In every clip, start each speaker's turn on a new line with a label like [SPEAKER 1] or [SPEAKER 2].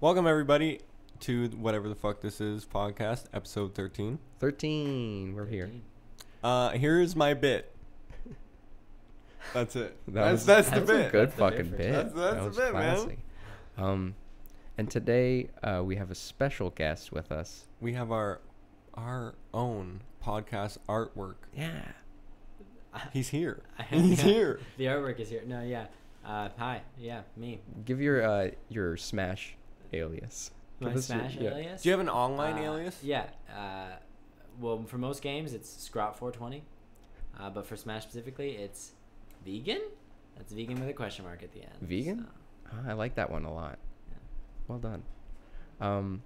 [SPEAKER 1] Welcome everybody to whatever the fuck this is podcast episode thirteen.
[SPEAKER 2] 13. We're here.
[SPEAKER 1] Uh, here is my bit. That's it.
[SPEAKER 2] That
[SPEAKER 1] that's
[SPEAKER 2] was-
[SPEAKER 1] that's the
[SPEAKER 2] that's a
[SPEAKER 1] bit.
[SPEAKER 2] good
[SPEAKER 3] That's the
[SPEAKER 2] fucking
[SPEAKER 3] difference.
[SPEAKER 2] bit.
[SPEAKER 1] That's- that's
[SPEAKER 2] that
[SPEAKER 1] the
[SPEAKER 2] was
[SPEAKER 1] bit, man.
[SPEAKER 2] classy. Um, and today uh, we have a special guest with us.
[SPEAKER 1] We have our our own podcast artwork.
[SPEAKER 2] Yeah.
[SPEAKER 1] He's here. He's here.
[SPEAKER 3] The artwork is here. No, yeah. Uh, hi. Yeah, me.
[SPEAKER 2] Give your uh, your Smash alias.
[SPEAKER 3] My
[SPEAKER 2] Give us your-
[SPEAKER 3] Smash
[SPEAKER 2] yeah.
[SPEAKER 3] alias.
[SPEAKER 1] Do you have an online
[SPEAKER 3] Uh,
[SPEAKER 1] alias?
[SPEAKER 3] Yeah. Uh, well, for most games, it's Scrot420. Uh, but for Smash specifically, it's vegan? That's vegan with a question mark at the end.
[SPEAKER 2] Vegan? Ah, I like that one a lot.
[SPEAKER 3] Yeah.
[SPEAKER 2] Well done. Um,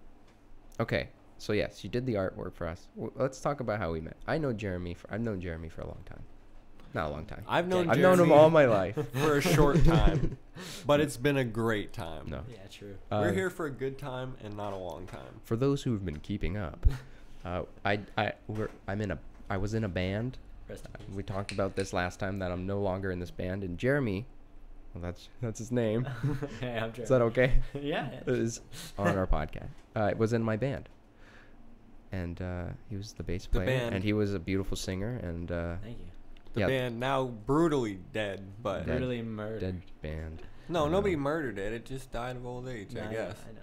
[SPEAKER 2] okay. So yes, you did the artwork for us. W- let's talk about how we met. I know Jeremy. For, I've known Jeremy for a long time. Not a long time.
[SPEAKER 1] I've known
[SPEAKER 2] I've known him
[SPEAKER 1] Jeremy
[SPEAKER 2] all my life.
[SPEAKER 1] for a short time, but it's been a great time.
[SPEAKER 2] No.
[SPEAKER 3] So, yeah, true.
[SPEAKER 1] We're
[SPEAKER 2] Uh,
[SPEAKER 1] here for a good time and not a long time.
[SPEAKER 2] For those who've been keeping up, uh, I I we're, I'm in a I was in a band.
[SPEAKER 3] Rest in peace.
[SPEAKER 2] We talked about this last time that I'm no longer in this band, and Jeremy, well, that's that's his name.
[SPEAKER 3] hey, I'm true.
[SPEAKER 2] Is that okay?
[SPEAKER 3] yeah.
[SPEAKER 2] Is on our podcast. Uh, it was in my band, and uh, he was the bass player,
[SPEAKER 1] band.
[SPEAKER 2] and he was a beautiful singer, and uh,
[SPEAKER 3] Thank you.
[SPEAKER 1] The
[SPEAKER 2] yeah,
[SPEAKER 1] band now brutally dead, but
[SPEAKER 2] Dead.
[SPEAKER 3] Brutally murdered.
[SPEAKER 2] dead band.
[SPEAKER 1] no,
[SPEAKER 2] I
[SPEAKER 1] nobody
[SPEAKER 2] know.
[SPEAKER 1] murdered it. It just died of old age,
[SPEAKER 3] No,
[SPEAKER 1] I guess. Oh,
[SPEAKER 3] I know,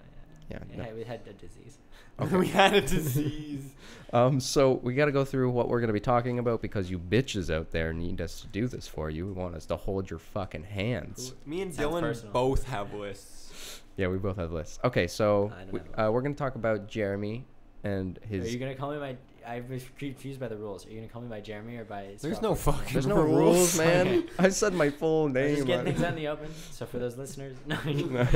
[SPEAKER 3] yeah.
[SPEAKER 2] Yeah,
[SPEAKER 3] Yeah,
[SPEAKER 2] no.
[SPEAKER 3] we had a disease.
[SPEAKER 2] Okay.
[SPEAKER 1] we had a disease.
[SPEAKER 2] Um, so we got to go through what we're gonna be talking about because you bitches out there need us to do this for you. We want us to hold your fucking hands.
[SPEAKER 1] Me and
[SPEAKER 3] Sounds
[SPEAKER 1] Dylan
[SPEAKER 3] personal.
[SPEAKER 1] both have lists.
[SPEAKER 2] Yeah, we both have lists. Okay, so
[SPEAKER 3] I don't
[SPEAKER 2] we,
[SPEAKER 3] have a
[SPEAKER 2] uh, we're gonna talk about Jeremy and
[SPEAKER 3] Are
[SPEAKER 2] his.
[SPEAKER 3] you gonna call me by? I was confused by the rules. Are you gonna call me by Jeremy or by?
[SPEAKER 1] There's
[SPEAKER 3] Scott
[SPEAKER 1] no
[SPEAKER 3] Fortune?
[SPEAKER 1] fucking
[SPEAKER 2] There's no
[SPEAKER 1] rules.
[SPEAKER 2] rules, man.
[SPEAKER 3] Okay.
[SPEAKER 2] I said my full
[SPEAKER 3] I was
[SPEAKER 2] name.
[SPEAKER 3] just getting
[SPEAKER 2] on-
[SPEAKER 3] things out in the open. So for those listeners, no.
[SPEAKER 2] No.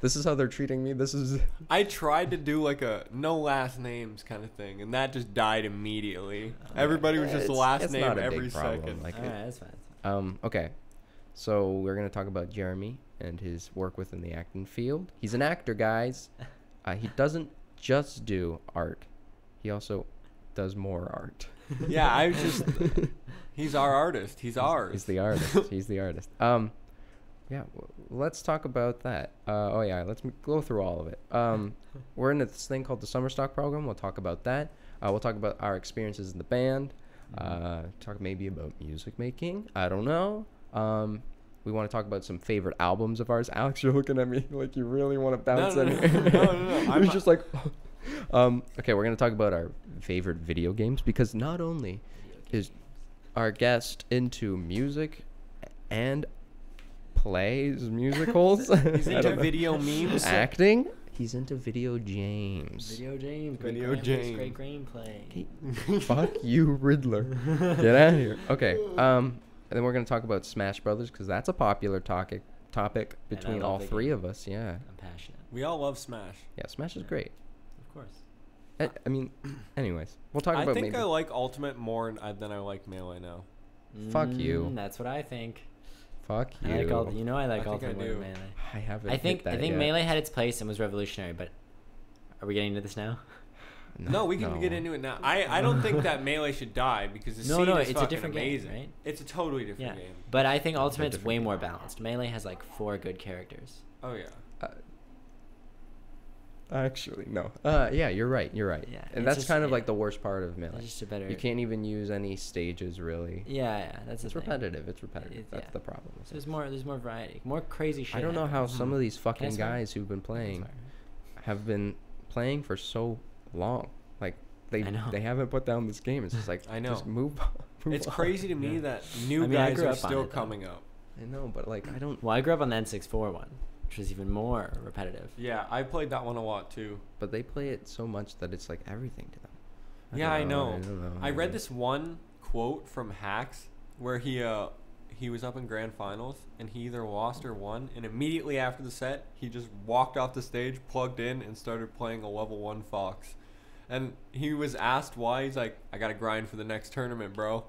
[SPEAKER 2] this is how they're treating me. This is
[SPEAKER 1] I tried to do like a no last names kind of thing, and that just died immediately. Everybody was just
[SPEAKER 2] It's-
[SPEAKER 1] last
[SPEAKER 2] it's
[SPEAKER 1] name
[SPEAKER 2] not a big
[SPEAKER 1] every
[SPEAKER 2] problem,
[SPEAKER 1] second.
[SPEAKER 2] like-
[SPEAKER 3] All right, that's fine. that's
[SPEAKER 2] um okay. So we're gonna talk about Jeremy and his work within the acting field. He's an actor, guys. Uh, he doesn't just do art; he also does more art.
[SPEAKER 1] yeah, I was just. He's our artist. He's ours.
[SPEAKER 2] He's the artist. He's the artist. Um, yeah, w- let's talk about that. Uh, oh yeah, let's m- go through all of it. Um, we're in this thing called the summer stock program. We'll talk about that. Uh, we'll talk about our experiences in the band.
[SPEAKER 1] Mm-hmm.
[SPEAKER 2] Uh, talk maybe about music making. I don't know. Um, we want to talk about some favorite albums of ours. Alex, you're looking at me like you really want to bounce
[SPEAKER 1] no,
[SPEAKER 2] in.
[SPEAKER 1] no, no, no, no,
[SPEAKER 2] You're
[SPEAKER 1] I'm-
[SPEAKER 2] just like. um, okay, we're gonna talk about our favorite video games because not only
[SPEAKER 3] fine.
[SPEAKER 2] is our guest into music and plays musicals.
[SPEAKER 1] He's
[SPEAKER 2] I
[SPEAKER 1] into
[SPEAKER 2] don't know.
[SPEAKER 1] video memes.
[SPEAKER 2] acting. He's into video games.
[SPEAKER 3] Video James. Great
[SPEAKER 1] Video
[SPEAKER 3] Video
[SPEAKER 1] James.
[SPEAKER 3] Great gameplay.
[SPEAKER 2] He- Fuck you, Riddler. Get out of here. Okay. Um, and then we're gonna talk about Smash Brothers because that's a popular topic topic
[SPEAKER 3] And I
[SPEAKER 2] between
[SPEAKER 3] love
[SPEAKER 2] all
[SPEAKER 3] the
[SPEAKER 2] three
[SPEAKER 3] game.
[SPEAKER 2] of us. Yeah.
[SPEAKER 3] I'm passionate,
[SPEAKER 1] We all love Smash.
[SPEAKER 2] Yeah. Smash is great.
[SPEAKER 3] of course.
[SPEAKER 2] I, I mean, anyways, we'll talk
[SPEAKER 1] I
[SPEAKER 2] about
[SPEAKER 1] think
[SPEAKER 2] maybe.
[SPEAKER 1] I like Ultimate more n- uh, than I like Melee now.
[SPEAKER 2] Fuck you.
[SPEAKER 3] Mm, That's what I think.
[SPEAKER 2] Fuck you.
[SPEAKER 3] I like all. You know, I
[SPEAKER 1] I
[SPEAKER 3] like all
[SPEAKER 1] think I
[SPEAKER 3] the
[SPEAKER 1] do.
[SPEAKER 3] melee.
[SPEAKER 2] I haven't.
[SPEAKER 3] I
[SPEAKER 2] hit
[SPEAKER 3] think. I
[SPEAKER 2] that
[SPEAKER 3] think
[SPEAKER 2] yet.
[SPEAKER 3] melee had its place and was revolutionary, but are we getting into this now?
[SPEAKER 1] No, we can get
[SPEAKER 2] no.
[SPEAKER 1] into it now. I, I don't think that Melee should die because the
[SPEAKER 3] No,
[SPEAKER 1] scene
[SPEAKER 3] no,
[SPEAKER 1] is
[SPEAKER 3] it's a
[SPEAKER 1] fucking
[SPEAKER 3] different game,
[SPEAKER 1] amazing.
[SPEAKER 3] right?
[SPEAKER 1] It's a totally
[SPEAKER 3] Yeah.
[SPEAKER 1] different game.
[SPEAKER 3] But I think Ultimate's
[SPEAKER 2] different
[SPEAKER 3] way
[SPEAKER 2] game.
[SPEAKER 3] more balanced. Melee has like four good characters.
[SPEAKER 1] Oh yeah.
[SPEAKER 2] Uh, Actually, no. Uh, yeah, you're right. You're right.
[SPEAKER 3] Yeah,
[SPEAKER 2] and
[SPEAKER 3] it's
[SPEAKER 2] that's
[SPEAKER 3] just-
[SPEAKER 2] kind of
[SPEAKER 3] yeah.
[SPEAKER 2] like the worst part of melee.
[SPEAKER 3] It's just a better.
[SPEAKER 2] You can't even use any stages really.
[SPEAKER 3] Yeah, yeah, that's the
[SPEAKER 2] It's
[SPEAKER 3] thing.
[SPEAKER 2] repetitive. It's repetitive.
[SPEAKER 3] It-
[SPEAKER 2] that's
[SPEAKER 3] yeah.
[SPEAKER 2] the problem. with it.
[SPEAKER 3] So there's more. There's more variety. More crazy shit.
[SPEAKER 2] I don't know how
[SPEAKER 3] happens.
[SPEAKER 2] some of these
[SPEAKER 3] I
[SPEAKER 2] fucking
[SPEAKER 3] swear?
[SPEAKER 2] guys who've been playing
[SPEAKER 3] Sorry.
[SPEAKER 2] have been playing for so long. Like they
[SPEAKER 3] I know.
[SPEAKER 2] they haven't put down this game. It's just like
[SPEAKER 1] I
[SPEAKER 2] Just
[SPEAKER 1] know.
[SPEAKER 2] move. on, move
[SPEAKER 1] It's
[SPEAKER 2] on."
[SPEAKER 1] crazy to me
[SPEAKER 3] Yeah.
[SPEAKER 1] that new
[SPEAKER 3] I mean, I
[SPEAKER 1] guys
[SPEAKER 3] grew
[SPEAKER 1] are
[SPEAKER 3] up on
[SPEAKER 1] still
[SPEAKER 3] it, though.
[SPEAKER 1] coming up.
[SPEAKER 2] I know, but like I don't.
[SPEAKER 3] Well, I grew up on the N64 one, which was even more repetitive.
[SPEAKER 1] Yeah, I played that one a lot too.
[SPEAKER 2] But they play it so much that it's like everything to them.
[SPEAKER 1] yeah, I
[SPEAKER 2] don't
[SPEAKER 1] know.
[SPEAKER 2] I, don't know.
[SPEAKER 1] I read
[SPEAKER 2] don't-
[SPEAKER 1] this one quote from Hacks where he uh he was up in grand finals and he either lost or won and immediately after the set he just walked off the stage, plugged in and started playing a level 1 fox. And he was asked why he's like I got to grind for the next tournament, bro.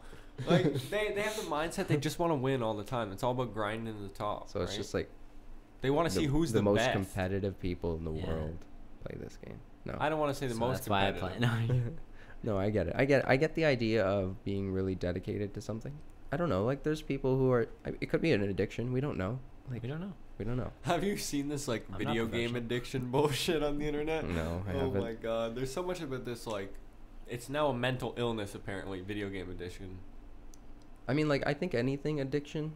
[SPEAKER 1] Like they, they have the mindset they just want to win all the time. It's all about grinding to the top.
[SPEAKER 2] So it's
[SPEAKER 1] right?
[SPEAKER 2] just like
[SPEAKER 1] they want to see who's the,
[SPEAKER 2] most
[SPEAKER 1] best.
[SPEAKER 2] competitive people in the
[SPEAKER 3] Yeah.
[SPEAKER 2] world play this game. No.
[SPEAKER 1] I don't want to say the
[SPEAKER 3] So
[SPEAKER 1] most
[SPEAKER 3] that's why I
[SPEAKER 1] competitive.
[SPEAKER 3] play. No,
[SPEAKER 2] No, I get it. I get I get the idea of being really dedicated to something. I don't know. Like there's people who are I- it could be an addiction. We don't know. Like
[SPEAKER 3] we don't know.
[SPEAKER 2] We don't know.
[SPEAKER 1] Have you seen this like
[SPEAKER 3] I'm not
[SPEAKER 1] video game
[SPEAKER 3] professional.
[SPEAKER 1] addiction bullshit on the internet?
[SPEAKER 2] No, I
[SPEAKER 1] oh
[SPEAKER 2] haven't.
[SPEAKER 1] my god, there's so much about this like, it's now a mental illness apparently. Video game addiction.
[SPEAKER 2] I mean, like I think anything addiction,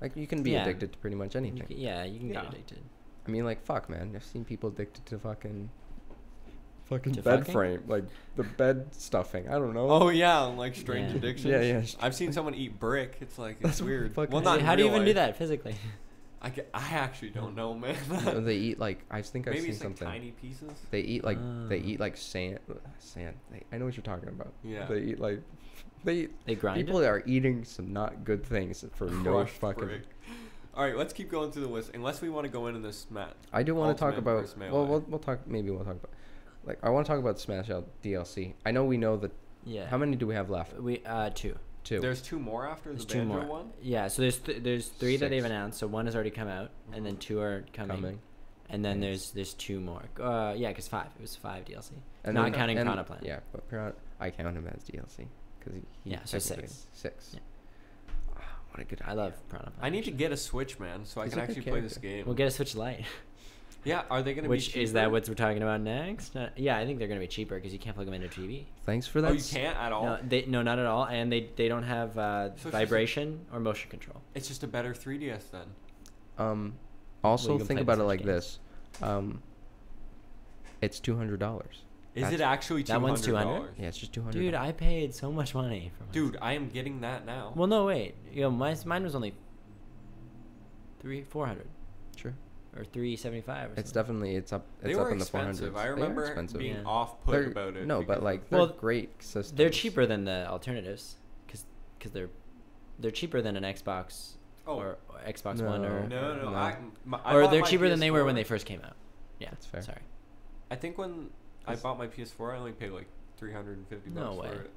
[SPEAKER 2] like you can be
[SPEAKER 3] Yeah.
[SPEAKER 2] addicted to pretty much
[SPEAKER 3] You
[SPEAKER 2] anything.
[SPEAKER 3] can- yeah, you can get
[SPEAKER 1] Yeah.
[SPEAKER 3] addicted.
[SPEAKER 2] I mean, like fuck, man. I've seen people addicted to fucking. Fucking
[SPEAKER 3] To
[SPEAKER 2] bed
[SPEAKER 3] fucking?
[SPEAKER 2] frame, like the bed stuffing. I don't know.
[SPEAKER 1] Oh yeah, like strange
[SPEAKER 3] Yeah.
[SPEAKER 1] addictions.
[SPEAKER 2] Yeah, yeah.
[SPEAKER 1] I've seen someone eat brick. It's like it's
[SPEAKER 2] That's
[SPEAKER 1] weird.
[SPEAKER 2] fucking-
[SPEAKER 1] Well,
[SPEAKER 2] Hey,
[SPEAKER 1] not in
[SPEAKER 3] how do you
[SPEAKER 1] real
[SPEAKER 3] even do
[SPEAKER 1] life.
[SPEAKER 3] that physically?
[SPEAKER 1] I, ca- I actually don't know, man.
[SPEAKER 2] No, they eat like I think I've
[SPEAKER 1] Maybe
[SPEAKER 2] seen
[SPEAKER 1] it's like
[SPEAKER 2] something.
[SPEAKER 1] tiny pieces.
[SPEAKER 2] They eat like they
[SPEAKER 3] Ah.
[SPEAKER 2] eat like sand. Sand. They, I know what you're talking about.
[SPEAKER 1] Yeah.
[SPEAKER 2] They eat like they eat.
[SPEAKER 3] They grind
[SPEAKER 2] people
[SPEAKER 3] it.
[SPEAKER 2] are eating some not good things for no
[SPEAKER 1] Crushed
[SPEAKER 2] fucking.
[SPEAKER 1] brick. All right, let's keep going through the list. Unless we want to go into this mat.
[SPEAKER 2] I do want to talk
[SPEAKER 1] Ultimate eh?
[SPEAKER 2] about.
[SPEAKER 1] versus melee.
[SPEAKER 2] Well, we'll we'll talk. Maybe we'll talk about. Like I want to talk about Smash Out DLC. I know we know that.
[SPEAKER 3] Yeah.
[SPEAKER 2] How many do we have left?
[SPEAKER 3] We uh two.
[SPEAKER 2] Two.
[SPEAKER 1] There's two more after
[SPEAKER 3] There's
[SPEAKER 1] the
[SPEAKER 3] two
[SPEAKER 1] Banjo
[SPEAKER 3] more.
[SPEAKER 1] one.
[SPEAKER 3] Yeah. So there's th- there's three that they've
[SPEAKER 2] Six.
[SPEAKER 3] announced. So one has already come out, and
[SPEAKER 1] Mm-hmm.
[SPEAKER 3] then two are coming. And then
[SPEAKER 2] Yes.
[SPEAKER 3] there's there's two more. Uh, yeah, because five. It was five DLC.
[SPEAKER 2] And
[SPEAKER 3] Not
[SPEAKER 2] then- uh,
[SPEAKER 3] counting
[SPEAKER 2] and-
[SPEAKER 3] Chrono Plan.
[SPEAKER 2] Yeah, but Piranha, I count him as DLC because he, he
[SPEAKER 3] Yeah, so
[SPEAKER 2] technically-
[SPEAKER 3] six.
[SPEAKER 2] Six.
[SPEAKER 3] Yeah.
[SPEAKER 2] Ah, what a good.
[SPEAKER 3] I
[SPEAKER 2] idea.
[SPEAKER 3] love Chrono Plan.
[SPEAKER 1] I need to get a Switch, man, so I
[SPEAKER 2] He's
[SPEAKER 1] can
[SPEAKER 2] a good
[SPEAKER 1] actually play this
[SPEAKER 2] character.
[SPEAKER 1] game.
[SPEAKER 3] We'll get a Switch Lite.
[SPEAKER 1] yeah, are they gonna
[SPEAKER 3] Which
[SPEAKER 1] be
[SPEAKER 3] is that
[SPEAKER 1] cheaper?
[SPEAKER 3] what we're talking about next? Uh, yeah, I think they're gonna be cheaper because you can't plug them into TV.
[SPEAKER 2] Thanks for that.
[SPEAKER 1] Oh, you
[SPEAKER 2] s-
[SPEAKER 1] can't at all.
[SPEAKER 3] No, they no, not at all. And they they don't have uh,
[SPEAKER 1] So it's just a-
[SPEAKER 3] vibration or motion control.
[SPEAKER 1] It's just a better 3DS then.
[SPEAKER 2] Um, also
[SPEAKER 3] you can
[SPEAKER 2] think
[SPEAKER 3] play
[SPEAKER 2] about it
[SPEAKER 3] Smash
[SPEAKER 2] like
[SPEAKER 3] games.
[SPEAKER 2] this. Um, it's two hundred dollars.
[SPEAKER 1] Is
[SPEAKER 2] That's-
[SPEAKER 1] it actually two
[SPEAKER 3] That one's
[SPEAKER 1] hundred
[SPEAKER 3] $200?
[SPEAKER 1] dollars?
[SPEAKER 2] Yeah, it's just two hundred.
[SPEAKER 3] Dude, I paid so much money. For my
[SPEAKER 1] Dude, I am getting that now.
[SPEAKER 3] Well, no, wait. You know, my, mine was only three, four hundred,
[SPEAKER 2] sure.
[SPEAKER 3] or three seventy-five. Or
[SPEAKER 2] It's
[SPEAKER 3] something.
[SPEAKER 2] definitely it's up. It's
[SPEAKER 1] they
[SPEAKER 2] up
[SPEAKER 1] were
[SPEAKER 2] in the four
[SPEAKER 1] expensive.
[SPEAKER 2] hundreds.
[SPEAKER 1] I remember
[SPEAKER 2] expensive.
[SPEAKER 1] being
[SPEAKER 3] Yeah.
[SPEAKER 1] off put
[SPEAKER 2] They're-
[SPEAKER 1] about it.
[SPEAKER 2] No, but
[SPEAKER 1] because
[SPEAKER 2] like
[SPEAKER 1] of-
[SPEAKER 2] they're
[SPEAKER 3] Well,
[SPEAKER 2] great systems.
[SPEAKER 3] They're cheaper than the alternatives, because they're they're cheaper than an Xbox
[SPEAKER 1] Oh.
[SPEAKER 3] or, or Xbox One or
[SPEAKER 1] no, no,
[SPEAKER 2] No.
[SPEAKER 1] I, my, I
[SPEAKER 3] or
[SPEAKER 1] bought
[SPEAKER 3] they're
[SPEAKER 1] my
[SPEAKER 3] cheaper than they were when they
[SPEAKER 1] PS4.
[SPEAKER 3] first came out. Yeah,
[SPEAKER 2] That's fair.
[SPEAKER 3] Sorry.
[SPEAKER 1] I think when I
[SPEAKER 2] Cause-
[SPEAKER 1] bought my PS4, I only paid like 350
[SPEAKER 3] No
[SPEAKER 1] bucks
[SPEAKER 3] way.
[SPEAKER 1] for it.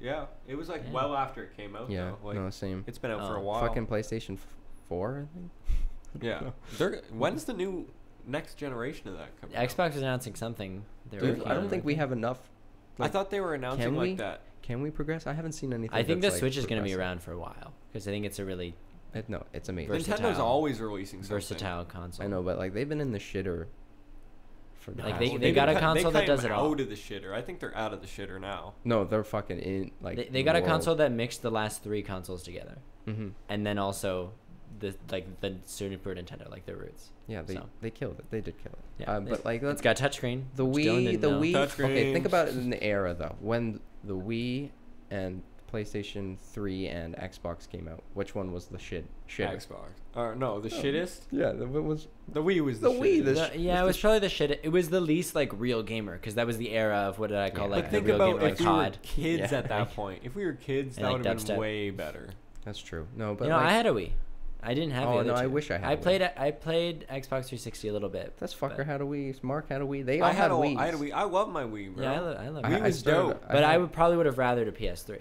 [SPEAKER 1] Yeah, it was like
[SPEAKER 3] Yeah.
[SPEAKER 1] well after it came out.
[SPEAKER 2] Yeah.
[SPEAKER 1] though. Like,
[SPEAKER 2] no, same.
[SPEAKER 1] It's been out for a
[SPEAKER 3] Oh,
[SPEAKER 1] while.
[SPEAKER 2] Fucking PlayStation f- Four, I think.
[SPEAKER 1] yeah. They're, when's the new next generation of that coming? out?
[SPEAKER 3] Xbox was announcing something. They were
[SPEAKER 2] Dude,
[SPEAKER 3] working
[SPEAKER 2] I
[SPEAKER 3] on,
[SPEAKER 2] don't think we
[SPEAKER 3] think.
[SPEAKER 2] have enough.
[SPEAKER 1] I thought they were announcing
[SPEAKER 2] we?
[SPEAKER 1] like that.
[SPEAKER 2] Can we progress? I haven't seen anything.
[SPEAKER 3] I think the
[SPEAKER 2] that's, like,
[SPEAKER 3] Switch is going to be
[SPEAKER 2] progressing.
[SPEAKER 3] around for a while because I think it's a really
[SPEAKER 2] It- no, it's amazing.
[SPEAKER 1] Nintendo's
[SPEAKER 3] Versatile.
[SPEAKER 1] always releasing something.
[SPEAKER 3] versatile console.
[SPEAKER 2] I know, but like they've been in the shitter. For the
[SPEAKER 3] Like,
[SPEAKER 2] past
[SPEAKER 3] they-
[SPEAKER 2] few
[SPEAKER 1] Well,
[SPEAKER 3] they
[SPEAKER 1] they've
[SPEAKER 3] got
[SPEAKER 1] been cut- they
[SPEAKER 2] years.
[SPEAKER 3] a console that
[SPEAKER 1] came
[SPEAKER 3] does it all.
[SPEAKER 1] Out of the shitter. I think they're out of the shitter now.
[SPEAKER 2] No, they're fucking in. Like
[SPEAKER 3] they, they got a console that mixed the last three consoles together,
[SPEAKER 2] hmm
[SPEAKER 3] and then also the like the Super Nintendo, like their roots.
[SPEAKER 2] Yeah, they
[SPEAKER 3] So.
[SPEAKER 2] they killed it. They did kill it.
[SPEAKER 3] Yeah,
[SPEAKER 2] Uh,
[SPEAKER 3] they-
[SPEAKER 2] but like let's
[SPEAKER 3] It's got touchscreen.
[SPEAKER 2] the
[SPEAKER 3] which Dylan
[SPEAKER 2] Wii.
[SPEAKER 3] didn't
[SPEAKER 2] The
[SPEAKER 3] know.
[SPEAKER 2] Wii. Okay, think
[SPEAKER 1] Touchscreen.
[SPEAKER 2] about it in the era though. When the Wii and PlayStation Three and Xbox came out, which one was the shit? Shit.
[SPEAKER 1] Xbox. Or no, the shittest.
[SPEAKER 2] Yeah, the, what was
[SPEAKER 1] The Wii was the,
[SPEAKER 2] The Wii,
[SPEAKER 1] shittest.
[SPEAKER 2] the
[SPEAKER 3] The-
[SPEAKER 2] sh-
[SPEAKER 3] yeah,
[SPEAKER 2] was
[SPEAKER 3] it
[SPEAKER 2] the
[SPEAKER 3] was
[SPEAKER 2] sh-
[SPEAKER 3] probably the shit. It was the least like real gamer because that was the era of what did I call
[SPEAKER 2] Yeah.
[SPEAKER 3] like
[SPEAKER 1] but
[SPEAKER 3] the
[SPEAKER 1] think
[SPEAKER 3] real
[SPEAKER 1] about
[SPEAKER 3] gamer, like
[SPEAKER 1] if we were
[SPEAKER 3] COD.
[SPEAKER 1] kids
[SPEAKER 2] Yeah.
[SPEAKER 1] at that
[SPEAKER 2] Like-
[SPEAKER 1] point. If we were kids,
[SPEAKER 3] And,
[SPEAKER 1] that
[SPEAKER 3] like,
[SPEAKER 1] would have been
[SPEAKER 3] dubstep.
[SPEAKER 1] way better.
[SPEAKER 2] That's true. No, but
[SPEAKER 3] you know,
[SPEAKER 2] like,
[SPEAKER 3] I had a Wii. I didn't have.
[SPEAKER 2] Oh,
[SPEAKER 3] the other
[SPEAKER 2] no, I
[SPEAKER 3] two.
[SPEAKER 2] wish I had
[SPEAKER 3] I
[SPEAKER 2] one.
[SPEAKER 3] played. I played Xbox 360 a little bit.
[SPEAKER 2] This fucker
[SPEAKER 3] but-
[SPEAKER 2] had a Wii. Mark had a Wii. They all
[SPEAKER 1] I had,
[SPEAKER 2] had,
[SPEAKER 1] a,
[SPEAKER 2] Wii's.
[SPEAKER 1] I had a Wii. I love my Wii, bro.
[SPEAKER 3] Yeah, I, lo- I love.
[SPEAKER 1] I-
[SPEAKER 3] it.
[SPEAKER 1] Wii was
[SPEAKER 2] started-
[SPEAKER 1] dope.
[SPEAKER 3] but I
[SPEAKER 2] had-
[SPEAKER 3] would probably would have rathered a PS3.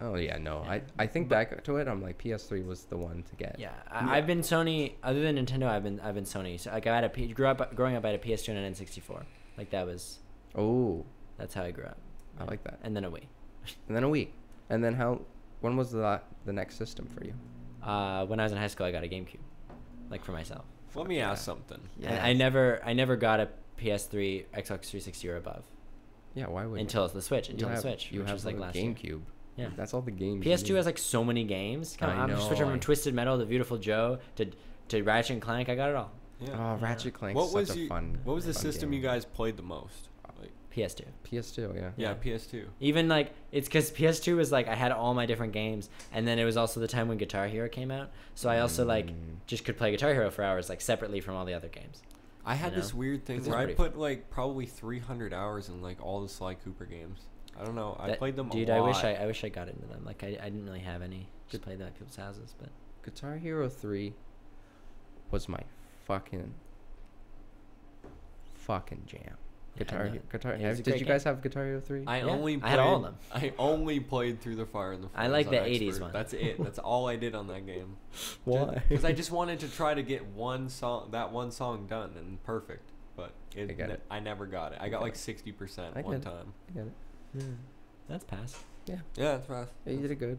[SPEAKER 2] Oh yeah, no. I, I think back to it, I'm like PS3 was the one to get.
[SPEAKER 3] Yeah, I, I've been Sony. Other than Nintendo, I've been I've been Sony. So like I had a P, grew up growing up. I had a PS2 and an N64. Like that was
[SPEAKER 2] Oh,
[SPEAKER 3] that's how I grew up.
[SPEAKER 2] I like that.
[SPEAKER 3] And then a Wii.
[SPEAKER 2] And then a Wii. And then how? When was the the next system for you?
[SPEAKER 3] Uh, when I was in high school, I got a GameCube, like for myself.
[SPEAKER 1] Let me ask something.
[SPEAKER 3] And I
[SPEAKER 2] Yes.
[SPEAKER 3] never I never got a PS3, Xbox 360 or above
[SPEAKER 2] Yeah. Why would you?
[SPEAKER 3] until the Switch.
[SPEAKER 2] You
[SPEAKER 3] Until
[SPEAKER 2] have-
[SPEAKER 3] the Switch,
[SPEAKER 2] You
[SPEAKER 3] which
[SPEAKER 2] have
[SPEAKER 3] was like
[SPEAKER 2] the
[SPEAKER 3] last year.
[SPEAKER 2] GameCube.
[SPEAKER 3] Yeah.
[SPEAKER 2] That's all the games. you
[SPEAKER 3] PS2
[SPEAKER 2] need.
[SPEAKER 3] has like so many games. Come on,
[SPEAKER 2] Mm-hmm. I
[SPEAKER 3] I'm just switching
[SPEAKER 2] know,
[SPEAKER 3] from
[SPEAKER 2] I-
[SPEAKER 3] Twisted Metal to Beautiful Joe to to Ratchet and Clank. I got it all.
[SPEAKER 1] Yeah.
[SPEAKER 2] Oh, Ratchet Clank's
[SPEAKER 1] what
[SPEAKER 2] such
[SPEAKER 1] was
[SPEAKER 2] a
[SPEAKER 1] you,
[SPEAKER 2] fun.
[SPEAKER 1] What was the
[SPEAKER 2] fun
[SPEAKER 1] system
[SPEAKER 2] game.
[SPEAKER 1] you guys played the most? Like,
[SPEAKER 3] PS2.
[SPEAKER 2] PS2. Yeah.
[SPEAKER 1] yeah,
[SPEAKER 3] Yeah.
[SPEAKER 1] PS2.
[SPEAKER 3] Even like it's because PS2 was like I had all my different games, and then it was also the time when Guitar Hero came out. So I also like
[SPEAKER 2] Mm.
[SPEAKER 3] just could play Guitar Hero for hours, like separately from all the other games.
[SPEAKER 1] I had
[SPEAKER 3] You
[SPEAKER 1] this
[SPEAKER 3] know?
[SPEAKER 1] weird thing
[SPEAKER 3] This is
[SPEAKER 1] where I
[SPEAKER 3] pretty
[SPEAKER 1] put like probably 300 hours in like all the Sly Cooper games. I don't know. I
[SPEAKER 3] That-
[SPEAKER 1] played them.
[SPEAKER 3] Dude,
[SPEAKER 1] a
[SPEAKER 3] I
[SPEAKER 1] lot.
[SPEAKER 3] wish I, I wish I got into them. Like I, I didn't really have any. Just played them at people's houses, but
[SPEAKER 2] Guitar Hero 3 was my fucking fucking jam.
[SPEAKER 3] I
[SPEAKER 2] Guitar
[SPEAKER 3] know.
[SPEAKER 2] Hero, Guitar
[SPEAKER 3] It was a
[SPEAKER 2] have,
[SPEAKER 3] great
[SPEAKER 2] Did you guys have Guitar Hero 3?
[SPEAKER 1] I
[SPEAKER 3] Yeah,
[SPEAKER 1] only. Played,
[SPEAKER 3] I had all of them.
[SPEAKER 1] I only played through the fire and the.
[SPEAKER 3] I like
[SPEAKER 1] Flames on
[SPEAKER 3] the 80s
[SPEAKER 1] Expert.
[SPEAKER 3] one.
[SPEAKER 1] That's it. That's all I did on that game.
[SPEAKER 2] Why?
[SPEAKER 1] Because I just wanted to try to get one song, that one song done and perfect, but it,
[SPEAKER 2] I get
[SPEAKER 1] ne-
[SPEAKER 2] it.
[SPEAKER 1] I never got it. I
[SPEAKER 2] I
[SPEAKER 1] got
[SPEAKER 2] get
[SPEAKER 1] like
[SPEAKER 2] it.
[SPEAKER 1] sixty percent
[SPEAKER 2] I
[SPEAKER 1] one
[SPEAKER 2] get it.
[SPEAKER 1] time.
[SPEAKER 2] I got it.
[SPEAKER 3] that's past.
[SPEAKER 2] Yeah.
[SPEAKER 1] Yeah, that's right.
[SPEAKER 2] yeah, you did good.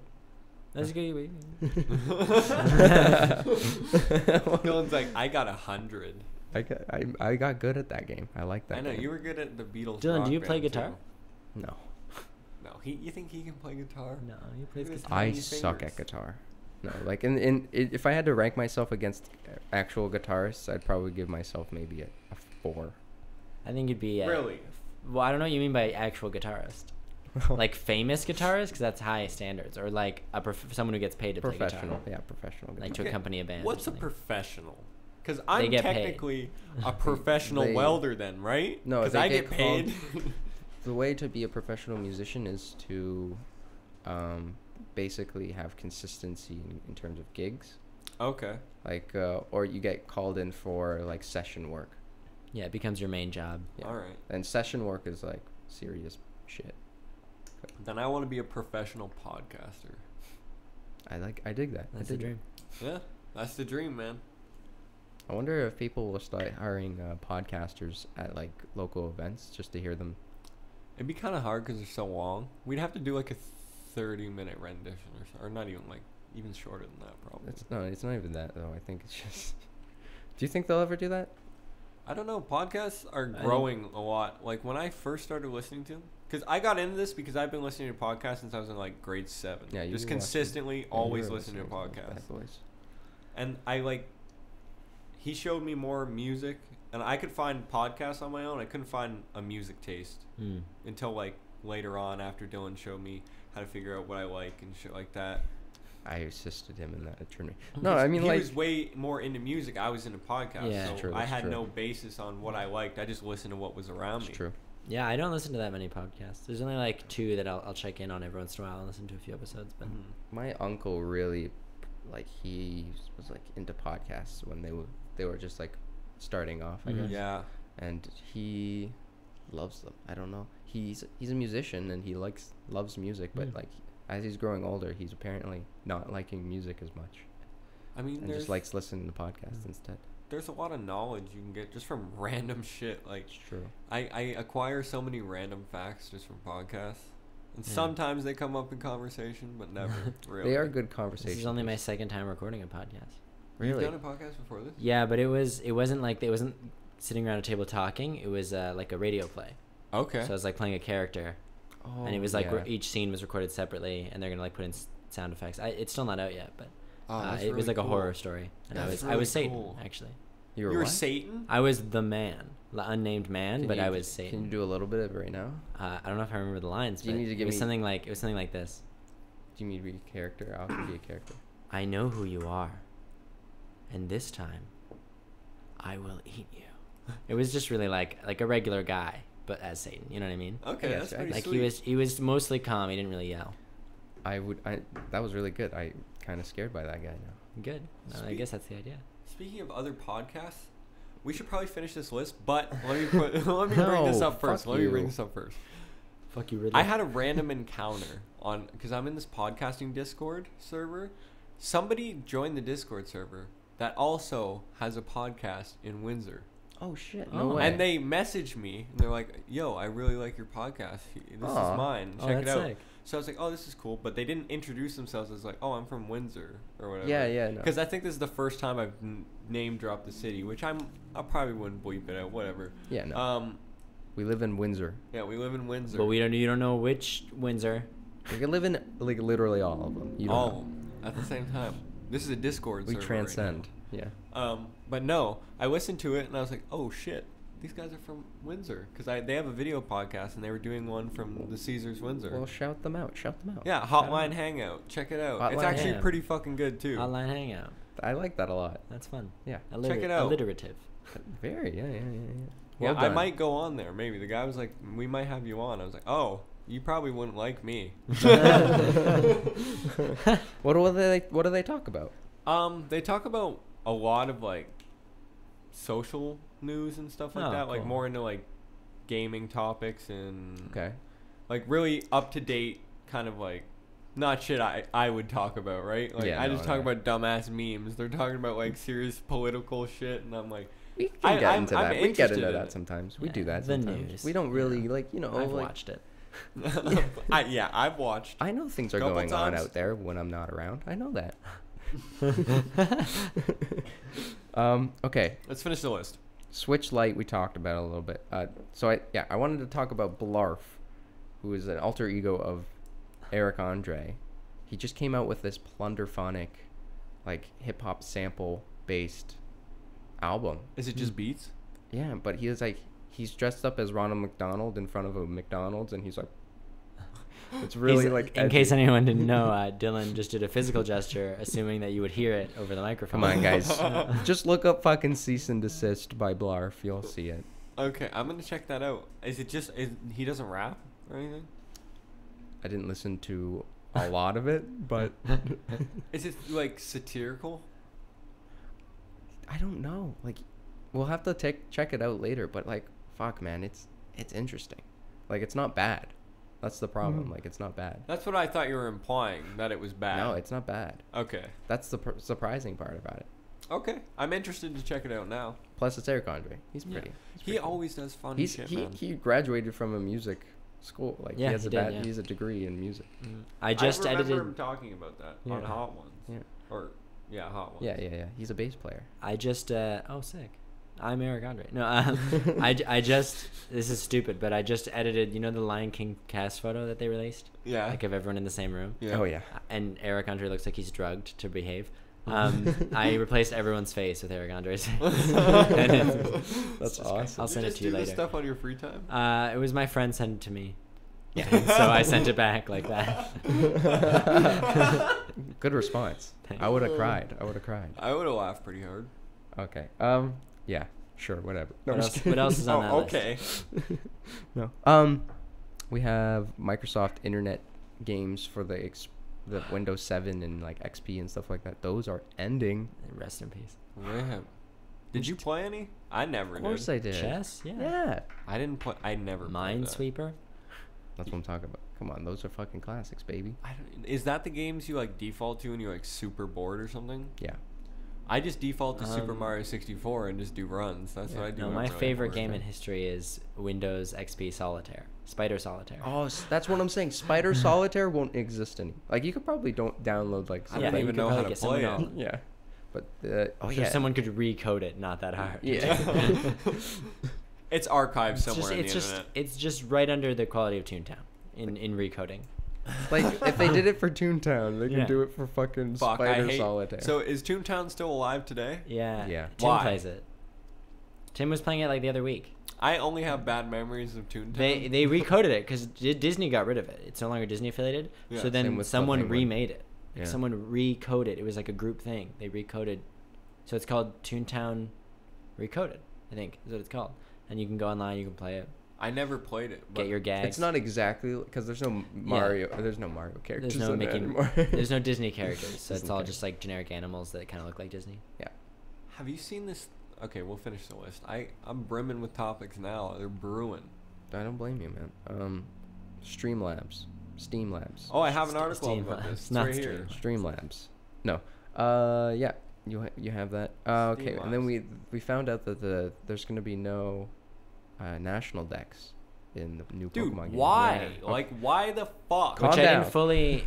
[SPEAKER 3] That's good.
[SPEAKER 1] Dylan's like, I got a hundred.
[SPEAKER 2] I got I, I got good at that game. I like that.
[SPEAKER 1] I know
[SPEAKER 2] game.
[SPEAKER 1] you were good at the Beatles.
[SPEAKER 3] Dylan, do
[SPEAKER 1] Rock
[SPEAKER 3] you play
[SPEAKER 1] Band,
[SPEAKER 3] guitar?
[SPEAKER 1] too.
[SPEAKER 2] No,
[SPEAKER 1] No, he. You think he can play guitar?
[SPEAKER 3] No, he plays
[SPEAKER 1] It's
[SPEAKER 3] guitar.
[SPEAKER 2] I
[SPEAKER 1] tiny
[SPEAKER 2] suck
[SPEAKER 1] fingers.
[SPEAKER 2] at guitar. No, like in in i- if I had to rank myself against actual guitarists, I'd probably give myself maybe a, a four.
[SPEAKER 3] I think you'd be. uh,
[SPEAKER 1] Really?
[SPEAKER 3] Well, I don't know what you mean by actual guitarist. like famous guitarist, because that's high standards, or like a prof- someone who gets paid to
[SPEAKER 2] professional,
[SPEAKER 3] play
[SPEAKER 2] yeah, professional.
[SPEAKER 3] guitar, like to
[SPEAKER 1] Okay,
[SPEAKER 3] accompany a band. or
[SPEAKER 1] What's a
[SPEAKER 3] something.
[SPEAKER 1] professional? Because I'm
[SPEAKER 3] get paid.
[SPEAKER 1] technically a professional
[SPEAKER 2] they-
[SPEAKER 1] welder, then, right?
[SPEAKER 2] No,
[SPEAKER 1] because
[SPEAKER 2] they
[SPEAKER 1] I
[SPEAKER 2] get
[SPEAKER 1] get paid.
[SPEAKER 2] the way to be a professional musician is to um, basically have consistency in, in terms of gigs
[SPEAKER 1] okay.
[SPEAKER 2] like uh, or you get called in for like session work
[SPEAKER 3] yeah, it becomes your main job.
[SPEAKER 2] Yeah.
[SPEAKER 1] All right.
[SPEAKER 2] and session work is like serious shit
[SPEAKER 1] Then I want to be a professional podcaster.
[SPEAKER 2] i like i dig that
[SPEAKER 3] That's
[SPEAKER 2] I
[SPEAKER 3] the
[SPEAKER 2] dig
[SPEAKER 3] dream.
[SPEAKER 1] Yeah, that's the dream, man.
[SPEAKER 2] it. i wonder if people will start hiring uh, podcasters at like local events just to hear them
[SPEAKER 1] It'd be kind of hard because they're so long. We'd have to do like a 30 minute rendition or so, or not even like even shorter than that probably.
[SPEAKER 2] it's no it's not even that though i think it's just do you think they'll ever do that
[SPEAKER 1] I don't know. Podcasts are
[SPEAKER 3] I think-
[SPEAKER 1] growing a lot. Like when I first started listening to them, because I got into this because I've been listening to podcasts since I was in like grade seven.
[SPEAKER 2] Yeah, you
[SPEAKER 1] just
[SPEAKER 2] were watching-
[SPEAKER 1] consistently
[SPEAKER 2] Yeah, you
[SPEAKER 1] always
[SPEAKER 2] were
[SPEAKER 1] listening to
[SPEAKER 2] listening those
[SPEAKER 1] podcasts.
[SPEAKER 2] bad boys.
[SPEAKER 1] And I like, he showed me more music, and I could find podcasts on my own. I couldn't find a music taste
[SPEAKER 3] Mm.
[SPEAKER 1] until like later on after Dylan showed me how to figure out what I like and shit like that.
[SPEAKER 2] i assisted him in that attorney no i mean
[SPEAKER 1] he
[SPEAKER 2] like
[SPEAKER 1] was way more into music. I was into podcasts,
[SPEAKER 3] Yeah.
[SPEAKER 1] so
[SPEAKER 2] True,
[SPEAKER 1] I
[SPEAKER 2] that's
[SPEAKER 1] had
[SPEAKER 2] true.
[SPEAKER 1] no basis on what I liked. I just listened to what was around
[SPEAKER 2] it's
[SPEAKER 1] me.
[SPEAKER 2] true
[SPEAKER 3] Yeah, I don't listen to that many podcasts. There's only like two that I'll, I'll check in on every once in a while and listen to a few episodes. But
[SPEAKER 1] Mhm.
[SPEAKER 2] my uncle really like he was like into podcasts when they were they were just like starting off i
[SPEAKER 3] Mhm.
[SPEAKER 2] guess
[SPEAKER 1] Mm-hmm. Yeah.
[SPEAKER 2] and he loves them i don't know he's he's a musician and he likes loves music but
[SPEAKER 3] Mm.
[SPEAKER 2] like as he's growing older he's apparently not liking music as much
[SPEAKER 1] I mean,
[SPEAKER 2] and
[SPEAKER 1] there's
[SPEAKER 2] just likes listening to podcasts
[SPEAKER 3] Mm.
[SPEAKER 2] instead
[SPEAKER 1] there's a lot of knowledge you can get just from random shit. Like
[SPEAKER 2] it's true
[SPEAKER 1] I, I acquire so many random facts just from podcasts, and
[SPEAKER 3] Yeah.
[SPEAKER 1] sometimes they come up in conversation, but never really.
[SPEAKER 2] they are good
[SPEAKER 3] this
[SPEAKER 2] conversations
[SPEAKER 3] is only my second time recording a podcast.
[SPEAKER 1] You've
[SPEAKER 2] really
[SPEAKER 1] done a podcast before this?
[SPEAKER 3] Yeah, but it was it wasn't like it wasn't sitting around a table talking. It was uh, like a radio play.
[SPEAKER 1] Oh, Okay.
[SPEAKER 3] So I was like playing a character,
[SPEAKER 2] oh,
[SPEAKER 3] and it was like
[SPEAKER 2] yeah.
[SPEAKER 3] re- each scene was recorded separately, and they're gonna like put in s- sound effects. I, it's still not out yet, but
[SPEAKER 1] Oh,
[SPEAKER 3] uh, it
[SPEAKER 1] that's
[SPEAKER 3] was
[SPEAKER 1] really
[SPEAKER 3] like a
[SPEAKER 1] cool.
[SPEAKER 3] horror story, and I
[SPEAKER 1] That's
[SPEAKER 3] was I
[SPEAKER 1] really
[SPEAKER 3] was Satan
[SPEAKER 1] cool.
[SPEAKER 3] actually.
[SPEAKER 2] you
[SPEAKER 1] You're,
[SPEAKER 2] were, what?
[SPEAKER 1] Satan.
[SPEAKER 3] I was the man, the unnamed man,
[SPEAKER 2] Can
[SPEAKER 3] but
[SPEAKER 2] you
[SPEAKER 3] I
[SPEAKER 2] d-
[SPEAKER 3] was
[SPEAKER 2] can
[SPEAKER 3] Satan.
[SPEAKER 2] you do a little bit of it right now
[SPEAKER 3] uh, I don't know if I remember the lines,
[SPEAKER 2] You
[SPEAKER 3] but
[SPEAKER 2] need to
[SPEAKER 3] it
[SPEAKER 2] give
[SPEAKER 3] was
[SPEAKER 2] me-
[SPEAKER 3] something like it was something like this.
[SPEAKER 2] do you need to be a character i'll be a character
[SPEAKER 3] I know who you are, and this time, I will eat you. It was just really like like a regular guy, but as Satan. You know what I mean?
[SPEAKER 1] Okay,
[SPEAKER 2] Yeah,
[SPEAKER 1] that's
[SPEAKER 2] sure, I
[SPEAKER 1] pretty
[SPEAKER 3] Like
[SPEAKER 1] sweet.
[SPEAKER 3] he was he was mostly calm. He didn't really yell.
[SPEAKER 2] I would. I that was really good. I kind of scared by that guy now.
[SPEAKER 3] Good. Uh, I
[SPEAKER 1] Sweet.
[SPEAKER 3] guess that's the idea.
[SPEAKER 1] Speaking of other podcasts, we should probably finish this list, but let me put, let me bring this
[SPEAKER 2] No,
[SPEAKER 1] up first.
[SPEAKER 2] fuck
[SPEAKER 1] Let me bring
[SPEAKER 2] you.
[SPEAKER 1] this up first.
[SPEAKER 3] Fuck you, Ridley.
[SPEAKER 1] I had a random encounter on because I'm in this podcasting Discord server. Somebody joined the Discord server that also has a podcast in Windsor,
[SPEAKER 2] Oh shit!
[SPEAKER 3] no Oh. way.
[SPEAKER 1] and they messaged me and they're like, "Yo, I really like your podcast. This
[SPEAKER 2] Aw.
[SPEAKER 1] is mine.
[SPEAKER 3] Oh,
[SPEAKER 1] Check it
[SPEAKER 3] that's
[SPEAKER 1] out."
[SPEAKER 3] sick.
[SPEAKER 1] So I was like, "Oh, this is cool," but they didn't introduce themselves as like, "Oh, I'm from Windsor" or whatever.
[SPEAKER 2] Yeah, yeah. No.
[SPEAKER 1] Because I think this is the first time I've n- name dropped the city, which I'm I probably wouldn't bleep it out, whatever.
[SPEAKER 2] yeah, no.
[SPEAKER 1] Um,
[SPEAKER 2] we live in Windsor.
[SPEAKER 1] yeah, we live in Windsor.
[SPEAKER 3] But we don't. You don't know which Windsor.
[SPEAKER 2] We can live in like literally all of them. You don't
[SPEAKER 1] all
[SPEAKER 2] know.
[SPEAKER 1] of 'em at the same time. This is a Discord.
[SPEAKER 2] We
[SPEAKER 1] server right now.
[SPEAKER 2] transcend. yeah.
[SPEAKER 1] Um, but no, I listened to it and I was like, oh shit, these guys are from Windsor because I they have a video podcast and they were doing one from the Caesars Windsor.
[SPEAKER 2] Well, shout them out. Shout them out.
[SPEAKER 1] yeah, Hotline Hangout. Check it out.
[SPEAKER 2] Hotline
[SPEAKER 1] it's actually
[SPEAKER 3] Hangout.
[SPEAKER 1] pretty fucking good too.
[SPEAKER 3] Online hangout.
[SPEAKER 2] I like that a lot.
[SPEAKER 3] That's fun.
[SPEAKER 2] Yeah.
[SPEAKER 3] Alliter-
[SPEAKER 1] it out.
[SPEAKER 3] Alliterative.
[SPEAKER 2] Very. Yeah. Yeah. Yeah. yeah.
[SPEAKER 1] Yeah,
[SPEAKER 2] Well
[SPEAKER 1] I
[SPEAKER 2] done.
[SPEAKER 1] might go on there. Maybe the guy was like, "We might have you on." I was like, "Oh, you probably wouldn't like me."
[SPEAKER 2] What do they? like- What do they talk about?
[SPEAKER 1] um, they talk about a lot of like social news and stuff like
[SPEAKER 3] Oh,
[SPEAKER 1] that. Like
[SPEAKER 3] cool.
[SPEAKER 1] more into like gaming topics and
[SPEAKER 2] Okay.
[SPEAKER 1] like really up to date kind of like not shit I, I would talk about, right? Like
[SPEAKER 2] Yeah,
[SPEAKER 1] I
[SPEAKER 2] no,
[SPEAKER 1] just
[SPEAKER 2] no.
[SPEAKER 1] talk about dumbass memes. They're talking about like serious political shit and I'm like
[SPEAKER 2] We can
[SPEAKER 1] I-
[SPEAKER 2] get
[SPEAKER 1] I'm-
[SPEAKER 2] into
[SPEAKER 1] I'm
[SPEAKER 2] that. We get
[SPEAKER 1] interested
[SPEAKER 2] into
[SPEAKER 1] in
[SPEAKER 2] that
[SPEAKER 1] it.
[SPEAKER 2] sometimes. We
[SPEAKER 3] Yeah,
[SPEAKER 2] do that
[SPEAKER 3] the
[SPEAKER 2] sometimes.
[SPEAKER 3] news.
[SPEAKER 2] We don't really
[SPEAKER 3] Yeah.
[SPEAKER 2] like you know
[SPEAKER 3] I've
[SPEAKER 2] like
[SPEAKER 3] watched it.
[SPEAKER 1] I, yeah, I've watched.
[SPEAKER 2] I know things are
[SPEAKER 1] Couple
[SPEAKER 2] going on
[SPEAKER 1] times.
[SPEAKER 2] out there when I'm not around. I know that. um, okay,
[SPEAKER 1] Let's finish the list.
[SPEAKER 2] Switch Light we talked about a little bit. Uh, so I yeah I wanted to talk about Blarf, who is an alter ego of Eric Andre. He just came out with this plunderphonic, like hip hop sample based album.
[SPEAKER 1] Is it just
[SPEAKER 2] Hmm.
[SPEAKER 1] beats?
[SPEAKER 2] Yeah, but he is like he's dressed up as Ronald McDonald in front of a McDonald's, and he's like, it's really
[SPEAKER 3] He's-
[SPEAKER 2] like
[SPEAKER 3] in case
[SPEAKER 2] edgy.
[SPEAKER 3] anyone didn't know, uh, Dylan just did a physical gesture, assuming that you would hear it over the microphone.
[SPEAKER 2] Come on, guys. Just look up fucking cease and desist by Blarf. You'll see it.
[SPEAKER 1] Okay, I'm gonna check that out. Is it just is, he doesn't rap or anything?
[SPEAKER 2] I didn't listen to a lot of it, but
[SPEAKER 1] Is it like satirical?
[SPEAKER 2] I don't know. Like, we'll have to take, check it out later. But like, fuck, man, it's it's interesting. Like, it's not bad. That's the problem. Like, it's not bad.
[SPEAKER 1] Hmm. That's what I thought you were implying that it was bad. Oh.
[SPEAKER 2] No, it's not bad.
[SPEAKER 1] okay.
[SPEAKER 2] That's the pr- surprising part about it.
[SPEAKER 1] Okay, I'm interested to check it out now.
[SPEAKER 2] Plus, it's Eric Andre. He's
[SPEAKER 1] Yeah.
[SPEAKER 2] pretty. He's
[SPEAKER 1] He
[SPEAKER 2] pretty.
[SPEAKER 1] always does funny
[SPEAKER 2] He's,
[SPEAKER 1] shit,
[SPEAKER 2] he
[SPEAKER 1] man.
[SPEAKER 2] he graduated from a music school. Like,
[SPEAKER 3] Yeah,
[SPEAKER 2] he has
[SPEAKER 3] he
[SPEAKER 2] a
[SPEAKER 3] did,
[SPEAKER 2] bad,
[SPEAKER 3] yeah.
[SPEAKER 2] he has a degree in music.
[SPEAKER 1] Mm.
[SPEAKER 3] I just
[SPEAKER 1] remember
[SPEAKER 3] edited.
[SPEAKER 1] him talking about that on
[SPEAKER 3] Yeah.
[SPEAKER 1] Hot Ones.
[SPEAKER 2] Yeah.
[SPEAKER 1] Or yeah, Hot Ones.
[SPEAKER 2] Yeah, yeah, yeah. He's a bass player.
[SPEAKER 3] I just uh, oh sick. I'm Eric Andre. No, uh, I, j- I just this is stupid, but I just edited. You know the Lion King cast photo that they released,
[SPEAKER 1] Yeah.
[SPEAKER 3] like of everyone in the same room, Uh,
[SPEAKER 1] yeah.
[SPEAKER 2] Oh yeah.
[SPEAKER 3] and Eric Andre looks like he's drugged to behave. Um, I replaced everyone's face with Eric Andre's. face. And it's-
[SPEAKER 2] That's
[SPEAKER 3] just great.
[SPEAKER 2] awesome.
[SPEAKER 3] I'll send it
[SPEAKER 1] just
[SPEAKER 3] to you
[SPEAKER 1] do This
[SPEAKER 3] later.
[SPEAKER 1] stuff on your free time.
[SPEAKER 3] uh, it was my friend sent it to me.
[SPEAKER 2] Yeah.
[SPEAKER 3] And so I sent it back like that.
[SPEAKER 2] Good response.
[SPEAKER 3] Thanks.
[SPEAKER 2] I would have cried. I would have cried.
[SPEAKER 1] I would have laughed pretty hard.
[SPEAKER 2] Okay. Um. Yeah. Sure. Whatever. No,
[SPEAKER 3] What
[SPEAKER 2] I'm
[SPEAKER 3] else-
[SPEAKER 2] just
[SPEAKER 3] what else is on
[SPEAKER 1] Oh,
[SPEAKER 3] that list?
[SPEAKER 1] okay.
[SPEAKER 2] kidding. no. Um. We have Microsoft Internet games for the ex- the Windows 7 and like XP and stuff like that. Those are ending.
[SPEAKER 3] Rest in peace.
[SPEAKER 1] Ram. Did you play any? I never
[SPEAKER 2] Of course
[SPEAKER 1] did.
[SPEAKER 2] I did.
[SPEAKER 3] Chess? Yeah.
[SPEAKER 2] Yeah.
[SPEAKER 1] I didn't play. I never. played that.
[SPEAKER 3] Minesweeper.
[SPEAKER 2] That's what I'm talking about. Come on, those are fucking classics, baby.
[SPEAKER 1] I don't, is that the games you like default to when you're like super bored or something?
[SPEAKER 2] Yeah.
[SPEAKER 1] I just default to Super
[SPEAKER 3] Um,
[SPEAKER 1] Mario 64 and just do runs. That's what
[SPEAKER 2] Yeah.
[SPEAKER 1] I do.
[SPEAKER 3] No,
[SPEAKER 1] when
[SPEAKER 3] my
[SPEAKER 1] I'm really
[SPEAKER 3] favorite
[SPEAKER 1] bored.
[SPEAKER 3] game in history is Windows XP Solitaire, Spider Solitaire.
[SPEAKER 2] Oh, s- that's what I'm saying. Spider Solitaire won't exist any. Like you could probably don't download like.
[SPEAKER 1] I
[SPEAKER 2] Some
[SPEAKER 1] don't
[SPEAKER 3] but you
[SPEAKER 1] even
[SPEAKER 3] could
[SPEAKER 1] know how
[SPEAKER 3] probably
[SPEAKER 1] to
[SPEAKER 3] get someone
[SPEAKER 1] play
[SPEAKER 3] else.
[SPEAKER 1] it.
[SPEAKER 2] Yeah. But uh, oh
[SPEAKER 3] I'm sure
[SPEAKER 2] yeah.
[SPEAKER 3] someone could recode it. Not that hard.
[SPEAKER 2] Yeah.
[SPEAKER 1] It's archived
[SPEAKER 3] it's
[SPEAKER 1] somewhere
[SPEAKER 3] just,
[SPEAKER 1] in the
[SPEAKER 3] it's just,
[SPEAKER 1] internet.
[SPEAKER 3] it's just right under the quality of Toontown in in recoding.
[SPEAKER 2] like if they did it for Toontown, they
[SPEAKER 3] Yeah.
[SPEAKER 2] can do it for fucking
[SPEAKER 1] Fuck, I
[SPEAKER 2] Spider
[SPEAKER 1] hate.
[SPEAKER 2] Solitaire.
[SPEAKER 1] So is Toontown still alive today?
[SPEAKER 3] Yeah.
[SPEAKER 2] Yeah.
[SPEAKER 3] Tim
[SPEAKER 1] Why?
[SPEAKER 3] plays it. Tim was playing it like the other week.
[SPEAKER 1] I only have bad memories of Toontown.
[SPEAKER 3] They they recoded it because Disney got rid of it. It's no longer Disney affiliated.
[SPEAKER 1] Yeah.
[SPEAKER 3] so
[SPEAKER 2] Same
[SPEAKER 3] then
[SPEAKER 2] with Club
[SPEAKER 3] someone
[SPEAKER 2] Penguin.
[SPEAKER 3] remade it.
[SPEAKER 2] Yeah.
[SPEAKER 3] Someone recoded. It was like a group thing. They recoded. So it's called Toontown Recoded. I think is what it's called. And you can go online. You can play it.
[SPEAKER 1] I never played it. But
[SPEAKER 3] Get your gags.
[SPEAKER 2] it's not exactly because there's no Mario. There's no Mario characters.
[SPEAKER 3] There's no
[SPEAKER 2] in it
[SPEAKER 3] Mickey.
[SPEAKER 2] anymore.
[SPEAKER 3] there's no Disney characters. So it's
[SPEAKER 2] Disney
[SPEAKER 3] all
[SPEAKER 2] characters.
[SPEAKER 3] just like generic animals that kind of look like Disney.
[SPEAKER 2] Yeah.
[SPEAKER 1] Have you seen this? Okay, we'll finish the list. I I'm brimming with topics now. They're brewing.
[SPEAKER 2] I don't blame you, man. Um, Streamlabs, Steam Labs,
[SPEAKER 1] Oh, I have an
[SPEAKER 3] Ste-
[SPEAKER 1] article
[SPEAKER 3] Steam
[SPEAKER 1] about
[SPEAKER 3] Labs,
[SPEAKER 1] this. It's
[SPEAKER 3] not
[SPEAKER 1] right
[SPEAKER 3] Steam
[SPEAKER 1] here.
[SPEAKER 3] Labs.
[SPEAKER 2] Streamlabs. No. Uh, yeah. You ha- you have that. Uh, okay. And then
[SPEAKER 1] Steamlabs.
[SPEAKER 2] we we found out that the there's gonna be no uh, national decks in the new
[SPEAKER 1] Dude,
[SPEAKER 2] Pokemon game.
[SPEAKER 1] why?
[SPEAKER 3] Yeah.
[SPEAKER 1] Like, why the fuck?
[SPEAKER 2] Calm
[SPEAKER 3] Which I
[SPEAKER 2] down.
[SPEAKER 3] didn't fully.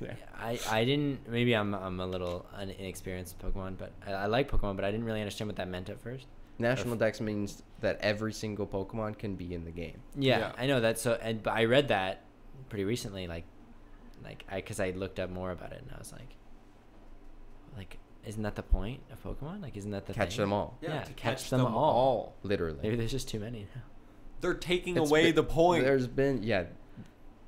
[SPEAKER 2] Yeah.
[SPEAKER 3] I, I didn't maybe I'm I'm a little un- inexperienced with Pokemon but I, I like Pokemon but I didn't really understand what that meant at first.
[SPEAKER 2] National Dex means that every single Pokemon can be in the game.
[SPEAKER 3] Yeah,
[SPEAKER 1] Yeah.
[SPEAKER 3] I know that. So, and but I read that pretty recently, like, like I because I looked up more about it, and I was like, like, isn't that the point of Pokemon? Like, isn't that the
[SPEAKER 2] Catch
[SPEAKER 3] thing?
[SPEAKER 2] them all.
[SPEAKER 1] Yeah,
[SPEAKER 3] Yeah,
[SPEAKER 1] to
[SPEAKER 3] catch,
[SPEAKER 1] catch
[SPEAKER 3] them,
[SPEAKER 1] them
[SPEAKER 3] all.
[SPEAKER 1] all.
[SPEAKER 2] Literally.
[SPEAKER 3] Maybe there's just too many now.
[SPEAKER 1] They're taking
[SPEAKER 2] It's
[SPEAKER 1] away
[SPEAKER 2] been-
[SPEAKER 1] the point.
[SPEAKER 2] There's been yeah,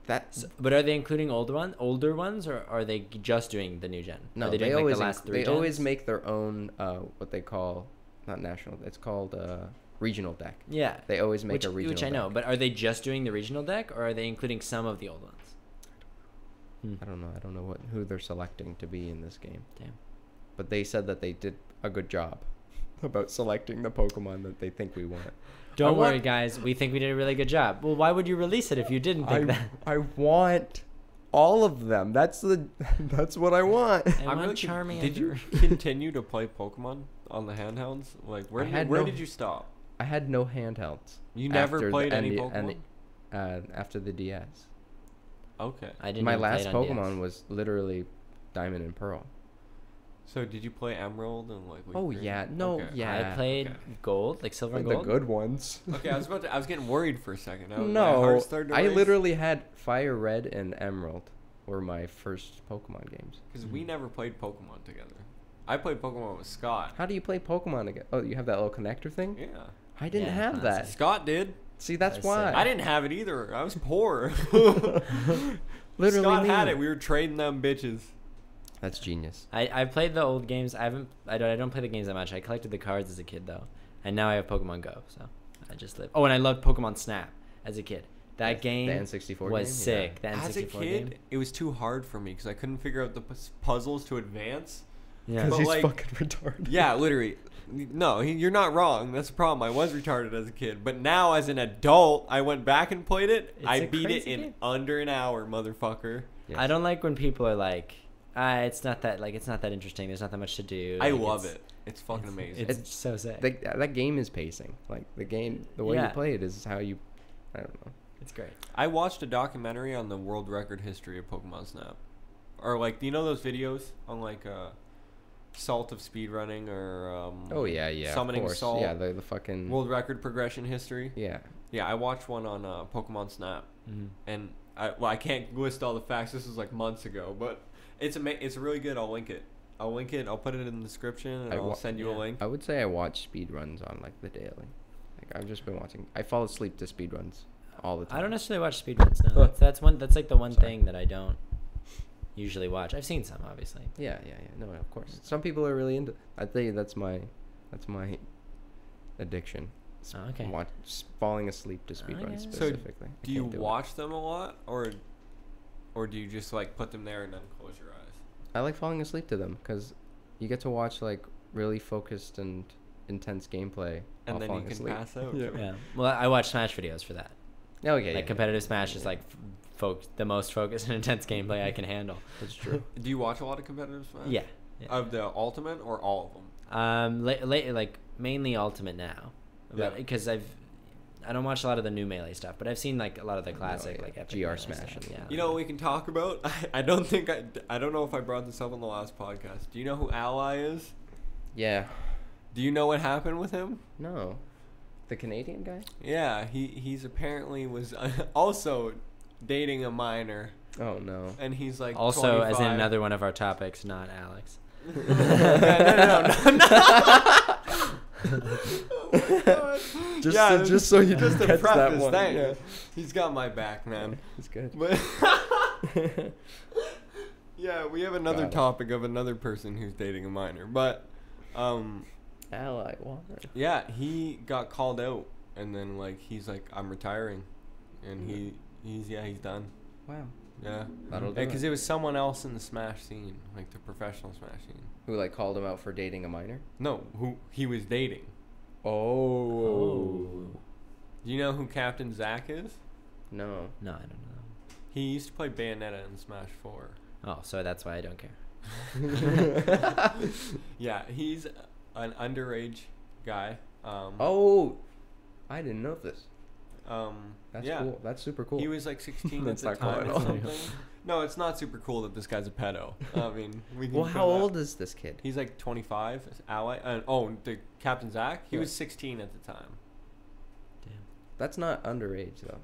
[SPEAKER 2] that's
[SPEAKER 3] So, but are they including old one, older ones, or are they just doing the new gen?
[SPEAKER 2] no.
[SPEAKER 3] are
[SPEAKER 2] They,
[SPEAKER 3] doing,
[SPEAKER 2] always
[SPEAKER 3] like, the
[SPEAKER 2] inc-
[SPEAKER 3] last three.
[SPEAKER 2] they always
[SPEAKER 3] gens?
[SPEAKER 2] make their own uh, what they call not national. It's called uh, regional deck.
[SPEAKER 3] Yeah,
[SPEAKER 2] They always make
[SPEAKER 3] which,
[SPEAKER 2] a regional.
[SPEAKER 3] which I know.
[SPEAKER 2] deck.
[SPEAKER 3] But are they just doing the regional deck, or are they including some of the old ones? Hmm.
[SPEAKER 2] I don't know. I don't know what who they're selecting to be in this game.
[SPEAKER 3] Damn.
[SPEAKER 2] But they said that they did a good job about selecting the Pokemon that they think we want.
[SPEAKER 3] Don't
[SPEAKER 2] want-
[SPEAKER 3] worry, guys. We think we did a really good job. Well, why would you release it if you didn't think
[SPEAKER 2] I,
[SPEAKER 3] that?
[SPEAKER 2] I want all of them. That's the that's what I want.
[SPEAKER 3] I
[SPEAKER 1] I'm
[SPEAKER 3] want
[SPEAKER 1] really con-
[SPEAKER 3] Charmander.
[SPEAKER 1] Did you continue to play Pokemon on the handhelds? Like, where
[SPEAKER 2] I
[SPEAKER 1] did,
[SPEAKER 2] had
[SPEAKER 1] where
[SPEAKER 2] no-
[SPEAKER 1] did you stop?
[SPEAKER 2] I had no handhelds.
[SPEAKER 1] You never
[SPEAKER 2] after the
[SPEAKER 1] played any
[SPEAKER 2] ND
[SPEAKER 1] Pokemon.
[SPEAKER 2] and- uh, after the DS.
[SPEAKER 1] Okay.
[SPEAKER 3] I didn't.
[SPEAKER 2] My
[SPEAKER 3] even play
[SPEAKER 2] last
[SPEAKER 3] it on DS.
[SPEAKER 2] Pokemon was literally Diamond and Pearl.
[SPEAKER 1] So did you play Emerald and like? Leaf
[SPEAKER 2] Oh,
[SPEAKER 1] Green?
[SPEAKER 2] yeah. No,
[SPEAKER 1] Okay.
[SPEAKER 2] yeah.
[SPEAKER 3] I played
[SPEAKER 1] okay.
[SPEAKER 3] gold, like silver and gold.
[SPEAKER 2] ones.
[SPEAKER 1] Okay, I was about to. I was getting worried for a second. I was, my heart
[SPEAKER 2] No,
[SPEAKER 1] started to
[SPEAKER 2] I
[SPEAKER 1] race.
[SPEAKER 2] literally had Fire Red and Emerald were my first Pokemon games.
[SPEAKER 1] Because we never played Pokemon together. I played Pokemon with Scott.
[SPEAKER 2] How do you play Pokemon again? Oh, you have that little connector thing?
[SPEAKER 1] Yeah.
[SPEAKER 2] I didn't
[SPEAKER 3] Yeah,
[SPEAKER 2] have
[SPEAKER 3] that's
[SPEAKER 2] that.
[SPEAKER 1] Scott did.
[SPEAKER 2] See, that's
[SPEAKER 3] I see.
[SPEAKER 2] why.
[SPEAKER 1] I didn't have it either. I was poor.
[SPEAKER 2] Literally
[SPEAKER 1] Scott had
[SPEAKER 2] me.
[SPEAKER 1] it. We were trading them bitches.
[SPEAKER 2] That's genius.
[SPEAKER 3] I, I played the old games. I haven't. I don't. I don't play the games that much. I collected the cards as a kid though, and now I have Pokemon Go. So I just live. Oh, and I loved Pokemon Snap as a kid. That
[SPEAKER 2] Yes, the
[SPEAKER 3] game
[SPEAKER 2] N64
[SPEAKER 3] was
[SPEAKER 2] game,
[SPEAKER 3] sick.
[SPEAKER 2] yeah.
[SPEAKER 3] The N64
[SPEAKER 1] As a
[SPEAKER 3] game.
[SPEAKER 1] kid, it was too hard for me because I couldn't figure out the puz- puzzles to advance.
[SPEAKER 3] Yeah.
[SPEAKER 1] But,
[SPEAKER 2] he's
[SPEAKER 1] like-
[SPEAKER 2] fucking retarded.
[SPEAKER 1] Yeah, literally. No, he- you're not wrong. That's the problem. I was retarded as a kid, but now as an adult, I went back and played it.
[SPEAKER 3] It's
[SPEAKER 1] I
[SPEAKER 3] a
[SPEAKER 1] beat it
[SPEAKER 3] crazy
[SPEAKER 1] in
[SPEAKER 3] game.
[SPEAKER 1] under an hour, motherfucker.
[SPEAKER 3] I don't like when people are like, ah, it's not that like it's not that interesting. There's not that much to do.
[SPEAKER 1] I
[SPEAKER 3] Like,
[SPEAKER 1] love
[SPEAKER 3] it's-
[SPEAKER 1] it. It's fucking
[SPEAKER 3] it's-
[SPEAKER 1] amazing.
[SPEAKER 3] It's,
[SPEAKER 2] It's-
[SPEAKER 3] so sick.
[SPEAKER 2] That, that game is pacing. Like the game, the way
[SPEAKER 3] Yeah.
[SPEAKER 2] you play it is how you. I don't know.
[SPEAKER 3] it's great.
[SPEAKER 1] I watched a documentary on the world record history of Pokemon Snap. Or like, do you know those videos on like uh, Salt of speedrunning or um,
[SPEAKER 3] Mm-hmm.
[SPEAKER 2] Oh yeah, yeah. of
[SPEAKER 1] Summoning
[SPEAKER 2] course.
[SPEAKER 1] Salt
[SPEAKER 2] Yeah, the the fucking.
[SPEAKER 1] world record progression history?
[SPEAKER 2] yeah.
[SPEAKER 1] Yeah, I watched one on uh, Pokemon Snap,
[SPEAKER 2] Mm-hmm.
[SPEAKER 1] and I well, I can't list all the facts. This was like months ago, but it's ama- it's really good. I'll link it. I'll link it. I'll put it in the description, and
[SPEAKER 2] I
[SPEAKER 1] I will
[SPEAKER 2] wa-
[SPEAKER 1] send you a
[SPEAKER 3] yeah.
[SPEAKER 1] link.
[SPEAKER 2] I would say I watch speed runs on like the daily. Like I've just been watching. I fall asleep to speed runs all the time.
[SPEAKER 3] I don't necessarily watch speedruns. No, that's, that's one. That's like the one
[SPEAKER 2] Sorry.
[SPEAKER 3] thing that I don't usually watch. I've seen some, obviously.
[SPEAKER 2] Yeah, yeah, yeah. No, of course. Some people are really into. I tell you, that's my, that's my, addiction. S-
[SPEAKER 3] Oh, okay.
[SPEAKER 2] Watch, s- falling asleep to speedruns
[SPEAKER 3] Okay. So,
[SPEAKER 2] specifically. I
[SPEAKER 1] Do you
[SPEAKER 2] can't it.
[SPEAKER 1] watch them a lot, or or do you just like put them there and then close your eyes?
[SPEAKER 2] I like falling asleep to them because you get to watch like really focused and intense gameplay. while
[SPEAKER 1] And then you
[SPEAKER 2] falling
[SPEAKER 1] can
[SPEAKER 2] asleep.
[SPEAKER 1] pass out.
[SPEAKER 2] Yeah.
[SPEAKER 3] Yeah. Well, I watch Smash videos for that.
[SPEAKER 2] Oh yeah.
[SPEAKER 3] like
[SPEAKER 2] yeah,
[SPEAKER 3] competitive
[SPEAKER 2] yeah.
[SPEAKER 3] Smash is
[SPEAKER 2] Yeah.
[SPEAKER 3] like f- fo- the most focused and intense gameplay I can handle.
[SPEAKER 2] That's true.
[SPEAKER 1] Do you watch a lot of competitive Smash?
[SPEAKER 3] Yeah. yeah.
[SPEAKER 1] Of the Ultimate or all of them?
[SPEAKER 3] Um, late, late, like mainly Ultimate now,
[SPEAKER 1] Yeah.
[SPEAKER 3] because I've I don't watch a lot of the new melee stuff, but I've seen like a lot of the
[SPEAKER 2] No,
[SPEAKER 3] classic
[SPEAKER 2] Oh, yeah,
[SPEAKER 3] like Epic
[SPEAKER 2] GR
[SPEAKER 3] Melee
[SPEAKER 2] Smash
[SPEAKER 3] stuff,
[SPEAKER 2] and-
[SPEAKER 3] Yeah.
[SPEAKER 1] You know what we can talk about? I, I don't think I, I don't know if I brought this up on the last podcast. Do you know who Ally is?
[SPEAKER 2] yeah.
[SPEAKER 1] Do you know what happened with him?
[SPEAKER 2] No. The Canadian guy.
[SPEAKER 1] Yeah, he he's apparently was also dating a minor,
[SPEAKER 2] Oh no.
[SPEAKER 1] and he's like
[SPEAKER 3] also, as in
[SPEAKER 1] 25.
[SPEAKER 3] another one of our topics, not Alex.
[SPEAKER 1] no, no, no, no, no. Oh my God.
[SPEAKER 2] Just so-
[SPEAKER 1] this-
[SPEAKER 2] just so you
[SPEAKER 1] just to
[SPEAKER 2] catch that
[SPEAKER 1] preface,
[SPEAKER 2] one,
[SPEAKER 1] thank-
[SPEAKER 2] yeah.
[SPEAKER 1] He's got my back, man.
[SPEAKER 2] It's good.
[SPEAKER 1] But yeah, we have another
[SPEAKER 2] Got it.
[SPEAKER 1] topic of another person who's dating a minor, but um,
[SPEAKER 2] Ally Water.
[SPEAKER 1] yeah, he got called out, and then like he's like, I'm retiring, and he he's yeah he's done.
[SPEAKER 2] Wow.
[SPEAKER 1] Yeah,
[SPEAKER 2] That'll do
[SPEAKER 1] because
[SPEAKER 2] it.
[SPEAKER 1] it was someone else in the Smash scene, like the professional Smash scene.
[SPEAKER 2] Who like called him out for dating a minor?
[SPEAKER 1] No, who he was dating.
[SPEAKER 2] Oh.
[SPEAKER 1] Do you know who Captain Zack is?
[SPEAKER 2] No.
[SPEAKER 3] No, I don't know.
[SPEAKER 1] He used to play Bayonetta in Smash Four.
[SPEAKER 3] Oh, so that's why I don't care.
[SPEAKER 1] yeah, he's an underage guy. Um,
[SPEAKER 2] Oh. I didn't know this.
[SPEAKER 1] um,
[SPEAKER 2] Oh. That's
[SPEAKER 1] yeah.
[SPEAKER 2] cool. That's super cool.
[SPEAKER 1] He was like 16 at
[SPEAKER 2] That's
[SPEAKER 1] the
[SPEAKER 2] not cool
[SPEAKER 1] time
[SPEAKER 2] at
[SPEAKER 1] or
[SPEAKER 2] all.
[SPEAKER 1] something. No, it's not super cool that this guy's a pedo. I mean, we can
[SPEAKER 2] well,
[SPEAKER 1] put
[SPEAKER 2] how
[SPEAKER 1] that-
[SPEAKER 2] old is this kid?
[SPEAKER 1] He's like 25. Ally. Uh, oh, the Captain Zack. He
[SPEAKER 2] Yeah.
[SPEAKER 1] was 16 at the time.
[SPEAKER 3] Damn.
[SPEAKER 2] That's not underage though.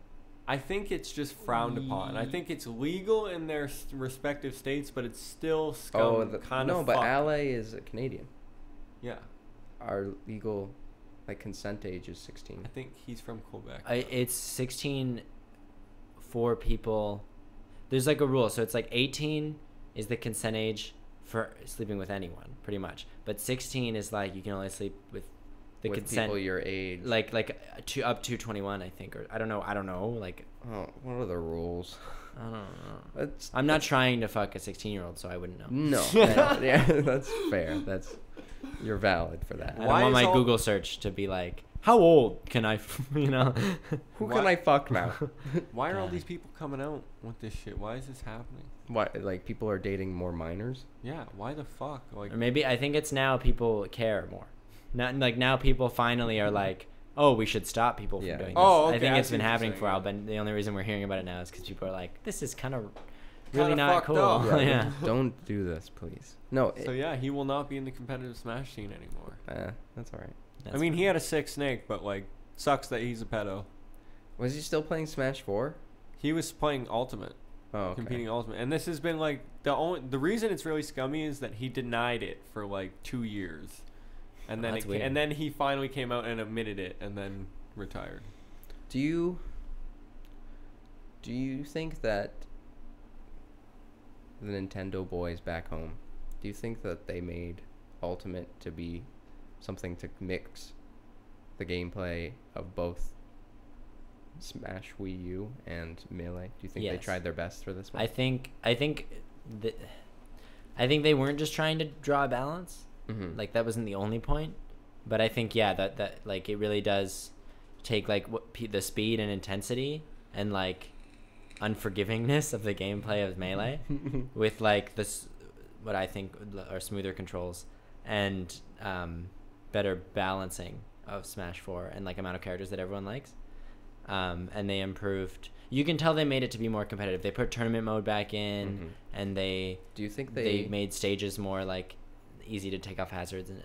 [SPEAKER 1] I think it's just frowned upon. I think it's legal in their s- respective states, but it's still scum
[SPEAKER 2] oh, the,
[SPEAKER 1] kind
[SPEAKER 2] no,
[SPEAKER 1] of.
[SPEAKER 2] but
[SPEAKER 1] fucked.
[SPEAKER 2] Ally is a Canadian.
[SPEAKER 1] Yeah,
[SPEAKER 2] Our legal, like consent age is
[SPEAKER 1] I
[SPEAKER 2] sixteen.
[SPEAKER 1] think he's from Quebec.
[SPEAKER 3] I, it's 16 for people. There's like a rule, so it's like 18 is the consent age for sleeping with anyone, pretty much. But 16 is like you can only sleep with the
[SPEAKER 2] with
[SPEAKER 3] consent
[SPEAKER 2] people your age.
[SPEAKER 3] like like uh, to up to 21 i think or i don't know i don't know like
[SPEAKER 2] oh, what are the rules?
[SPEAKER 3] i don't know
[SPEAKER 2] That's,
[SPEAKER 3] i'm not trying to fuck a 16 year old so i wouldn't know
[SPEAKER 2] No, that- yeah, that's fair. That's you're valid for
[SPEAKER 3] i
[SPEAKER 2] that.
[SPEAKER 3] don't
[SPEAKER 1] Why
[SPEAKER 3] want
[SPEAKER 1] is
[SPEAKER 3] my
[SPEAKER 1] all-
[SPEAKER 3] google search to be like how old can i f-" you know
[SPEAKER 2] Who can
[SPEAKER 1] Why-
[SPEAKER 2] I fuck now?
[SPEAKER 1] Why are all
[SPEAKER 3] God.
[SPEAKER 1] these people coming out with this shit? Why is this happening?
[SPEAKER 2] Why like people are dating more minors?
[SPEAKER 1] Yeah, why the fuck? Like,
[SPEAKER 3] or maybe i think it's now people care more now like now people finally are like oh, we should stop people from
[SPEAKER 2] Yeah.
[SPEAKER 3] doing this.
[SPEAKER 1] Oh,
[SPEAKER 3] I
[SPEAKER 1] okay,
[SPEAKER 3] think
[SPEAKER 1] I
[SPEAKER 3] it's
[SPEAKER 1] see
[SPEAKER 3] been
[SPEAKER 1] what you're
[SPEAKER 3] happening
[SPEAKER 1] saying,
[SPEAKER 3] for a while,
[SPEAKER 1] yeah.
[SPEAKER 3] but the only reason we're hearing about it now is because people are like, this is kind of really
[SPEAKER 1] Kinda
[SPEAKER 3] not
[SPEAKER 1] fucked
[SPEAKER 3] cool.
[SPEAKER 1] up.
[SPEAKER 2] Yeah.
[SPEAKER 3] yeah.
[SPEAKER 2] Don't do this, please. No. It,
[SPEAKER 1] So yeah, he will not be in the competitive Smash scene anymore.
[SPEAKER 2] eh, that's all right.
[SPEAKER 1] I
[SPEAKER 3] That's
[SPEAKER 1] mean, he
[SPEAKER 3] fine.
[SPEAKER 1] had a sick snake, but like, sucks that he's a pedo.
[SPEAKER 2] Was he still playing Smash Four?
[SPEAKER 1] He was playing Ultimate,
[SPEAKER 2] Oh, okay.
[SPEAKER 1] competing Ultimate, and this has been like the only the reason it's really scummy is that he denied it for like two years, and
[SPEAKER 3] Oh,
[SPEAKER 1] then
[SPEAKER 3] that's
[SPEAKER 1] it ca-
[SPEAKER 3] weird.
[SPEAKER 1] and then he finally came out and admitted it, and then retired.
[SPEAKER 2] Do you do you think that the Nintendo boys back home? Do you think that they made Ultimate to be something to mix the gameplay of both Smash Wii U and Melee? Do you think they
[SPEAKER 3] Yes.
[SPEAKER 2] tried their best for this one?
[SPEAKER 3] I think I think the, I think they weren't just trying to draw a balance.
[SPEAKER 2] Mhm.
[SPEAKER 3] Like that wasn't the only point, but I think yeah that that like it really does take like what pe- the speed and intensity and like unforgivingness of the gameplay of melee with like this what I think are smoother controls and um, better balancing of Smash Four and like amount of characters that everyone likes. Um, and they improved. You can tell they made it to be more competitive. They put tournament mode back in,
[SPEAKER 1] Mm-hmm.
[SPEAKER 2] Mhm.
[SPEAKER 3] and they
[SPEAKER 2] Do you think
[SPEAKER 3] they,
[SPEAKER 2] they they,
[SPEAKER 3] made stages more like easy to take off hazards and,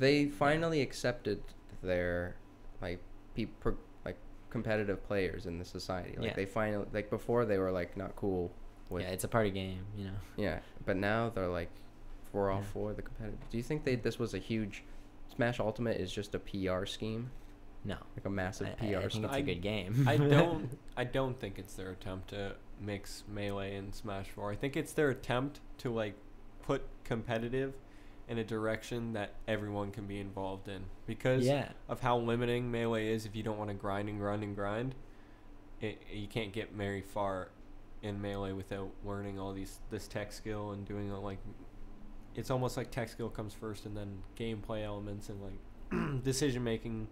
[SPEAKER 3] and
[SPEAKER 2] finally accepted their like pe- pro- like competitive players in the society? Like
[SPEAKER 3] Yeah.
[SPEAKER 2] they finally like before they were like not cool with
[SPEAKER 3] yeah, it's a party game, you know.
[SPEAKER 2] Yeah, but now they're like, we're all
[SPEAKER 3] Yeah.
[SPEAKER 2] for the competitive. Do you think they this was a huge Smash Ultimate is just a PR scheme,
[SPEAKER 3] No,
[SPEAKER 2] like a massive
[SPEAKER 3] I- I-
[SPEAKER 2] PR
[SPEAKER 3] I, think
[SPEAKER 2] scheme?
[SPEAKER 3] it's a
[SPEAKER 1] I-
[SPEAKER 3] good game.
[SPEAKER 1] I don't I don't think it's their attempt to mix melee and Smash 4. I think it's their attempt to like put competitive in a direction that everyone can be involved in because
[SPEAKER 3] yeah,
[SPEAKER 1] of how limiting melee is if you don't want to grind and grind and grind. It, you can't get very far in melee without learning all these this tech skill and doing all like it's almost like tech skill comes first and then gameplay elements and like decision making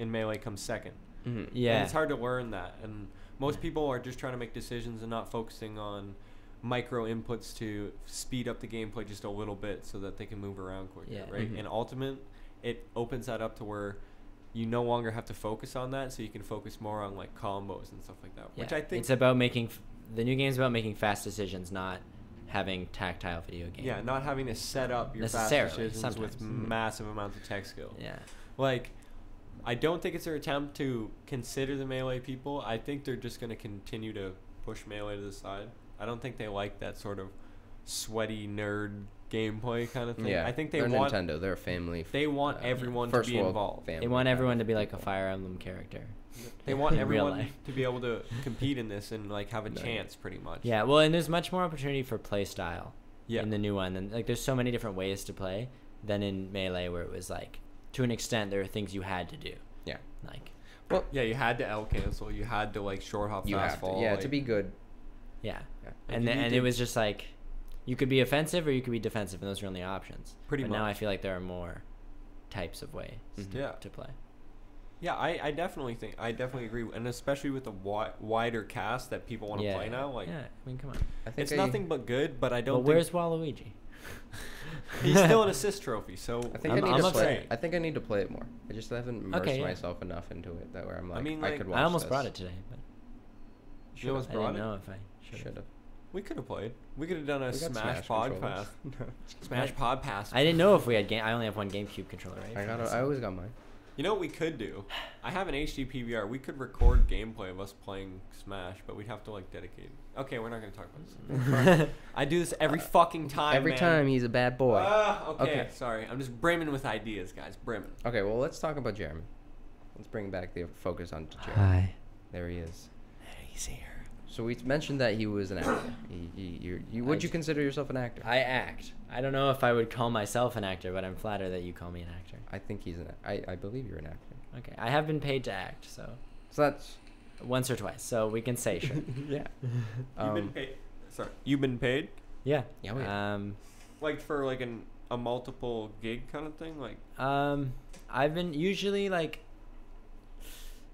[SPEAKER 1] in melee comes second.
[SPEAKER 2] Mhm.
[SPEAKER 3] yeah.
[SPEAKER 1] And it's hard to learn that. And most
[SPEAKER 3] Yeah.
[SPEAKER 1] people are just trying to make decisions and not focusing on micro inputs to speed up the gameplay just a little bit so that they can move around quicker,
[SPEAKER 3] Yeah. Mm-hmm.
[SPEAKER 1] right?
[SPEAKER 2] Mhm.
[SPEAKER 1] And Ultimate, it opens that up to where you no longer have to focus on that, so you can focus more on like combos and stuff like that. Which
[SPEAKER 3] Yeah,
[SPEAKER 1] I think,
[SPEAKER 3] it's about making f- the new game's about making fast decisions, not having tactile video games.
[SPEAKER 1] yeah, not having to set up your fast
[SPEAKER 3] Necessarily,
[SPEAKER 1] decisions with
[SPEAKER 3] sometimes. Mm-hmm.
[SPEAKER 2] Mhm.
[SPEAKER 1] massive amounts of tech skill.
[SPEAKER 3] Yeah,
[SPEAKER 1] Like, I don't think it's their attempt to consider the melee people. I think they're just going to continue to push melee to the side. I don't think they like that sort of sweaty nerd gameplay kind of thing.
[SPEAKER 2] Yeah,
[SPEAKER 1] I think they
[SPEAKER 2] are
[SPEAKER 1] want
[SPEAKER 2] Nintendo. They're a family.
[SPEAKER 1] they want
[SPEAKER 2] uh,
[SPEAKER 1] everyone
[SPEAKER 2] first
[SPEAKER 1] to be
[SPEAKER 2] world
[SPEAKER 1] involved.
[SPEAKER 2] family
[SPEAKER 3] they want everyone
[SPEAKER 2] kind
[SPEAKER 3] to
[SPEAKER 2] of
[SPEAKER 3] be like a
[SPEAKER 2] people.
[SPEAKER 3] Fire Emblem character.
[SPEAKER 1] They want
[SPEAKER 3] In real
[SPEAKER 1] everyone
[SPEAKER 3] life.
[SPEAKER 1] to be able to compete in this and like have a
[SPEAKER 2] No.
[SPEAKER 1] chance, pretty much.
[SPEAKER 3] Yeah, well, and there's much more opportunity for play style
[SPEAKER 1] Yeah.
[SPEAKER 3] in the new one, and like there's so many different ways to play than in Melee, where it was like to an extent there are things you had to do,
[SPEAKER 2] Yeah.
[SPEAKER 3] like
[SPEAKER 2] Well,
[SPEAKER 1] yeah. You had to L cancel. You had to like short hop,
[SPEAKER 2] you
[SPEAKER 1] fast
[SPEAKER 2] have to.
[SPEAKER 1] fall.
[SPEAKER 2] yeah, to
[SPEAKER 1] like-
[SPEAKER 2] be good.
[SPEAKER 3] yeah,
[SPEAKER 2] Yeah.
[SPEAKER 1] Like,
[SPEAKER 3] and
[SPEAKER 1] you
[SPEAKER 3] then,
[SPEAKER 1] need
[SPEAKER 3] and
[SPEAKER 1] to-
[SPEAKER 3] it was just like you could be offensive or you could be defensive, and those are only options.
[SPEAKER 1] Pretty
[SPEAKER 3] but Now I
[SPEAKER 1] much. Mm-hmm.
[SPEAKER 3] feel like there are more types of ways
[SPEAKER 2] Mhm.
[SPEAKER 1] Yeah.
[SPEAKER 3] to play.
[SPEAKER 1] Yeah, I, I definitely think I definitely agree, and especially with the wi- wider cast that people want to
[SPEAKER 3] yeah.
[SPEAKER 1] play now, like
[SPEAKER 3] yeah, I mean, come on.
[SPEAKER 2] I think
[SPEAKER 1] it's
[SPEAKER 2] I-
[SPEAKER 1] nothing but good. But I
[SPEAKER 3] But
[SPEAKER 1] don't.
[SPEAKER 3] where's
[SPEAKER 1] think,
[SPEAKER 3] Waluigi?
[SPEAKER 1] He's still an assist trophy, so
[SPEAKER 2] I think i
[SPEAKER 3] I'm-
[SPEAKER 2] need
[SPEAKER 3] I'm
[SPEAKER 2] to play.
[SPEAKER 1] upset.
[SPEAKER 2] it. I think I need to play it more. I just haven't immersed
[SPEAKER 3] Okay, yeah.
[SPEAKER 2] myself enough into it that where I'm
[SPEAKER 1] I
[SPEAKER 2] like, I,
[SPEAKER 1] mean, like,
[SPEAKER 2] could watch.
[SPEAKER 3] I almost
[SPEAKER 2] this.
[SPEAKER 3] brought it today, but
[SPEAKER 1] You almost
[SPEAKER 3] I
[SPEAKER 1] brought
[SPEAKER 3] didn't
[SPEAKER 1] it.
[SPEAKER 3] know if I
[SPEAKER 2] Should
[SPEAKER 3] should
[SPEAKER 2] have.
[SPEAKER 1] We could have played. We could have done a Smash, podcast. Smash
[SPEAKER 3] I-
[SPEAKER 1] podcast.
[SPEAKER 3] I didn't know if we had game. I only have one GameCube controller, right?
[SPEAKER 2] I
[SPEAKER 3] For
[SPEAKER 2] got.
[SPEAKER 3] this.
[SPEAKER 2] I always got mine.
[SPEAKER 1] You know what we could do? I have an HD PVR. We could record gameplay of us playing Smash, but we'd have to like dedicate. Okay, we're not gonna talk about this. I do this every fucking time.
[SPEAKER 2] Uh, Every
[SPEAKER 1] man.
[SPEAKER 2] time he's a bad boy.
[SPEAKER 1] Ah, okay,
[SPEAKER 2] Okay.
[SPEAKER 1] sorry. I'm just brimming with ideas, guys. Brimming.
[SPEAKER 2] Okay, well, let's talk about Jeremy. Let's bring back the focus onto Jeremy.
[SPEAKER 3] Hi.
[SPEAKER 2] There he is.
[SPEAKER 3] He's here.
[SPEAKER 2] So we mentioned that he was an actor. He, he, you're, you, would
[SPEAKER 3] I
[SPEAKER 2] you
[SPEAKER 3] d-
[SPEAKER 2] consider yourself an actor?
[SPEAKER 3] I act. I don't know if I would call myself an actor, but I'm flattered that you call me an actor.
[SPEAKER 2] I think he's an. I, I believe you're an actor.
[SPEAKER 3] Okay, I have been paid to act, so
[SPEAKER 2] So that's.
[SPEAKER 3] once or twice, so we can say sure.
[SPEAKER 2] yeah.
[SPEAKER 1] You've been
[SPEAKER 2] Um,
[SPEAKER 1] paid. Sorry. You've been paid,
[SPEAKER 3] yeah.
[SPEAKER 2] Yeah, oh yeah.
[SPEAKER 3] Um,
[SPEAKER 1] like for like an a multiple gig kind of thing, like.
[SPEAKER 3] um, I've been usually like,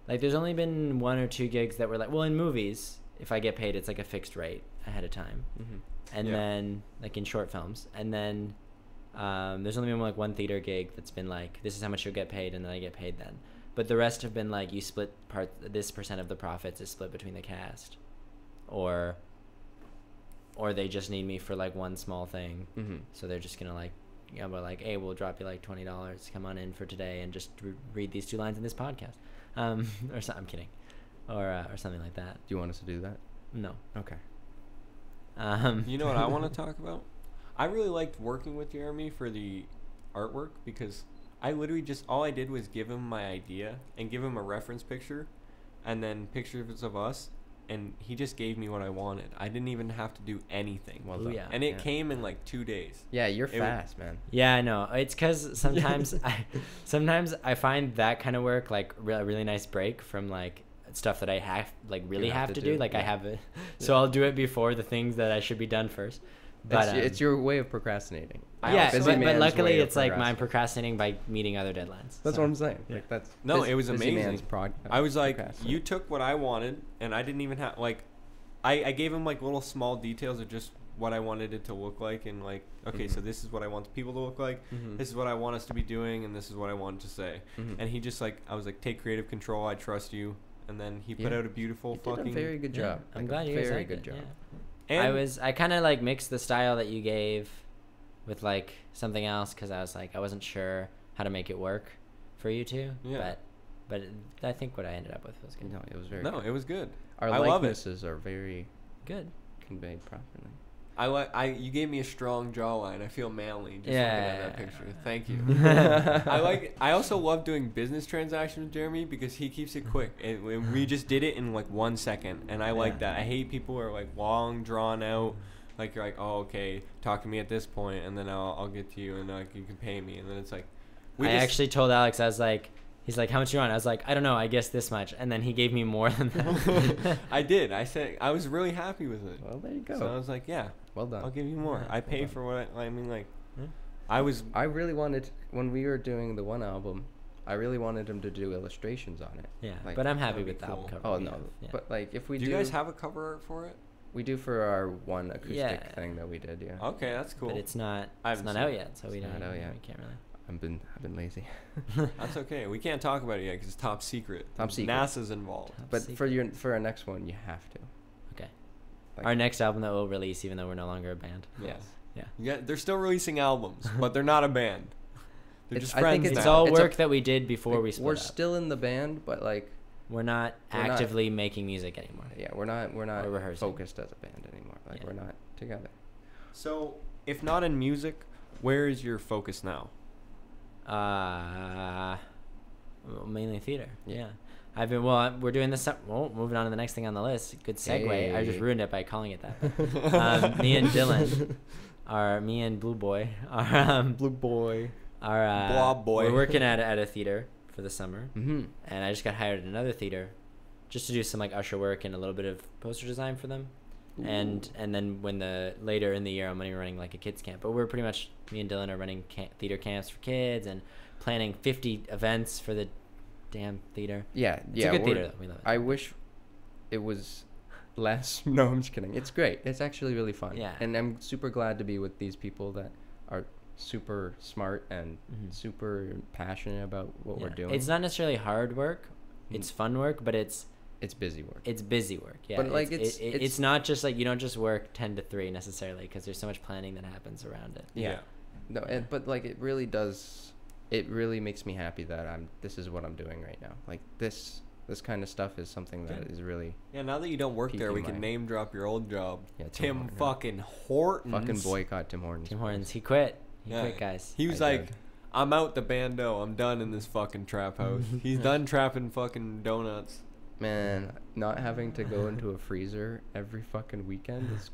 [SPEAKER 3] like there's only been one or two gigs that were like, well, in movies, if I get paid, it's like a fixed rate ahead of time.
[SPEAKER 2] mhm.
[SPEAKER 3] and
[SPEAKER 1] Yeah.
[SPEAKER 3] then like in short films, and then um, there's only been like one theater gig that's been like, this is how much you'll get paid, and then I get paid then. But the rest have been like you split part this percent of the profits is split between the cast, or or they just need me for like one small thing.
[SPEAKER 2] Mm-hmm.
[SPEAKER 3] So they're just gonna like, you know, but like, hey, we'll drop you like twenty dollars. Come on in for today and just re- read these two lines in this podcast, um, or so, I'm kidding, or uh, or something like that.
[SPEAKER 2] Do you want us to do that?
[SPEAKER 3] No,
[SPEAKER 2] Okay.
[SPEAKER 3] um,
[SPEAKER 1] You know what I want to talk about? I really liked working with Jeremy for the artwork because I literally just all I did was give him my idea and give him a reference picture and then pictures of us and he just gave me what I wanted. I didn't even have to do anything.
[SPEAKER 2] Well
[SPEAKER 3] Ooh,
[SPEAKER 2] done.
[SPEAKER 3] yeah.
[SPEAKER 1] and it
[SPEAKER 2] yeah.
[SPEAKER 1] came in like 2 days.
[SPEAKER 2] Yeah, you're
[SPEAKER 1] It would-
[SPEAKER 2] fast, man.
[SPEAKER 3] Yeah, I know. It's because sometimes I, sometimes I find that kind of work like re- a really nice break from like stuff that I have like really
[SPEAKER 2] have
[SPEAKER 3] have,
[SPEAKER 2] to
[SPEAKER 3] to
[SPEAKER 2] do,
[SPEAKER 3] do. Like I
[SPEAKER 2] yeah.
[SPEAKER 3] have it, so I'll do it before the things that I should be done first. But
[SPEAKER 2] it's, y- it's
[SPEAKER 3] um,
[SPEAKER 2] your way of procrastinating.
[SPEAKER 1] I
[SPEAKER 3] yeah,
[SPEAKER 1] also-
[SPEAKER 2] Busy
[SPEAKER 3] but, but
[SPEAKER 2] man's
[SPEAKER 3] luckily
[SPEAKER 2] way of
[SPEAKER 3] it's like mine
[SPEAKER 2] procrastinating.
[SPEAKER 3] procrastinating by meeting other deadlines.
[SPEAKER 2] That's
[SPEAKER 3] so.
[SPEAKER 2] what I'm saying.
[SPEAKER 3] Yeah.
[SPEAKER 2] Like that's
[SPEAKER 1] No,
[SPEAKER 2] bus-
[SPEAKER 1] it was
[SPEAKER 2] busy man's
[SPEAKER 1] amazing.
[SPEAKER 2] prog-
[SPEAKER 1] I was like,
[SPEAKER 2] procrastinate.
[SPEAKER 1] you took what I wanted, and I didn't even have like, I I gave him like little small details of just what I wanted it to look like, and like, okay, so
[SPEAKER 2] Mhm.
[SPEAKER 1] this is what I want the people to look like.
[SPEAKER 2] Mhm.
[SPEAKER 1] This is what I want us to be doing, and this is what I wanted to say.
[SPEAKER 2] Mhm.
[SPEAKER 1] And he just like, I was like, take creative control. I trust you. And then he put
[SPEAKER 2] Yeah.
[SPEAKER 1] out a beautiful
[SPEAKER 2] You
[SPEAKER 1] fucking.
[SPEAKER 2] did a very good
[SPEAKER 3] Yeah,
[SPEAKER 2] job.
[SPEAKER 3] I'm
[SPEAKER 2] Like,
[SPEAKER 3] glad
[SPEAKER 2] a
[SPEAKER 3] you guys
[SPEAKER 2] Very
[SPEAKER 3] liked
[SPEAKER 2] good
[SPEAKER 3] it,
[SPEAKER 2] job.
[SPEAKER 3] yeah.
[SPEAKER 1] and
[SPEAKER 3] I was I kind of like mixed the style that you gave with like something else because I was like I wasn't sure how to make it work for you two.
[SPEAKER 1] Yeah.
[SPEAKER 3] But but I think what I ended up with was good.
[SPEAKER 2] No, it was very.
[SPEAKER 1] No,
[SPEAKER 2] good.
[SPEAKER 1] it was good.
[SPEAKER 2] Our
[SPEAKER 1] I love it.
[SPEAKER 2] likenesses are very
[SPEAKER 3] Good.
[SPEAKER 2] conveyed properly.
[SPEAKER 1] I like. I you gave me a strong jawline. I feel manly just looking at that
[SPEAKER 3] Yeah.
[SPEAKER 1] picture. Thank you. I like. I also love doing business transactions with Jeremy because he keeps it quick, and we- we just did it in like one second, and I like
[SPEAKER 3] Yeah.
[SPEAKER 1] that. I hate people who are like long drawn out. Like you're like, oh okay, talk to me at this point, and then I'll, I'll get to you, and like you can pay me, and then it's like,
[SPEAKER 3] I actually told Alex I was like he's like how much you want I was like I don't know I guess this much and then he gave me more than that.
[SPEAKER 1] I did. I said I was really happy with it.
[SPEAKER 2] Well, there you go.
[SPEAKER 1] So I was like, yeah,
[SPEAKER 2] well done.
[SPEAKER 1] I'll give you more.
[SPEAKER 2] Yeah,
[SPEAKER 1] I
[SPEAKER 2] well
[SPEAKER 1] pay
[SPEAKER 2] done.
[SPEAKER 1] for what I, I mean. Like,
[SPEAKER 3] Yeah.
[SPEAKER 1] I was.
[SPEAKER 2] I really wanted when we were doing the one album, I really wanted him to do illustrations on it.
[SPEAKER 3] yeah.
[SPEAKER 2] Like,
[SPEAKER 3] but I'm happy
[SPEAKER 1] that'd be
[SPEAKER 3] with the album
[SPEAKER 1] cool.
[SPEAKER 3] cover.
[SPEAKER 2] Oh
[SPEAKER 3] we
[SPEAKER 2] no,
[SPEAKER 3] have, yeah.
[SPEAKER 2] but like if we
[SPEAKER 1] do
[SPEAKER 2] do,
[SPEAKER 1] you guys have a cover art for it?
[SPEAKER 2] we do for our one acoustic
[SPEAKER 3] Yeah.
[SPEAKER 2] thing that we did. Yeah,
[SPEAKER 1] Okay, that's cool.
[SPEAKER 3] But it's not
[SPEAKER 1] I
[SPEAKER 3] it's
[SPEAKER 1] haven't
[SPEAKER 3] not
[SPEAKER 1] seen
[SPEAKER 3] out
[SPEAKER 1] it.
[SPEAKER 3] yet so we
[SPEAKER 2] It's
[SPEAKER 3] don't
[SPEAKER 2] not out yet.
[SPEAKER 3] we can't really.
[SPEAKER 2] I've been I've been lazy.
[SPEAKER 1] That's okay. We can't talk about it yet because it's top secret.
[SPEAKER 2] Top secret.
[SPEAKER 1] NASA's involved.
[SPEAKER 3] Top
[SPEAKER 2] but for
[SPEAKER 3] secret.
[SPEAKER 2] your for our next one, you have to.
[SPEAKER 3] Okay.
[SPEAKER 2] Like-
[SPEAKER 3] Our next album that we'll release even though we're no longer a band.
[SPEAKER 2] Yes.
[SPEAKER 3] Yeah.
[SPEAKER 1] Yeah, they're still releasing albums, but they're not a band. They're
[SPEAKER 2] It's-
[SPEAKER 1] just
[SPEAKER 2] I think
[SPEAKER 1] friends.
[SPEAKER 2] It's
[SPEAKER 3] It's
[SPEAKER 1] now.
[SPEAKER 3] all
[SPEAKER 2] a-
[SPEAKER 3] work that we did before
[SPEAKER 2] Like,
[SPEAKER 3] we split
[SPEAKER 2] we're
[SPEAKER 3] up.
[SPEAKER 2] still in the band, but like
[SPEAKER 3] We're not
[SPEAKER 2] We're not-
[SPEAKER 3] actively making music anymore.
[SPEAKER 2] yeah, we're not we're not
[SPEAKER 3] We're rehearsing.
[SPEAKER 2] focused as a band anymore. Like
[SPEAKER 3] Yeah.
[SPEAKER 2] we're not together.
[SPEAKER 1] so, if not in music, where is your focus now?
[SPEAKER 3] Uh, well, mainly theater.
[SPEAKER 2] Yeah.
[SPEAKER 3] Yeah. I've been well. I- We're doing this. sep- Well, moving on to the next thing on the list. Good segue. I
[SPEAKER 2] Hey.
[SPEAKER 3] just ruined it by calling it that. Um, me and Dylan Our me and Blue Boy are um,
[SPEAKER 2] Blue boy.
[SPEAKER 3] are uh,
[SPEAKER 1] Blob Boy.
[SPEAKER 3] We're working at at a theater for the summer,
[SPEAKER 2] Mm-hmm.
[SPEAKER 3] and I just got hired at another theater, just to do some like usher work and a little bit of poster design for them. and and then when the later in the year I'm gonna be running like a kids camp. But we're pretty much me and Dylan are running camp, theater camps for kids and planning 50 events for the damn theater.
[SPEAKER 2] yeah,
[SPEAKER 3] It's
[SPEAKER 2] yeah.
[SPEAKER 3] a good
[SPEAKER 2] we're-
[SPEAKER 3] theater though. We love it.
[SPEAKER 2] I wish it was less. No, I'm just kidding. It's great. It's actually really fun.
[SPEAKER 3] Yeah.
[SPEAKER 2] And I'm super glad to be with these people that are super smart and
[SPEAKER 3] Mhm.
[SPEAKER 2] super passionate about what we're
[SPEAKER 3] Yeah.
[SPEAKER 2] doing.
[SPEAKER 3] It's not necessarily hard work.
[SPEAKER 2] Mm.
[SPEAKER 3] It's fun work, but it's
[SPEAKER 2] It's busy work.
[SPEAKER 3] it's busy work. Yeah.
[SPEAKER 2] But, like,
[SPEAKER 3] it-
[SPEAKER 2] it's-
[SPEAKER 3] it-
[SPEAKER 2] it's-
[SPEAKER 3] it's, not just like you don't just work 10 to 3 necessarily because there's so much planning that happens around it.
[SPEAKER 2] yeah. No, and, but like it really does. It really makes me happy that I'm. This is what I'm doing right now. Like this. This kind of stuff is something that
[SPEAKER 1] Good.
[SPEAKER 2] is really
[SPEAKER 1] Yeah, now that you don't work
[SPEAKER 2] Peak
[SPEAKER 1] there,
[SPEAKER 2] in
[SPEAKER 1] we can
[SPEAKER 2] mind.
[SPEAKER 1] name drop your old job.
[SPEAKER 2] Yeah, Tim
[SPEAKER 1] Tim,
[SPEAKER 2] Hortons.
[SPEAKER 1] fucking Hortons.
[SPEAKER 2] fucking boycott Tim Hortons.
[SPEAKER 3] Tim
[SPEAKER 2] please.
[SPEAKER 3] Hortons, he quit. He
[SPEAKER 1] Yeah.
[SPEAKER 3] quit, guys.
[SPEAKER 1] He was
[SPEAKER 2] I
[SPEAKER 1] like,
[SPEAKER 2] did.
[SPEAKER 1] I'm out the bando. I'm done in this fucking trap house. He's done trapping fucking donuts.
[SPEAKER 2] Man, not having to go into a freezer every fucking weekend is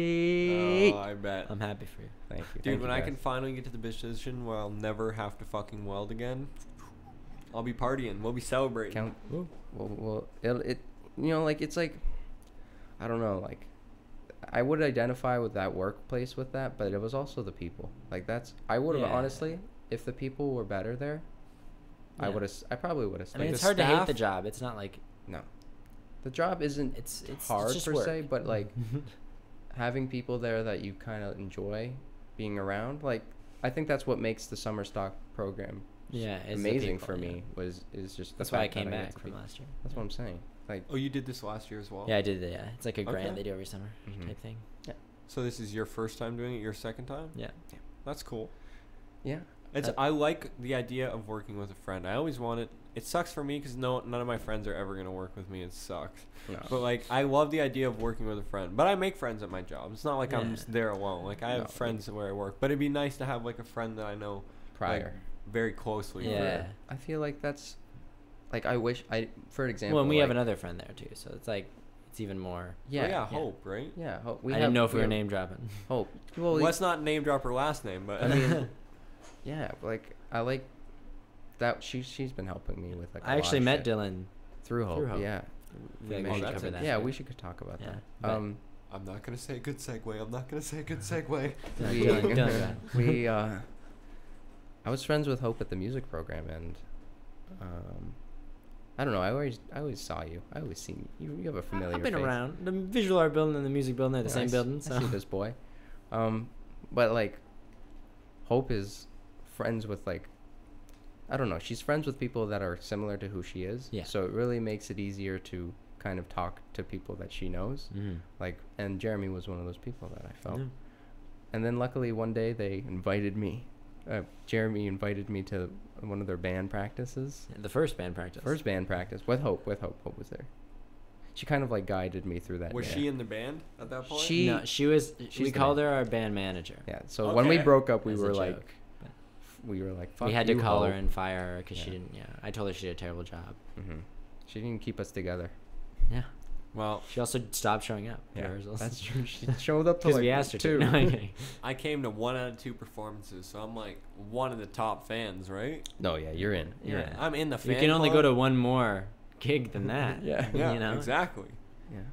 [SPEAKER 2] great.
[SPEAKER 1] Oh, I bet.
[SPEAKER 3] I'm happy for you.
[SPEAKER 2] Thank you.
[SPEAKER 1] Dude,
[SPEAKER 2] thank
[SPEAKER 1] when
[SPEAKER 2] you
[SPEAKER 1] I
[SPEAKER 2] guys.
[SPEAKER 1] can finally get to the position where I'll never have to fucking weld again, I'll be partying. We'll be celebrating.
[SPEAKER 2] count, well, well, it'll, it, you know, like it's like, I don't know, like, I would identify with that workplace with that, but it was also the people. Like that's, I would have
[SPEAKER 3] Yeah.
[SPEAKER 2] honestly, if the people were better there, I
[SPEAKER 3] Yeah.
[SPEAKER 2] would have, I probably would have
[SPEAKER 3] I
[SPEAKER 2] stayed.
[SPEAKER 3] mean,
[SPEAKER 1] the
[SPEAKER 3] it's hard to hate the
[SPEAKER 1] staff-
[SPEAKER 3] job. It's not like
[SPEAKER 2] no, the job isn't
[SPEAKER 3] it's it's
[SPEAKER 2] hard
[SPEAKER 3] it's just
[SPEAKER 2] per
[SPEAKER 3] work.
[SPEAKER 2] se, but like having people there that you kind of enjoy being around, like I think that's what makes the summer stock program
[SPEAKER 3] Yeah, it's the
[SPEAKER 2] amazing
[SPEAKER 3] people,
[SPEAKER 2] for
[SPEAKER 3] yeah.
[SPEAKER 2] me was is just the
[SPEAKER 3] That's why I
[SPEAKER 2] fact that
[SPEAKER 3] came
[SPEAKER 2] get
[SPEAKER 3] back
[SPEAKER 2] to
[SPEAKER 3] from
[SPEAKER 2] be-
[SPEAKER 3] last year.
[SPEAKER 2] That's what I'm saying. Like
[SPEAKER 1] Oh, you did this last year as well.
[SPEAKER 3] Yeah, I did. the- Yeah, it's like a grant
[SPEAKER 1] Okay.
[SPEAKER 3] they do every summer
[SPEAKER 2] Mhm.
[SPEAKER 3] type thing.
[SPEAKER 1] So this is your first time doing it. Your second time.
[SPEAKER 3] Yeah.
[SPEAKER 1] That's cool.
[SPEAKER 2] yeah,
[SPEAKER 1] It's
[SPEAKER 3] Uh,
[SPEAKER 1] I like the idea of working with a friend. I always want it. It sucks for me because no, none of my friends are ever gonna work with me. It sucks.
[SPEAKER 2] no.
[SPEAKER 1] But like, I love the idea of working with a friend. But I make friends at my job. It's not like I'm
[SPEAKER 3] Yeah.
[SPEAKER 1] just there alone. Like I have
[SPEAKER 2] No.
[SPEAKER 1] friends where I work. But it'd be nice to have like a friend that I know
[SPEAKER 2] prior.
[SPEAKER 1] very closely. for-
[SPEAKER 3] Yeah.
[SPEAKER 2] I feel like that's like I wish I for example.
[SPEAKER 3] well, and we have
[SPEAKER 2] like-
[SPEAKER 3] another friend there too, so it's like it's even more.
[SPEAKER 1] Oh, Yeah.
[SPEAKER 2] Yeah,
[SPEAKER 1] Hope. Right.
[SPEAKER 2] yeah. Hope. We
[SPEAKER 3] I
[SPEAKER 2] have,
[SPEAKER 3] didn't know if we were
[SPEAKER 2] have
[SPEAKER 3] name dropping.
[SPEAKER 2] Hope. Well,
[SPEAKER 1] Well,
[SPEAKER 2] y-
[SPEAKER 1] let's not name drop her last name, but
[SPEAKER 2] I mean, yeah. Like I like that she she's been helping me with like. a
[SPEAKER 3] I
[SPEAKER 2] lot
[SPEAKER 3] actually
[SPEAKER 2] of
[SPEAKER 3] met
[SPEAKER 2] shit.
[SPEAKER 3] Dylan.
[SPEAKER 2] through Hope.
[SPEAKER 3] Through Hope.
[SPEAKER 2] Yeah.
[SPEAKER 3] I feel like
[SPEAKER 1] Oh,
[SPEAKER 3] we should
[SPEAKER 1] that's
[SPEAKER 3] cover
[SPEAKER 1] it.
[SPEAKER 3] that.
[SPEAKER 2] yeah, we should could talk about
[SPEAKER 3] Yeah,
[SPEAKER 2] that.
[SPEAKER 3] but-
[SPEAKER 2] Um,
[SPEAKER 1] I'm not gonna say good segue. I'm not gonna say good segue.
[SPEAKER 3] Yeah,
[SPEAKER 2] we, uh,
[SPEAKER 3] Dylan- Dylan got it.
[SPEAKER 2] we uh, I was friends with Hope at the music program, and um, I don't know. I always I always saw you. I always seen you. You have a
[SPEAKER 3] I-
[SPEAKER 2] familiar.
[SPEAKER 3] I've been
[SPEAKER 2] face.
[SPEAKER 3] around. The visual art building and the music building are the
[SPEAKER 2] Yeah, I
[SPEAKER 3] same
[SPEAKER 2] s-
[SPEAKER 3] building.
[SPEAKER 2] I
[SPEAKER 3] So
[SPEAKER 2] see this boy, um, but like, Hope is friends with like. I don't know. She's friends with people that are similar to who she is.
[SPEAKER 3] Yeah.
[SPEAKER 2] So it really makes it easier to kind of talk to people that she knows.
[SPEAKER 3] Mhm.
[SPEAKER 2] Like, and Jeremy was one of those people that I felt.
[SPEAKER 3] Yeah.
[SPEAKER 2] And then luckily one day they invited me. Uh, Jeremy invited me to one of their band practices.
[SPEAKER 3] the first band practice.
[SPEAKER 2] First band practice with Hope. With Hope, Hope was there. She kind of like guided me through that.
[SPEAKER 1] Was
[SPEAKER 2] day.
[SPEAKER 1] she in the band at that point?
[SPEAKER 2] She-
[SPEAKER 3] no, she was.
[SPEAKER 2] she's
[SPEAKER 3] We
[SPEAKER 2] the
[SPEAKER 3] called
[SPEAKER 2] man-
[SPEAKER 3] her our band manager.
[SPEAKER 2] Yeah. So when we
[SPEAKER 1] Okay.
[SPEAKER 2] broke up, we
[SPEAKER 3] as a
[SPEAKER 2] were
[SPEAKER 3] joke.
[SPEAKER 2] like,
[SPEAKER 3] but-
[SPEAKER 2] f- we were like, fuck
[SPEAKER 3] we had to
[SPEAKER 2] you,
[SPEAKER 3] call her
[SPEAKER 2] Hope.
[SPEAKER 3] and fire her because she
[SPEAKER 2] Yeah.
[SPEAKER 3] didn't. Yeah, I told her she did a terrible job.
[SPEAKER 2] Mhm. She didn't keep us together.
[SPEAKER 3] Yeah.
[SPEAKER 1] Well,
[SPEAKER 3] She also stopped showing up. to rehearsals.
[SPEAKER 2] That's true. She showed up to
[SPEAKER 3] Because
[SPEAKER 2] like
[SPEAKER 3] we asked her
[SPEAKER 2] two.
[SPEAKER 3] to. No, I'm kidding.
[SPEAKER 1] I came to one out of two performances, so I'm like one of the top fans, right?
[SPEAKER 2] no, yeah, you're in. You're
[SPEAKER 3] Oh, Yeah.
[SPEAKER 1] I'm in the fan.
[SPEAKER 3] you can only go
[SPEAKER 1] club.
[SPEAKER 3] to one more gig than that.
[SPEAKER 2] Yeah.
[SPEAKER 1] yeah,
[SPEAKER 3] you know?
[SPEAKER 1] exactly.
[SPEAKER 2] in.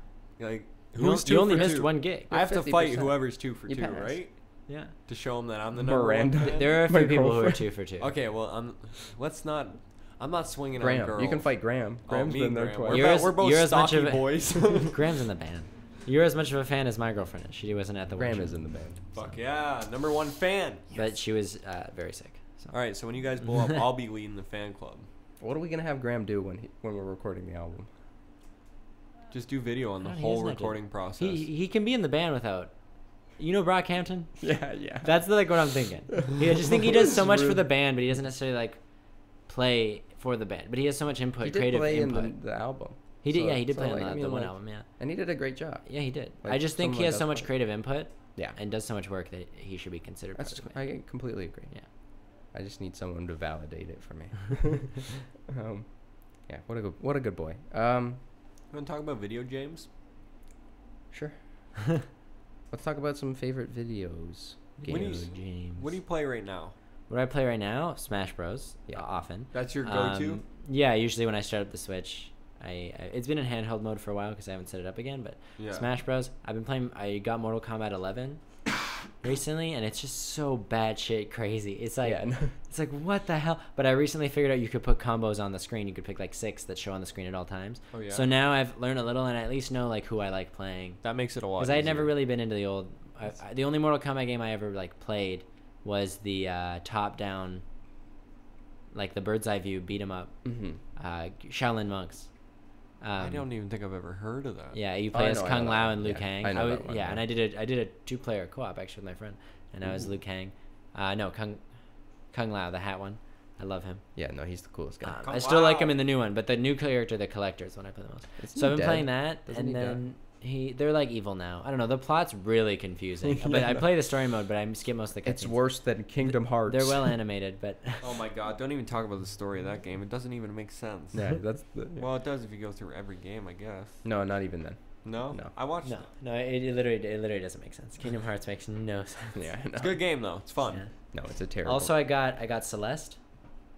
[SPEAKER 1] Like
[SPEAKER 3] You,
[SPEAKER 1] who's
[SPEAKER 3] on-
[SPEAKER 1] two
[SPEAKER 3] you only
[SPEAKER 1] for
[SPEAKER 3] missed
[SPEAKER 1] two?
[SPEAKER 3] one gig.
[SPEAKER 1] I have to
[SPEAKER 2] 50%.
[SPEAKER 1] fight whoever's two for
[SPEAKER 2] You
[SPEAKER 1] two,
[SPEAKER 2] passed.
[SPEAKER 1] right?
[SPEAKER 3] Yeah.
[SPEAKER 1] To show them that I'm the
[SPEAKER 2] Miranda.
[SPEAKER 1] number
[SPEAKER 3] Th-
[SPEAKER 1] one.
[SPEAKER 3] There are a
[SPEAKER 2] My
[SPEAKER 3] few people who are
[SPEAKER 2] girlfriend.
[SPEAKER 3] two for two.
[SPEAKER 1] Okay, well, I'm. Let's not. I'm not swinging
[SPEAKER 2] Yeah.
[SPEAKER 1] on
[SPEAKER 2] Graham.
[SPEAKER 1] girls.
[SPEAKER 2] You can fight Graham.
[SPEAKER 1] Oh,
[SPEAKER 2] Graham's
[SPEAKER 1] me
[SPEAKER 2] been
[SPEAKER 1] and
[SPEAKER 2] there
[SPEAKER 1] Graham.
[SPEAKER 2] twice.
[SPEAKER 1] We're,
[SPEAKER 3] You're
[SPEAKER 1] about-
[SPEAKER 3] as-
[SPEAKER 1] we're both
[SPEAKER 3] you're as much
[SPEAKER 1] stocky
[SPEAKER 3] of a-
[SPEAKER 1] boys.
[SPEAKER 3] Graham's in the band. You're as much of a fan as my girlfriend is. She wasn't at the
[SPEAKER 2] Graham
[SPEAKER 3] workshop.
[SPEAKER 2] is in the band.
[SPEAKER 1] Fuck yeah, number one fan.
[SPEAKER 3] But she was uh, very sick. So.
[SPEAKER 1] All right, so when you guys blow up, I'll be leading the fan club.
[SPEAKER 2] What are we gonna have Graham do when he, when we're recording the album?
[SPEAKER 1] Just do video on the
[SPEAKER 3] No, he
[SPEAKER 1] whole
[SPEAKER 3] doesn't have to-
[SPEAKER 1] recording process.
[SPEAKER 3] He, he can be in the band without. You know Brockhampton?
[SPEAKER 2] Yeah, yeah.
[SPEAKER 3] That's like what I'm thinking. Yeah, I just think he does so
[SPEAKER 2] It's
[SPEAKER 3] much for
[SPEAKER 2] rude.
[SPEAKER 3] the band, but he doesn't necessarily like play for the band. But he has so much input,
[SPEAKER 2] he did
[SPEAKER 3] creative
[SPEAKER 2] play
[SPEAKER 3] input.
[SPEAKER 2] in the, the album.
[SPEAKER 3] he did,
[SPEAKER 2] So-
[SPEAKER 3] yeah, he did
[SPEAKER 2] so,
[SPEAKER 3] play
[SPEAKER 2] like,
[SPEAKER 3] on the,
[SPEAKER 2] I
[SPEAKER 3] the
[SPEAKER 2] mean,
[SPEAKER 3] one
[SPEAKER 2] like-
[SPEAKER 3] album, yeah,
[SPEAKER 2] and he did a great job.
[SPEAKER 3] yeah, he did. I
[SPEAKER 2] like,
[SPEAKER 3] just think he
[SPEAKER 2] someone
[SPEAKER 3] has
[SPEAKER 2] does
[SPEAKER 3] so much
[SPEAKER 2] play.
[SPEAKER 3] creative input
[SPEAKER 2] Yeah,
[SPEAKER 3] and does so much work that he should be considered.
[SPEAKER 2] that's
[SPEAKER 3] part of the band.
[SPEAKER 2] I completely agree.
[SPEAKER 3] Yeah.
[SPEAKER 2] I just need someone to validate it for me. um, yeah, what a good what a good boy. Um,
[SPEAKER 1] You want to talk about video games?
[SPEAKER 2] sure. Let's talk about some favorite videos.
[SPEAKER 1] What do you-
[SPEAKER 2] games.
[SPEAKER 3] Games.
[SPEAKER 1] What do you play right now?
[SPEAKER 3] What do I play right now? Smash Bros. Yeah,
[SPEAKER 2] Yeah.
[SPEAKER 3] often.
[SPEAKER 1] That's your go-to?
[SPEAKER 3] Um, yeah, usually when I start up the Switch, I, I it's been in handheld mode for a while because I haven't set it up again. But
[SPEAKER 1] Yeah.
[SPEAKER 3] Smash Bros. I've been playing. I got Mortal Kombat 11 recently, and it's just so bad shit crazy. It's like
[SPEAKER 2] Yeah, no.
[SPEAKER 3] it's like what the hell? But I recently figured out you could put combos on the screen. You could pick like six that show on the screen at all times.
[SPEAKER 1] Oh, yeah.
[SPEAKER 3] So now I've learned a little, and I at least know like who I like playing.
[SPEAKER 1] That makes it a lot.
[SPEAKER 3] Because I had never
[SPEAKER 1] easier.
[SPEAKER 3] really been into the old. I, I, the only Mortal Kombat game I ever like played was the uh, top-down, like the bird's eye view beat 'em up,
[SPEAKER 2] mm-hmm.
[SPEAKER 3] uh, Shaolin monks. Um,
[SPEAKER 1] I don't even think I've ever heard of that.
[SPEAKER 3] Yeah, you
[SPEAKER 2] Oh,
[SPEAKER 3] play
[SPEAKER 2] I
[SPEAKER 3] as
[SPEAKER 2] know- I
[SPEAKER 3] Kung
[SPEAKER 2] know that
[SPEAKER 3] Lao
[SPEAKER 2] one,
[SPEAKER 3] and Liu
[SPEAKER 2] yeah.
[SPEAKER 3] Kang.
[SPEAKER 2] I know
[SPEAKER 3] was,
[SPEAKER 2] that one,
[SPEAKER 3] yeah,
[SPEAKER 2] yeah.
[SPEAKER 3] and I did a I did a two-player co-op actually with my friend, and I was
[SPEAKER 1] Ooh.
[SPEAKER 3] Liu Kang. Uh, no, Kung Kung Lao, the hat one. I love him.
[SPEAKER 2] yeah, no, he's the coolest guy.
[SPEAKER 3] Um,
[SPEAKER 1] Kung
[SPEAKER 3] I still like him
[SPEAKER 1] Lao.
[SPEAKER 3] in the new one, but the new character, the collector, is the one I play the most.
[SPEAKER 2] Isn't
[SPEAKER 3] so
[SPEAKER 2] he
[SPEAKER 3] I've been
[SPEAKER 2] dead?
[SPEAKER 3] playing that,
[SPEAKER 2] Doesn't he
[SPEAKER 3] and
[SPEAKER 2] die?
[SPEAKER 3] then he they're like evil now. I don't know. The plot's really confusing,
[SPEAKER 2] Yeah,
[SPEAKER 3] but I
[SPEAKER 2] no.
[SPEAKER 3] play the story mode, but I skip most of the.
[SPEAKER 2] it's
[SPEAKER 3] cutscenes.
[SPEAKER 2] worse than Kingdom Hearts.
[SPEAKER 3] They're well animated, but
[SPEAKER 1] Oh my god! Don't even talk about the story of that game. It doesn't even make sense.
[SPEAKER 2] yeah, that's the,
[SPEAKER 1] Well, it does if you go through every game, I guess.
[SPEAKER 2] no, not even then.
[SPEAKER 1] No.
[SPEAKER 2] No.
[SPEAKER 1] I watched
[SPEAKER 3] no,
[SPEAKER 1] it.
[SPEAKER 3] no, it, it literally it literally doesn't make sense. Kingdom Hearts makes no sense.
[SPEAKER 2] Yeah, no.
[SPEAKER 1] It's a good game though. It's fun.
[SPEAKER 3] Yeah.
[SPEAKER 2] No, it's a terrible.
[SPEAKER 3] Also, I got I got Celeste.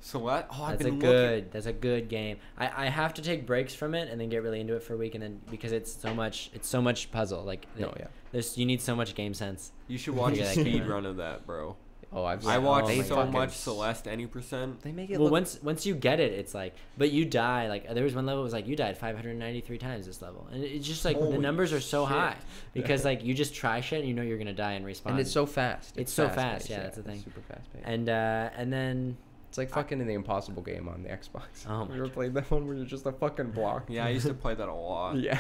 [SPEAKER 1] So what? Oh, I've
[SPEAKER 3] that's a
[SPEAKER 1] been
[SPEAKER 3] good.
[SPEAKER 1] looking.
[SPEAKER 3] That's a good game. I, I have to take breaks from it and then get really into it for a week and then because it's so much it's so much puzzle like
[SPEAKER 2] No,
[SPEAKER 3] it-
[SPEAKER 2] yeah.
[SPEAKER 3] there's you need so much game sense.
[SPEAKER 1] You should watch a
[SPEAKER 3] Yeah, that game.
[SPEAKER 1] speed run of that, bro.
[SPEAKER 2] oh, I've
[SPEAKER 1] I
[SPEAKER 2] seen-
[SPEAKER 1] watched
[SPEAKER 2] they
[SPEAKER 3] my
[SPEAKER 1] so
[SPEAKER 2] fucking-
[SPEAKER 3] God.
[SPEAKER 1] much Celeste any percent.
[SPEAKER 2] They make it
[SPEAKER 3] Well,
[SPEAKER 2] look
[SPEAKER 3] once once you get it, it's like but you die like there was one level it was like you died 593 times this level and it- it's just like
[SPEAKER 1] Holy
[SPEAKER 3] the numbers are so
[SPEAKER 1] shit.
[SPEAKER 3] high because like you just try shit and you know you're gonna die and respawn.
[SPEAKER 2] and it's so fast.
[SPEAKER 3] It's so fast,
[SPEAKER 2] fast-paced,
[SPEAKER 3] yeah, that's the
[SPEAKER 2] it's
[SPEAKER 3] thing.
[SPEAKER 2] Super fast paced.
[SPEAKER 3] and uh, and then
[SPEAKER 2] It's like fucking in the Impossible game on the Xbox.
[SPEAKER 3] Oh
[SPEAKER 2] you
[SPEAKER 3] my
[SPEAKER 2] ever
[SPEAKER 3] God.
[SPEAKER 2] played that one where you're just a fucking block?
[SPEAKER 1] Yeah, I used to play that a lot.
[SPEAKER 2] yeah.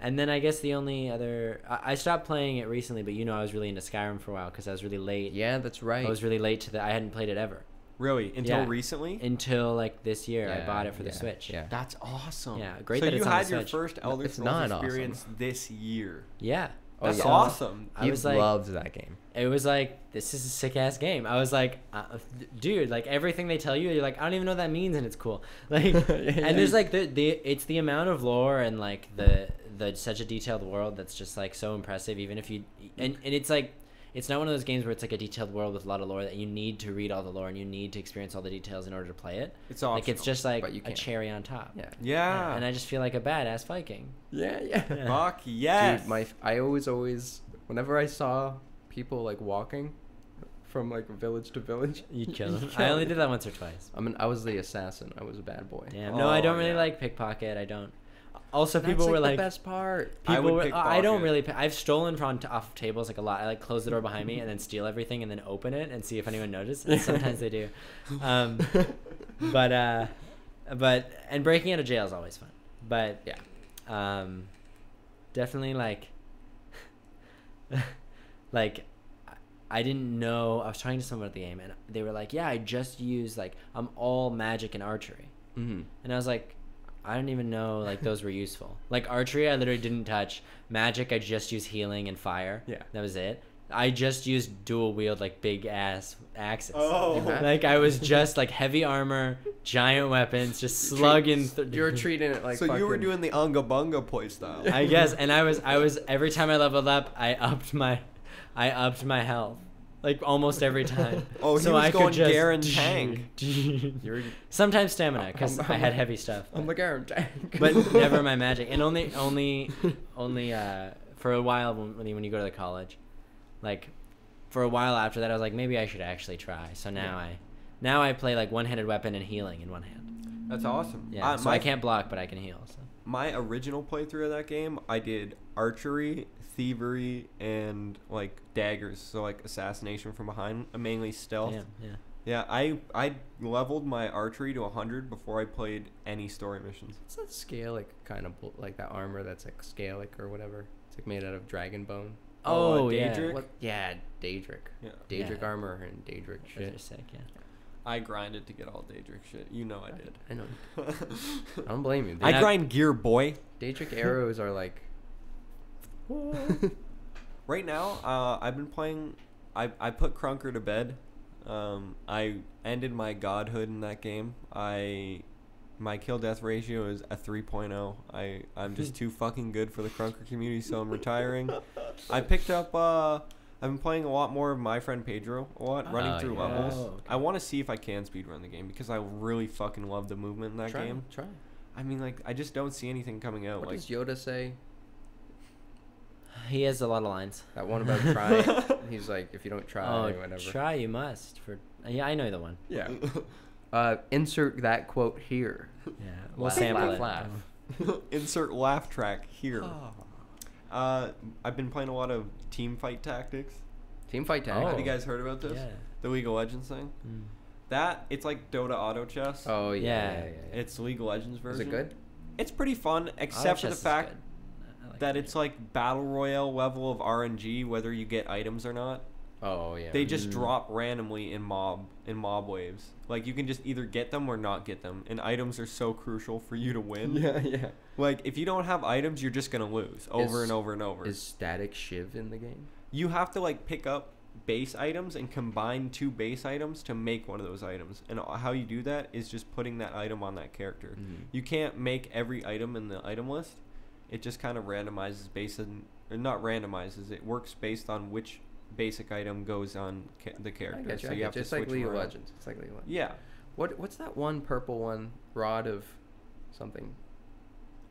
[SPEAKER 3] And then I guess the only other I, I stopped playing it recently, but you know I was really into Skyrim for a while because I was really late.
[SPEAKER 2] Yeah, that's right.
[SPEAKER 3] I was really late to that. I hadn't played it ever
[SPEAKER 1] Really? Until
[SPEAKER 3] Yeah.
[SPEAKER 1] recently?
[SPEAKER 3] until like this year. I
[SPEAKER 2] Yeah,
[SPEAKER 3] bought it for
[SPEAKER 2] yeah,
[SPEAKER 3] the Switch.
[SPEAKER 2] Yeah.
[SPEAKER 1] That's awesome.
[SPEAKER 3] Yeah, great
[SPEAKER 1] So
[SPEAKER 3] that
[SPEAKER 1] you
[SPEAKER 3] it's on the
[SPEAKER 1] had your
[SPEAKER 3] Switch.
[SPEAKER 1] first
[SPEAKER 2] No,
[SPEAKER 1] Elder
[SPEAKER 2] it's
[SPEAKER 1] Scrolls
[SPEAKER 2] not awesome.
[SPEAKER 1] experience this year.
[SPEAKER 3] Yeah.
[SPEAKER 2] Oh,
[SPEAKER 1] That's
[SPEAKER 2] yeah.
[SPEAKER 3] So,
[SPEAKER 1] awesome.
[SPEAKER 3] I
[SPEAKER 2] he
[SPEAKER 3] was like,
[SPEAKER 2] loves that game.
[SPEAKER 3] it was like this is a sick ass game. I was like, uh, dude, like everything they tell you, you're like, I don't even know what that means, and it's cool. Like,
[SPEAKER 2] Yeah, yeah.
[SPEAKER 3] and there's like the the it's the amount of lore and like the the such a detailed world that's just like so impressive. Even if you and and it's like. It's not one of those games where it's like a detailed world with a lot of lore that you need to read all the lore and you need to experience all the details in order to play it.
[SPEAKER 1] It's awesome.
[SPEAKER 3] Like it's just like
[SPEAKER 2] But you
[SPEAKER 3] a
[SPEAKER 2] can.
[SPEAKER 3] cherry on top.
[SPEAKER 2] Yeah.
[SPEAKER 1] yeah.
[SPEAKER 3] And I just feel like a badass Viking.
[SPEAKER 2] Yeah, yeah.
[SPEAKER 3] Yeah.
[SPEAKER 1] Fuck yes.
[SPEAKER 2] Dude, my I always always whenever I saw people like walking from like village to village,
[SPEAKER 3] You'd kill them. I only did that once or twice.
[SPEAKER 2] I mean, I was the assassin. I was a bad boy.
[SPEAKER 3] Damn. no, I
[SPEAKER 1] Oh,
[SPEAKER 3] don't really
[SPEAKER 1] yeah.
[SPEAKER 3] like pickpocket. I don't. Also,
[SPEAKER 2] That's,
[SPEAKER 3] people were
[SPEAKER 2] the
[SPEAKER 3] like,
[SPEAKER 2] best part.
[SPEAKER 1] I would
[SPEAKER 3] people were, I don't
[SPEAKER 1] pickpocket.
[SPEAKER 3] really. Pick, I've stolen from t- off tables like a lot. I like close the door behind me and then steal everything and then open it and see if anyone notices. And sometimes they do. Um, but uh, but and breaking out of jail is always fun. But
[SPEAKER 2] Yeah.
[SPEAKER 3] um, definitely like, like. I- I didn't know. I was talking to someone at the game, and they were like, "Yeah, I just use like I'm all magic and archery."
[SPEAKER 2] Mhm.
[SPEAKER 3] And I was like, I don't even know like those were useful. Like archery, I literally didn't touch. Magic, I just use healing and fire.
[SPEAKER 2] Yeah.
[SPEAKER 3] that was it. I just used dual wield like big ass axes.
[SPEAKER 1] Oh.
[SPEAKER 3] like I was just like heavy armor, giant weapons, just
[SPEAKER 2] Treat-
[SPEAKER 3] slugging. Th-
[SPEAKER 2] you're treating it like.
[SPEAKER 1] so you were
[SPEAKER 2] fucking-
[SPEAKER 1] doing the unga bunga play style.
[SPEAKER 3] I guess, and I was, I was every time I leveled up, I upped my, I upped my health, like almost every time.
[SPEAKER 1] Oh, he
[SPEAKER 3] so
[SPEAKER 1] was
[SPEAKER 3] I
[SPEAKER 1] going
[SPEAKER 3] could just
[SPEAKER 1] Garen Tank.
[SPEAKER 2] You're,
[SPEAKER 3] Sometimes stamina, because
[SPEAKER 2] I'm-
[SPEAKER 3] I had heavy stuff.
[SPEAKER 2] I'm
[SPEAKER 3] but-
[SPEAKER 2] like Iron Tank.
[SPEAKER 3] but never my magic. And only, only, only uh, for a while when when you, when you go to the college, like for a while after that, I was like, maybe I should actually try. So now I, now I play like one-handed weapon and healing in one hand.
[SPEAKER 1] That's awesome.
[SPEAKER 3] Yeah,
[SPEAKER 1] Uh,
[SPEAKER 3] so
[SPEAKER 1] my,
[SPEAKER 3] I can't block, but I can heal. So.
[SPEAKER 1] my original playthrough of that game, I did archery, thievery, and like daggers. So like assassination from behind, uh, mainly stealth.
[SPEAKER 3] Yeah, yeah.
[SPEAKER 1] Yeah, I I leveled my archery to 100 before I played any story missions.
[SPEAKER 2] It's that scalic kind of bull- like that armor that's like scalic or whatever. It's like made out of dragon bone.
[SPEAKER 1] Oh,
[SPEAKER 3] Oh, yeah.
[SPEAKER 1] Daedric?
[SPEAKER 2] What? Yeah, Daedric.
[SPEAKER 1] Yeah.
[SPEAKER 2] Daedric
[SPEAKER 3] Yeah.
[SPEAKER 2] armor and Daedric
[SPEAKER 3] Those are
[SPEAKER 2] shit.
[SPEAKER 3] sick. Yeah.
[SPEAKER 1] I grinded to get all Daedric shit. You know I did.
[SPEAKER 2] I know. I don't blame you.
[SPEAKER 1] I
[SPEAKER 3] I-
[SPEAKER 1] grind gear, boy.
[SPEAKER 2] Daedric arrows are like.
[SPEAKER 1] Right now, uh, I've been playing. I I put Crunker to bed. Um, I ended my godhood in that game. I my kill death ratio is a 3.0. I I'm just too fucking good for the Crunker community, so I'm retiring. I picked up. Uh, I've been playing a lot more of my friend Pedro a lot, running
[SPEAKER 2] Oh,
[SPEAKER 1] through
[SPEAKER 2] yeah.
[SPEAKER 1] levels.
[SPEAKER 3] Oh, okay.
[SPEAKER 1] I want to see if I can speedrun the game because I really fucking love the movement in that
[SPEAKER 2] try,
[SPEAKER 1] game.
[SPEAKER 2] Try.
[SPEAKER 1] I mean, like I just don't see anything coming out.
[SPEAKER 2] What
[SPEAKER 1] like
[SPEAKER 2] does Yoda say?
[SPEAKER 3] He has a lot of lines.
[SPEAKER 2] That one about trying. He's like, if you don't try,
[SPEAKER 3] oh,
[SPEAKER 2] whatever.
[SPEAKER 3] try you must. For yeah, I know the one.
[SPEAKER 2] Yeah. Uh, insert that quote here.
[SPEAKER 3] Yeah. We'll
[SPEAKER 2] Laugh,
[SPEAKER 3] sample
[SPEAKER 2] laugh,
[SPEAKER 3] it.
[SPEAKER 2] laugh.
[SPEAKER 1] Insert laugh track here. Uh, I've been playing a lot of team fight tactics.
[SPEAKER 2] Team fight tag.
[SPEAKER 1] Have
[SPEAKER 3] Oh.
[SPEAKER 1] you guys heard about this?
[SPEAKER 3] Yeah.
[SPEAKER 1] The League of Legends thing.
[SPEAKER 3] Mm.
[SPEAKER 1] That it's like Dota Auto Chess.
[SPEAKER 2] Hmm. Oh yeah.
[SPEAKER 3] Yeah.
[SPEAKER 2] yeah, yeah, yeah.
[SPEAKER 1] It's League of Legends
[SPEAKER 2] Is
[SPEAKER 1] version.
[SPEAKER 2] it good?
[SPEAKER 1] It's pretty fun, except for the
[SPEAKER 3] Auto-chess is
[SPEAKER 1] fact
[SPEAKER 3] good. I like
[SPEAKER 1] that it's like battle royale level of RNG, whether you get items or not.
[SPEAKER 2] Oh yeah.
[SPEAKER 1] They just
[SPEAKER 3] Mm.
[SPEAKER 1] drop randomly in mob in mob waves. Like you can just either get them or not get them, and items are so crucial for you to win.
[SPEAKER 2] Yeah, yeah.
[SPEAKER 1] Like if you don't have items, you're just gonna lose over
[SPEAKER 2] Is-
[SPEAKER 1] and over and over.
[SPEAKER 2] Is Static Shiv in the game?
[SPEAKER 1] you have to like pick up base items and combine two base items to make one of those items. And how you do that is just putting that item on that character.
[SPEAKER 2] Mm-hmm.
[SPEAKER 1] You can't make every item in the item list. It just kind of randomizes based on or not randomizes. It works based on which basic item goes on ca- the
[SPEAKER 2] I
[SPEAKER 1] character.
[SPEAKER 2] get you.
[SPEAKER 1] So
[SPEAKER 2] I
[SPEAKER 1] you
[SPEAKER 2] get
[SPEAKER 1] have to
[SPEAKER 2] you. It's like
[SPEAKER 1] switch 'em
[SPEAKER 2] League of
[SPEAKER 1] around.
[SPEAKER 2] Legends. It's like League of Legends.
[SPEAKER 1] Yeah.
[SPEAKER 2] What What's that one purple one? Rod of something.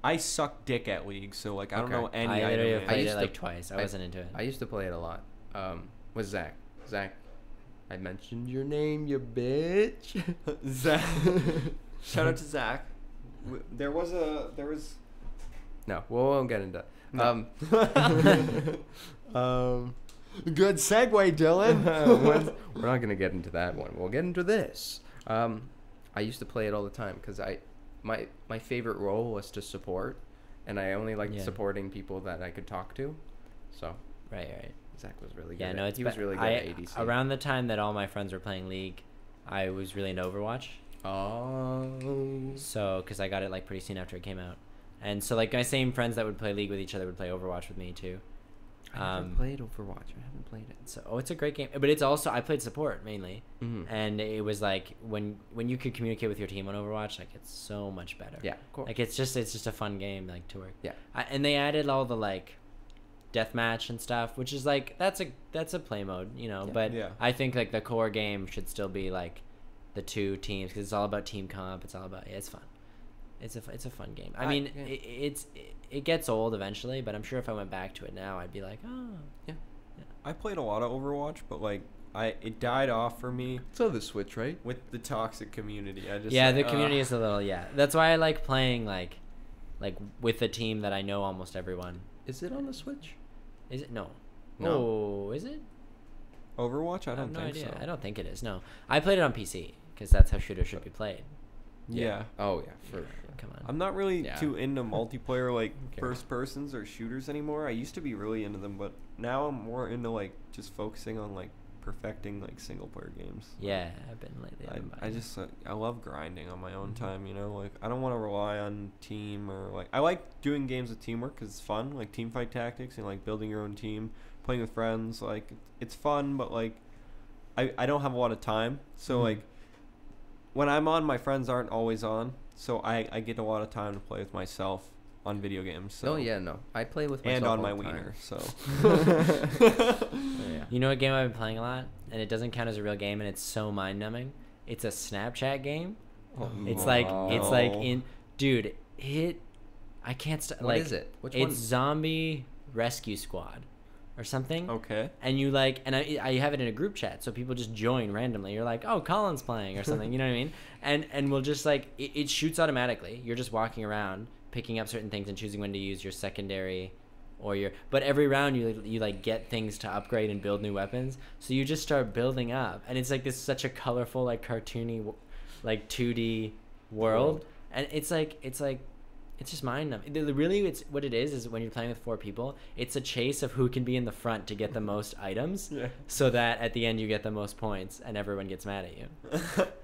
[SPEAKER 1] I suck dick at League, so like I don't
[SPEAKER 2] Okay.
[SPEAKER 1] know any
[SPEAKER 3] I
[SPEAKER 1] item. in
[SPEAKER 3] literally have
[SPEAKER 1] it.
[SPEAKER 2] I
[SPEAKER 3] played
[SPEAKER 2] used
[SPEAKER 3] it
[SPEAKER 2] to-
[SPEAKER 3] like twice. I,
[SPEAKER 2] I-
[SPEAKER 3] wasn't into it.
[SPEAKER 2] I used to play it a lot. Um, with Zach. Zach, I mentioned your name, you bitch.
[SPEAKER 1] Zach. Shout out to Zach. W- There was a there was
[SPEAKER 2] no, we won't get into.
[SPEAKER 1] No.
[SPEAKER 2] Um, um,
[SPEAKER 1] Good segue, Dylan.
[SPEAKER 2] Once- we're not gonna get into that one. We'll get into this. Um, I used to play it all the time because I, my my favorite role was to support, and I only liked
[SPEAKER 3] Yeah.
[SPEAKER 2] supporting people that I could talk to. So
[SPEAKER 3] Right, right.
[SPEAKER 2] Zach was really good.
[SPEAKER 3] Yeah,
[SPEAKER 2] at-
[SPEAKER 3] no, it's
[SPEAKER 2] he was
[SPEAKER 3] be-
[SPEAKER 2] really good
[SPEAKER 3] I,
[SPEAKER 2] at ADC.
[SPEAKER 3] Around the time that all my friends were playing League, I was really into Overwatch.
[SPEAKER 2] oh,
[SPEAKER 3] So, because I got it like pretty soon after it came out, and so like my same friends that would play League with each other would play Overwatch with me too.
[SPEAKER 2] I never
[SPEAKER 3] um,
[SPEAKER 2] played Overwatch. I haven't played it.
[SPEAKER 3] So, oh, it's a great game, but it's also I played support mainly,
[SPEAKER 2] Mhm.
[SPEAKER 3] and it was like when when you could communicate with your team on Overwatch, like it's so much better.
[SPEAKER 2] Yeah, of course.
[SPEAKER 3] Like it's just it's just a fun game like to work.
[SPEAKER 2] Yeah.
[SPEAKER 3] I, and they added all the like deathmatch and stuff, which is like that's a that's a play mode, you know.
[SPEAKER 2] Yeah.
[SPEAKER 3] But
[SPEAKER 1] Yeah.
[SPEAKER 3] I think like the core game should still be like the two teams because it's all about team comp. It's all about yeah, it's fun. It's a f- it's a fun game. I,
[SPEAKER 2] I-
[SPEAKER 3] mean,
[SPEAKER 2] yeah.
[SPEAKER 3] it, it's it, it gets old eventually, but I'm sure if I went back to it now, I'd be like, oh,
[SPEAKER 2] Yeah.
[SPEAKER 1] I played a lot of Overwatch, but like I it died off for me
[SPEAKER 2] So the Switch, right?
[SPEAKER 1] with the toxic community. I just
[SPEAKER 3] yeah.
[SPEAKER 1] like, uh,
[SPEAKER 3] the community
[SPEAKER 1] ugh.
[SPEAKER 3] is a little yeah. That's why I like playing like like with a team that I know almost everyone.
[SPEAKER 2] Is it on the Switch?
[SPEAKER 3] Is it no?
[SPEAKER 2] No.
[SPEAKER 3] Oh, is it?
[SPEAKER 1] Overwatch. I don't
[SPEAKER 3] have no
[SPEAKER 1] think
[SPEAKER 3] idea.
[SPEAKER 1] so.
[SPEAKER 3] I don't think it is. No, I played it on PC because that's how shooters should be played.
[SPEAKER 1] Yeah.
[SPEAKER 2] Oh yeah, for
[SPEAKER 3] Yeah,
[SPEAKER 2] sure.
[SPEAKER 3] Come on.
[SPEAKER 1] I'm not really
[SPEAKER 2] Yeah.
[SPEAKER 1] too into multiplayer like
[SPEAKER 2] Okay.
[SPEAKER 1] first persons or shooters anymore. I used to be really into them, but now I'm more into like just focusing on like perfecting like single player games.
[SPEAKER 3] yeah, I've been lately. I've been
[SPEAKER 1] I, I
[SPEAKER 3] buying it.
[SPEAKER 1] just uh, like, I love grinding on my own
[SPEAKER 2] Mm-hmm.
[SPEAKER 3] Mhm.
[SPEAKER 1] time, you know. Like I don't want to rely on team or like I like doing games with teamwork because it's fun, like team fight tactics and like building your own team, playing with friends. Like it's fun, but like I I don't have a lot of time, so
[SPEAKER 2] Mm-hmm.
[SPEAKER 3] Mhm.
[SPEAKER 1] like when I'm on, my friends aren't always on, so I I get a lot of time to play with myself on video games. So
[SPEAKER 2] Oh yeah, no. I play with myself
[SPEAKER 1] and on
[SPEAKER 2] all
[SPEAKER 1] my
[SPEAKER 2] the time.
[SPEAKER 1] wiener. So
[SPEAKER 2] yeah.
[SPEAKER 3] You know a game I've been playing a lot, and it doesn't count as a real game, and it's so mind numbing. It's a Snapchat game. It's like it's like
[SPEAKER 1] Oh, no.
[SPEAKER 3] in dude. It. I can't st-
[SPEAKER 2] What
[SPEAKER 3] like.
[SPEAKER 2] is it? Which
[SPEAKER 3] it's
[SPEAKER 2] one?
[SPEAKER 3] Zombie Rescue Squad, or something.
[SPEAKER 1] okay.
[SPEAKER 3] and you like and I, I have it in a group chat so people just join randomly you're like oh colin's playing or something you know what i mean and and we'll just like it, it shoots automatically you're just walking around picking up certain things and choosing when to use your secondary or your but every round you you like get things to upgrade and build new weapons so you just start building up and it's like this such a colorful like cartoony w- like 2d world
[SPEAKER 2] World.
[SPEAKER 3] and it's like it's like it's just mind numbing. The- the- Really, it's what it is is when you're playing with four people, it's a chase of who can be in the front to get the most items,
[SPEAKER 1] Yeah.
[SPEAKER 3] so that at the end you get the most points and everyone gets mad at you.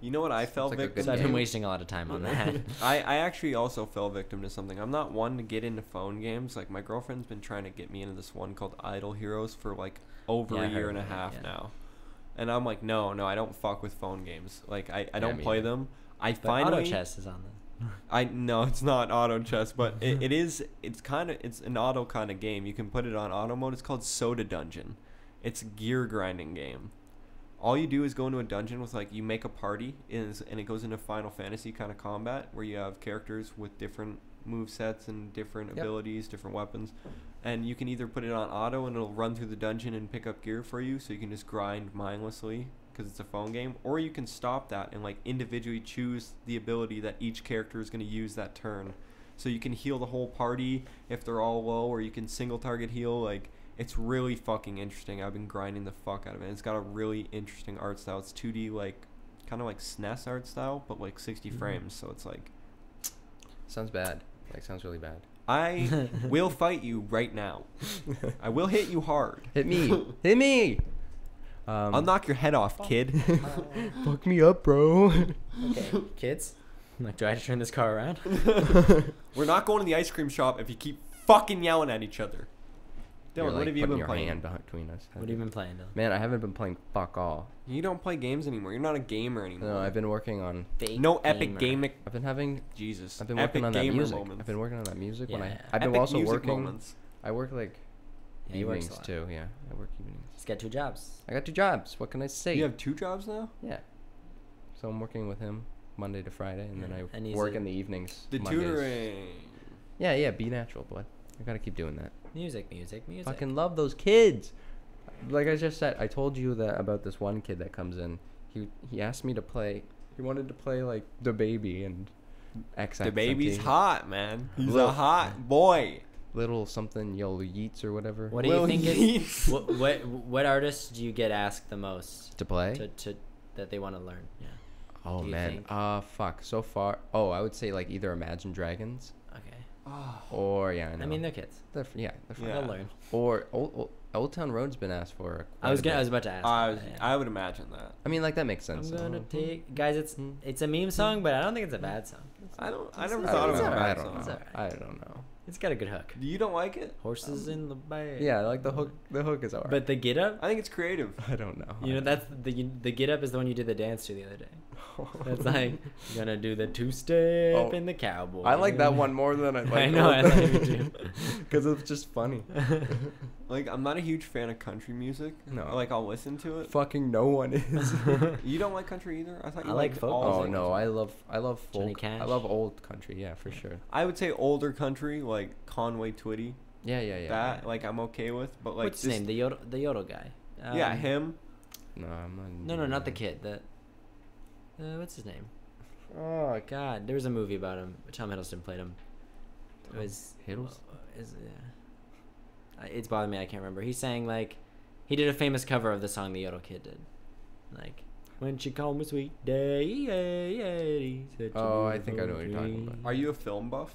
[SPEAKER 1] you know what I fell
[SPEAKER 2] like a
[SPEAKER 1] victim
[SPEAKER 2] good
[SPEAKER 3] So I've been
[SPEAKER 2] game.
[SPEAKER 3] wasting a lot of time on that.
[SPEAKER 1] I, I actually also fell victim to something. I'm not one to get into phone games. Like my girlfriend's been trying to get me into this one called Idle Heroes for like over
[SPEAKER 3] Yeah, I
[SPEAKER 1] a year
[SPEAKER 3] heard
[SPEAKER 1] and a
[SPEAKER 3] about it,
[SPEAKER 1] half
[SPEAKER 3] yeah.
[SPEAKER 1] now. And I'm like, no, no, I don't fuck with phone games. Like I, I don't
[SPEAKER 2] me
[SPEAKER 1] play
[SPEAKER 2] either.
[SPEAKER 1] them. I
[SPEAKER 3] But
[SPEAKER 1] finally
[SPEAKER 3] auto chess is on the.
[SPEAKER 1] I no, it's not auto chess, but it, it is. It's kind of it's an auto kind of game. You can put it on auto mode. It's called Soda Dungeon. It's a gear grinding game. All you do is go into a dungeon with like you make a party and it's- and it goes into Final Fantasy kind of combat where you have characters with different move sets and different
[SPEAKER 2] Yep.
[SPEAKER 1] abilities, different weapons, and you can either put it on auto and it'll run through the dungeon and pick up gear for you, so you can just grind mindlessly because it's a phone game, or you can stop that and like individually choose the ability that each character is going to use that turn. So you can heal the whole party if they're all low, or you can single target heal. Like it's really fucking interesting. I've been grinding the fuck out of it. It's got a really interesting art style. It's 2D like kind of like SNES art style, but like 60
[SPEAKER 3] Mhm.
[SPEAKER 1] frames. So it's like
[SPEAKER 2] Sounds bad. Like sounds really bad.
[SPEAKER 1] I will fight you right now. I will hit you hard.
[SPEAKER 2] Hit me. Hit me. Um,
[SPEAKER 1] I'll knock your head off, kid.
[SPEAKER 2] Fuck me up, bro.
[SPEAKER 3] okay, kids. I'm like, do I have to turn this car around?
[SPEAKER 1] We're not going to the ice cream shop if you keep fucking yelling at each other. Dylan,
[SPEAKER 2] You're,
[SPEAKER 1] what
[SPEAKER 2] like,
[SPEAKER 1] have you
[SPEAKER 2] putting
[SPEAKER 1] been
[SPEAKER 2] your
[SPEAKER 1] playing?
[SPEAKER 2] hand behind- between us.
[SPEAKER 3] what have you been playing? Dylan?
[SPEAKER 2] Man, I haven't been playing fuck all.
[SPEAKER 1] You don't play games anymore. You're not a gamer anymore.
[SPEAKER 2] No, I've been working on.
[SPEAKER 3] Fake
[SPEAKER 1] no epic
[SPEAKER 3] gamer.
[SPEAKER 1] gamer.
[SPEAKER 2] I've been having.
[SPEAKER 1] Jesus.
[SPEAKER 2] I've been
[SPEAKER 1] epic
[SPEAKER 2] working on that
[SPEAKER 1] gamer
[SPEAKER 2] music.
[SPEAKER 1] moments.
[SPEAKER 2] I've been working on that music when I.
[SPEAKER 3] Yeah.
[SPEAKER 2] I've been
[SPEAKER 1] Epic
[SPEAKER 2] also
[SPEAKER 1] music
[SPEAKER 2] working.
[SPEAKER 1] Moments.
[SPEAKER 2] I work like
[SPEAKER 3] Yeah, he works
[SPEAKER 2] evenings
[SPEAKER 3] a lot.
[SPEAKER 2] too. Yeah, I work evenings.
[SPEAKER 3] He's got two jobs.
[SPEAKER 2] I got two jobs. What can I say?
[SPEAKER 1] You have two jobs now.
[SPEAKER 2] yeah. So I'm working with him Monday to Friday, and then
[SPEAKER 3] Yeah,
[SPEAKER 2] I
[SPEAKER 3] and he's
[SPEAKER 2] work
[SPEAKER 3] a-
[SPEAKER 2] in the evenings.
[SPEAKER 1] The
[SPEAKER 2] Mondays.
[SPEAKER 1] tutoring.
[SPEAKER 2] Yeah, yeah. Be natural, bud. I gotta keep doing that.
[SPEAKER 3] Music, music, music.
[SPEAKER 2] Fucking love those kids. Like I just said, I told you that about this one kid that comes in. He he asked me to play. He wanted to play like the baby and X.
[SPEAKER 1] The baby's hot, man. He's a
[SPEAKER 2] Look.
[SPEAKER 1] hot boy.
[SPEAKER 2] Little something yo Yeats or whatever.
[SPEAKER 3] What do you
[SPEAKER 1] Lil
[SPEAKER 3] think? Is,
[SPEAKER 1] Yeats.
[SPEAKER 3] what what what artists do you get asked the most
[SPEAKER 2] to play?
[SPEAKER 3] to to that they want to learn. Yeah.
[SPEAKER 2] Oh
[SPEAKER 3] Do you
[SPEAKER 2] man.
[SPEAKER 3] think?
[SPEAKER 2] Uh fuck. So far, oh, I would say like either Imagine Dragons
[SPEAKER 3] Okay.
[SPEAKER 1] Oh,
[SPEAKER 2] or yeah, I
[SPEAKER 3] I,
[SPEAKER 2] know.
[SPEAKER 3] mean, they're kids.
[SPEAKER 2] They're f- yeah, they're fine.
[SPEAKER 1] Yeah.
[SPEAKER 3] They'll learn.
[SPEAKER 2] Or Old, Old, Old Town Road's been asked for.
[SPEAKER 3] I was
[SPEAKER 2] quite
[SPEAKER 3] gonna,
[SPEAKER 2] a
[SPEAKER 3] I was
[SPEAKER 2] bit.
[SPEAKER 3] about to ask.
[SPEAKER 1] I,
[SPEAKER 3] about
[SPEAKER 1] was-
[SPEAKER 3] that, yeah.
[SPEAKER 1] I would imagine that.
[SPEAKER 2] I mean, like that makes sense.
[SPEAKER 3] I'm gonna
[SPEAKER 2] Mhm.
[SPEAKER 3] take guys. It's
[SPEAKER 1] Hmm.
[SPEAKER 2] Mhm.
[SPEAKER 3] it's a meme song, but I don't think it's a bad song.
[SPEAKER 1] I don't. I
[SPEAKER 3] It's
[SPEAKER 1] never
[SPEAKER 3] not-
[SPEAKER 1] thought of
[SPEAKER 3] it's
[SPEAKER 1] it.
[SPEAKER 3] alright,
[SPEAKER 2] I
[SPEAKER 1] as a
[SPEAKER 2] don't
[SPEAKER 1] bad
[SPEAKER 3] it's
[SPEAKER 2] know.
[SPEAKER 1] song.
[SPEAKER 2] I don't know.
[SPEAKER 3] It's got a good hook.
[SPEAKER 1] You don't like it?
[SPEAKER 3] Horses in the bay.
[SPEAKER 2] Yeah, like the hook. The hook is alright.
[SPEAKER 3] But the get up,
[SPEAKER 1] I think it's creative.
[SPEAKER 2] I don't know. I
[SPEAKER 3] you know,
[SPEAKER 2] don't
[SPEAKER 3] that's the you- the get up is the one you did the dance to the other day. That's like gonna do the two step
[SPEAKER 2] Oh.
[SPEAKER 3] and the cowboy.
[SPEAKER 2] I like that one more than I like.
[SPEAKER 3] I know, I like it too.
[SPEAKER 2] Because it's just funny.
[SPEAKER 1] Like I'm not a huge fan of country music.
[SPEAKER 2] No.
[SPEAKER 1] Like I'll listen to it.
[SPEAKER 2] Fucking no one is.
[SPEAKER 1] You don't like country either? I thought you
[SPEAKER 3] I like
[SPEAKER 1] liked
[SPEAKER 3] folk
[SPEAKER 1] all
[SPEAKER 2] oh
[SPEAKER 3] music.
[SPEAKER 1] things.
[SPEAKER 2] no, I love I love
[SPEAKER 3] Johnny
[SPEAKER 2] folk. I
[SPEAKER 3] Cash.
[SPEAKER 2] love old country. Yeah, for sure.
[SPEAKER 1] I would say older country like Conway Twitty.
[SPEAKER 2] Yeah, yeah, yeah.
[SPEAKER 1] that like I'm okay with, but like
[SPEAKER 3] What's his
[SPEAKER 1] this-
[SPEAKER 3] name? The yodel, the yodel guy.
[SPEAKER 1] yeah,
[SPEAKER 3] Um,
[SPEAKER 1] him.
[SPEAKER 2] No, I'm not.
[SPEAKER 3] No, no, not the kid. The uh, what's his name?
[SPEAKER 2] Oh
[SPEAKER 3] God, there was a movie about him. Tom Hiddleston played him. It was uh,
[SPEAKER 2] Hiddleston?
[SPEAKER 3] Is, yeah. I- It's bothering me. I can't remember. He sang like he did a famous cover of the song the Yodel Kid did, like when she called me sweet daddy. such a
[SPEAKER 2] Oh, I think I know what you're
[SPEAKER 3] beautiful
[SPEAKER 2] talking about.
[SPEAKER 3] dream."
[SPEAKER 1] Are you a film buff?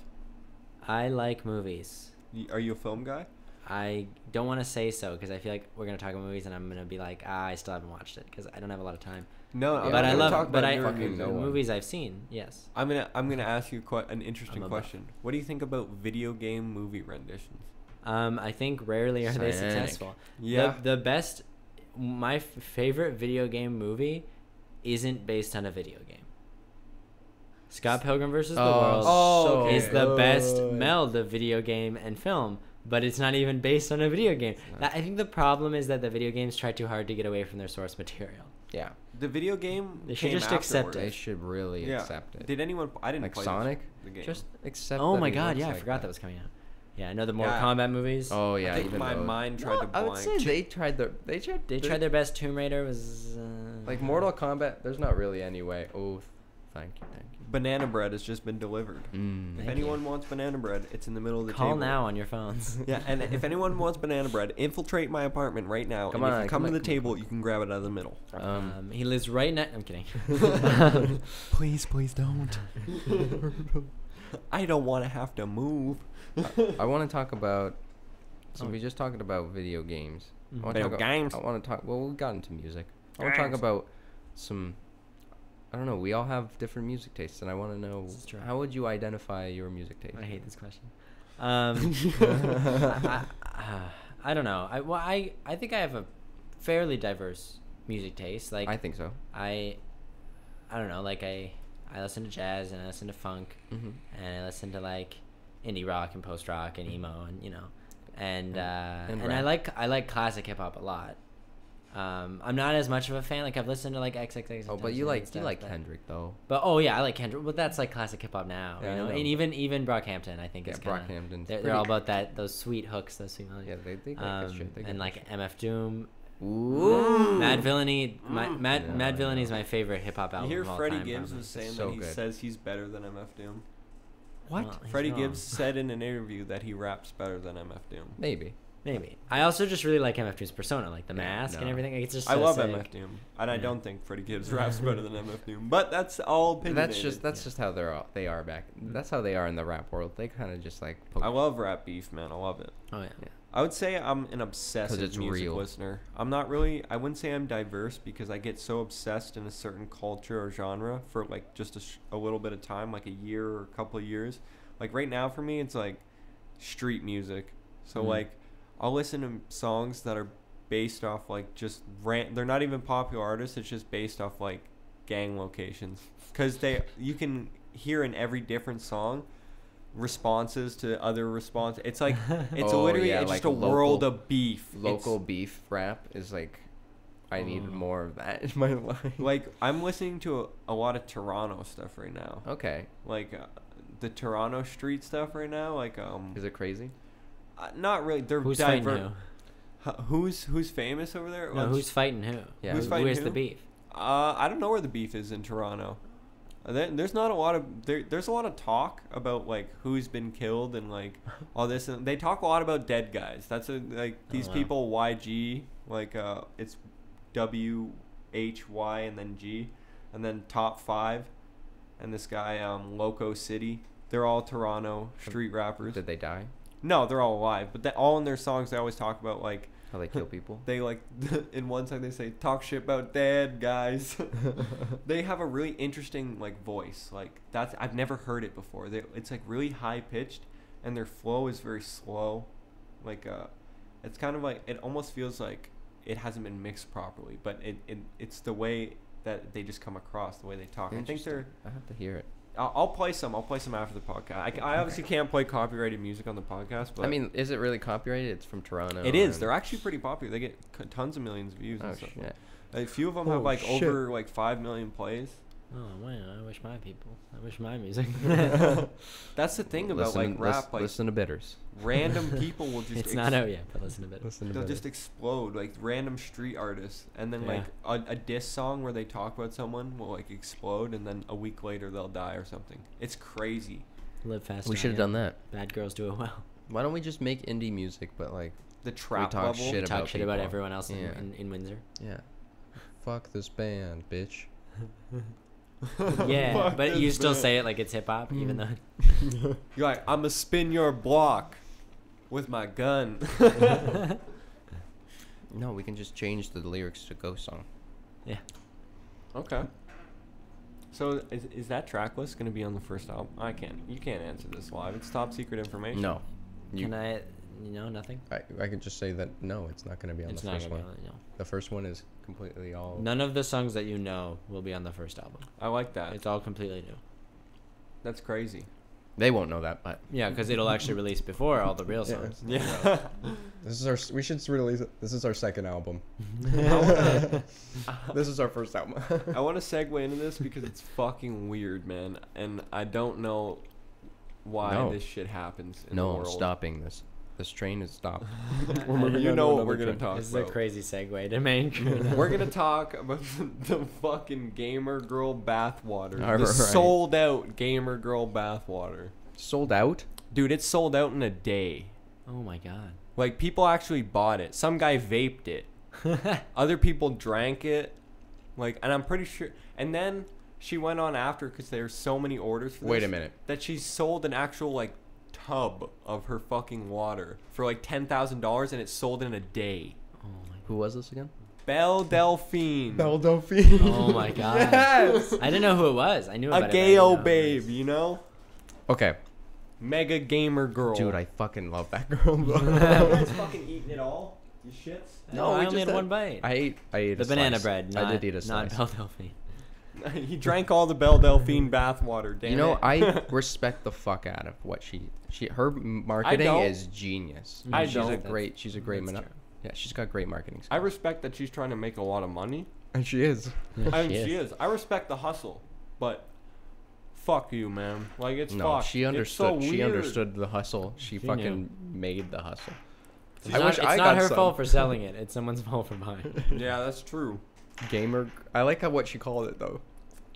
[SPEAKER 3] I like movies.
[SPEAKER 1] Y- Are you a film guy?
[SPEAKER 3] I don't want to say so because I feel like we're gonna talk about movies and I'm gonna be like, ah, I still haven't watched it because I don't have a lot of time.
[SPEAKER 1] No, I'm
[SPEAKER 2] Yeah,
[SPEAKER 1] not
[SPEAKER 3] but I
[SPEAKER 1] gonna talk
[SPEAKER 3] love, but
[SPEAKER 1] about
[SPEAKER 3] I
[SPEAKER 1] your
[SPEAKER 2] Fucking
[SPEAKER 1] music.
[SPEAKER 2] no
[SPEAKER 3] the
[SPEAKER 2] one.
[SPEAKER 3] movies I've seen. Yes.
[SPEAKER 1] I'm gonna I'm gonna ask you quite an
[SPEAKER 3] I'm
[SPEAKER 1] interesting
[SPEAKER 3] a buff.
[SPEAKER 1] question. What do you think about video game movie renditions?
[SPEAKER 3] Um, I think rarely are they
[SPEAKER 2] Sonic.
[SPEAKER 3] successful.
[SPEAKER 1] Yeah.
[SPEAKER 3] The, the best, my f- favorite video game movie, isn't based on a video game. Scott Pilgrim versus the
[SPEAKER 2] Oh,
[SPEAKER 3] World
[SPEAKER 1] so
[SPEAKER 3] is the
[SPEAKER 2] good.
[SPEAKER 3] best meld of video game and film, but it's not even based on a video game.
[SPEAKER 2] not.
[SPEAKER 3] That- I think the problem is that the video games try too hard to get away from their source material.
[SPEAKER 2] Yeah,
[SPEAKER 1] The video game.
[SPEAKER 3] They should
[SPEAKER 1] came
[SPEAKER 3] just accept
[SPEAKER 1] afterwards.
[SPEAKER 2] they should really
[SPEAKER 1] Yeah.
[SPEAKER 2] accept it.
[SPEAKER 1] Did anyone? I didn't
[SPEAKER 2] Like
[SPEAKER 1] play
[SPEAKER 2] Sonic?
[SPEAKER 1] The game.
[SPEAKER 3] Just
[SPEAKER 2] Accept.
[SPEAKER 3] oh
[SPEAKER 2] that
[SPEAKER 3] my
[SPEAKER 2] he
[SPEAKER 3] god,
[SPEAKER 2] looks
[SPEAKER 3] yeah, I
[SPEAKER 2] like
[SPEAKER 3] forgot that. was coming out. Yeah, I know the Mortal
[SPEAKER 1] Yeah.
[SPEAKER 3] Kombat movies.
[SPEAKER 2] Oh
[SPEAKER 1] I
[SPEAKER 2] yeah,
[SPEAKER 1] think
[SPEAKER 2] even
[SPEAKER 1] my
[SPEAKER 2] though-
[SPEAKER 1] mind tried
[SPEAKER 2] No,
[SPEAKER 1] to
[SPEAKER 2] I
[SPEAKER 1] blank.
[SPEAKER 2] would say they tried their. They tried.
[SPEAKER 3] They tried their best. Tomb Raider was uh,
[SPEAKER 2] Like Mortal Kombat. There's not really any way. Oh, thank you, thank
[SPEAKER 1] Banana bread has just been delivered.
[SPEAKER 2] you. Mm.
[SPEAKER 1] If
[SPEAKER 3] Thank
[SPEAKER 1] anyone wants banana bread, it's in the middle of the
[SPEAKER 3] Call
[SPEAKER 1] table.
[SPEAKER 3] now on your phones.
[SPEAKER 1] Yeah, and if anyone wants banana bread, infiltrate my apartment right now.
[SPEAKER 2] Come
[SPEAKER 1] and if
[SPEAKER 2] on,
[SPEAKER 1] you come
[SPEAKER 2] come
[SPEAKER 1] to
[SPEAKER 2] on,
[SPEAKER 1] the
[SPEAKER 2] come on,
[SPEAKER 1] table,
[SPEAKER 2] come
[SPEAKER 1] you can grab it out of the middle.
[SPEAKER 3] Um,
[SPEAKER 2] Um,
[SPEAKER 3] he lives right now. I'm kidding.
[SPEAKER 1] Oh, please, please don't. I don't want to have to move.
[SPEAKER 2] I want to talk about. So
[SPEAKER 3] Oh.
[SPEAKER 2] we just talked about video games.
[SPEAKER 3] Mm.
[SPEAKER 2] I wanna
[SPEAKER 1] Video
[SPEAKER 2] talk,
[SPEAKER 1] games.
[SPEAKER 2] I want to talk. Well, we got into music. I want to talk
[SPEAKER 1] Games.
[SPEAKER 2] about some. I don't know. We all have different music tastes, and I want to know
[SPEAKER 3] This is true.
[SPEAKER 2] how would you identify your music taste?
[SPEAKER 3] I hate this question. Um, I, I, I don't know. I, well, I I think I have a fairly diverse music taste. Like
[SPEAKER 2] I think so.
[SPEAKER 3] I, I don't know. Like I I listen to jazz and I listen to funk
[SPEAKER 2] Mm-hmm.
[SPEAKER 3] and I listen to like indie rock and post rock and emo and you know,
[SPEAKER 2] And-
[SPEAKER 3] and uh, and,
[SPEAKER 2] and
[SPEAKER 3] I
[SPEAKER 2] rap.
[SPEAKER 3] like I like classic hip hop a lot. Um, I'm not as much of a fan. Like I've listened to like XXX.
[SPEAKER 2] Oh, but you like you like Kendrick though.
[SPEAKER 3] But oh yeah, I like Kendrick. But that's like classic hip hop now,
[SPEAKER 2] Yeah, I
[SPEAKER 3] you know?
[SPEAKER 2] know.
[SPEAKER 3] And even even Brockhampton, I think
[SPEAKER 2] Yeah,
[SPEAKER 3] is kind of
[SPEAKER 2] Brockhampton's
[SPEAKER 3] they're, they're
[SPEAKER 2] pretty
[SPEAKER 3] all
[SPEAKER 2] good.
[SPEAKER 3] about that those sweet hooks, those sweet melodies.
[SPEAKER 2] Yeah, they they got
[SPEAKER 3] um,
[SPEAKER 2] good shit. They got
[SPEAKER 3] and
[SPEAKER 2] good
[SPEAKER 3] like
[SPEAKER 2] shit.
[SPEAKER 3] MF Doom,
[SPEAKER 2] Ooh.
[SPEAKER 3] Mad Villainy. My,
[SPEAKER 1] Mm.
[SPEAKER 3] Mad
[SPEAKER 2] Yeah,
[SPEAKER 3] Mad
[SPEAKER 2] I
[SPEAKER 3] Villainy is
[SPEAKER 2] know.
[SPEAKER 3] my favorite hip hop
[SPEAKER 1] You
[SPEAKER 3] album.
[SPEAKER 1] hear
[SPEAKER 3] of all
[SPEAKER 1] Freddie
[SPEAKER 3] time,
[SPEAKER 1] Gibbs
[SPEAKER 3] probably.
[SPEAKER 1] was saying
[SPEAKER 2] So
[SPEAKER 1] that he
[SPEAKER 2] good.
[SPEAKER 1] says he's better than MF Doom.
[SPEAKER 3] What?
[SPEAKER 2] What?
[SPEAKER 3] He's
[SPEAKER 1] Freddie
[SPEAKER 3] wrong.
[SPEAKER 1] Gibbs said in an interview that he raps better than MF Doom.
[SPEAKER 2] Maybe.
[SPEAKER 3] Maybe. I also just really like MF Doom's persona, like the
[SPEAKER 2] Yeah,
[SPEAKER 3] mask and
[SPEAKER 2] no.
[SPEAKER 3] everything. Like, It's just
[SPEAKER 1] I
[SPEAKER 3] so
[SPEAKER 1] love
[SPEAKER 3] sick.
[SPEAKER 1] MF Doom, and I
[SPEAKER 3] Yeah.
[SPEAKER 1] don't think Freddie Gibbs raps better than MF Doom, but that's all opinionated.
[SPEAKER 2] That's just that's
[SPEAKER 3] Yeah. Mm-hmm.
[SPEAKER 2] just how they're all, they are back. That's how they are in the rap world. They kind of just like.
[SPEAKER 1] I love rap beef, man. I love it.
[SPEAKER 3] Oh yeah.
[SPEAKER 1] I would say I'm an obsessive
[SPEAKER 2] it's
[SPEAKER 1] music
[SPEAKER 2] real.
[SPEAKER 1] listener. I'm not really. I wouldn't say I'm diverse because I get so obsessed in a certain culture or genre for like just a, sh- a little bit of time, like a year or a couple of years. Like right now for me, it's like street music. So
[SPEAKER 3] Mm.
[SPEAKER 2] Mm-hmm.
[SPEAKER 1] like I'll listen to songs that are based off like just rant. They're not even popular artists. It's just based off like gang locations because they you can hear in every different song responses to other responses. It's like it's
[SPEAKER 2] Oh,
[SPEAKER 1] literally
[SPEAKER 2] yeah,
[SPEAKER 1] it's just a
[SPEAKER 2] like
[SPEAKER 1] world
[SPEAKER 2] local-
[SPEAKER 1] of beef. It's-
[SPEAKER 2] local beef rap is like I need
[SPEAKER 3] Oh.
[SPEAKER 1] Mm.
[SPEAKER 2] more of that in my life.
[SPEAKER 1] like I'm listening to a, a lot of Toronto stuff right now.
[SPEAKER 2] okay,
[SPEAKER 1] Like uh, the Toronto street stuff right now. Like um,
[SPEAKER 2] is it crazy?
[SPEAKER 1] uh, not really. They're
[SPEAKER 3] Who's fighting
[SPEAKER 1] diver-
[SPEAKER 3] who?
[SPEAKER 1] Huh, Who's who's famous over there?
[SPEAKER 3] No,
[SPEAKER 1] Well,
[SPEAKER 3] who's fighting who?
[SPEAKER 2] Yeah.
[SPEAKER 3] Who-
[SPEAKER 2] Who's
[SPEAKER 1] fighting
[SPEAKER 3] Where's
[SPEAKER 1] who?
[SPEAKER 3] the beef?
[SPEAKER 1] Uh, I don't know where the beef is in Toronto. Uh, there- There's not a lot of there, there's a lot of talk about like who's been killed and like all this and they talk a lot about dead guys. That's a, like
[SPEAKER 3] Oh,
[SPEAKER 1] these
[SPEAKER 3] wow.
[SPEAKER 1] people YG like uh it's W H, Y, and then G, and then top five, and this guy um, Loco City. They're all Toronto street rappers.
[SPEAKER 2] Did they die?
[SPEAKER 1] No, they're all alive, but that, all in their songs they always talk about like
[SPEAKER 2] How they kill people?
[SPEAKER 1] they like in one song they say talk shit about dad guys. they have a really interesting like voice. Like that's I've never heard it before. They, it's like really high pitched and their flow is very slow. Like uh it's kind of like it almost feels like it hasn't been mixed properly, but it, it it's the way that they just come across, the way they talk. I think
[SPEAKER 2] Interesting.
[SPEAKER 1] they're
[SPEAKER 2] I have to hear it.
[SPEAKER 1] I'll, I'll play some. I'll play some after the podcast. I, I obviously can't play copyrighted music on the podcast, but
[SPEAKER 2] I mean, is it really copyrighted? It's from Toronto.
[SPEAKER 1] it is.
[SPEAKER 2] and-
[SPEAKER 1] They're actually pretty popular. They get c- tons of millions of views
[SPEAKER 2] Oh
[SPEAKER 1] and stuff.
[SPEAKER 2] shit!
[SPEAKER 1] A few of them have
[SPEAKER 2] Oh,
[SPEAKER 1] like
[SPEAKER 2] shit.
[SPEAKER 1] over like five million plays.
[SPEAKER 3] Oh man, I wish my people. I wish my music.
[SPEAKER 1] That's the thing about
[SPEAKER 2] Listen-
[SPEAKER 1] like
[SPEAKER 2] lis-
[SPEAKER 1] rap. Like
[SPEAKER 2] listen to bitters.
[SPEAKER 1] random people will just.
[SPEAKER 3] it's
[SPEAKER 1] ex-
[SPEAKER 3] not out yet, but listen a bit.
[SPEAKER 2] Listen to
[SPEAKER 1] They'll
[SPEAKER 2] bitters.
[SPEAKER 1] just explode like random street artists, and then
[SPEAKER 3] Yeah.
[SPEAKER 1] like a, a diss song where they talk about someone will like explode, and then a week later they'll die or something. It's crazy.
[SPEAKER 3] Live fast.
[SPEAKER 2] we
[SPEAKER 3] Die
[SPEAKER 2] should have
[SPEAKER 3] Young.
[SPEAKER 2] done that.
[SPEAKER 3] Bad girls do it well.
[SPEAKER 2] Why don't we just make indie music, but like,
[SPEAKER 1] The trap
[SPEAKER 2] talk
[SPEAKER 1] level.
[SPEAKER 2] shit
[SPEAKER 3] Talk
[SPEAKER 2] about
[SPEAKER 3] shit about
[SPEAKER 2] people.
[SPEAKER 3] everyone else
[SPEAKER 2] Yeah.
[SPEAKER 3] in, in, in Windsor.
[SPEAKER 2] yeah, fuck this band, bitch.
[SPEAKER 3] yeah,
[SPEAKER 1] Fuck Hmm.
[SPEAKER 3] but
[SPEAKER 1] this
[SPEAKER 3] you still
[SPEAKER 1] band.
[SPEAKER 3] say it like it's hip hop, even though.
[SPEAKER 1] You're like, I'ma spin your block with my gun.
[SPEAKER 2] No, we can just change the lyrics to Ghost Song.
[SPEAKER 3] Yeah.
[SPEAKER 1] okay. So is, is that track list gonna be on the first album? I can't. You can't answer this live. It's top secret information.
[SPEAKER 2] No, you.
[SPEAKER 3] Can I? You know nothing.
[SPEAKER 2] I, I could just say that no, it's not going to be on
[SPEAKER 3] It's
[SPEAKER 2] the
[SPEAKER 3] not
[SPEAKER 2] first
[SPEAKER 3] gonna
[SPEAKER 2] one.
[SPEAKER 3] be on. You know.
[SPEAKER 2] The first one is completely all.
[SPEAKER 3] None of the songs that you know will be on the first album.
[SPEAKER 1] I like that.
[SPEAKER 3] It's all completely new.
[SPEAKER 1] That's crazy.
[SPEAKER 2] They won't know that, but
[SPEAKER 3] Yeah, because it'll actually release before all the real
[SPEAKER 2] Yeah.
[SPEAKER 3] songs.
[SPEAKER 1] Yeah.
[SPEAKER 2] this is our. s- We should s- release. it- This is our second album. this is our first album.
[SPEAKER 1] I want to segue into this because it's fucking weird, man, and I don't know why
[SPEAKER 2] No.
[SPEAKER 1] this shit happens in the
[SPEAKER 2] no, I'm
[SPEAKER 1] world.
[SPEAKER 2] stopping this. This train is stopped.
[SPEAKER 1] We're moving
[SPEAKER 2] on
[SPEAKER 1] you
[SPEAKER 2] to
[SPEAKER 1] know what we're
[SPEAKER 2] another
[SPEAKER 1] gonna talk
[SPEAKER 3] This is a
[SPEAKER 1] about.
[SPEAKER 3] crazy segue to make.
[SPEAKER 1] We're gonna talk about the, the fucking gamer girl bathwater.
[SPEAKER 2] All
[SPEAKER 1] the
[SPEAKER 2] right.
[SPEAKER 1] sold out gamer girl bathwater.
[SPEAKER 2] Sold out.
[SPEAKER 1] Dude, it's sold out in a day.
[SPEAKER 3] Oh my god.
[SPEAKER 1] Like people actually bought it. Some guy vaped it. Other people drank it. Like, and I'm pretty sure. And then she went on after because there's so many orders for.
[SPEAKER 2] Wait a
[SPEAKER 1] this
[SPEAKER 2] minute.
[SPEAKER 1] That she sold an actual like tub of her fucking water for like ten thousand dollars, and it sold in a day.
[SPEAKER 3] Oh my.
[SPEAKER 2] Who was this again?
[SPEAKER 1] Belle Delphine.
[SPEAKER 2] Delphine.
[SPEAKER 3] Oh my god.
[SPEAKER 1] Yes.
[SPEAKER 3] I didn't know who it was. I knew about
[SPEAKER 1] A
[SPEAKER 3] it, but I
[SPEAKER 1] gay
[SPEAKER 3] didn't
[SPEAKER 1] old
[SPEAKER 3] know
[SPEAKER 1] babe,
[SPEAKER 3] who
[SPEAKER 1] you know.
[SPEAKER 2] Okay,
[SPEAKER 1] Mega gamer girl.
[SPEAKER 2] dude, I fucking love that girl.
[SPEAKER 1] You guys fucking eating it all. You shits.
[SPEAKER 3] it was. No,
[SPEAKER 2] we
[SPEAKER 3] I
[SPEAKER 2] just
[SPEAKER 3] only had
[SPEAKER 2] had-
[SPEAKER 3] one bite.
[SPEAKER 2] I ate. I ate
[SPEAKER 3] the
[SPEAKER 2] a
[SPEAKER 3] banana
[SPEAKER 2] slice.
[SPEAKER 3] bread. Not,
[SPEAKER 2] I did eat a slice.
[SPEAKER 3] Not Belle Delphine.
[SPEAKER 1] he drank all the Belle Delphine bathwater. Damn
[SPEAKER 2] you know,
[SPEAKER 1] it.
[SPEAKER 2] I respect the fuck out of what she she her marketing
[SPEAKER 1] don't.
[SPEAKER 2] is genius.
[SPEAKER 1] I
[SPEAKER 2] she's a
[SPEAKER 1] don't.
[SPEAKER 2] great she's a great
[SPEAKER 3] That's
[SPEAKER 2] mono-
[SPEAKER 3] true.
[SPEAKER 2] yeah she's got great marketing.
[SPEAKER 1] I
[SPEAKER 2] Skills.
[SPEAKER 1] respect that she's trying to make a lot of money.
[SPEAKER 2] and she is.
[SPEAKER 1] I mean, she is. I respect the hustle, but fuck you, man. Like it's
[SPEAKER 2] No,
[SPEAKER 1] fucked.
[SPEAKER 2] she
[SPEAKER 1] It's so
[SPEAKER 2] understood. she
[SPEAKER 1] weird.
[SPEAKER 2] understood the hustle. She
[SPEAKER 3] She
[SPEAKER 2] fucking
[SPEAKER 3] knew.
[SPEAKER 2] made the hustle.
[SPEAKER 3] It's
[SPEAKER 2] I
[SPEAKER 3] not,
[SPEAKER 2] wish
[SPEAKER 3] it's
[SPEAKER 2] I
[SPEAKER 3] not
[SPEAKER 2] got
[SPEAKER 3] her
[SPEAKER 2] some.
[SPEAKER 3] fault for selling it. It's someone's fault for buying. it.
[SPEAKER 1] Yeah, that's true.
[SPEAKER 2] Gamer. I like how what she called it though.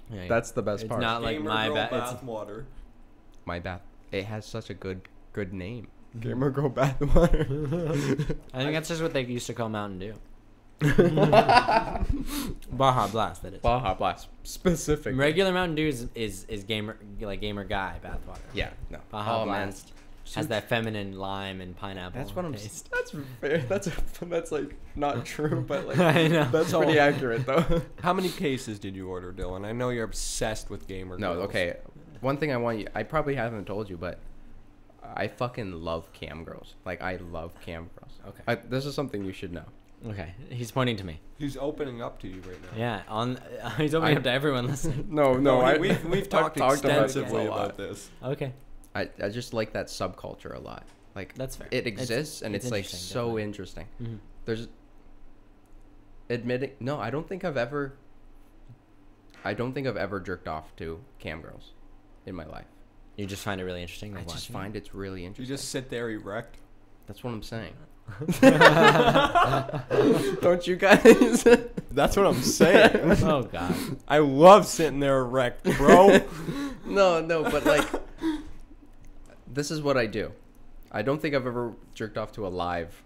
[SPEAKER 3] Yeah,
[SPEAKER 2] That's the best
[SPEAKER 3] It's
[SPEAKER 2] part.
[SPEAKER 3] not- like
[SPEAKER 1] Gamer
[SPEAKER 3] my
[SPEAKER 1] girl
[SPEAKER 3] ba- it's-
[SPEAKER 1] bathwater.
[SPEAKER 2] My bath. It has such a good good name.
[SPEAKER 3] Mm-hmm.
[SPEAKER 2] Gamer girl bathwater.
[SPEAKER 3] I think that's just what they used to call Mountain Dew. Baja Blast. That is.
[SPEAKER 2] Baja Blast specific.
[SPEAKER 3] Regular Mountain Dew is, is is gamer like gamer guy bathwater.
[SPEAKER 2] Yeah. No.
[SPEAKER 3] Baja
[SPEAKER 2] oh man.
[SPEAKER 3] Blast has that feminine lime and pineapple.
[SPEAKER 2] That's what I'm.
[SPEAKER 3] taste.
[SPEAKER 2] s- That's fair. That's that's like not true, but like
[SPEAKER 3] I know.
[SPEAKER 2] that's
[SPEAKER 3] So-
[SPEAKER 2] pretty accurate though.
[SPEAKER 1] How many cases did you order, Dylan? I know you're obsessed with gamer.
[SPEAKER 2] no,
[SPEAKER 1] girls.
[SPEAKER 2] okay. One thing I want you. I probably haven't told you, but I fucking love cam girls. Like I love cam girls.
[SPEAKER 3] Okay.
[SPEAKER 2] I, this is something you should know.
[SPEAKER 3] Okay, he's pointing to me.
[SPEAKER 1] He's opening up to you right now.
[SPEAKER 3] Yeah, on he's opening
[SPEAKER 2] I-
[SPEAKER 3] up to everyone listening.
[SPEAKER 2] No,
[SPEAKER 1] No,
[SPEAKER 2] no. I,
[SPEAKER 1] we, have we've
[SPEAKER 2] I've
[SPEAKER 1] talked,
[SPEAKER 2] about this a
[SPEAKER 1] extensively
[SPEAKER 2] lot.
[SPEAKER 1] about this.
[SPEAKER 3] Okay,
[SPEAKER 2] I I just like that subculture a lot. Like
[SPEAKER 3] that's fair.
[SPEAKER 2] it
[SPEAKER 3] It's-
[SPEAKER 2] exists and it's, like
[SPEAKER 3] interesting,
[SPEAKER 2] so
[SPEAKER 3] definitely.
[SPEAKER 2] interesting.
[SPEAKER 3] Mhm.
[SPEAKER 2] There's admitting. No, I don't think I've ever. I don't think I've ever jerked off to cam girls, in my life.
[SPEAKER 3] You just find it really interesting.
[SPEAKER 2] I
[SPEAKER 3] like
[SPEAKER 2] just
[SPEAKER 3] watching
[SPEAKER 2] find it's really
[SPEAKER 1] You
[SPEAKER 2] interesting.
[SPEAKER 1] just sit there erect.
[SPEAKER 2] That's what I'm saying.
[SPEAKER 1] That's
[SPEAKER 2] Don't you guys?
[SPEAKER 1] what I'm saying.
[SPEAKER 3] it. oh god,
[SPEAKER 1] I love sitting there erect, bro.
[SPEAKER 2] no, no, but like, this is what I do. I don't think I've ever jerked off to a live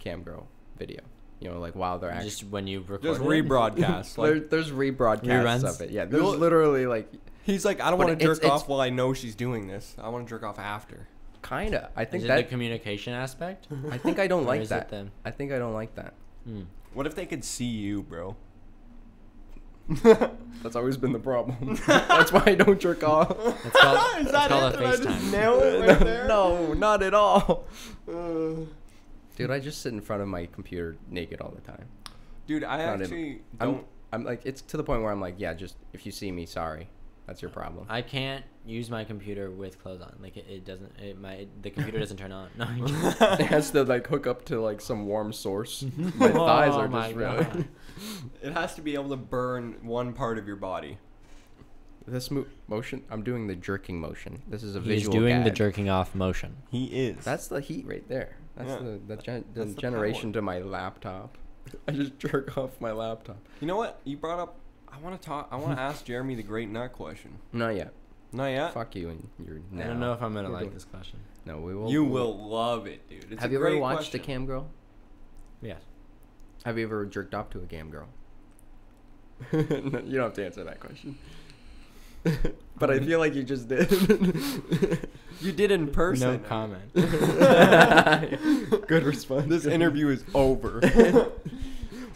[SPEAKER 2] cam girl video. you know, like while they're actually
[SPEAKER 3] Just when you record.
[SPEAKER 1] Just
[SPEAKER 3] it?
[SPEAKER 1] rebroadcast.
[SPEAKER 2] there,
[SPEAKER 1] Like,
[SPEAKER 2] there's rebroadcasts
[SPEAKER 3] Reruns?
[SPEAKER 2] of it. Yeah, there's
[SPEAKER 1] You'll-
[SPEAKER 2] literally like
[SPEAKER 1] he's like, I don't
[SPEAKER 2] But
[SPEAKER 1] want to
[SPEAKER 2] it's-
[SPEAKER 1] jerk
[SPEAKER 2] it's-
[SPEAKER 1] off while I know she's doing this. I want to jerk off after.
[SPEAKER 2] kinda. I think
[SPEAKER 3] Is it the
[SPEAKER 2] that
[SPEAKER 3] communication aspect?
[SPEAKER 2] I think I don't
[SPEAKER 3] or
[SPEAKER 2] like
[SPEAKER 3] is it
[SPEAKER 2] that.
[SPEAKER 3] them?
[SPEAKER 2] I think I don't like that.
[SPEAKER 3] Hmm.
[SPEAKER 1] What if they could see you, bro?
[SPEAKER 2] That's always been the problem. That's why I don't jerk off.
[SPEAKER 3] It's called, it's called a
[SPEAKER 1] Did I just
[SPEAKER 3] FaceTime.
[SPEAKER 1] nail it right there?
[SPEAKER 2] no, not at all.
[SPEAKER 1] Uh,
[SPEAKER 2] Dude, I just sit in front of my computer naked all the time.
[SPEAKER 1] dude, I
[SPEAKER 2] Not
[SPEAKER 1] actually
[SPEAKER 2] I'm,
[SPEAKER 1] don't.
[SPEAKER 2] I'm like, it's to the point where I'm like, yeah, just if you see me, sorry, that's your problem.
[SPEAKER 3] I can't use my computer with clothes on. Like it, it doesn't. It, my the computer doesn't turn on. No. I'm kidding.
[SPEAKER 2] it has to like hook up to like some warm source. My thighs
[SPEAKER 3] Oh
[SPEAKER 2] are
[SPEAKER 3] my
[SPEAKER 2] just really.
[SPEAKER 3] God.
[SPEAKER 1] It has to be able to burn one part of your body.
[SPEAKER 2] This mo- motion, I'm doing the jerking motion. This is a
[SPEAKER 3] He's
[SPEAKER 2] visual.
[SPEAKER 3] doing the
[SPEAKER 2] gag.
[SPEAKER 3] jerking off motion.
[SPEAKER 1] He is.
[SPEAKER 2] That's the heat right there. That's
[SPEAKER 1] Yeah.
[SPEAKER 2] the the, gen- the
[SPEAKER 1] That's the
[SPEAKER 2] generation
[SPEAKER 1] power.
[SPEAKER 2] to my laptop. I just jerk off my laptop.
[SPEAKER 1] You know what? You brought up. I want to talk. I want to ask Jeremy the great nut question.
[SPEAKER 2] Not yet.
[SPEAKER 1] Not yet.
[SPEAKER 2] Fuck you and your. Now.
[SPEAKER 3] I don't know if I'm gonna
[SPEAKER 2] We're
[SPEAKER 3] like
[SPEAKER 2] doing-
[SPEAKER 3] this question.
[SPEAKER 2] No, we will.
[SPEAKER 1] you
[SPEAKER 2] we
[SPEAKER 1] will love it, dude. It's
[SPEAKER 2] Have
[SPEAKER 1] a
[SPEAKER 2] you ever
[SPEAKER 1] great
[SPEAKER 2] watched
[SPEAKER 1] question.
[SPEAKER 2] a cam girl?
[SPEAKER 3] Yeah.
[SPEAKER 2] Have you ever jerked off to a cam girl? No, you don't have to answer that question. but I feel like you just did.
[SPEAKER 1] You did in person.
[SPEAKER 3] No comment.
[SPEAKER 2] Good response.
[SPEAKER 1] This
[SPEAKER 2] Good.
[SPEAKER 1] interview is over.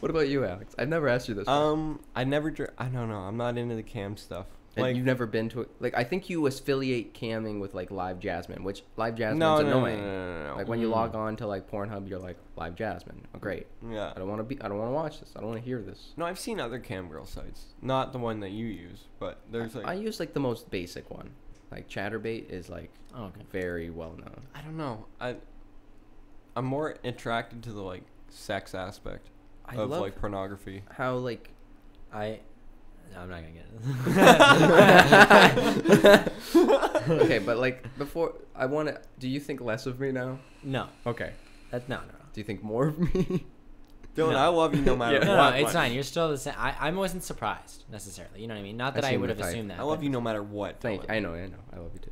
[SPEAKER 2] what about you, Alex? I've never asked you this. one.
[SPEAKER 1] um, I never. Dr- I don't know. I'm not into the cam stuff.
[SPEAKER 2] And
[SPEAKER 1] Like
[SPEAKER 2] you've never been to a, like I think you affiliate camming with like Live Jasmine, which Live Jasmine's
[SPEAKER 1] no, no, no, no,
[SPEAKER 2] annoying.
[SPEAKER 1] no, no, no.
[SPEAKER 2] Like when you log
[SPEAKER 3] Mm.
[SPEAKER 2] on to like Pornhub, you're like Live Jasmine. Oh, great.
[SPEAKER 1] yeah.
[SPEAKER 2] I don't want to be. I don't want to watch this. I don't want to hear this.
[SPEAKER 1] No, I've seen other cam girl sites, not the one that you use, but there's like
[SPEAKER 2] I use like the most basic one. Like Chatterbait is like
[SPEAKER 3] Oh, okay.
[SPEAKER 2] very well known.
[SPEAKER 1] I don't know. I I'm more attracted to the like sex aspect
[SPEAKER 2] I
[SPEAKER 1] of
[SPEAKER 2] love
[SPEAKER 1] like pornography.
[SPEAKER 2] how like
[SPEAKER 3] I. no, I'm not gonna get it.
[SPEAKER 2] okay, but like before, I want to. Do you think less of me now?
[SPEAKER 3] no,
[SPEAKER 2] Okay.
[SPEAKER 3] that's no, no, no.
[SPEAKER 2] Do you think more of me?
[SPEAKER 1] Dylan,
[SPEAKER 3] No.
[SPEAKER 1] I love you no matter
[SPEAKER 2] Yeah.
[SPEAKER 3] No,
[SPEAKER 1] what.
[SPEAKER 3] no, it's
[SPEAKER 1] but
[SPEAKER 3] fine. You're still the same. I, I wasn't surprised necessarily. You know what I mean? Not
[SPEAKER 2] I
[SPEAKER 3] that I,
[SPEAKER 2] see
[SPEAKER 3] would
[SPEAKER 2] your
[SPEAKER 3] have
[SPEAKER 2] type.
[SPEAKER 3] assumed that.
[SPEAKER 1] I love
[SPEAKER 3] but-
[SPEAKER 1] you no matter what.
[SPEAKER 2] Thank.
[SPEAKER 1] Dylan.
[SPEAKER 2] I know. I know. I love you too.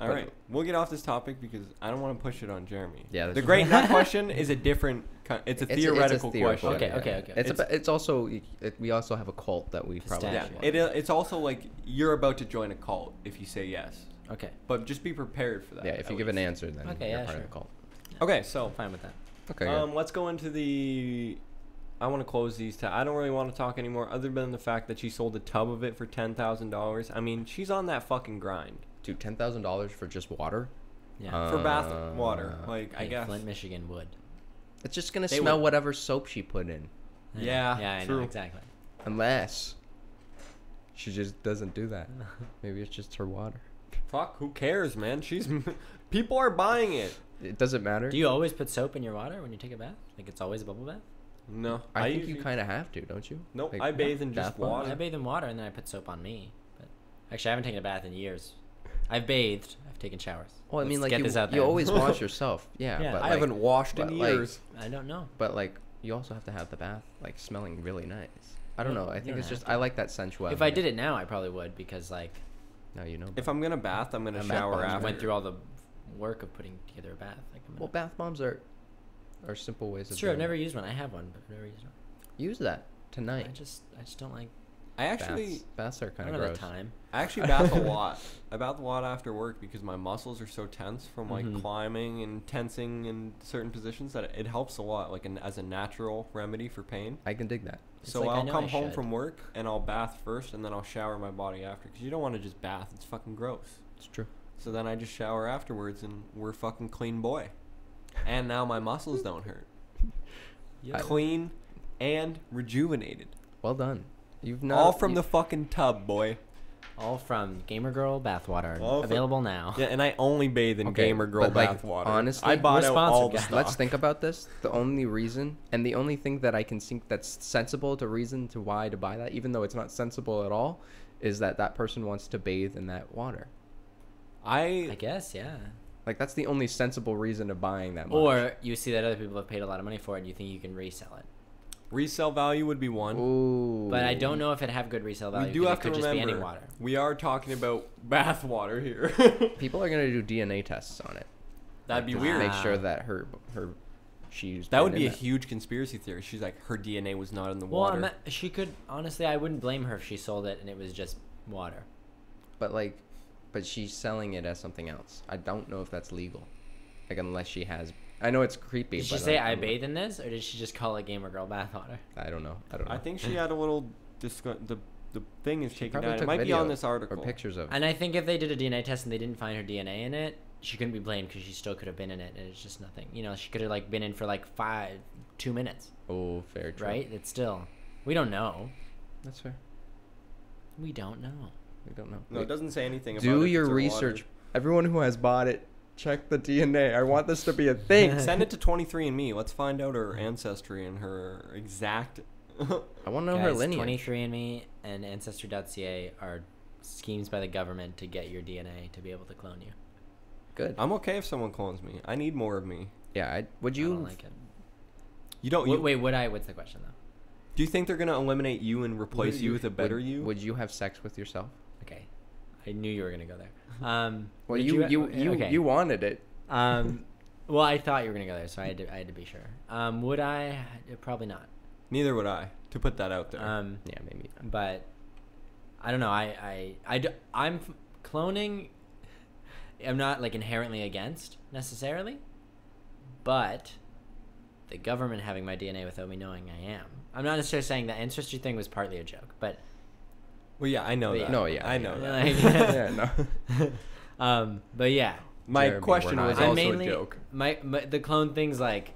[SPEAKER 1] All
[SPEAKER 2] But-
[SPEAKER 1] right, we'll get off this topic because I don't want to push it on Jeremy.
[SPEAKER 2] Yeah, that's
[SPEAKER 1] the
[SPEAKER 2] true.
[SPEAKER 1] great nut question is a different. Kind, it's a theoretical question.
[SPEAKER 3] Okay,
[SPEAKER 2] yeah.
[SPEAKER 3] okay, okay.
[SPEAKER 2] It's
[SPEAKER 1] It's-
[SPEAKER 2] it's, it's also it, we also have a cult that we probably
[SPEAKER 1] Yeah,
[SPEAKER 3] Pistachio.
[SPEAKER 2] should-
[SPEAKER 1] it, it's also like you're about to join a cult if you say yes,
[SPEAKER 3] Okay.
[SPEAKER 1] but just be prepared for that.
[SPEAKER 2] yeah. If
[SPEAKER 1] at
[SPEAKER 2] you give an
[SPEAKER 1] least.
[SPEAKER 2] answer, then
[SPEAKER 3] Okay,
[SPEAKER 2] you're
[SPEAKER 3] yeah,
[SPEAKER 2] part of
[SPEAKER 3] sure.
[SPEAKER 2] the cult.
[SPEAKER 1] Okay, so
[SPEAKER 3] I'm fine with that.
[SPEAKER 2] Okay. good.
[SPEAKER 1] um, let's go into the. I want to close these. T- I don't really want to talk anymore, other than the fact that she sold a tub of it for ten thousand dollars. I mean, she's on that fucking grind
[SPEAKER 2] Dude, ten thousand dollars for just water?
[SPEAKER 3] Yeah.
[SPEAKER 2] Uh,
[SPEAKER 1] for bath water.
[SPEAKER 2] Uh,
[SPEAKER 1] Like I
[SPEAKER 3] Hey,
[SPEAKER 1] guess.
[SPEAKER 3] Flint, Michigan would.
[SPEAKER 2] It's just gonna
[SPEAKER 1] They
[SPEAKER 2] smell
[SPEAKER 1] would-
[SPEAKER 2] whatever soap she put in,
[SPEAKER 3] I know.
[SPEAKER 1] Yeah,
[SPEAKER 3] Yeah, I
[SPEAKER 1] true.
[SPEAKER 3] know exactly.
[SPEAKER 2] unless she just doesn't do that. Maybe it's just her water.
[SPEAKER 1] Fuck, who cares, man? She's people are buying it.
[SPEAKER 2] It doesn't matter.
[SPEAKER 3] Do you always put soap in your water when you take a bath? Like it's always a bubble bath?
[SPEAKER 1] No,
[SPEAKER 2] I, think
[SPEAKER 1] usually-
[SPEAKER 2] you kind of have to, don't you?
[SPEAKER 1] Nope, I bathe in just
[SPEAKER 2] bath bomb?
[SPEAKER 1] water.
[SPEAKER 3] I bathe in water and then I put soap on me. But actually, I haven't taken a bath in years. I've bathed. I've taken showers.
[SPEAKER 2] Well, I mean,
[SPEAKER 3] Let's
[SPEAKER 2] like
[SPEAKER 3] get
[SPEAKER 2] you,
[SPEAKER 3] this out
[SPEAKER 2] you
[SPEAKER 3] there.
[SPEAKER 2] always wash yourself. Yeah,
[SPEAKER 3] Yeah.
[SPEAKER 2] but
[SPEAKER 1] I
[SPEAKER 2] like,
[SPEAKER 1] haven't washed in
[SPEAKER 2] but, like,
[SPEAKER 1] years.
[SPEAKER 3] I don't know.
[SPEAKER 2] But like, you also have to have the bath like smelling really nice. I don't
[SPEAKER 3] Yeah,
[SPEAKER 2] know. I
[SPEAKER 3] you
[SPEAKER 2] think
[SPEAKER 3] don't
[SPEAKER 2] it's
[SPEAKER 3] have
[SPEAKER 2] just I like that sensuality.
[SPEAKER 3] if I did it now, I probably would because like
[SPEAKER 2] no, you know.
[SPEAKER 1] if I'm gonna bath, I'm gonna
[SPEAKER 2] I'm bath
[SPEAKER 1] shower
[SPEAKER 2] bombs.
[SPEAKER 3] I
[SPEAKER 1] after.
[SPEAKER 3] went through all the work of putting together a bath. Like, I'm
[SPEAKER 2] well,
[SPEAKER 3] not-
[SPEAKER 2] bath bombs are are simple ways of.
[SPEAKER 3] it's true. I've
[SPEAKER 2] doing
[SPEAKER 3] never
[SPEAKER 2] it.
[SPEAKER 3] used one. I have one, but I've never used one.
[SPEAKER 2] use that
[SPEAKER 3] I
[SPEAKER 2] tonight.
[SPEAKER 3] just, I just don't like.
[SPEAKER 1] I actually,
[SPEAKER 2] baths, baths are
[SPEAKER 3] I
[SPEAKER 2] kind
[SPEAKER 3] don't
[SPEAKER 2] of
[SPEAKER 3] have
[SPEAKER 2] gross.
[SPEAKER 3] the time.
[SPEAKER 1] I actually bath a lot. I bath a lot after work because my muscles are so tense from like
[SPEAKER 3] Mhm.
[SPEAKER 1] climbing and tensing in certain positions that it helps a lot, like an, as a natural remedy for pain.
[SPEAKER 2] I can dig that.
[SPEAKER 3] It's
[SPEAKER 1] so
[SPEAKER 3] like, I
[SPEAKER 1] I'll
[SPEAKER 3] know
[SPEAKER 1] come
[SPEAKER 3] I
[SPEAKER 1] home
[SPEAKER 3] should.
[SPEAKER 1] from work and I'll bath first, and then I'll shower my body after because you don't want to just bath; it's fucking gross.
[SPEAKER 2] It's true.
[SPEAKER 1] So then I just shower afterwards, and we're fucking clean boy. And now my muscles don't hurt.
[SPEAKER 2] Yeah.
[SPEAKER 1] Clean and rejuvenated.
[SPEAKER 2] Well done. You've not
[SPEAKER 1] All from
[SPEAKER 2] you-
[SPEAKER 1] the fucking tub, boy.
[SPEAKER 3] All from Gamer Girl bathwater
[SPEAKER 1] All from-
[SPEAKER 3] available now.
[SPEAKER 1] Yeah, and I only bathe in
[SPEAKER 2] Oh. Okay,
[SPEAKER 1] gamer girl
[SPEAKER 2] but, like,
[SPEAKER 1] bath water.
[SPEAKER 2] honestly,
[SPEAKER 1] I bought
[SPEAKER 3] we're
[SPEAKER 1] out
[SPEAKER 3] sponsored,
[SPEAKER 1] all the
[SPEAKER 3] guys.
[SPEAKER 1] stuff.
[SPEAKER 2] Let's think about this. The only reason and the only thing that I can think that's sensible to reason to why to buy that, even though it's not sensible at all, is that that person wants to bathe in that water.
[SPEAKER 3] I
[SPEAKER 1] I
[SPEAKER 3] guess, yeah.
[SPEAKER 2] Like that's the only sensible reason to buying that. Much.
[SPEAKER 3] Or you see that other people have paid a lot of money for it, and you think you can resell it.
[SPEAKER 1] resale value would be one.
[SPEAKER 2] Ooh.
[SPEAKER 3] But I don't know if it have good resale value.
[SPEAKER 1] we do
[SPEAKER 3] 'cause
[SPEAKER 1] have
[SPEAKER 3] it
[SPEAKER 1] to
[SPEAKER 3] could just
[SPEAKER 1] remember
[SPEAKER 3] be any water.
[SPEAKER 1] we are talking about bath water here.
[SPEAKER 2] People are gonna do DNA tests on it.
[SPEAKER 1] That'd
[SPEAKER 2] Like,
[SPEAKER 1] be
[SPEAKER 2] to
[SPEAKER 1] weird.
[SPEAKER 2] Make sure that her her she's
[SPEAKER 1] That would
[SPEAKER 2] been
[SPEAKER 1] be a
[SPEAKER 2] in
[SPEAKER 1] huge conspiracy theory. She's like, her DNA was not in the
[SPEAKER 3] Well,
[SPEAKER 1] water.
[SPEAKER 3] I'm not- she could honestly. I wouldn't blame her if she sold it and it was just water.
[SPEAKER 2] But like, but she's selling it as something else. I don't know if that's legal. Like unless she has. I know it's creepy.
[SPEAKER 3] Did she
[SPEAKER 2] but
[SPEAKER 3] say
[SPEAKER 2] I,
[SPEAKER 3] I
[SPEAKER 2] I'm-
[SPEAKER 3] bathe in this, or did she just call it Gamer Girl bathwater?
[SPEAKER 2] I don't know. I don't know.
[SPEAKER 1] I think she had a little discu- the the thing is taken
[SPEAKER 2] probably
[SPEAKER 1] down. It
[SPEAKER 2] took
[SPEAKER 1] might be
[SPEAKER 2] video
[SPEAKER 1] on this
[SPEAKER 2] or
[SPEAKER 1] article.
[SPEAKER 2] pictures of. it.
[SPEAKER 3] And I think if they did a DNA test and they didn't find her DNA in it, she couldn't be blamed because she still could have been in it, and it's just nothing. You know, she could have like been in for like five, two minutes,
[SPEAKER 2] Oh, fair trade.
[SPEAKER 3] right? It's still, we don't know.
[SPEAKER 2] That's fair.
[SPEAKER 3] We don't know.
[SPEAKER 2] We don't know.
[SPEAKER 1] No,
[SPEAKER 2] We-
[SPEAKER 1] it doesn't say anything about
[SPEAKER 2] Do
[SPEAKER 1] if
[SPEAKER 2] your
[SPEAKER 1] it's in water.
[SPEAKER 2] research. Everyone who has bought it, check the DNA. I want this to be a thing.
[SPEAKER 1] Send it to 23andme. Let's find out her ancestry and her exact
[SPEAKER 2] I want to know her
[SPEAKER 3] Guys,
[SPEAKER 2] lineage.
[SPEAKER 3] 23andMe and Ancestry.ca are schemes by the government to get your DNA to be able to clone you.
[SPEAKER 2] Good.
[SPEAKER 1] I'm okay if someone clones me. I need more of me.
[SPEAKER 2] Yeah. I, would
[SPEAKER 3] I
[SPEAKER 2] you?
[SPEAKER 3] don't like it.
[SPEAKER 1] You don't.
[SPEAKER 3] Wait,
[SPEAKER 1] you,
[SPEAKER 3] wait, would I? What's the question though?
[SPEAKER 1] Do you think they're gonna eliminate you and replace
[SPEAKER 2] would
[SPEAKER 1] you, with a better
[SPEAKER 2] would-
[SPEAKER 1] you?
[SPEAKER 2] Would you have sex with yourself?
[SPEAKER 3] Okay, I knew you were gonna go there. Um,
[SPEAKER 2] Well,
[SPEAKER 3] did
[SPEAKER 2] you you you,
[SPEAKER 3] okay.
[SPEAKER 2] you wanted it.
[SPEAKER 3] Um, well, I thought you were gonna go there, so I had to, I had to be sure. Um, would I? Probably not.
[SPEAKER 1] Neither would I. To put that out there.
[SPEAKER 3] Um,
[SPEAKER 2] Yeah, maybe.
[SPEAKER 3] but I don't know. I I I d- I'm f- cloning. I'm not like inherently against necessarily, but the government having my DNA without me knowing I am. I'm not necessarily saying the ancestry thing was partly a joke, but
[SPEAKER 1] well, yeah, I know
[SPEAKER 3] but
[SPEAKER 1] that.
[SPEAKER 2] No, yeah,
[SPEAKER 1] I
[SPEAKER 2] yeah.
[SPEAKER 1] know
[SPEAKER 3] Like-
[SPEAKER 1] that.
[SPEAKER 2] yeah. No.
[SPEAKER 3] um, but yeah,
[SPEAKER 1] My
[SPEAKER 2] Jeremy,
[SPEAKER 1] question
[SPEAKER 2] we're
[SPEAKER 1] was
[SPEAKER 2] not.
[SPEAKER 1] also
[SPEAKER 3] I mainly
[SPEAKER 1] a joke.
[SPEAKER 3] my, my the clone things like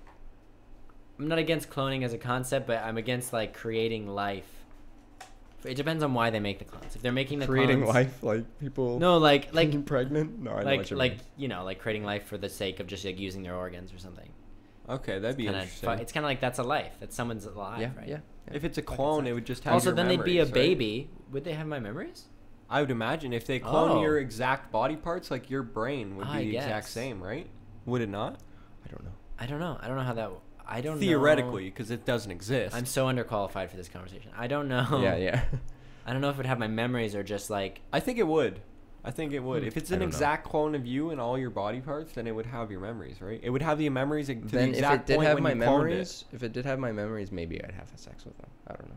[SPEAKER 3] I'm not against cloning as a concept, but I'm against like creating life. It depends on why they make the clones. If they're making the
[SPEAKER 2] creating
[SPEAKER 3] clones,
[SPEAKER 2] life like people
[SPEAKER 3] no, like like
[SPEAKER 2] being pregnant no i know
[SPEAKER 3] like
[SPEAKER 2] what you
[SPEAKER 3] like
[SPEAKER 2] mean
[SPEAKER 3] you know like creating life for the sake of just like using their organs or something.
[SPEAKER 1] Okay, that'd be
[SPEAKER 3] Kinda
[SPEAKER 1] interesting.
[SPEAKER 3] fu- it's kind of like that's a life. That's someone's alive,
[SPEAKER 2] yeah,
[SPEAKER 3] right?
[SPEAKER 2] yeah
[SPEAKER 1] if it's a clone, it would just have.
[SPEAKER 3] Also,
[SPEAKER 1] your
[SPEAKER 3] then they'd be a
[SPEAKER 1] memories, right?
[SPEAKER 3] baby. Would they have my memories?
[SPEAKER 1] I would imagine if they clone
[SPEAKER 3] Oh. Ah,
[SPEAKER 1] your exact body parts, like your brain would be
[SPEAKER 3] I
[SPEAKER 1] the exact
[SPEAKER 3] guess.
[SPEAKER 1] same, right? Would it not?
[SPEAKER 2] i don't know
[SPEAKER 3] I don't know. I don't know how that. w- I don't know.
[SPEAKER 1] Theoretically, because it doesn't exist.
[SPEAKER 3] I'm so underqualified for this conversation. I don't know.
[SPEAKER 2] yeah yeah
[SPEAKER 3] I don't know if it'd have my memories or just like
[SPEAKER 1] I think it would. I think it would. If it's
[SPEAKER 2] Hmm. I
[SPEAKER 1] an
[SPEAKER 2] don't know.
[SPEAKER 1] exact clone of you and all your body parts, then it would have your memories, right? It would have the memories to the
[SPEAKER 2] then if it
[SPEAKER 1] exact
[SPEAKER 2] did
[SPEAKER 1] point
[SPEAKER 2] have
[SPEAKER 1] when
[SPEAKER 2] my
[SPEAKER 1] you cloned it.
[SPEAKER 2] memories if it did have my memories maybe i'd have sex with them i don't know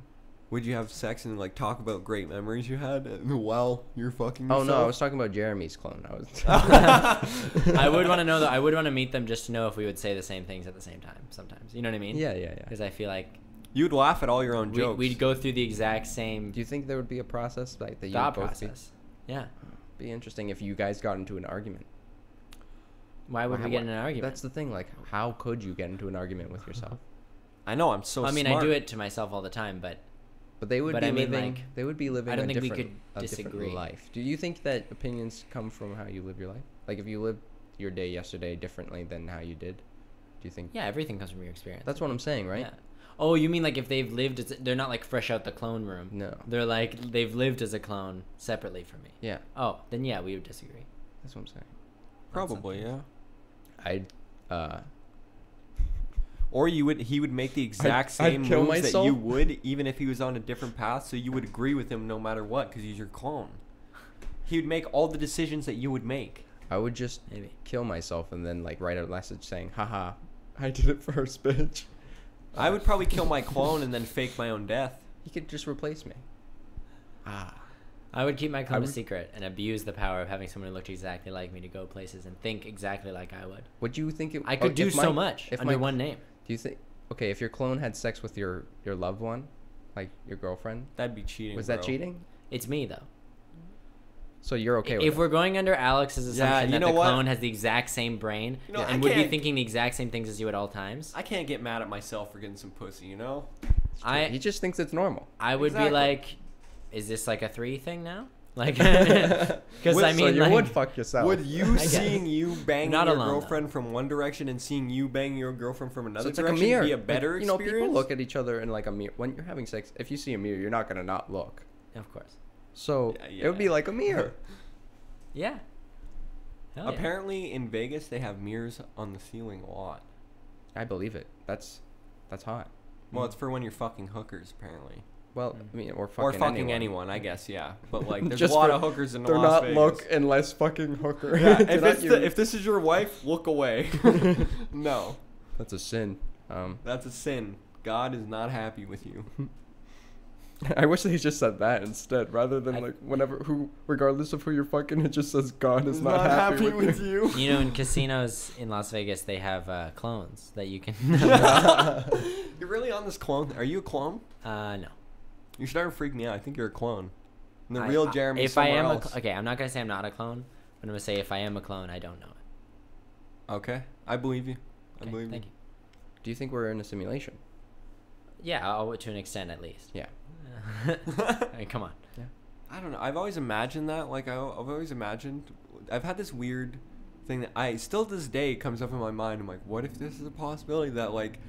[SPEAKER 1] Would you have sex and like talk about great memories you had while you're
[SPEAKER 3] Mm,
[SPEAKER 1] fucking?
[SPEAKER 2] oh no i was
[SPEAKER 1] yourself?
[SPEAKER 2] talking about jeremy's clone i was
[SPEAKER 3] I would want to know though. I would want to meet them just to know if we would say the same things at the same time. Sometimes, you know what I mean?
[SPEAKER 2] yeah yeah yeah
[SPEAKER 3] Because I feel like
[SPEAKER 1] You'd laugh at all your own
[SPEAKER 3] we,
[SPEAKER 1] jokes.
[SPEAKER 3] we'd go through the exact same
[SPEAKER 2] do you think there would be a process like that you
[SPEAKER 3] thought
[SPEAKER 2] would both
[SPEAKER 3] process. Yeah.
[SPEAKER 2] Be, be interesting if you guys got into an argument
[SPEAKER 3] Why would we
[SPEAKER 2] Why-
[SPEAKER 3] get in an argument?
[SPEAKER 2] that's the thing like how could you get into an argument with yourself
[SPEAKER 1] I know. I'm so.
[SPEAKER 3] I mean,
[SPEAKER 1] smart.
[SPEAKER 3] I do it to myself all the time, but
[SPEAKER 2] But they would
[SPEAKER 3] But
[SPEAKER 2] be
[SPEAKER 3] I mean,
[SPEAKER 2] living.
[SPEAKER 3] like,
[SPEAKER 2] they would be living.
[SPEAKER 3] I don't
[SPEAKER 2] a
[SPEAKER 3] think we
[SPEAKER 2] different- a
[SPEAKER 3] could
[SPEAKER 2] different
[SPEAKER 3] disagree.
[SPEAKER 2] Life. Do you think that opinions come from how you live your life? Like if you lived your day yesterday differently than how you did, do you think?
[SPEAKER 3] yeah, everything comes from your experience.
[SPEAKER 2] That's what I'm saying, right?
[SPEAKER 3] Yeah. Oh, you mean like if they've lived, as, they're not like fresh out the clone room.
[SPEAKER 2] No.
[SPEAKER 3] They're like they've lived as a clone separately from me.
[SPEAKER 2] Yeah,
[SPEAKER 3] Oh, then yeah, we would disagree.
[SPEAKER 2] that's what I'm saying.
[SPEAKER 1] Probably, yeah.
[SPEAKER 2] I, uh,
[SPEAKER 1] Or you would. He would make the exact
[SPEAKER 2] I'd
[SPEAKER 1] same
[SPEAKER 2] kill
[SPEAKER 1] moves that you
[SPEAKER 2] myself.
[SPEAKER 1] would, even if he was on a different path. So you would agree with him no matter what, because he's your clone. He would make all the decisions that you would make.
[SPEAKER 2] I would just
[SPEAKER 3] Maybe.
[SPEAKER 2] kill myself and then like write a message saying, "Haha, I did it first, bitch."
[SPEAKER 1] I would probably kill my clone and then fake my own death.
[SPEAKER 2] He could just replace me. Ah,
[SPEAKER 3] I would keep my clone a
[SPEAKER 2] would-
[SPEAKER 3] secret and abuse the power of having someone who looked exactly like me to go places and think exactly like I would.
[SPEAKER 2] would you think it?
[SPEAKER 3] I
[SPEAKER 2] oh,
[SPEAKER 3] could do
[SPEAKER 2] if my-
[SPEAKER 3] so much
[SPEAKER 2] if
[SPEAKER 3] under
[SPEAKER 2] my,
[SPEAKER 3] one name.
[SPEAKER 2] Do you think? Okay, if your clone had sex with your your loved one, like your girlfriend,
[SPEAKER 1] That'd be cheating.
[SPEAKER 2] was that
[SPEAKER 1] bro.
[SPEAKER 2] cheating?
[SPEAKER 3] It's me though.
[SPEAKER 2] So you're okay with
[SPEAKER 3] if
[SPEAKER 2] it?
[SPEAKER 3] we're going under Alex's
[SPEAKER 1] Yeah,
[SPEAKER 3] assumption
[SPEAKER 1] you
[SPEAKER 3] that
[SPEAKER 1] know
[SPEAKER 3] the
[SPEAKER 1] what?
[SPEAKER 3] clone has the exact same brain
[SPEAKER 1] You know, I
[SPEAKER 3] and would be
[SPEAKER 1] can't-
[SPEAKER 3] thinking the exact same things as you at all times,
[SPEAKER 1] I can't get mad at myself for getting some pussy, you know?
[SPEAKER 2] he
[SPEAKER 3] I
[SPEAKER 2] just thinks it's normal.
[SPEAKER 3] I would be
[SPEAKER 1] Exactly.
[SPEAKER 3] like, is this like a three thing now? Like, because
[SPEAKER 1] Would-
[SPEAKER 3] I
[SPEAKER 1] so
[SPEAKER 3] mean,
[SPEAKER 2] you
[SPEAKER 3] like,
[SPEAKER 2] would fuck yourself.
[SPEAKER 1] Would you
[SPEAKER 3] I guess.
[SPEAKER 1] seeing you bang
[SPEAKER 3] Not
[SPEAKER 1] your
[SPEAKER 3] alone, though.
[SPEAKER 1] girlfriend from one direction and seeing you bang your girlfriend from another
[SPEAKER 2] So it's like a
[SPEAKER 1] direction
[SPEAKER 2] mirror.
[SPEAKER 1] be a
[SPEAKER 2] Like,
[SPEAKER 1] better
[SPEAKER 2] you know,
[SPEAKER 1] experience?
[SPEAKER 2] people look at each other in like a mirror. When you're having sex, if you see a mirror, you're not gonna not look.
[SPEAKER 3] of course,
[SPEAKER 2] So
[SPEAKER 1] Yeah,
[SPEAKER 2] it would be
[SPEAKER 1] yeah.
[SPEAKER 2] like a mirror.
[SPEAKER 3] yeah. Hell yeah.
[SPEAKER 1] Apparently, in Vegas, they have mirrors on the ceiling a lot.
[SPEAKER 2] I believe it. That's that's hot.
[SPEAKER 1] Well,
[SPEAKER 2] Hmm.
[SPEAKER 1] it's for when you're fucking hookers, apparently.
[SPEAKER 2] Well,
[SPEAKER 3] Mm.
[SPEAKER 2] I mean, or fucking
[SPEAKER 1] or fucking anyone.
[SPEAKER 2] anyone.
[SPEAKER 1] I guess, yeah. But, like, there's
[SPEAKER 2] Just
[SPEAKER 1] a lot
[SPEAKER 2] for-
[SPEAKER 1] of hookers in
[SPEAKER 2] They're
[SPEAKER 1] Las
[SPEAKER 2] not
[SPEAKER 1] Vegas.
[SPEAKER 2] look unless fucking hooker.
[SPEAKER 1] Yeah,
[SPEAKER 2] They're
[SPEAKER 1] if,
[SPEAKER 2] not
[SPEAKER 1] it's the,
[SPEAKER 2] you.
[SPEAKER 1] if this is your wife, look away. no.
[SPEAKER 2] that's a sin. Um,
[SPEAKER 1] That's a sin. God is not happy with you.
[SPEAKER 2] I wish they just said that instead, rather than
[SPEAKER 3] I-
[SPEAKER 2] like whenever who, regardless of who you're fucking, it just says God is not, happy, with, you.
[SPEAKER 1] you.
[SPEAKER 3] You know, in casinos in Las Vegas, they have uh, clones that you can.
[SPEAKER 1] you're really on this clone. Are you a clone?
[SPEAKER 3] uh, no.
[SPEAKER 1] You started freaking me out. I think you're a clone. And the
[SPEAKER 3] I-
[SPEAKER 1] real
[SPEAKER 3] I-
[SPEAKER 1] Jeremy.
[SPEAKER 3] If I am
[SPEAKER 1] else.
[SPEAKER 3] a cl- okay, I'm not gonna say I'm not a clone. I'm gonna say if I am a clone, I don't know it.
[SPEAKER 1] Okay, I believe you. I
[SPEAKER 3] Okay,
[SPEAKER 1] believe
[SPEAKER 3] thank
[SPEAKER 1] you.
[SPEAKER 3] you.
[SPEAKER 2] Do you think we're in a simulation?
[SPEAKER 3] Yeah, I'll, to an extent at least.
[SPEAKER 2] Yeah.
[SPEAKER 3] I mean, come on.
[SPEAKER 1] I don't know. I've always imagined that. Like I, I've always imagined. I've had this weird thing that I still to this day comes up in my mind. I'm like, what if this is a possibility that like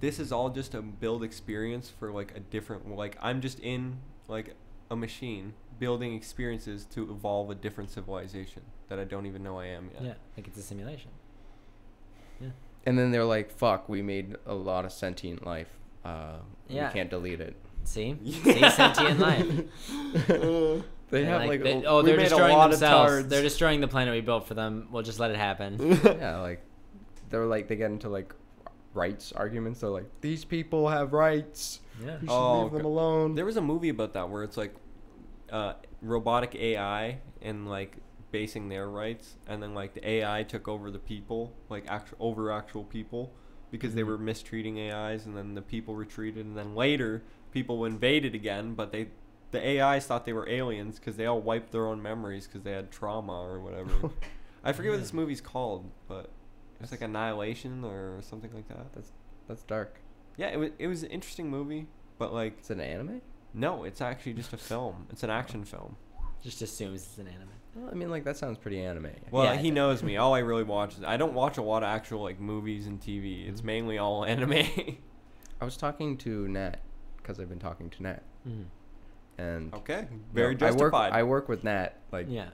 [SPEAKER 1] this is all just a build experience for like a different like I'm just in like a machine building experiences to evolve a different civilization that I don't even know I am yet.
[SPEAKER 3] Yeah, like it's a simulation.
[SPEAKER 2] And then they're like, "Fuck, we made a lot of sentient life. Uh,
[SPEAKER 3] Yeah.
[SPEAKER 2] We can't delete it."
[SPEAKER 3] See, see, sentient life.
[SPEAKER 2] They
[SPEAKER 3] They're
[SPEAKER 2] have like, a-
[SPEAKER 3] they- oh,
[SPEAKER 1] we
[SPEAKER 3] they're
[SPEAKER 1] made a
[SPEAKER 3] destroying
[SPEAKER 1] lot of
[SPEAKER 3] themselves.
[SPEAKER 1] tards.
[SPEAKER 3] They're destroying the planet we built for them. We'll just let it happen.
[SPEAKER 2] yeah, like they're like they get into like rights arguments. They're like, "These people have rights.
[SPEAKER 3] Yeah.
[SPEAKER 2] You should
[SPEAKER 1] Oh,
[SPEAKER 2] leave them
[SPEAKER 1] okay.
[SPEAKER 2] alone."
[SPEAKER 1] There was a movie about that where it's like uh, robotic AI and like basing their rights, and then like the AI took over the people, like actual over actual people, because they were mistreating AIs, and then the people retreated, and then later people invaded again, but they the AIs thought they were aliens because they all wiped their own memories because they had trauma or whatever. I forget what this movie's called, but it's like Annihilation or something like that.
[SPEAKER 2] That's that's dark.
[SPEAKER 1] Yeah, it was it was an interesting movie, but like
[SPEAKER 2] It's an anime.
[SPEAKER 1] no, it's actually just a film. It's an action film.
[SPEAKER 3] Just assumes it's an anime.
[SPEAKER 2] Well, I mean, like that sounds pretty anime.
[SPEAKER 1] Well,
[SPEAKER 3] Yeah.
[SPEAKER 1] he knows me. All I really watch is I don't watch a lot of actual like movies and TV. It's mainly all anime.
[SPEAKER 2] I was talking to Nat because I've been talking to Nat,
[SPEAKER 1] Mm-hmm.
[SPEAKER 2] and
[SPEAKER 1] okay,
[SPEAKER 2] you
[SPEAKER 1] Oh, very
[SPEAKER 2] know,
[SPEAKER 1] justified.
[SPEAKER 2] I work, I work with Nat, like
[SPEAKER 3] yeah.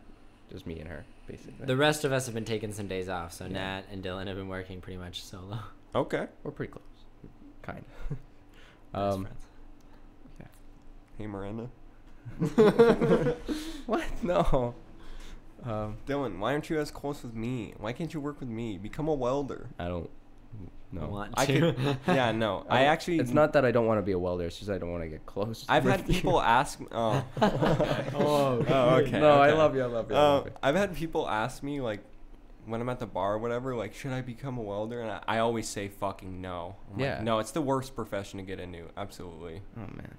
[SPEAKER 2] just me and her, basically.
[SPEAKER 3] The rest of us have been taking some days off, so
[SPEAKER 2] Yeah.
[SPEAKER 3] Nat and Dylan have been working pretty much solo.
[SPEAKER 1] okay.
[SPEAKER 2] We're pretty close, kind.
[SPEAKER 3] as
[SPEAKER 2] um,
[SPEAKER 3] friends.
[SPEAKER 1] Hey Miranda,
[SPEAKER 2] what? No. Um,
[SPEAKER 1] Dylan, why aren't you as close with me? Why can't you work with me? Become a welder.
[SPEAKER 2] I don't. No.
[SPEAKER 3] Want
[SPEAKER 1] I
[SPEAKER 3] to.
[SPEAKER 1] could. yeah, no. I,
[SPEAKER 2] don't-
[SPEAKER 1] actually.
[SPEAKER 2] It's not that I don't want to be a welder. It's just I don't want to get close.
[SPEAKER 1] I've had
[SPEAKER 2] with you.
[SPEAKER 1] people ask. Oh.
[SPEAKER 2] Oh,
[SPEAKER 1] oh,
[SPEAKER 2] okay.
[SPEAKER 1] okay.
[SPEAKER 2] No, I
[SPEAKER 1] okay.
[SPEAKER 2] love you, I love you, I
[SPEAKER 1] Uh,
[SPEAKER 2] love you.
[SPEAKER 1] I've had people ask me like, when I'm at the bar or whatever, like, should I become a welder? And I, I always say fucking no. I'm like,
[SPEAKER 2] Yeah.
[SPEAKER 1] no, it's the worst profession to get into. Absolutely.
[SPEAKER 2] Oh man.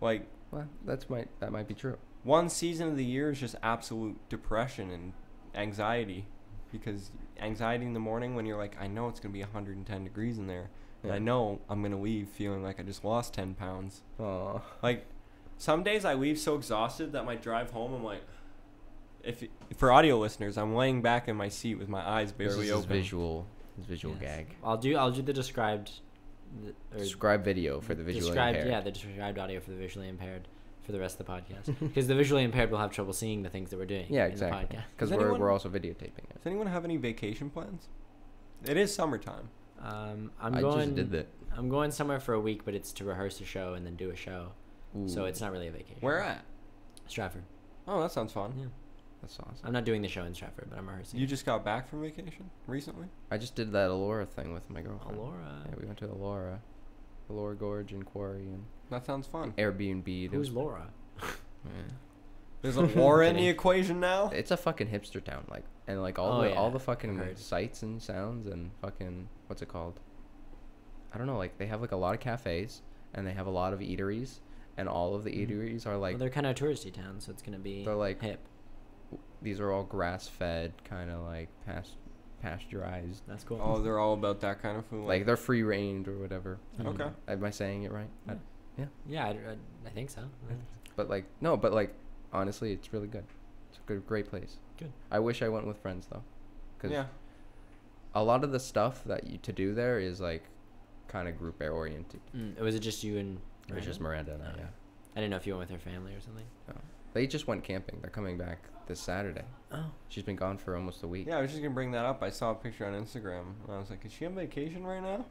[SPEAKER 1] Like
[SPEAKER 2] Well, that's might that might be true.
[SPEAKER 1] one season of the year is just absolute depression and anxiety, because anxiety in the morning when you're like, I know it's gonna be 110 degrees in there, and I
[SPEAKER 2] Yeah.
[SPEAKER 1] know I'm gonna leave feeling like I just lost 10 pounds.
[SPEAKER 2] Oh.
[SPEAKER 1] Like, some days I leave so exhausted that my drive home, I'm like, if for audio listeners, I'm laying back in my seat with my eyes barely open.
[SPEAKER 2] visual. His visual
[SPEAKER 3] Yes.
[SPEAKER 2] gag.
[SPEAKER 3] I'll do. I'll do the described. The, or
[SPEAKER 2] Describe video for the visual
[SPEAKER 3] described,
[SPEAKER 2] impaired.
[SPEAKER 3] Yeah, the described audio for the visually impaired for the rest of the podcast because the visually impaired will have trouble seeing the things that we're doing.
[SPEAKER 2] Yeah,
[SPEAKER 3] in the
[SPEAKER 2] exactly.
[SPEAKER 3] podcast.
[SPEAKER 2] Because
[SPEAKER 1] Does
[SPEAKER 2] we're,
[SPEAKER 1] anyone-
[SPEAKER 2] we're also videotaping it.
[SPEAKER 1] Does anyone have any vacation plans? It is summertime.
[SPEAKER 3] Um, I'm
[SPEAKER 2] I
[SPEAKER 3] going.
[SPEAKER 2] just did that.
[SPEAKER 3] I'm going somewhere for a week, but it's to rehearse a show and then do a show, so
[SPEAKER 2] Ooh,
[SPEAKER 3] it's not really a vacation.
[SPEAKER 1] Where at?
[SPEAKER 3] Stratford.
[SPEAKER 1] Oh, that sounds fun.
[SPEAKER 3] Yeah.
[SPEAKER 2] That's awesome.
[SPEAKER 3] I'm not doing the show in Stratford, but I'm rehearsing.
[SPEAKER 1] You just got back from vacation recently?
[SPEAKER 2] I just did that Alora thing with my girlfriend.
[SPEAKER 3] Alora.
[SPEAKER 2] Yeah, we went to Alora, Alora Gorge and Quarry and
[SPEAKER 1] That sounds fun.
[SPEAKER 2] Airbnb.
[SPEAKER 3] Who's Laura?
[SPEAKER 1] There's a war in the
[SPEAKER 3] Kidding.
[SPEAKER 1] equation now.
[SPEAKER 2] It's a fucking hipster town, like, and like all
[SPEAKER 3] Oh,
[SPEAKER 2] the all
[SPEAKER 3] yeah,
[SPEAKER 2] the fucking
[SPEAKER 3] I've heard.
[SPEAKER 2] sights and sounds and fucking what's it called? I don't know. Like they have like a lot of cafes and they have a lot of eateries, and all of the
[SPEAKER 3] Mhm.
[SPEAKER 2] eateries are like
[SPEAKER 3] well, they're kind of a touristy town, so it's gonna be
[SPEAKER 2] They're like-
[SPEAKER 3] hip.
[SPEAKER 2] these are all grass fed, kind of like past pasteurized,
[SPEAKER 3] That's cool.
[SPEAKER 1] Oh, they're all about that kind of food.
[SPEAKER 2] like they're free range or whatever.
[SPEAKER 1] okay.
[SPEAKER 2] Am I saying it right? I-
[SPEAKER 3] Mm. Yeah. yeah, I, I, I think so.
[SPEAKER 2] But like no, but like honestly, it's really good. It's a good, great place.
[SPEAKER 3] Good.
[SPEAKER 2] I wish I went with friends though, because
[SPEAKER 1] Yeah.
[SPEAKER 2] a lot of the stuff that you to do there is like kind of group oriented.
[SPEAKER 3] Mm, was it just you and?
[SPEAKER 2] It was just
[SPEAKER 3] Miranda?
[SPEAKER 2] Miranda and I.
[SPEAKER 3] Okay.
[SPEAKER 2] Yeah.
[SPEAKER 3] I didn't know if you went with her family or something.
[SPEAKER 2] They just went camping. They're coming back this Saturday.
[SPEAKER 3] Oh.
[SPEAKER 2] She's been gone for almost a week.
[SPEAKER 1] Yeah, I was just gonna bring that up. I saw a picture on Instagram, and I was like, "Is she on vacation right now?"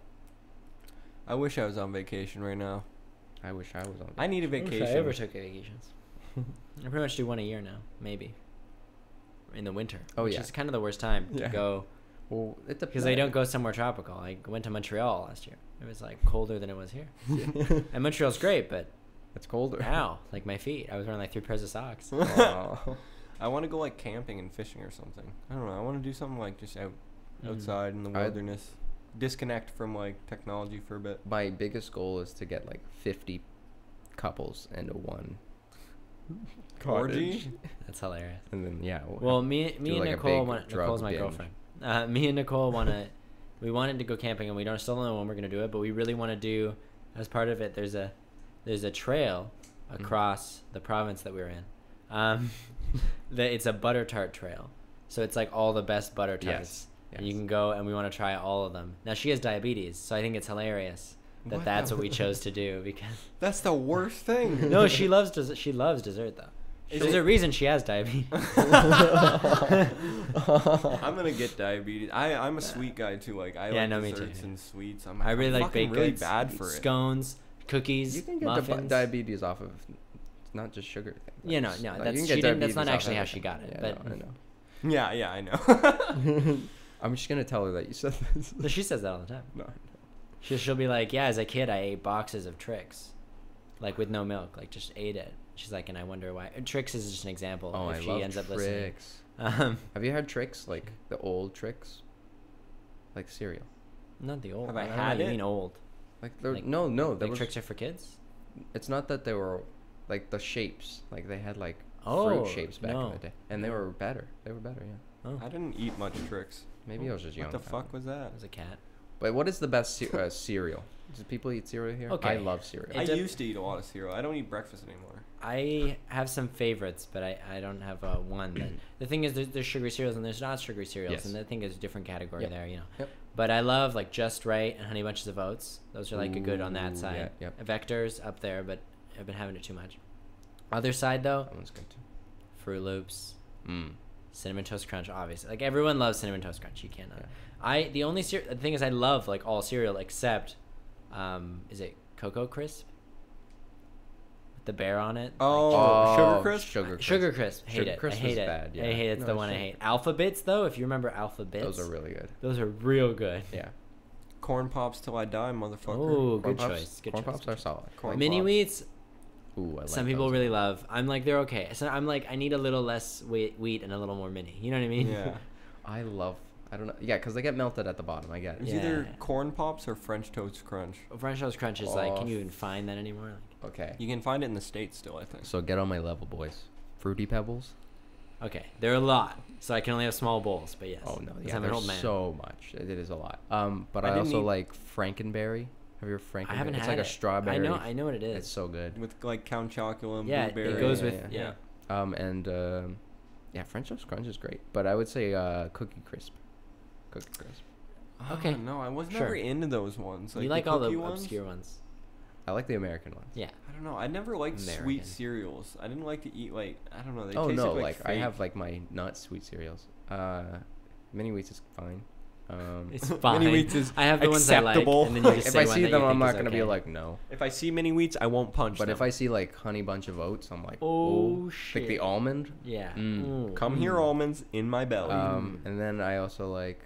[SPEAKER 1] I wish I was on vacation right now.
[SPEAKER 2] I wish I was on.
[SPEAKER 1] I need a
[SPEAKER 3] I
[SPEAKER 1] vacation.
[SPEAKER 3] ever took vacations. I pretty much do one a year now, maybe. In the winter.
[SPEAKER 2] Oh,
[SPEAKER 3] which
[SPEAKER 2] yeah.
[SPEAKER 3] is kind of the worst time to
[SPEAKER 2] Yeah.
[SPEAKER 3] go
[SPEAKER 2] Well, it depends.
[SPEAKER 3] because I don't go somewhere tropical. I went to Montreal last year. It was like colder than it was here. And Montreal's great, but
[SPEAKER 2] It's colder.
[SPEAKER 3] ow, like my feet. I was wearing like three pairs of socks.
[SPEAKER 2] Oh.
[SPEAKER 1] I want to go like camping and fishing or something. I don't know. I want to do something like just out
[SPEAKER 3] Mm.
[SPEAKER 1] outside in the
[SPEAKER 2] I'd-
[SPEAKER 1] wilderness. Disconnect from like technology for a bit.
[SPEAKER 2] My biggest goal is to get like 50 couples into one cottage.
[SPEAKER 1] Orgy?
[SPEAKER 3] That's hilarious.
[SPEAKER 2] And then yeah. we'll
[SPEAKER 3] Well,
[SPEAKER 2] have-
[SPEAKER 3] me, me
[SPEAKER 2] do,
[SPEAKER 3] and
[SPEAKER 2] like, a
[SPEAKER 3] Nicole,
[SPEAKER 2] big
[SPEAKER 3] want,
[SPEAKER 2] drug
[SPEAKER 3] Nicole's my
[SPEAKER 2] binge.
[SPEAKER 3] girlfriend. Uh, me and Nicole want to, we wanted to go camping and we don't still don't know when we're gonna do it, but we really want to do. As part of it, there's a, there's a trail,
[SPEAKER 2] Mhm.
[SPEAKER 3] across the province that we're in. Um, that it's a butter tart trail, so it's like all the best butter tarts.
[SPEAKER 2] Yes.
[SPEAKER 3] And you
[SPEAKER 2] yes.
[SPEAKER 3] can go and we want to try all of them. Now she has diabetes, so I think it's hilarious that
[SPEAKER 1] What
[SPEAKER 3] that's
[SPEAKER 1] the-
[SPEAKER 3] what we chose to do because
[SPEAKER 1] That's the worst thing.
[SPEAKER 3] no, she loves des- she loves dessert though.
[SPEAKER 1] Is
[SPEAKER 3] There's
[SPEAKER 1] it-
[SPEAKER 3] a reason she has diabetes.
[SPEAKER 1] I'm gonna get diabetes. I I'm a sweet guy too. Like I
[SPEAKER 3] Yeah,
[SPEAKER 1] like
[SPEAKER 3] no, me too,
[SPEAKER 1] desserts
[SPEAKER 3] yeah.
[SPEAKER 1] and sweets. I'm
[SPEAKER 3] I really
[SPEAKER 1] I'm
[SPEAKER 3] like
[SPEAKER 1] fucking
[SPEAKER 3] baked
[SPEAKER 1] really
[SPEAKER 3] goods,
[SPEAKER 1] bad for it.
[SPEAKER 3] scones, cookies,
[SPEAKER 2] You can get di-
[SPEAKER 3] muffins.
[SPEAKER 2] diabetes off of not just sugar. Things.
[SPEAKER 3] Yeah, no,
[SPEAKER 2] Like,
[SPEAKER 3] no,
[SPEAKER 2] you
[SPEAKER 3] that's-
[SPEAKER 2] can
[SPEAKER 3] she
[SPEAKER 2] get
[SPEAKER 3] didn't- that's
[SPEAKER 2] diabetes
[SPEAKER 3] not
[SPEAKER 2] off
[SPEAKER 3] actually how she
[SPEAKER 2] everything.
[SPEAKER 3] got
[SPEAKER 2] Yeah,
[SPEAKER 3] it, but-
[SPEAKER 2] no, I know.
[SPEAKER 1] Yeah, yeah, I know.
[SPEAKER 2] I'm just gonna tell her that you said this.
[SPEAKER 3] No, she says that all the time.
[SPEAKER 2] no.
[SPEAKER 3] She, she'll be like, "Yeah, as a kid, I ate boxes of tricks, like with no milk, like just ate it." She's like, "And I wonder why." And tricks is just an example.
[SPEAKER 2] Oh,
[SPEAKER 3] if
[SPEAKER 2] I
[SPEAKER 3] she
[SPEAKER 2] love
[SPEAKER 3] ends up listening.
[SPEAKER 2] tricks.
[SPEAKER 3] Um,
[SPEAKER 2] Have you had tricks like the old tricks, like cereal?
[SPEAKER 3] not the old.
[SPEAKER 1] Have I
[SPEAKER 3] don't
[SPEAKER 1] had
[SPEAKER 3] know,
[SPEAKER 1] it?
[SPEAKER 3] You mean old?
[SPEAKER 2] Like, there,
[SPEAKER 3] Like-
[SPEAKER 2] no, no, there
[SPEAKER 3] like
[SPEAKER 2] was,
[SPEAKER 3] tricks are for kids.
[SPEAKER 2] It's not that they were, like the shapes. Like they had like
[SPEAKER 3] Oh,
[SPEAKER 2] fruit shapes back in
[SPEAKER 3] no.
[SPEAKER 2] the day, and they were better. They were better, yeah.
[SPEAKER 3] Oh,
[SPEAKER 1] I didn't eat much tricks.
[SPEAKER 2] Maybe I was just young.
[SPEAKER 1] What the
[SPEAKER 2] I don't
[SPEAKER 1] fuck
[SPEAKER 2] know.
[SPEAKER 1] was that?
[SPEAKER 3] it was a cat.
[SPEAKER 2] But what is the best ce- uh, cereal? Do people eat cereal here? I
[SPEAKER 3] Okay.
[SPEAKER 2] love cereal.
[SPEAKER 3] It
[SPEAKER 1] I
[SPEAKER 3] dep-
[SPEAKER 1] used to eat a lot of cereal. I don't eat breakfast anymore.
[SPEAKER 3] I have some favorites, but I, I don't have uh, one. That, the thing is, there's, there's sugary cereals and there's not sugary cereals,
[SPEAKER 2] Yes.
[SPEAKER 3] and I think there's a different category
[SPEAKER 2] Yep.
[SPEAKER 3] there, you know.
[SPEAKER 2] Yep.
[SPEAKER 3] But I love like Just Right and Honey Bunches of Oats. Those are like a good on
[SPEAKER 2] Ooh,
[SPEAKER 3] that side.
[SPEAKER 2] yeah, yep.
[SPEAKER 3] Vectors up there, but I've been having it too much. Other side though,
[SPEAKER 2] That one's good too.
[SPEAKER 3] Fruit Loops,
[SPEAKER 2] Mm.
[SPEAKER 3] Cinnamon Toast Crunch, obviously. Like everyone loves Cinnamon Toast Crunch. You cannot.
[SPEAKER 2] Yeah.
[SPEAKER 3] I the only cere- the thing is I love like all cereal except, um, is it Cocoa Crisp? With the bear on it.
[SPEAKER 1] Oh,
[SPEAKER 2] Oh,
[SPEAKER 1] sugar crisp.
[SPEAKER 2] Sugar crisp.
[SPEAKER 3] Sugar Crisp. Hate
[SPEAKER 2] Sugar
[SPEAKER 3] it.
[SPEAKER 2] Crisp
[SPEAKER 3] I hate
[SPEAKER 2] is
[SPEAKER 3] it.
[SPEAKER 2] bad, yeah.
[SPEAKER 3] I hate it. It's
[SPEAKER 2] No,
[SPEAKER 3] the
[SPEAKER 2] it's
[SPEAKER 3] one I
[SPEAKER 2] not
[SPEAKER 3] hate.
[SPEAKER 2] good.
[SPEAKER 3] Alpha Bits, though, if you remember Alpha Bits,
[SPEAKER 2] Those are really good.
[SPEAKER 3] those are real good.
[SPEAKER 2] Yeah.
[SPEAKER 1] Corn pops till I die, motherfucker.
[SPEAKER 3] Oh,
[SPEAKER 2] Corn
[SPEAKER 3] good
[SPEAKER 2] pops-
[SPEAKER 3] choice. Good
[SPEAKER 2] corn
[SPEAKER 3] choice.
[SPEAKER 2] pops are solid.
[SPEAKER 1] Corn
[SPEAKER 3] Mini
[SPEAKER 1] pops.
[SPEAKER 3] wheats.
[SPEAKER 2] Ooh, I like
[SPEAKER 3] some people
[SPEAKER 2] those.
[SPEAKER 3] really love. I'm like they're okay. So I'm like I need a little less wheat, wheat and a little more mini. You know what I mean?
[SPEAKER 1] Yeah.
[SPEAKER 2] I love. I don't know. Yeah, because they get melted at the bottom. I get
[SPEAKER 1] It's
[SPEAKER 2] it.
[SPEAKER 3] Yeah.
[SPEAKER 1] either corn pops or French toast crunch.
[SPEAKER 3] French toast crunch is like, can
[SPEAKER 2] Oh.
[SPEAKER 3] you even find that anymore? Like,
[SPEAKER 2] Okay.
[SPEAKER 1] You can find it in the states still, I think.
[SPEAKER 2] So get on my level, boys. Fruity Pebbles.
[SPEAKER 3] okay, they're a lot, so I can only have small bowls. But yes.
[SPEAKER 2] Oh no,
[SPEAKER 3] because
[SPEAKER 2] yeah,
[SPEAKER 3] I'm an old
[SPEAKER 2] there's
[SPEAKER 3] man.
[SPEAKER 2] so much. It it is a lot. Um, but
[SPEAKER 1] I
[SPEAKER 2] I,
[SPEAKER 1] didn't
[SPEAKER 2] also
[SPEAKER 1] eat-
[SPEAKER 2] like Frankenberry. Have you ever Frankenberry?
[SPEAKER 3] I haven't
[SPEAKER 2] it's
[SPEAKER 3] had
[SPEAKER 2] like
[SPEAKER 3] it.
[SPEAKER 2] a strawberry.
[SPEAKER 3] I know. I know what it is.
[SPEAKER 2] It's so good.
[SPEAKER 1] With like Count Chocula and
[SPEAKER 3] yeah,
[SPEAKER 1] blueberry.
[SPEAKER 3] it goes
[SPEAKER 2] yeah,
[SPEAKER 3] with
[SPEAKER 2] yeah,
[SPEAKER 3] yeah.
[SPEAKER 2] Um, and um, yeah, French toast crunch is great. But I would say uh, Cookie Crisp. Cookie Crisp.
[SPEAKER 1] Ah,
[SPEAKER 3] Okay.
[SPEAKER 1] no, I was
[SPEAKER 3] Sure.
[SPEAKER 1] never into those ones. Like
[SPEAKER 3] you like all the
[SPEAKER 1] cookie ones?
[SPEAKER 3] obscure ones.
[SPEAKER 2] I like the American ones.
[SPEAKER 3] Yeah.
[SPEAKER 1] I don't know. I never liked
[SPEAKER 3] American.
[SPEAKER 1] sweet cereals. I didn't like to eat like I don't know. They
[SPEAKER 2] oh
[SPEAKER 1] tasted
[SPEAKER 2] no,
[SPEAKER 1] like,
[SPEAKER 2] like, I
[SPEAKER 1] fake.
[SPEAKER 2] have like my not sweet cereals. Uh, mini wheats is fine. Um,
[SPEAKER 3] It's
[SPEAKER 1] Mini
[SPEAKER 3] fine.
[SPEAKER 1] Wheats is
[SPEAKER 3] I have the ones
[SPEAKER 1] acceptable.
[SPEAKER 3] I like, and then you just
[SPEAKER 2] if
[SPEAKER 3] say
[SPEAKER 2] I
[SPEAKER 3] one
[SPEAKER 2] see
[SPEAKER 3] that you
[SPEAKER 2] them, I'm
[SPEAKER 3] think
[SPEAKER 2] not
[SPEAKER 3] is
[SPEAKER 2] gonna
[SPEAKER 3] okay.
[SPEAKER 2] be like no.
[SPEAKER 1] If I see mini wheats, I won't punch
[SPEAKER 2] But
[SPEAKER 1] them.
[SPEAKER 2] if I see like honey bunch of oats, I'm like,
[SPEAKER 3] Oh,
[SPEAKER 2] like the
[SPEAKER 3] shit.
[SPEAKER 2] almond.
[SPEAKER 3] yeah,
[SPEAKER 2] Mm.
[SPEAKER 3] Ooh,
[SPEAKER 1] come here,
[SPEAKER 3] mm.
[SPEAKER 1] almonds in my belly.
[SPEAKER 2] Um, and then I also like,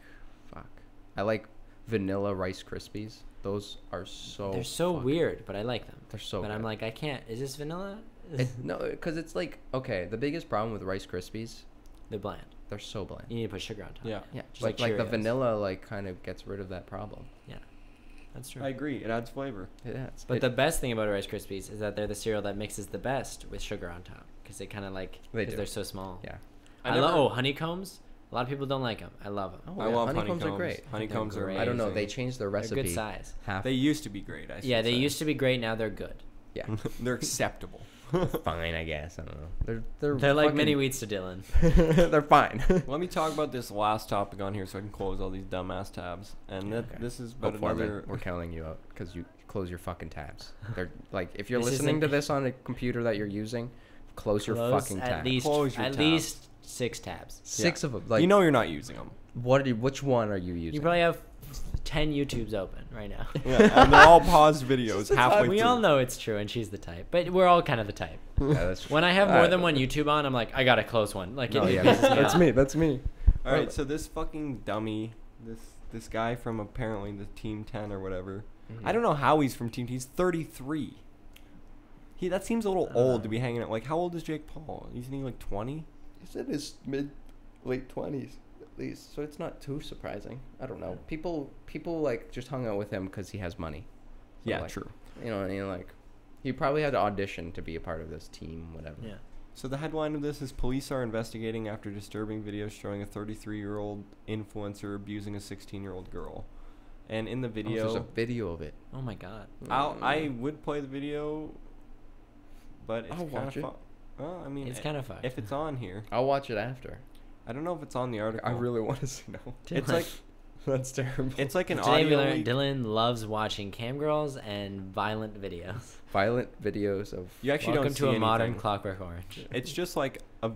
[SPEAKER 2] fuck, I like vanilla Rice Krispies. Those are so.
[SPEAKER 3] they're so
[SPEAKER 2] fucking-
[SPEAKER 3] weird, but I like them.
[SPEAKER 2] They're so.
[SPEAKER 3] but I'm
[SPEAKER 2] good.
[SPEAKER 3] like, I can't. Is this vanilla?
[SPEAKER 2] It, no, because it's like okay. The biggest problem with Rice Krispies,
[SPEAKER 3] They're bland.
[SPEAKER 2] they're so bland.
[SPEAKER 3] You need to put sugar on top.
[SPEAKER 1] yeah,
[SPEAKER 2] Yeah,
[SPEAKER 3] Just
[SPEAKER 2] like
[SPEAKER 3] like
[SPEAKER 2] like the
[SPEAKER 3] Cheerios.
[SPEAKER 2] vanilla like kind of gets rid of that problem.
[SPEAKER 3] yeah, that's true.
[SPEAKER 1] I agree. It adds flavor.
[SPEAKER 2] Yeah, it's,
[SPEAKER 3] But
[SPEAKER 2] it-
[SPEAKER 3] the best thing about Rice Krispies is that they're the cereal that mixes the best with sugar on top because they kind of like
[SPEAKER 2] They
[SPEAKER 3] because
[SPEAKER 2] do.
[SPEAKER 3] they're so small.
[SPEAKER 2] yeah,
[SPEAKER 1] I
[SPEAKER 3] I, love
[SPEAKER 1] never-
[SPEAKER 3] oh honeycombs. A lot of people don't like them. I love them.
[SPEAKER 2] Oh,
[SPEAKER 1] I
[SPEAKER 2] yeah,
[SPEAKER 1] love
[SPEAKER 2] honeycombs
[SPEAKER 1] honeycombs.
[SPEAKER 2] are great.
[SPEAKER 1] Honeycombs are.
[SPEAKER 3] They're
[SPEAKER 2] I don't know. They
[SPEAKER 1] amazing.
[SPEAKER 2] changed their
[SPEAKER 3] they're
[SPEAKER 2] recipe.
[SPEAKER 3] good size.
[SPEAKER 2] Half.
[SPEAKER 1] They used to be great. I
[SPEAKER 3] Yeah,
[SPEAKER 1] should
[SPEAKER 3] they
[SPEAKER 1] say.
[SPEAKER 3] used to be great. Now they're good.
[SPEAKER 2] yeah.
[SPEAKER 1] They're acceptable.
[SPEAKER 2] fine, I guess. I don't know. They're they're
[SPEAKER 3] They're like
[SPEAKER 2] fucking-
[SPEAKER 3] mini wheats to Dylan.
[SPEAKER 2] they're fine.
[SPEAKER 1] Let me talk about this last topic on here so I can close all these dumbass tabs. And that,
[SPEAKER 2] Okay.
[SPEAKER 1] this is
[SPEAKER 2] Go
[SPEAKER 1] about
[SPEAKER 2] for it, man.
[SPEAKER 1] another.
[SPEAKER 2] We're counting you out because you close your fucking tabs. They're like if you're
[SPEAKER 3] This
[SPEAKER 2] listening to
[SPEAKER 3] isn't-
[SPEAKER 2] this on a computer that you're using, close, your
[SPEAKER 3] Close
[SPEAKER 2] fucking
[SPEAKER 3] at
[SPEAKER 2] tabs.
[SPEAKER 3] least
[SPEAKER 1] Close your
[SPEAKER 3] at
[SPEAKER 1] tabs.
[SPEAKER 3] least six tabs.
[SPEAKER 2] Six
[SPEAKER 1] Yeah.
[SPEAKER 2] of them. Like
[SPEAKER 1] you know you're not using them.
[SPEAKER 2] what? Are you, which one are you using?
[SPEAKER 3] You probably have ten YouTubes open right now.
[SPEAKER 1] Yeah, and they're all paused
[SPEAKER 2] Just
[SPEAKER 1] videos
[SPEAKER 2] the
[SPEAKER 1] halfway
[SPEAKER 2] time-
[SPEAKER 1] through.
[SPEAKER 3] we all know it's true, and she's the type. But we're all kind of the type.
[SPEAKER 2] Yeah, that's
[SPEAKER 3] When I have
[SPEAKER 2] All
[SPEAKER 3] more
[SPEAKER 2] right.
[SPEAKER 3] than one YouTube on,
[SPEAKER 1] Oh,
[SPEAKER 3] I'm like, I gotta close one. Like,
[SPEAKER 2] No,
[SPEAKER 3] it
[SPEAKER 2] yeah,
[SPEAKER 3] pisses
[SPEAKER 2] that's
[SPEAKER 3] me
[SPEAKER 2] that's
[SPEAKER 3] off.
[SPEAKER 2] me. That's me.
[SPEAKER 1] All right, so this fucking dummy This this guy from apparently the Team Ten or whatever. I
[SPEAKER 2] Mhm.
[SPEAKER 1] don't know how he's from Team 10. He's 33. He that seems a little
[SPEAKER 2] Uh,
[SPEAKER 1] old to be hanging out. Like how old is Jake Paul? Isn't he like 20?
[SPEAKER 2] He's in his mid, late twenties at least, so it's not too surprising. I don't know. People, people like just hung out with him because he has money. So,
[SPEAKER 1] Yeah,
[SPEAKER 2] like,
[SPEAKER 1] true.
[SPEAKER 2] You know, what I mean? like he probably had to audition to be a part of this team, whatever.
[SPEAKER 3] Yeah.
[SPEAKER 1] So the headline of this is police are investigating after disturbing videos showing a 33-year-old influencer abusing a 16-year-old girl. And in the
[SPEAKER 2] Oh, there's a
[SPEAKER 1] video,
[SPEAKER 2] video of it.
[SPEAKER 3] Oh my god.
[SPEAKER 1] I'll, I
[SPEAKER 3] Mm.
[SPEAKER 1] would play the video, but it's
[SPEAKER 2] I'll
[SPEAKER 1] kind of
[SPEAKER 2] watch it.
[SPEAKER 1] fun. Well, I mean,
[SPEAKER 3] It's
[SPEAKER 1] i-
[SPEAKER 3] kinda fucked.
[SPEAKER 1] If it's on here,
[SPEAKER 2] I'll watch it after.
[SPEAKER 1] I don't know if it's on the article.
[SPEAKER 2] I really want to see. No,
[SPEAKER 3] Do
[SPEAKER 1] It's
[SPEAKER 3] it.
[SPEAKER 1] like
[SPEAKER 2] that's terrible.
[SPEAKER 1] it's like an
[SPEAKER 3] Today we
[SPEAKER 1] audio.
[SPEAKER 3] learned
[SPEAKER 1] leak.
[SPEAKER 3] Dylan loves watching cam girls and violent videos.
[SPEAKER 2] violent videos of.
[SPEAKER 1] You actually
[SPEAKER 3] Welcome
[SPEAKER 1] don't
[SPEAKER 3] to a
[SPEAKER 1] see
[SPEAKER 3] modern
[SPEAKER 1] anything.
[SPEAKER 3] Clockwork Orange.
[SPEAKER 1] It's just like a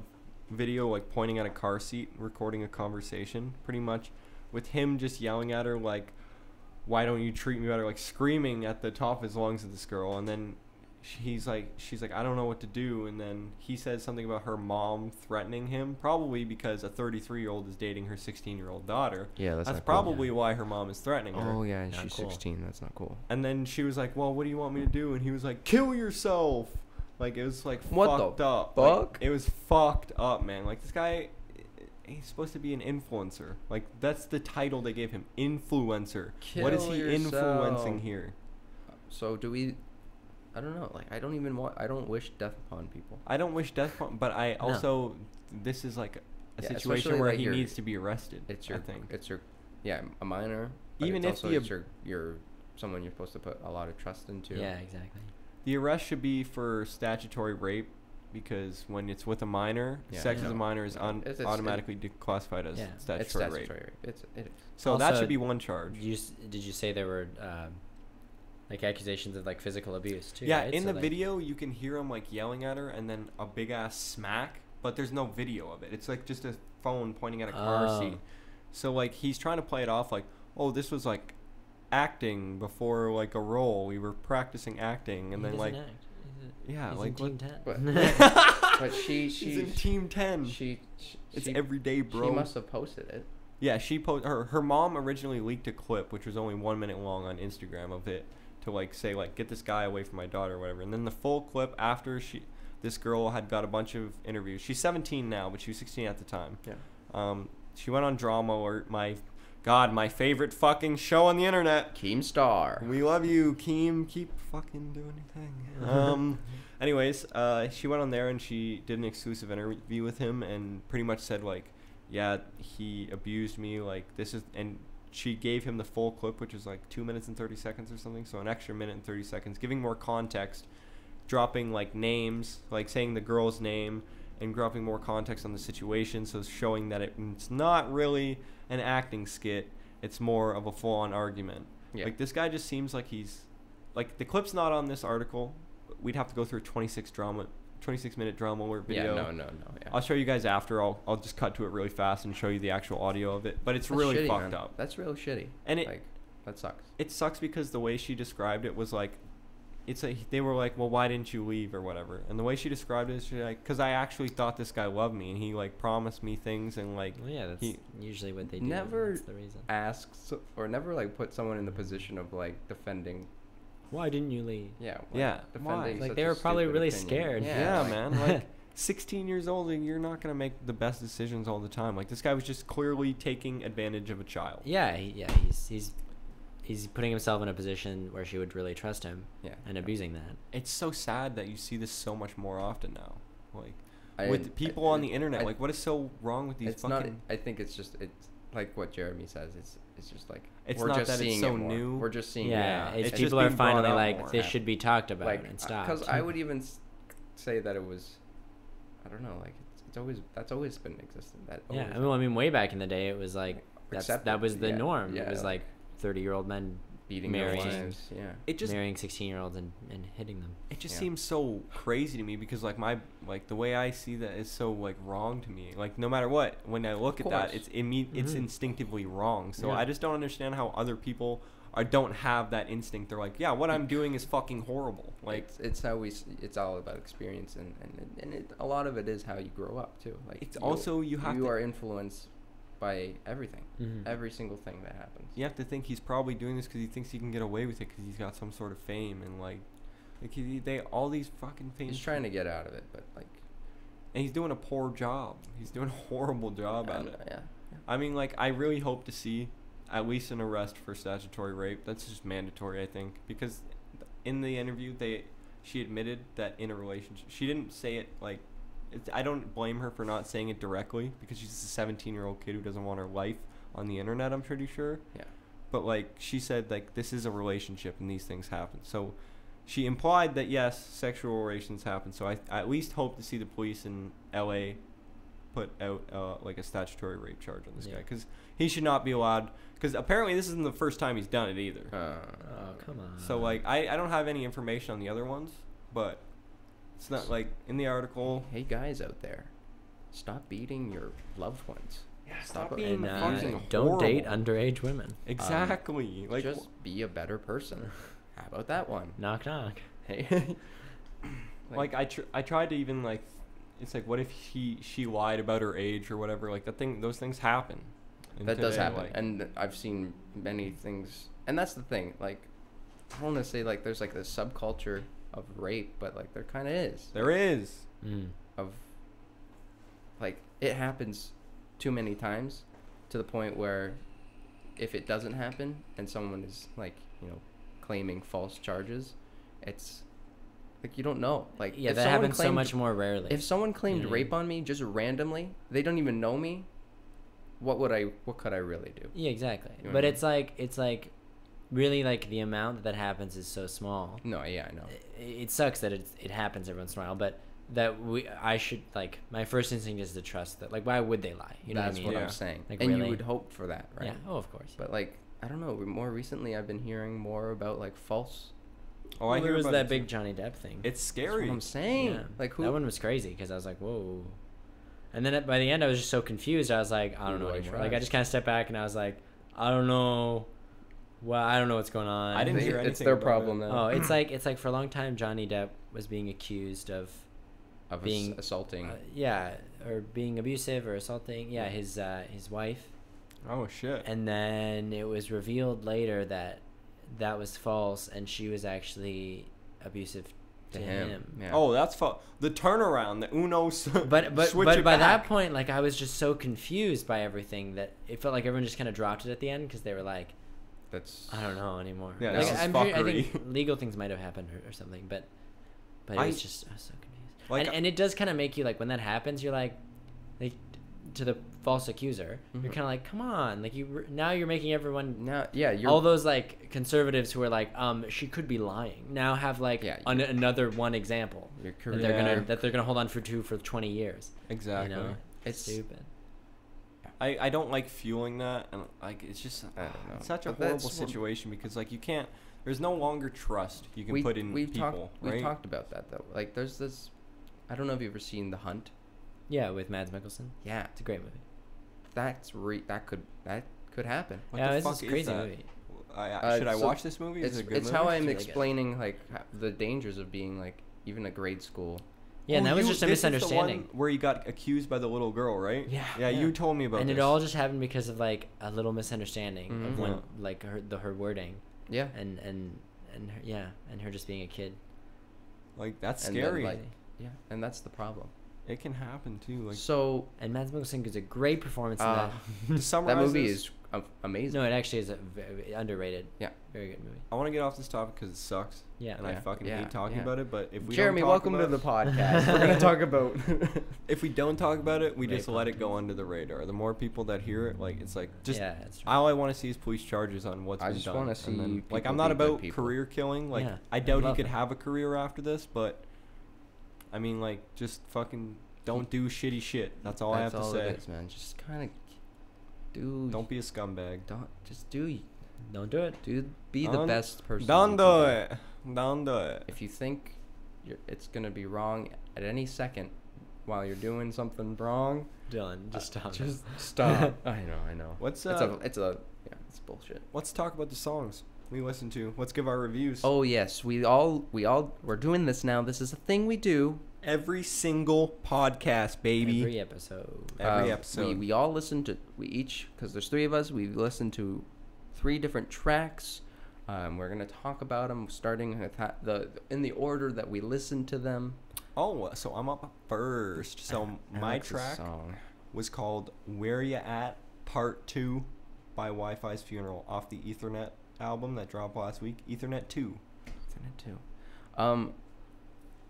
[SPEAKER 1] video like pointing at a car seat, recording a conversation, pretty much, with him just yelling at her like, "Why don't you treat me better?" Like screaming at the top of his lungs at this girl, and then sh- he's like, "She's like, I don't know what to do," and then he says something about her mom threatening him, probably because a 33 year old is dating her 16 year old daughter.
[SPEAKER 2] Yeah, that's,
[SPEAKER 1] That's,
[SPEAKER 2] not cool.
[SPEAKER 1] probably why her mom is threatening her.
[SPEAKER 2] Oh yeah, and
[SPEAKER 3] Not
[SPEAKER 2] she's
[SPEAKER 3] cool.
[SPEAKER 2] 16. That's not cool.
[SPEAKER 1] And then she was like, "Well, what do you want me to do?" And he was like, "Kill yourself." Like it was like
[SPEAKER 2] What the
[SPEAKER 1] fucked up. Like,
[SPEAKER 2] fuck?
[SPEAKER 1] it was fucked up, man. Like this guy, he's supposed to be an influencer. Like that's the title they gave him, influencer. what is
[SPEAKER 2] Kill
[SPEAKER 1] he
[SPEAKER 2] yourself.
[SPEAKER 1] influencing here?
[SPEAKER 2] So do we? I don't know. Like I don't even want. I don't wish death upon people.
[SPEAKER 1] I don't wish death, upon- but I
[SPEAKER 3] No.
[SPEAKER 1] also this is like a
[SPEAKER 2] Yeah,
[SPEAKER 1] situation
[SPEAKER 2] especially,
[SPEAKER 1] where
[SPEAKER 2] like,
[SPEAKER 1] he
[SPEAKER 2] your-
[SPEAKER 1] needs to be arrested.
[SPEAKER 2] It's your.
[SPEAKER 1] I think.
[SPEAKER 2] It's your. Yeah, a minor. but
[SPEAKER 1] Even
[SPEAKER 2] it's
[SPEAKER 1] if
[SPEAKER 2] also
[SPEAKER 1] the
[SPEAKER 2] it's
[SPEAKER 1] ab-
[SPEAKER 2] your your someone you're supposed to put a lot of trust into.
[SPEAKER 3] yeah, exactly.
[SPEAKER 1] The arrest should be for statutory rape because when it's with a minor,
[SPEAKER 2] Yeah.
[SPEAKER 1] sex
[SPEAKER 3] No.
[SPEAKER 1] with a minor is
[SPEAKER 2] No.
[SPEAKER 1] on,
[SPEAKER 2] It's- it's-
[SPEAKER 1] automatically declassified as
[SPEAKER 3] Yeah. It's
[SPEAKER 1] statutory,
[SPEAKER 2] it's statutory.
[SPEAKER 1] rape.
[SPEAKER 2] rape. It's it.
[SPEAKER 1] So that
[SPEAKER 3] Also,
[SPEAKER 1] should be one charge.
[SPEAKER 3] You s- did you say there were um, like accusations of like physical abuse too?
[SPEAKER 1] yeah,
[SPEAKER 3] right?
[SPEAKER 1] in
[SPEAKER 3] So,
[SPEAKER 1] the
[SPEAKER 3] like-
[SPEAKER 1] video you can hear him like yelling at her and then a big ass smack, but there's no video of it. It's like just a phone pointing at a car
[SPEAKER 3] Oh.
[SPEAKER 1] seat. So like he's trying to play it off like, "Oh, this was like acting before like a role. We were practicing acting." And
[SPEAKER 3] He
[SPEAKER 1] then
[SPEAKER 3] doesn't
[SPEAKER 1] like
[SPEAKER 3] act. He's a-
[SPEAKER 1] yeah,
[SPEAKER 3] he's
[SPEAKER 1] like
[SPEAKER 3] in
[SPEAKER 1] what?
[SPEAKER 3] Team Ten.
[SPEAKER 2] But- but she
[SPEAKER 1] She's
[SPEAKER 2] she
[SPEAKER 1] in team 10.
[SPEAKER 2] she, she
[SPEAKER 1] it's
[SPEAKER 2] she,
[SPEAKER 1] everyday bro.
[SPEAKER 2] She must have posted it.
[SPEAKER 1] Yeah, she po- her her mom originally leaked a clip which was only one minute long on Instagram of it to like say like get this guy away from my daughter or whatever. And then the full clip after she this girl had got a bunch of interviews. She's 17 now, but she was 16 at the time.
[SPEAKER 2] Yeah.
[SPEAKER 1] Um, she went on drama or my God, my favorite fucking show on the internet.
[SPEAKER 2] Keemstar.
[SPEAKER 1] We love you, Keem. Keep fucking doing your thing. Um, anyways, uh, she went on there and she did an exclusive interview with him and pretty much said like, yeah, he abused me. Like this is and she gave him the full clip, which is like two minutes and thirty seconds or something. So an extra minute and thirty seconds, giving more context, dropping like names, like saying the girl's name. And dropping more context on the situation, so showing that it, it's not really an acting skit; it's more of a full-on argument.
[SPEAKER 2] Yeah.
[SPEAKER 1] Like this guy just seems like he's like the clip's not on this article. We'd have to go through a 26 drama 26 minute drama or video.
[SPEAKER 2] yeah. No. No. No. Yeah.
[SPEAKER 1] I'll show you guys after. I'll I'll just cut to it really fast and show you the actual audio of it. But it's
[SPEAKER 2] That's
[SPEAKER 1] really
[SPEAKER 2] shitty,
[SPEAKER 1] fucked
[SPEAKER 2] man.
[SPEAKER 1] up.
[SPEAKER 2] That's real shitty.
[SPEAKER 1] And it-
[SPEAKER 2] like that sucks.
[SPEAKER 1] It sucks because the way she described it was like it's like they were like, "Well, why didn't you leave or whatever?" And the way she described it is she's like, "Cuz I actually thought this guy loved me and he like promised me things and like
[SPEAKER 3] Well, yeah, that's
[SPEAKER 1] he-
[SPEAKER 3] usually what they do.
[SPEAKER 2] Never
[SPEAKER 3] That's the reason.
[SPEAKER 2] Asks or never like put someone in the position of like defending.
[SPEAKER 3] Why didn't you leave?
[SPEAKER 2] Yeah. Like,
[SPEAKER 1] Yeah. Why?
[SPEAKER 2] Defending
[SPEAKER 3] Like,
[SPEAKER 2] such
[SPEAKER 3] they
[SPEAKER 2] a
[SPEAKER 3] were probably
[SPEAKER 2] stupid
[SPEAKER 3] really
[SPEAKER 2] opinion.
[SPEAKER 3] scared.
[SPEAKER 1] Yeah,
[SPEAKER 2] like,
[SPEAKER 1] man. Like, 16 years old, and you're not going to make the best decisions all the time. Like, this guy was just clearly taking advantage of a child.
[SPEAKER 3] Yeah, he, yeah, he's he's he's putting himself in a position where she would really trust him
[SPEAKER 2] Yeah.
[SPEAKER 3] and abusing that.
[SPEAKER 1] It's so sad that you see this so much more often now. Like,
[SPEAKER 2] I- I-
[SPEAKER 1] with people on the internet.
[SPEAKER 2] I-
[SPEAKER 1] like, what is so wrong with these
[SPEAKER 2] it's not.
[SPEAKER 1] fucking.
[SPEAKER 2] I think it's just it's like what Jeremy says. It's it's just like
[SPEAKER 1] It's not that it's so
[SPEAKER 2] it more.
[SPEAKER 1] new.
[SPEAKER 2] We're just seeing
[SPEAKER 3] yeah,
[SPEAKER 1] yeah,
[SPEAKER 2] it.
[SPEAKER 3] it's,
[SPEAKER 1] it's just
[SPEAKER 3] people are
[SPEAKER 1] being brought
[SPEAKER 3] finally
[SPEAKER 1] up
[SPEAKER 3] like
[SPEAKER 1] more.
[SPEAKER 3] this
[SPEAKER 2] Yeah.
[SPEAKER 3] should be talked about
[SPEAKER 2] like
[SPEAKER 3] and stopped.
[SPEAKER 2] because I would even s- say that it was. I don't know. Like it's, it's always that's always been existent. That
[SPEAKER 3] yeah,
[SPEAKER 2] always-
[SPEAKER 3] I mean, well, I mean, way back in the day, it was like that's that
[SPEAKER 2] Accepted,
[SPEAKER 3] was the
[SPEAKER 2] yeah,
[SPEAKER 3] norm. it
[SPEAKER 2] yeah,
[SPEAKER 3] was
[SPEAKER 2] like-
[SPEAKER 3] like thirty-year-old men
[SPEAKER 2] beating their
[SPEAKER 3] marrying
[SPEAKER 2] wives. Yeah.
[SPEAKER 1] It just
[SPEAKER 3] marrying sixteen-year-olds and, and hitting them.
[SPEAKER 1] it just
[SPEAKER 2] Yeah.
[SPEAKER 1] seems so crazy to me because like my like the way I see that is so like wrong to me. Like no matter what, when I look at that,
[SPEAKER 2] course.
[SPEAKER 1] it's imme- it's
[SPEAKER 3] Mhm.
[SPEAKER 1] instinctively wrong. So
[SPEAKER 3] Yeah.
[SPEAKER 1] I just don't understand how other people are don't have that instinct. They're like, yeah, what I'm doing is fucking horrible. Like
[SPEAKER 2] it's, it's how we. s- It's all about experience, and and and it, a lot of it is how you grow up too. Like
[SPEAKER 1] It's
[SPEAKER 2] you-
[SPEAKER 1] also you have
[SPEAKER 2] you
[SPEAKER 1] to- Mm-hmm.
[SPEAKER 2] are influenced by everything,
[SPEAKER 3] Mhm.
[SPEAKER 2] every single thing that happens.
[SPEAKER 1] You have to think he's probably doing this because he thinks he can get away with it because he's got some sort of fame and like, like he, they all these fucking famous.
[SPEAKER 2] He's trying to get out of it, but like,
[SPEAKER 1] and he's doing a poor job. He's doing a horrible job at
[SPEAKER 2] I'm-
[SPEAKER 1] it.
[SPEAKER 2] um, Yeah, yeah.
[SPEAKER 1] I mean, like, I really hope to see at least an arrest for statutory rape. That's just mandatory, I think, because in the interview they she admitted that in a relationship she didn't say it like it's, I don't blame her for not saying it directly because she's a 17 year old kid who doesn't want her life on the internet. I'm pretty sure.
[SPEAKER 2] Yeah.
[SPEAKER 1] But like she said, like this is a relationship and these things happen. So she implied that yes, sexual relations happen. So I, I at least hope to see the police in L.A. put out uh, like a statutory rape charge on this guy.
[SPEAKER 3] Yeah.
[SPEAKER 1] 'Cause guy because he should not be allowed. Because apparently this isn't the first time he's done it either.
[SPEAKER 2] Uh,
[SPEAKER 3] Oh, come on.
[SPEAKER 1] So like I, I don't have any information on the other ones, but it's not like in the article.
[SPEAKER 2] Hey guys out there, stop beating your loved ones.
[SPEAKER 1] Yeah,
[SPEAKER 2] stop
[SPEAKER 1] stop
[SPEAKER 2] being
[SPEAKER 1] being
[SPEAKER 3] and, uh,
[SPEAKER 1] fucking
[SPEAKER 3] don't date
[SPEAKER 1] horrible.
[SPEAKER 3] underage women.
[SPEAKER 1] Exactly. like
[SPEAKER 2] um, just be a better person. How about that one?
[SPEAKER 3] Knock knock.
[SPEAKER 2] Hey.
[SPEAKER 1] like I tr- I tried to even like it's like what if he she lied about her age or whatever like that thing those things happen. And
[SPEAKER 2] that does
[SPEAKER 1] today,
[SPEAKER 2] happen
[SPEAKER 1] like-
[SPEAKER 2] and i've seen many things and that's the thing like i want to say like there's like this subculture of rape but like there kind of is
[SPEAKER 1] there is.
[SPEAKER 3] Mm.
[SPEAKER 2] of like it happens too many times to the point where if it doesn't happen and someone is like you know claiming false charges it's like you don't know like
[SPEAKER 3] yeah,
[SPEAKER 2] if
[SPEAKER 3] that
[SPEAKER 2] someone
[SPEAKER 3] happens so
[SPEAKER 2] claimed-
[SPEAKER 3] much more rarely.
[SPEAKER 2] if someone claimed
[SPEAKER 3] Yeah.
[SPEAKER 2] rape on me just randomly they don't even know me what would i what could i really do
[SPEAKER 3] yeah, exactly.
[SPEAKER 2] You know what
[SPEAKER 3] But
[SPEAKER 2] I
[SPEAKER 3] it's like it's like really like the amount that happens is so small.
[SPEAKER 2] No, yeah, Mm, I know.
[SPEAKER 3] I- It sucks that it it happens every once in a while, but that we I should like my first instinct is to trust that. Like, why would they lie? You know
[SPEAKER 2] That's
[SPEAKER 3] what I mean?
[SPEAKER 2] what
[SPEAKER 1] Yeah.
[SPEAKER 2] I'm saying.
[SPEAKER 3] Like,
[SPEAKER 2] and you
[SPEAKER 3] really?
[SPEAKER 2] would hope for that, right?
[SPEAKER 3] Yeah. Oh, of course.
[SPEAKER 2] But like, I don't know. More recently, I've been hearing more about like false.
[SPEAKER 1] Oh, I
[SPEAKER 3] well,
[SPEAKER 1] hear
[SPEAKER 3] there was
[SPEAKER 1] about
[SPEAKER 3] that
[SPEAKER 1] it
[SPEAKER 3] big
[SPEAKER 1] too.
[SPEAKER 3] Johnny Depp thing.
[SPEAKER 1] It's
[SPEAKER 2] That's
[SPEAKER 1] scary.
[SPEAKER 2] what I'm saying.
[SPEAKER 3] Yeah.
[SPEAKER 2] Like who?
[SPEAKER 3] That one was crazy because I was like, whoa. And then at- by the end, I was just so confused. I was like, I
[SPEAKER 2] Who
[SPEAKER 3] don't know
[SPEAKER 2] do I
[SPEAKER 3] anymore. Like, I
[SPEAKER 2] trust?
[SPEAKER 3] just kind of stepped back and I was like, I don't know. Well, I don't know what's going on.
[SPEAKER 1] I didn't
[SPEAKER 2] They-
[SPEAKER 1] hear
[SPEAKER 2] it's
[SPEAKER 1] anything
[SPEAKER 2] their
[SPEAKER 1] about
[SPEAKER 2] problem
[SPEAKER 1] it.
[SPEAKER 3] Oh,
[SPEAKER 2] now.
[SPEAKER 3] it's like it's like for a long time, Johnny Depp was being accused of,
[SPEAKER 2] of ass-
[SPEAKER 3] being-
[SPEAKER 2] assaulting.
[SPEAKER 3] uh, yeah, or being abusive or assaulting. Yeah, his uh, his wife.
[SPEAKER 1] Oh shit.
[SPEAKER 3] And then it was revealed later that that was false, and she was actually abusive to,
[SPEAKER 2] To
[SPEAKER 3] him.
[SPEAKER 2] him, yeah.
[SPEAKER 1] Oh, that's fu- the turnaround. The Uno. s-
[SPEAKER 3] but but
[SPEAKER 1] switch
[SPEAKER 3] but
[SPEAKER 1] it
[SPEAKER 3] by that
[SPEAKER 1] back.
[SPEAKER 3] point, like I was just so confused by everything that it felt like everyone just kind of dropped it at the end because they were like,
[SPEAKER 2] That's.
[SPEAKER 3] I don't know anymore.
[SPEAKER 1] Yeah,
[SPEAKER 3] like,
[SPEAKER 2] this is
[SPEAKER 3] I think
[SPEAKER 1] fuckery.
[SPEAKER 3] legal things might have happened or, or something, but but
[SPEAKER 1] I-
[SPEAKER 3] it was just I was so confused.
[SPEAKER 1] Like, uh
[SPEAKER 3] and, and it does kind of make you like when that happens, you're like, like to the false accuser, you're
[SPEAKER 1] Mm-hmm.
[SPEAKER 2] Mhm.
[SPEAKER 3] kind of like, come on, like you re- now you're making everyone
[SPEAKER 2] Now, yeah, you're.
[SPEAKER 3] all those like conservatives who are like, um, she could be lying. Now have like
[SPEAKER 2] Yeah,
[SPEAKER 3] an, another one example
[SPEAKER 2] your
[SPEAKER 3] that
[SPEAKER 2] career.
[SPEAKER 3] they're
[SPEAKER 1] Yeah.
[SPEAKER 3] gonna that they're gonna hold on for two for twenty years.
[SPEAKER 1] exactly.
[SPEAKER 3] You know,
[SPEAKER 2] It's-
[SPEAKER 3] it's stupid.
[SPEAKER 1] I, I don't like fueling that and like it's just
[SPEAKER 2] I don't know.
[SPEAKER 1] it's such a
[SPEAKER 2] But that's
[SPEAKER 1] horrible
[SPEAKER 2] what-
[SPEAKER 1] situation because like you can't there's no longer trust you can
[SPEAKER 2] we,
[SPEAKER 1] put in
[SPEAKER 2] we've
[SPEAKER 1] people
[SPEAKER 2] talked.
[SPEAKER 1] right
[SPEAKER 2] We've talked about that though. Like, there's this. I don't know if you've ever seen The Hunt.
[SPEAKER 3] Yeah, with Mads Mikkelsen,
[SPEAKER 2] Yeah,
[SPEAKER 3] it's a great movie.
[SPEAKER 2] that's re. That could. That could happen.
[SPEAKER 1] What
[SPEAKER 3] yeah,
[SPEAKER 1] the
[SPEAKER 3] it's
[SPEAKER 1] fuck
[SPEAKER 3] this
[SPEAKER 1] is
[SPEAKER 3] crazy
[SPEAKER 1] that?
[SPEAKER 3] movie.
[SPEAKER 1] I, I-
[SPEAKER 2] Uh,
[SPEAKER 1] should I
[SPEAKER 2] so
[SPEAKER 1] watch this movie
[SPEAKER 2] It's,
[SPEAKER 1] is it a good
[SPEAKER 2] it's
[SPEAKER 1] movie?
[SPEAKER 2] how I'm
[SPEAKER 3] It's really good.
[SPEAKER 2] explaining like ho- the dangers of being like even a grade school.
[SPEAKER 3] Yeah, and
[SPEAKER 1] Oh,
[SPEAKER 3] that was
[SPEAKER 1] you-
[SPEAKER 3] just a
[SPEAKER 1] this is the one
[SPEAKER 3] misunderstanding.
[SPEAKER 1] where you got accused by the little girl right
[SPEAKER 3] Yeah,
[SPEAKER 1] yeah,
[SPEAKER 3] yeah.
[SPEAKER 1] you told me about
[SPEAKER 3] and
[SPEAKER 1] this. Mm-hmm.
[SPEAKER 3] it all just happened because of like a little misunderstanding
[SPEAKER 2] Mhm.
[SPEAKER 3] of when
[SPEAKER 1] Yeah.
[SPEAKER 3] like her the her wording
[SPEAKER 2] Yeah.
[SPEAKER 3] and and and her, yeah and her just being a kid.
[SPEAKER 1] like that's
[SPEAKER 2] and then,
[SPEAKER 1] scary
[SPEAKER 2] like- Yeah, and that's the problem.
[SPEAKER 1] it can happen too like
[SPEAKER 2] so
[SPEAKER 3] And Mads Mikkelsen gives a great performance
[SPEAKER 2] uh,
[SPEAKER 1] to
[SPEAKER 2] that
[SPEAKER 1] summarize
[SPEAKER 2] movie
[SPEAKER 1] this,
[SPEAKER 2] is a-
[SPEAKER 3] in that.
[SPEAKER 2] amazing.
[SPEAKER 3] No, it actually is a very underrated.
[SPEAKER 2] Yeah.
[SPEAKER 3] very good movie.
[SPEAKER 1] I want to get off this topic because it sucks
[SPEAKER 3] Yeah.
[SPEAKER 1] and I
[SPEAKER 2] Yeah,
[SPEAKER 1] fucking
[SPEAKER 2] yeah,
[SPEAKER 1] hate talking
[SPEAKER 2] yeah.
[SPEAKER 1] about it but if we don't
[SPEAKER 2] Jeremy,
[SPEAKER 1] talk
[SPEAKER 2] welcome to
[SPEAKER 1] about-
[SPEAKER 2] the podcast. We're gonna talk about.
[SPEAKER 1] if we don't talk about it we
[SPEAKER 3] Rape
[SPEAKER 1] just let it go under the radar the more people that hear it like it's like just
[SPEAKER 3] yeah, that's right.
[SPEAKER 1] all I want to see is police charges on what's
[SPEAKER 2] I
[SPEAKER 1] been
[SPEAKER 2] just
[SPEAKER 1] done.
[SPEAKER 2] wanna
[SPEAKER 1] and
[SPEAKER 2] see
[SPEAKER 1] then- like
[SPEAKER 2] people
[SPEAKER 1] I'm not
[SPEAKER 2] be good
[SPEAKER 1] about
[SPEAKER 2] people.
[SPEAKER 1] career killing. Like
[SPEAKER 3] Yeah,
[SPEAKER 1] I
[SPEAKER 3] I
[SPEAKER 1] doubt he
[SPEAKER 3] love
[SPEAKER 1] could
[SPEAKER 3] it.
[SPEAKER 1] have a career after this, but I mean, like just fucking don't do shitty shit. That's all
[SPEAKER 2] that's
[SPEAKER 1] I have
[SPEAKER 2] all
[SPEAKER 1] to say.
[SPEAKER 2] it is, man. Just kind of do.
[SPEAKER 1] Don't be a scumbag.
[SPEAKER 2] Don't just do.
[SPEAKER 3] Don't do it.
[SPEAKER 2] Do be the
[SPEAKER 1] Don't-
[SPEAKER 2] best person.
[SPEAKER 1] Don't
[SPEAKER 2] you
[SPEAKER 1] do
[SPEAKER 2] can
[SPEAKER 1] it. Don't do it.
[SPEAKER 2] If you think you're, it's gonna be wrong at any second while you're doing something wrong,
[SPEAKER 3] Dylan, just
[SPEAKER 2] uh,
[SPEAKER 3] stop.
[SPEAKER 2] Just stop. I know. I know.
[SPEAKER 1] What's
[SPEAKER 2] it's a.
[SPEAKER 1] uh?
[SPEAKER 2] It's a. Yeah. It's bullshit.
[SPEAKER 1] Let's talk about the songs we listen to. Let's give our reviews.
[SPEAKER 2] Oh yes, we all we all we're doing this now. This is a thing we do.
[SPEAKER 1] every single podcast, baby.
[SPEAKER 3] Every episode.
[SPEAKER 1] Every
[SPEAKER 2] Um,
[SPEAKER 1] episode.
[SPEAKER 2] We, we all listen to we each because there's three of us. We listen to three different tracks. Um, we're gonna talk about them starting with ha- the in the order that we listen to them.
[SPEAKER 1] oh, so I'm up first. So my
[SPEAKER 2] Alex's
[SPEAKER 1] track
[SPEAKER 2] song.
[SPEAKER 1] was called "Where Ya At" Part Two by Wi-Fi's Funeral off the Ethernet album that dropped last week. Ethernet Two.
[SPEAKER 2] Send it to. Um,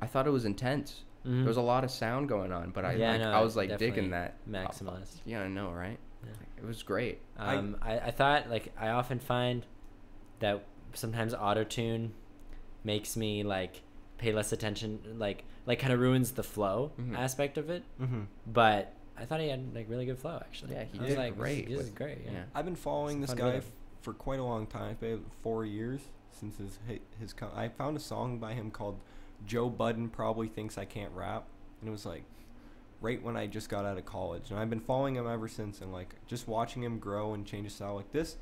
[SPEAKER 2] I thought it was intense.
[SPEAKER 3] Mhm.
[SPEAKER 2] There was a lot of sound going on, but Mm-hmm. I
[SPEAKER 3] Yeah,
[SPEAKER 2] like,
[SPEAKER 3] no,
[SPEAKER 2] I was like
[SPEAKER 3] definitely
[SPEAKER 2] digging that.
[SPEAKER 3] maximalist.
[SPEAKER 2] Yeah, I know, right?
[SPEAKER 3] Yeah.
[SPEAKER 2] It was great.
[SPEAKER 1] I-
[SPEAKER 3] Um, I, I thought like I often find that sometimes auto tune makes me like pay less attention, like like kind of ruins the flow
[SPEAKER 2] Mhm.
[SPEAKER 3] aspect of it.
[SPEAKER 1] Mm-hmm.
[SPEAKER 3] But I thought he had like really good flow actually.
[SPEAKER 2] Yeah, he
[SPEAKER 3] I was
[SPEAKER 1] did
[SPEAKER 3] like, this-
[SPEAKER 2] great
[SPEAKER 3] This,
[SPEAKER 2] with-
[SPEAKER 3] is great. Yeah.
[SPEAKER 2] yeah.
[SPEAKER 1] I've been following
[SPEAKER 3] It's a
[SPEAKER 1] this
[SPEAKER 3] fun
[SPEAKER 1] guy
[SPEAKER 3] rhythm.
[SPEAKER 1] f- for quite a long time, probably four years since his hi- his. Con- I found a song by him called "Joe Budden Probably Thinks I Can't Rap," and it was like right when I just got out of college, and I've been following him ever since, and like just watching him grow and change his style like this.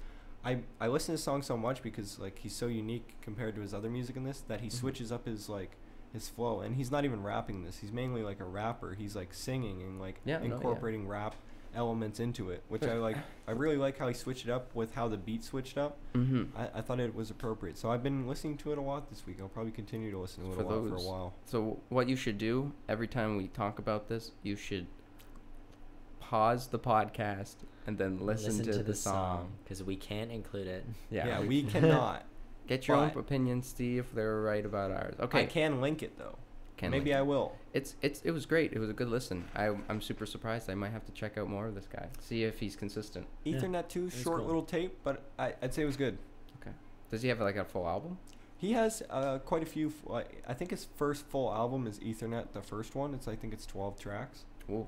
[SPEAKER 1] I, I listen to his song so much because like he's so unique compared to his other music in this that he
[SPEAKER 2] Mm-hmm.
[SPEAKER 3] Mhm.
[SPEAKER 1] switches up his like his flow and he's not even rapping this he's mainly like a rapper he's like singing and like
[SPEAKER 2] Yeah, no, yeah.
[SPEAKER 1] incorporating rap elements into it which I
[SPEAKER 2] Sure.
[SPEAKER 1] like I really like how he switched it up with how the beat switched up.
[SPEAKER 2] Mm-hmm.
[SPEAKER 1] I, I thought it was appropriate. So I've been listening to it a lot this week. I'll probably continue to listen to it
[SPEAKER 2] For
[SPEAKER 1] a lot for a
[SPEAKER 2] those-
[SPEAKER 1] while.
[SPEAKER 2] So what you should do every time we talk about this, you should pause the podcast and then listen, to, the, song.
[SPEAKER 3] because we can't include it.
[SPEAKER 2] Yeah.
[SPEAKER 1] Yeah, we cannot.
[SPEAKER 2] Get your own
[SPEAKER 1] But-
[SPEAKER 2] opinion, see if they're right about ours. Okay.
[SPEAKER 1] I can link it though.
[SPEAKER 2] Can
[SPEAKER 1] Maybe
[SPEAKER 2] link
[SPEAKER 1] I
[SPEAKER 2] it.
[SPEAKER 1] will.
[SPEAKER 2] It's it's it was great. It was a good listen. I I'm super surprised. I might have to check out more of this guy. See if he's consistent.
[SPEAKER 3] Yeah,
[SPEAKER 1] Ethernet two,
[SPEAKER 3] was
[SPEAKER 1] short
[SPEAKER 3] cool.
[SPEAKER 1] little tape, but I, I'd say it was good.
[SPEAKER 2] Okay. Does he have like a full album?
[SPEAKER 1] He has uh, quite a few. f- Like, I think his first full album is Ethernet, the first one. It's I think it's twelve tracks.
[SPEAKER 2] Ooh.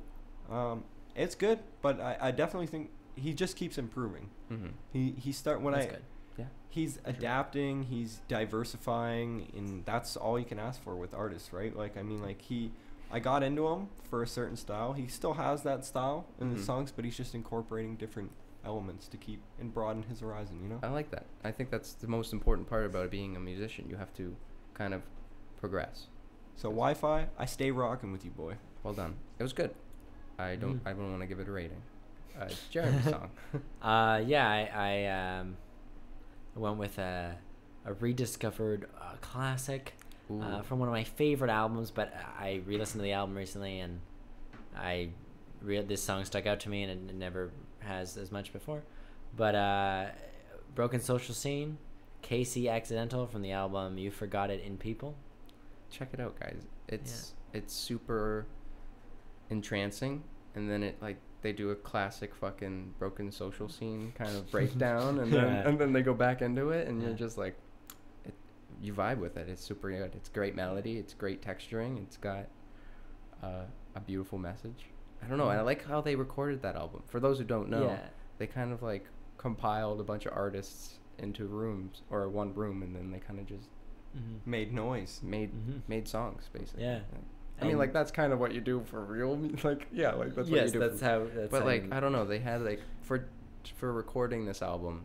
[SPEAKER 1] Um, it's good, but I, I definitely think he just keeps improving.
[SPEAKER 2] Mm-hmm.
[SPEAKER 1] He he start when
[SPEAKER 3] That's
[SPEAKER 1] I
[SPEAKER 3] good.
[SPEAKER 2] Yeah.
[SPEAKER 1] he's adapting he's diversifying and that's all you can ask for with artists right like i mean like he i got into him for a certain style he still has that style in
[SPEAKER 2] Mhm.
[SPEAKER 1] his songs but he's just incorporating different elements to keep and broaden his horizon you know
[SPEAKER 2] I like that. I think that's the most important part about being a musician. You have to kind of progress.
[SPEAKER 1] so wi-fi i stay rocking with you boy
[SPEAKER 2] Well done. It was good. I
[SPEAKER 1] Mm.
[SPEAKER 2] don't.
[SPEAKER 3] Mhm.
[SPEAKER 2] I don't want to give it a rating. Uh, it's Jeremy's song.
[SPEAKER 3] Uh, yeah, I, I um, went with a, a rediscovered uh, classic uh,
[SPEAKER 2] Ooh.
[SPEAKER 3] from one of my favorite albums, but I re-listened to the album recently and I re- this song stuck out to me and it never has as much before. But uh, Broken Social Scene, KC Accidental from the album You Forgot It in People.
[SPEAKER 2] Check it out, guys. It's it's super entrancing, and then it like they do a classic fucking broken social scene kind of breakdown, and then
[SPEAKER 3] Yeah.
[SPEAKER 2] and then they go back into it, and
[SPEAKER 3] Yeah.
[SPEAKER 2] you're just like, it, you vibe with it. It's super good. It's great melody. It's great texturing. It's got uh, a beautiful message. I don't know. I
[SPEAKER 3] Mhm.
[SPEAKER 2] like how they recorded that album. For those who don't know,
[SPEAKER 3] Yeah.
[SPEAKER 2] they kind of like compiled a bunch of artists into rooms or one room and then they kind of just
[SPEAKER 3] Mm-hmm.
[SPEAKER 1] made noise
[SPEAKER 2] made
[SPEAKER 3] Mhm.
[SPEAKER 2] made songs basically
[SPEAKER 3] Yeah.
[SPEAKER 2] i mean
[SPEAKER 3] And-
[SPEAKER 2] like that's kind of what you do for real mu- like yeah like that's what
[SPEAKER 3] yes,
[SPEAKER 2] you do
[SPEAKER 3] that's
[SPEAKER 2] for,
[SPEAKER 3] how. That's
[SPEAKER 2] but
[SPEAKER 3] how
[SPEAKER 2] like
[SPEAKER 3] you-
[SPEAKER 2] i don't know they had like for for recording this album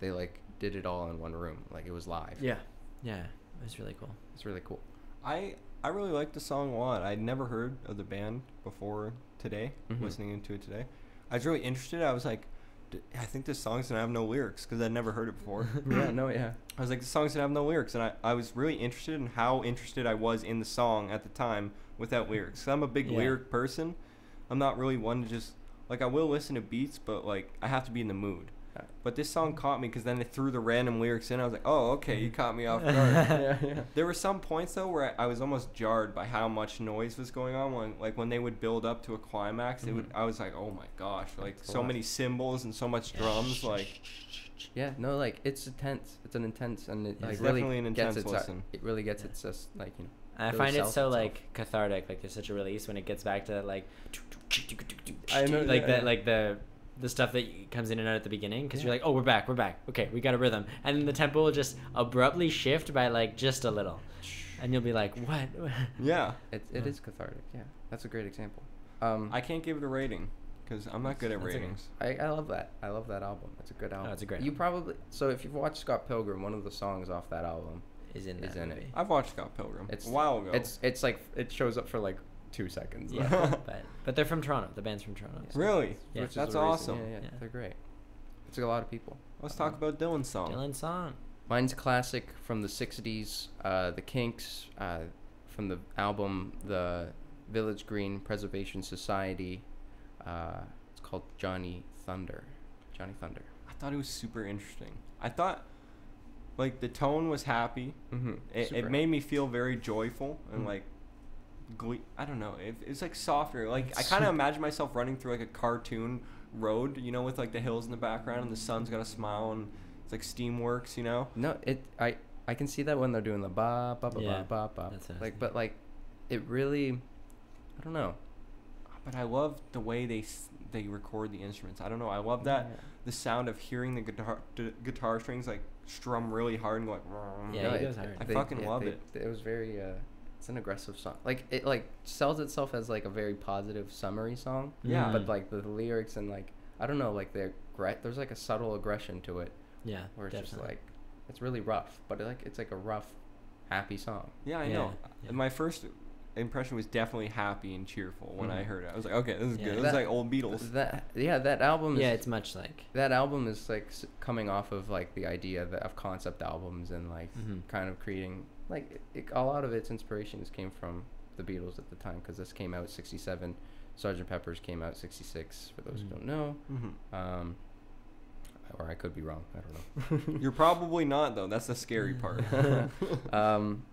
[SPEAKER 2] they like did it all in one room like it was live
[SPEAKER 3] Yeah, yeah, it was really cool.
[SPEAKER 2] it's really cool
[SPEAKER 1] i i really like the song a lot i'd never heard of the band before today
[SPEAKER 2] Mhm.
[SPEAKER 1] listening into it today i was really interested i was like "D- I think this song's gonna have no lyrics because I'd never heard it before.
[SPEAKER 2] yeah no yeah
[SPEAKER 1] I was like, the song's gonna have no lyrics, and I, I was really interested in how interested I was in the song at the time without lyrics. i I'm a big
[SPEAKER 3] Yeah.
[SPEAKER 1] lyric person. I'm not really one to just like I will listen to beats, but like I have to be in the mood.
[SPEAKER 2] Uh,
[SPEAKER 1] But this song caught me because then it threw the random lyrics in. I was like, oh, okay, you caught me off guard.
[SPEAKER 2] Mm-hmm. yeah yeah
[SPEAKER 1] there were some points though where I, I was almost jarred by how much noise was going on. When, like when they would build up to a climax, it would.
[SPEAKER 2] Mhm.
[SPEAKER 1] I was like, oh my gosh, like
[SPEAKER 2] That's a
[SPEAKER 1] so
[SPEAKER 2] lot.
[SPEAKER 1] many cymbals and so much drums, like.
[SPEAKER 2] Yeah, no, like it's intense. It's an intense and it
[SPEAKER 3] Yeah.
[SPEAKER 2] like
[SPEAKER 3] It's
[SPEAKER 2] really
[SPEAKER 1] definitely an
[SPEAKER 2] gets
[SPEAKER 1] intense
[SPEAKER 2] its, uh,
[SPEAKER 1] lesson.
[SPEAKER 2] It really gets
[SPEAKER 3] Yeah.
[SPEAKER 2] its just like you know.
[SPEAKER 3] And I
[SPEAKER 2] really
[SPEAKER 3] find it so
[SPEAKER 2] sells itself.
[SPEAKER 3] like cathartic. Like there's such a release when it gets back to that like.
[SPEAKER 2] I know,
[SPEAKER 3] Like
[SPEAKER 2] yeah,
[SPEAKER 3] that,
[SPEAKER 2] yeah.
[SPEAKER 3] like the the stuff that comes in and out at the beginning because you're
[SPEAKER 2] Yeah.
[SPEAKER 3] like, oh, we're back, we're back. Okay, we got a rhythm, and then the tempo will just abruptly shift by like just a little, and you'll be like, what?
[SPEAKER 1] Yeah.
[SPEAKER 2] It, it
[SPEAKER 3] Yeah.
[SPEAKER 2] is cathartic. Yeah, that's a great example. Um,
[SPEAKER 1] I can't give it a rating because I'm not good at
[SPEAKER 3] That's okay.
[SPEAKER 1] ratings.
[SPEAKER 2] I, I love that. I love that album. Oh, It's a good album.
[SPEAKER 3] it's a great
[SPEAKER 2] You
[SPEAKER 3] album.
[SPEAKER 2] probably so if you've watched Scott Pilgrim, one of the songs off that album
[SPEAKER 3] is in that
[SPEAKER 2] Is in it.
[SPEAKER 3] movie.
[SPEAKER 1] I've watched Scott Pilgrim.
[SPEAKER 2] It's-
[SPEAKER 1] a while ago.
[SPEAKER 2] It's it's like it shows up for like two seconds.
[SPEAKER 3] Yeah,
[SPEAKER 2] though.
[SPEAKER 3] but but they're from Toronto. The band's from Toronto. so-
[SPEAKER 1] really.
[SPEAKER 3] Yeah.
[SPEAKER 2] Which is
[SPEAKER 1] That's
[SPEAKER 2] the reason-
[SPEAKER 1] awesome.
[SPEAKER 2] Yeah, yeah,
[SPEAKER 3] Yeah.
[SPEAKER 2] they're great. It's a lot of people.
[SPEAKER 1] Let's talk about Dylan's song.
[SPEAKER 3] Dylan song.
[SPEAKER 2] Mine's classic from the '60s, uh, the Kinks, uh, from the album The Village Green Preservation Society. Uh, it's called Johnny Thunder. Johnny Thunder.
[SPEAKER 1] I thought it was super interesting. I thought, like, the tone was happy.
[SPEAKER 2] Mm-hmm.
[SPEAKER 1] It, it made me feel very joyful and
[SPEAKER 2] Mhm.
[SPEAKER 1] like, gle- I don't know. It, it's like softer. Like I
[SPEAKER 2] It's
[SPEAKER 1] kind of
[SPEAKER 2] so-
[SPEAKER 1] imagine myself running through like a cartoon road, you know, with like the hills in the background and the sun's got a smile and it's like steamworks, you know.
[SPEAKER 2] No, it I I can see that when they're doing the ba ba ba
[SPEAKER 3] Yeah,
[SPEAKER 2] ba ba
[SPEAKER 3] that's what
[SPEAKER 2] ba.
[SPEAKER 3] I was
[SPEAKER 2] Like, but like, it really, I don't know.
[SPEAKER 1] But I love the way they s- they record the instruments. I don't know. I love that
[SPEAKER 2] Yeah.
[SPEAKER 1] the sound of hearing the guitar d- guitar strings like strum really hard and go like. "Vroom."
[SPEAKER 3] Yeah,
[SPEAKER 2] No,
[SPEAKER 3] he
[SPEAKER 2] it-
[SPEAKER 3] goes
[SPEAKER 2] it-
[SPEAKER 3] hard.
[SPEAKER 1] I fucking love it.
[SPEAKER 2] It was very. Uh, it's an aggressive song. Like it, like sells itself as like a very positive summary song.
[SPEAKER 1] Yeah.
[SPEAKER 2] But
[SPEAKER 3] Mm.
[SPEAKER 2] like the lyrics and like I don't know, like the aggre- there's like a subtle aggression to it
[SPEAKER 3] Yeah.
[SPEAKER 2] where it's just
[SPEAKER 3] definitely.
[SPEAKER 2] like it's really rough, but it, like it's like a rough, happy song.
[SPEAKER 1] Yeah, I
[SPEAKER 3] Yeah,
[SPEAKER 1] know.
[SPEAKER 3] yeah.
[SPEAKER 1] My first impression was definitely happy and cheerful when I
[SPEAKER 2] Mhm.
[SPEAKER 1] heard it. I was like, okay, this is
[SPEAKER 3] Yeah.
[SPEAKER 1] good. This is
[SPEAKER 2] That-
[SPEAKER 1] like old Beatles.
[SPEAKER 2] That yeah, that album.
[SPEAKER 3] Yeah,
[SPEAKER 2] is,
[SPEAKER 3] it's much like.
[SPEAKER 2] that album is like s- coming off of like the idea that, of concept albums and like
[SPEAKER 3] Mhm.
[SPEAKER 2] kind of creating like it, a lot of its inspirations came from the Beatles at the time because this came out '67, Sgt. Pepper's came out '66. For those
[SPEAKER 3] Mhm.
[SPEAKER 2] who don't know,
[SPEAKER 1] Mm-hmm.
[SPEAKER 2] um, or I could be wrong. I don't know.
[SPEAKER 1] You're probably not though. That's the
[SPEAKER 2] Mm.
[SPEAKER 1] scary part. Uh,
[SPEAKER 2] um,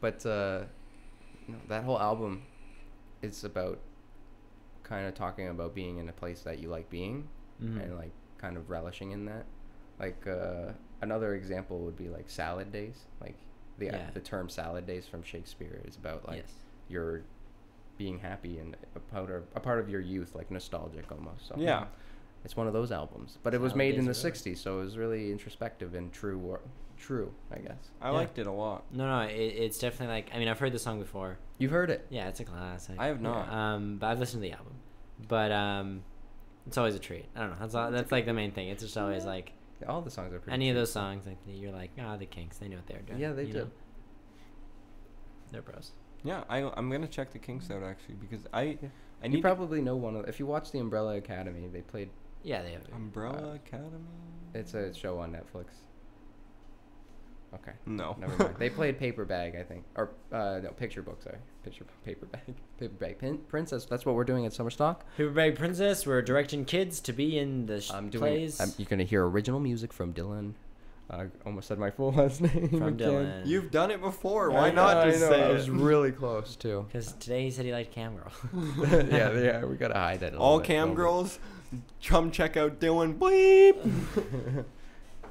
[SPEAKER 2] but uh, no, that whole album is about kind of talking about being in a place that you like being
[SPEAKER 3] Mhm.
[SPEAKER 2] and like kind of relishing in that. Like uh, another example would be like salad days. Like the uh,
[SPEAKER 3] Yeah.
[SPEAKER 2] the term salad days from Shakespeare is about like
[SPEAKER 3] yes.
[SPEAKER 2] your being happy and a part of a part of your youth, like nostalgic almost. So
[SPEAKER 1] yeah.
[SPEAKER 2] it's one of those albums, but it was
[SPEAKER 3] Salad
[SPEAKER 2] made in the
[SPEAKER 3] days are
[SPEAKER 2] '60s, so it was really introspective and true. Or, true, I guess.
[SPEAKER 1] I
[SPEAKER 3] Yeah.
[SPEAKER 1] liked it a lot.
[SPEAKER 3] No, no, it, it's definitely like. I mean, I've heard the song before.
[SPEAKER 2] You've heard it.
[SPEAKER 3] Yeah, it's a classic.
[SPEAKER 1] I have not.
[SPEAKER 3] Um, but I've listened to the album, but um, it's always a treat. I don't know. That's all, that's like the main thing. It's just always like
[SPEAKER 2] All the songs are pretty.
[SPEAKER 3] any of
[SPEAKER 2] true.
[SPEAKER 3] those songs. Like you're like, ah, the Kinks. They knew what they were doing.
[SPEAKER 2] Yeah, they
[SPEAKER 3] you know?
[SPEAKER 2] did.
[SPEAKER 3] They're bros.
[SPEAKER 1] Yeah, I I'm gonna check the Kinks out actually because I
[SPEAKER 2] Yeah.
[SPEAKER 1] I
[SPEAKER 2] you
[SPEAKER 1] need
[SPEAKER 2] probably know one of. If you watch the Umbrella Academy, they played.
[SPEAKER 3] Yeah, they have.
[SPEAKER 1] Umbrella
[SPEAKER 2] uh,
[SPEAKER 1] Academy.
[SPEAKER 2] It's a show on Netflix. Okay.
[SPEAKER 3] Oh.
[SPEAKER 1] no.
[SPEAKER 2] Never mind. They played Paper Bag, I think, or uh, no, Picture Book. Sorry, Picture Paper Bag, Paper Bag Pin- Princess. That's what we're doing at Summer Stock.
[SPEAKER 3] Paperback Princess. We're directing kids to be in the sh-
[SPEAKER 2] I'm doing.
[SPEAKER 3] plays
[SPEAKER 2] I'm, e- you're gonna hear original music from Dylan. I almost said my full last name.
[SPEAKER 3] from
[SPEAKER 2] again.
[SPEAKER 3] Dylan.
[SPEAKER 1] You've done it before.
[SPEAKER 3] I
[SPEAKER 1] Why
[SPEAKER 3] know,
[SPEAKER 1] not
[SPEAKER 2] I
[SPEAKER 1] just
[SPEAKER 2] know,
[SPEAKER 1] say
[SPEAKER 2] I
[SPEAKER 1] it?
[SPEAKER 2] was really close too.
[SPEAKER 3] Because today he said he liked Cam Girl.
[SPEAKER 2] yeah, yeah, we gotta hide that. a little
[SPEAKER 1] All
[SPEAKER 2] bit,
[SPEAKER 1] cam
[SPEAKER 2] little
[SPEAKER 1] girls, come check out Dylan. Bleep.
[SPEAKER 2] bit.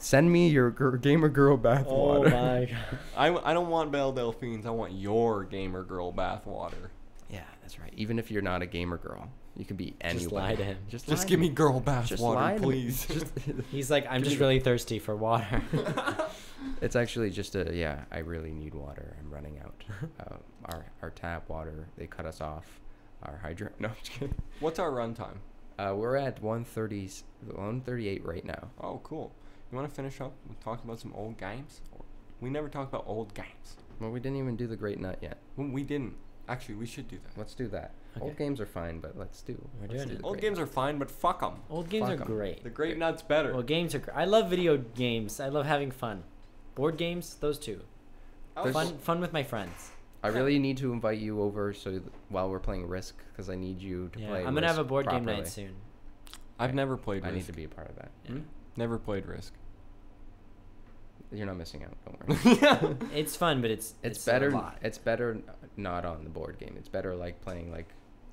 [SPEAKER 2] Send me your gir- gamer girl bathwater.
[SPEAKER 3] oh my god.
[SPEAKER 1] I, I don't want Belle Delphines. I want your gamer girl bathwater.
[SPEAKER 2] Yeah, that's right. Even if you're not a gamer girl, you can be anyone.
[SPEAKER 3] Just lie to him.
[SPEAKER 1] Just
[SPEAKER 2] lie
[SPEAKER 1] give
[SPEAKER 2] to
[SPEAKER 1] me girl
[SPEAKER 2] Just
[SPEAKER 1] bathwater,
[SPEAKER 2] lie to me.
[SPEAKER 1] please.
[SPEAKER 2] Just-
[SPEAKER 3] He's like,
[SPEAKER 2] Give
[SPEAKER 3] I'm
[SPEAKER 2] me
[SPEAKER 3] just
[SPEAKER 2] the-
[SPEAKER 3] really thirsty for water.
[SPEAKER 2] It's actually just a yeah. I really need water. I'm running out. uh, our our tap water. They cut us off. Our hydro. No, I'm just kidding.
[SPEAKER 1] What's our runtime?
[SPEAKER 2] Uh, we're at 130, 138 right now.
[SPEAKER 1] Oh, cool. You want to finish up with talking about some old games? We never talk about old games.
[SPEAKER 2] Well, we didn't even do the great nut yet.
[SPEAKER 1] Well, we didn't. Actually, we should do that.
[SPEAKER 2] Let's do that. Old
[SPEAKER 3] Okay.
[SPEAKER 2] games are fine, but let's do.
[SPEAKER 3] We're
[SPEAKER 2] let's
[SPEAKER 3] doing
[SPEAKER 2] do
[SPEAKER 3] it.
[SPEAKER 2] the
[SPEAKER 1] Old
[SPEAKER 2] great
[SPEAKER 1] games are fine, but fuck them.
[SPEAKER 3] Old games
[SPEAKER 2] Fuck
[SPEAKER 3] are
[SPEAKER 2] 'em.
[SPEAKER 3] great.
[SPEAKER 1] The Great Nut's better.
[SPEAKER 3] Well, games are. Gr- I love video games. I love having fun. Board games, those two.
[SPEAKER 1] I
[SPEAKER 2] There's-
[SPEAKER 1] was-
[SPEAKER 3] Fun, fun with my friends.
[SPEAKER 2] I really need to invite you over so th- while we're playing Risk because I need you to
[SPEAKER 3] Yeah,
[SPEAKER 2] play.
[SPEAKER 3] I'm gonna have a
[SPEAKER 2] Risk
[SPEAKER 3] board game
[SPEAKER 2] properly.
[SPEAKER 3] night soon. Hmm?
[SPEAKER 1] I've never played
[SPEAKER 2] I
[SPEAKER 1] Risk. Hmm?
[SPEAKER 2] need to be a part of that.
[SPEAKER 3] Yeah.
[SPEAKER 1] Never played Risk.
[SPEAKER 2] You're not missing out. Don't worry.
[SPEAKER 3] It's fun, but it's
[SPEAKER 2] it's,
[SPEAKER 3] a
[SPEAKER 2] better.
[SPEAKER 3] lot.
[SPEAKER 2] It's better n- not on the board game. It's better like playing like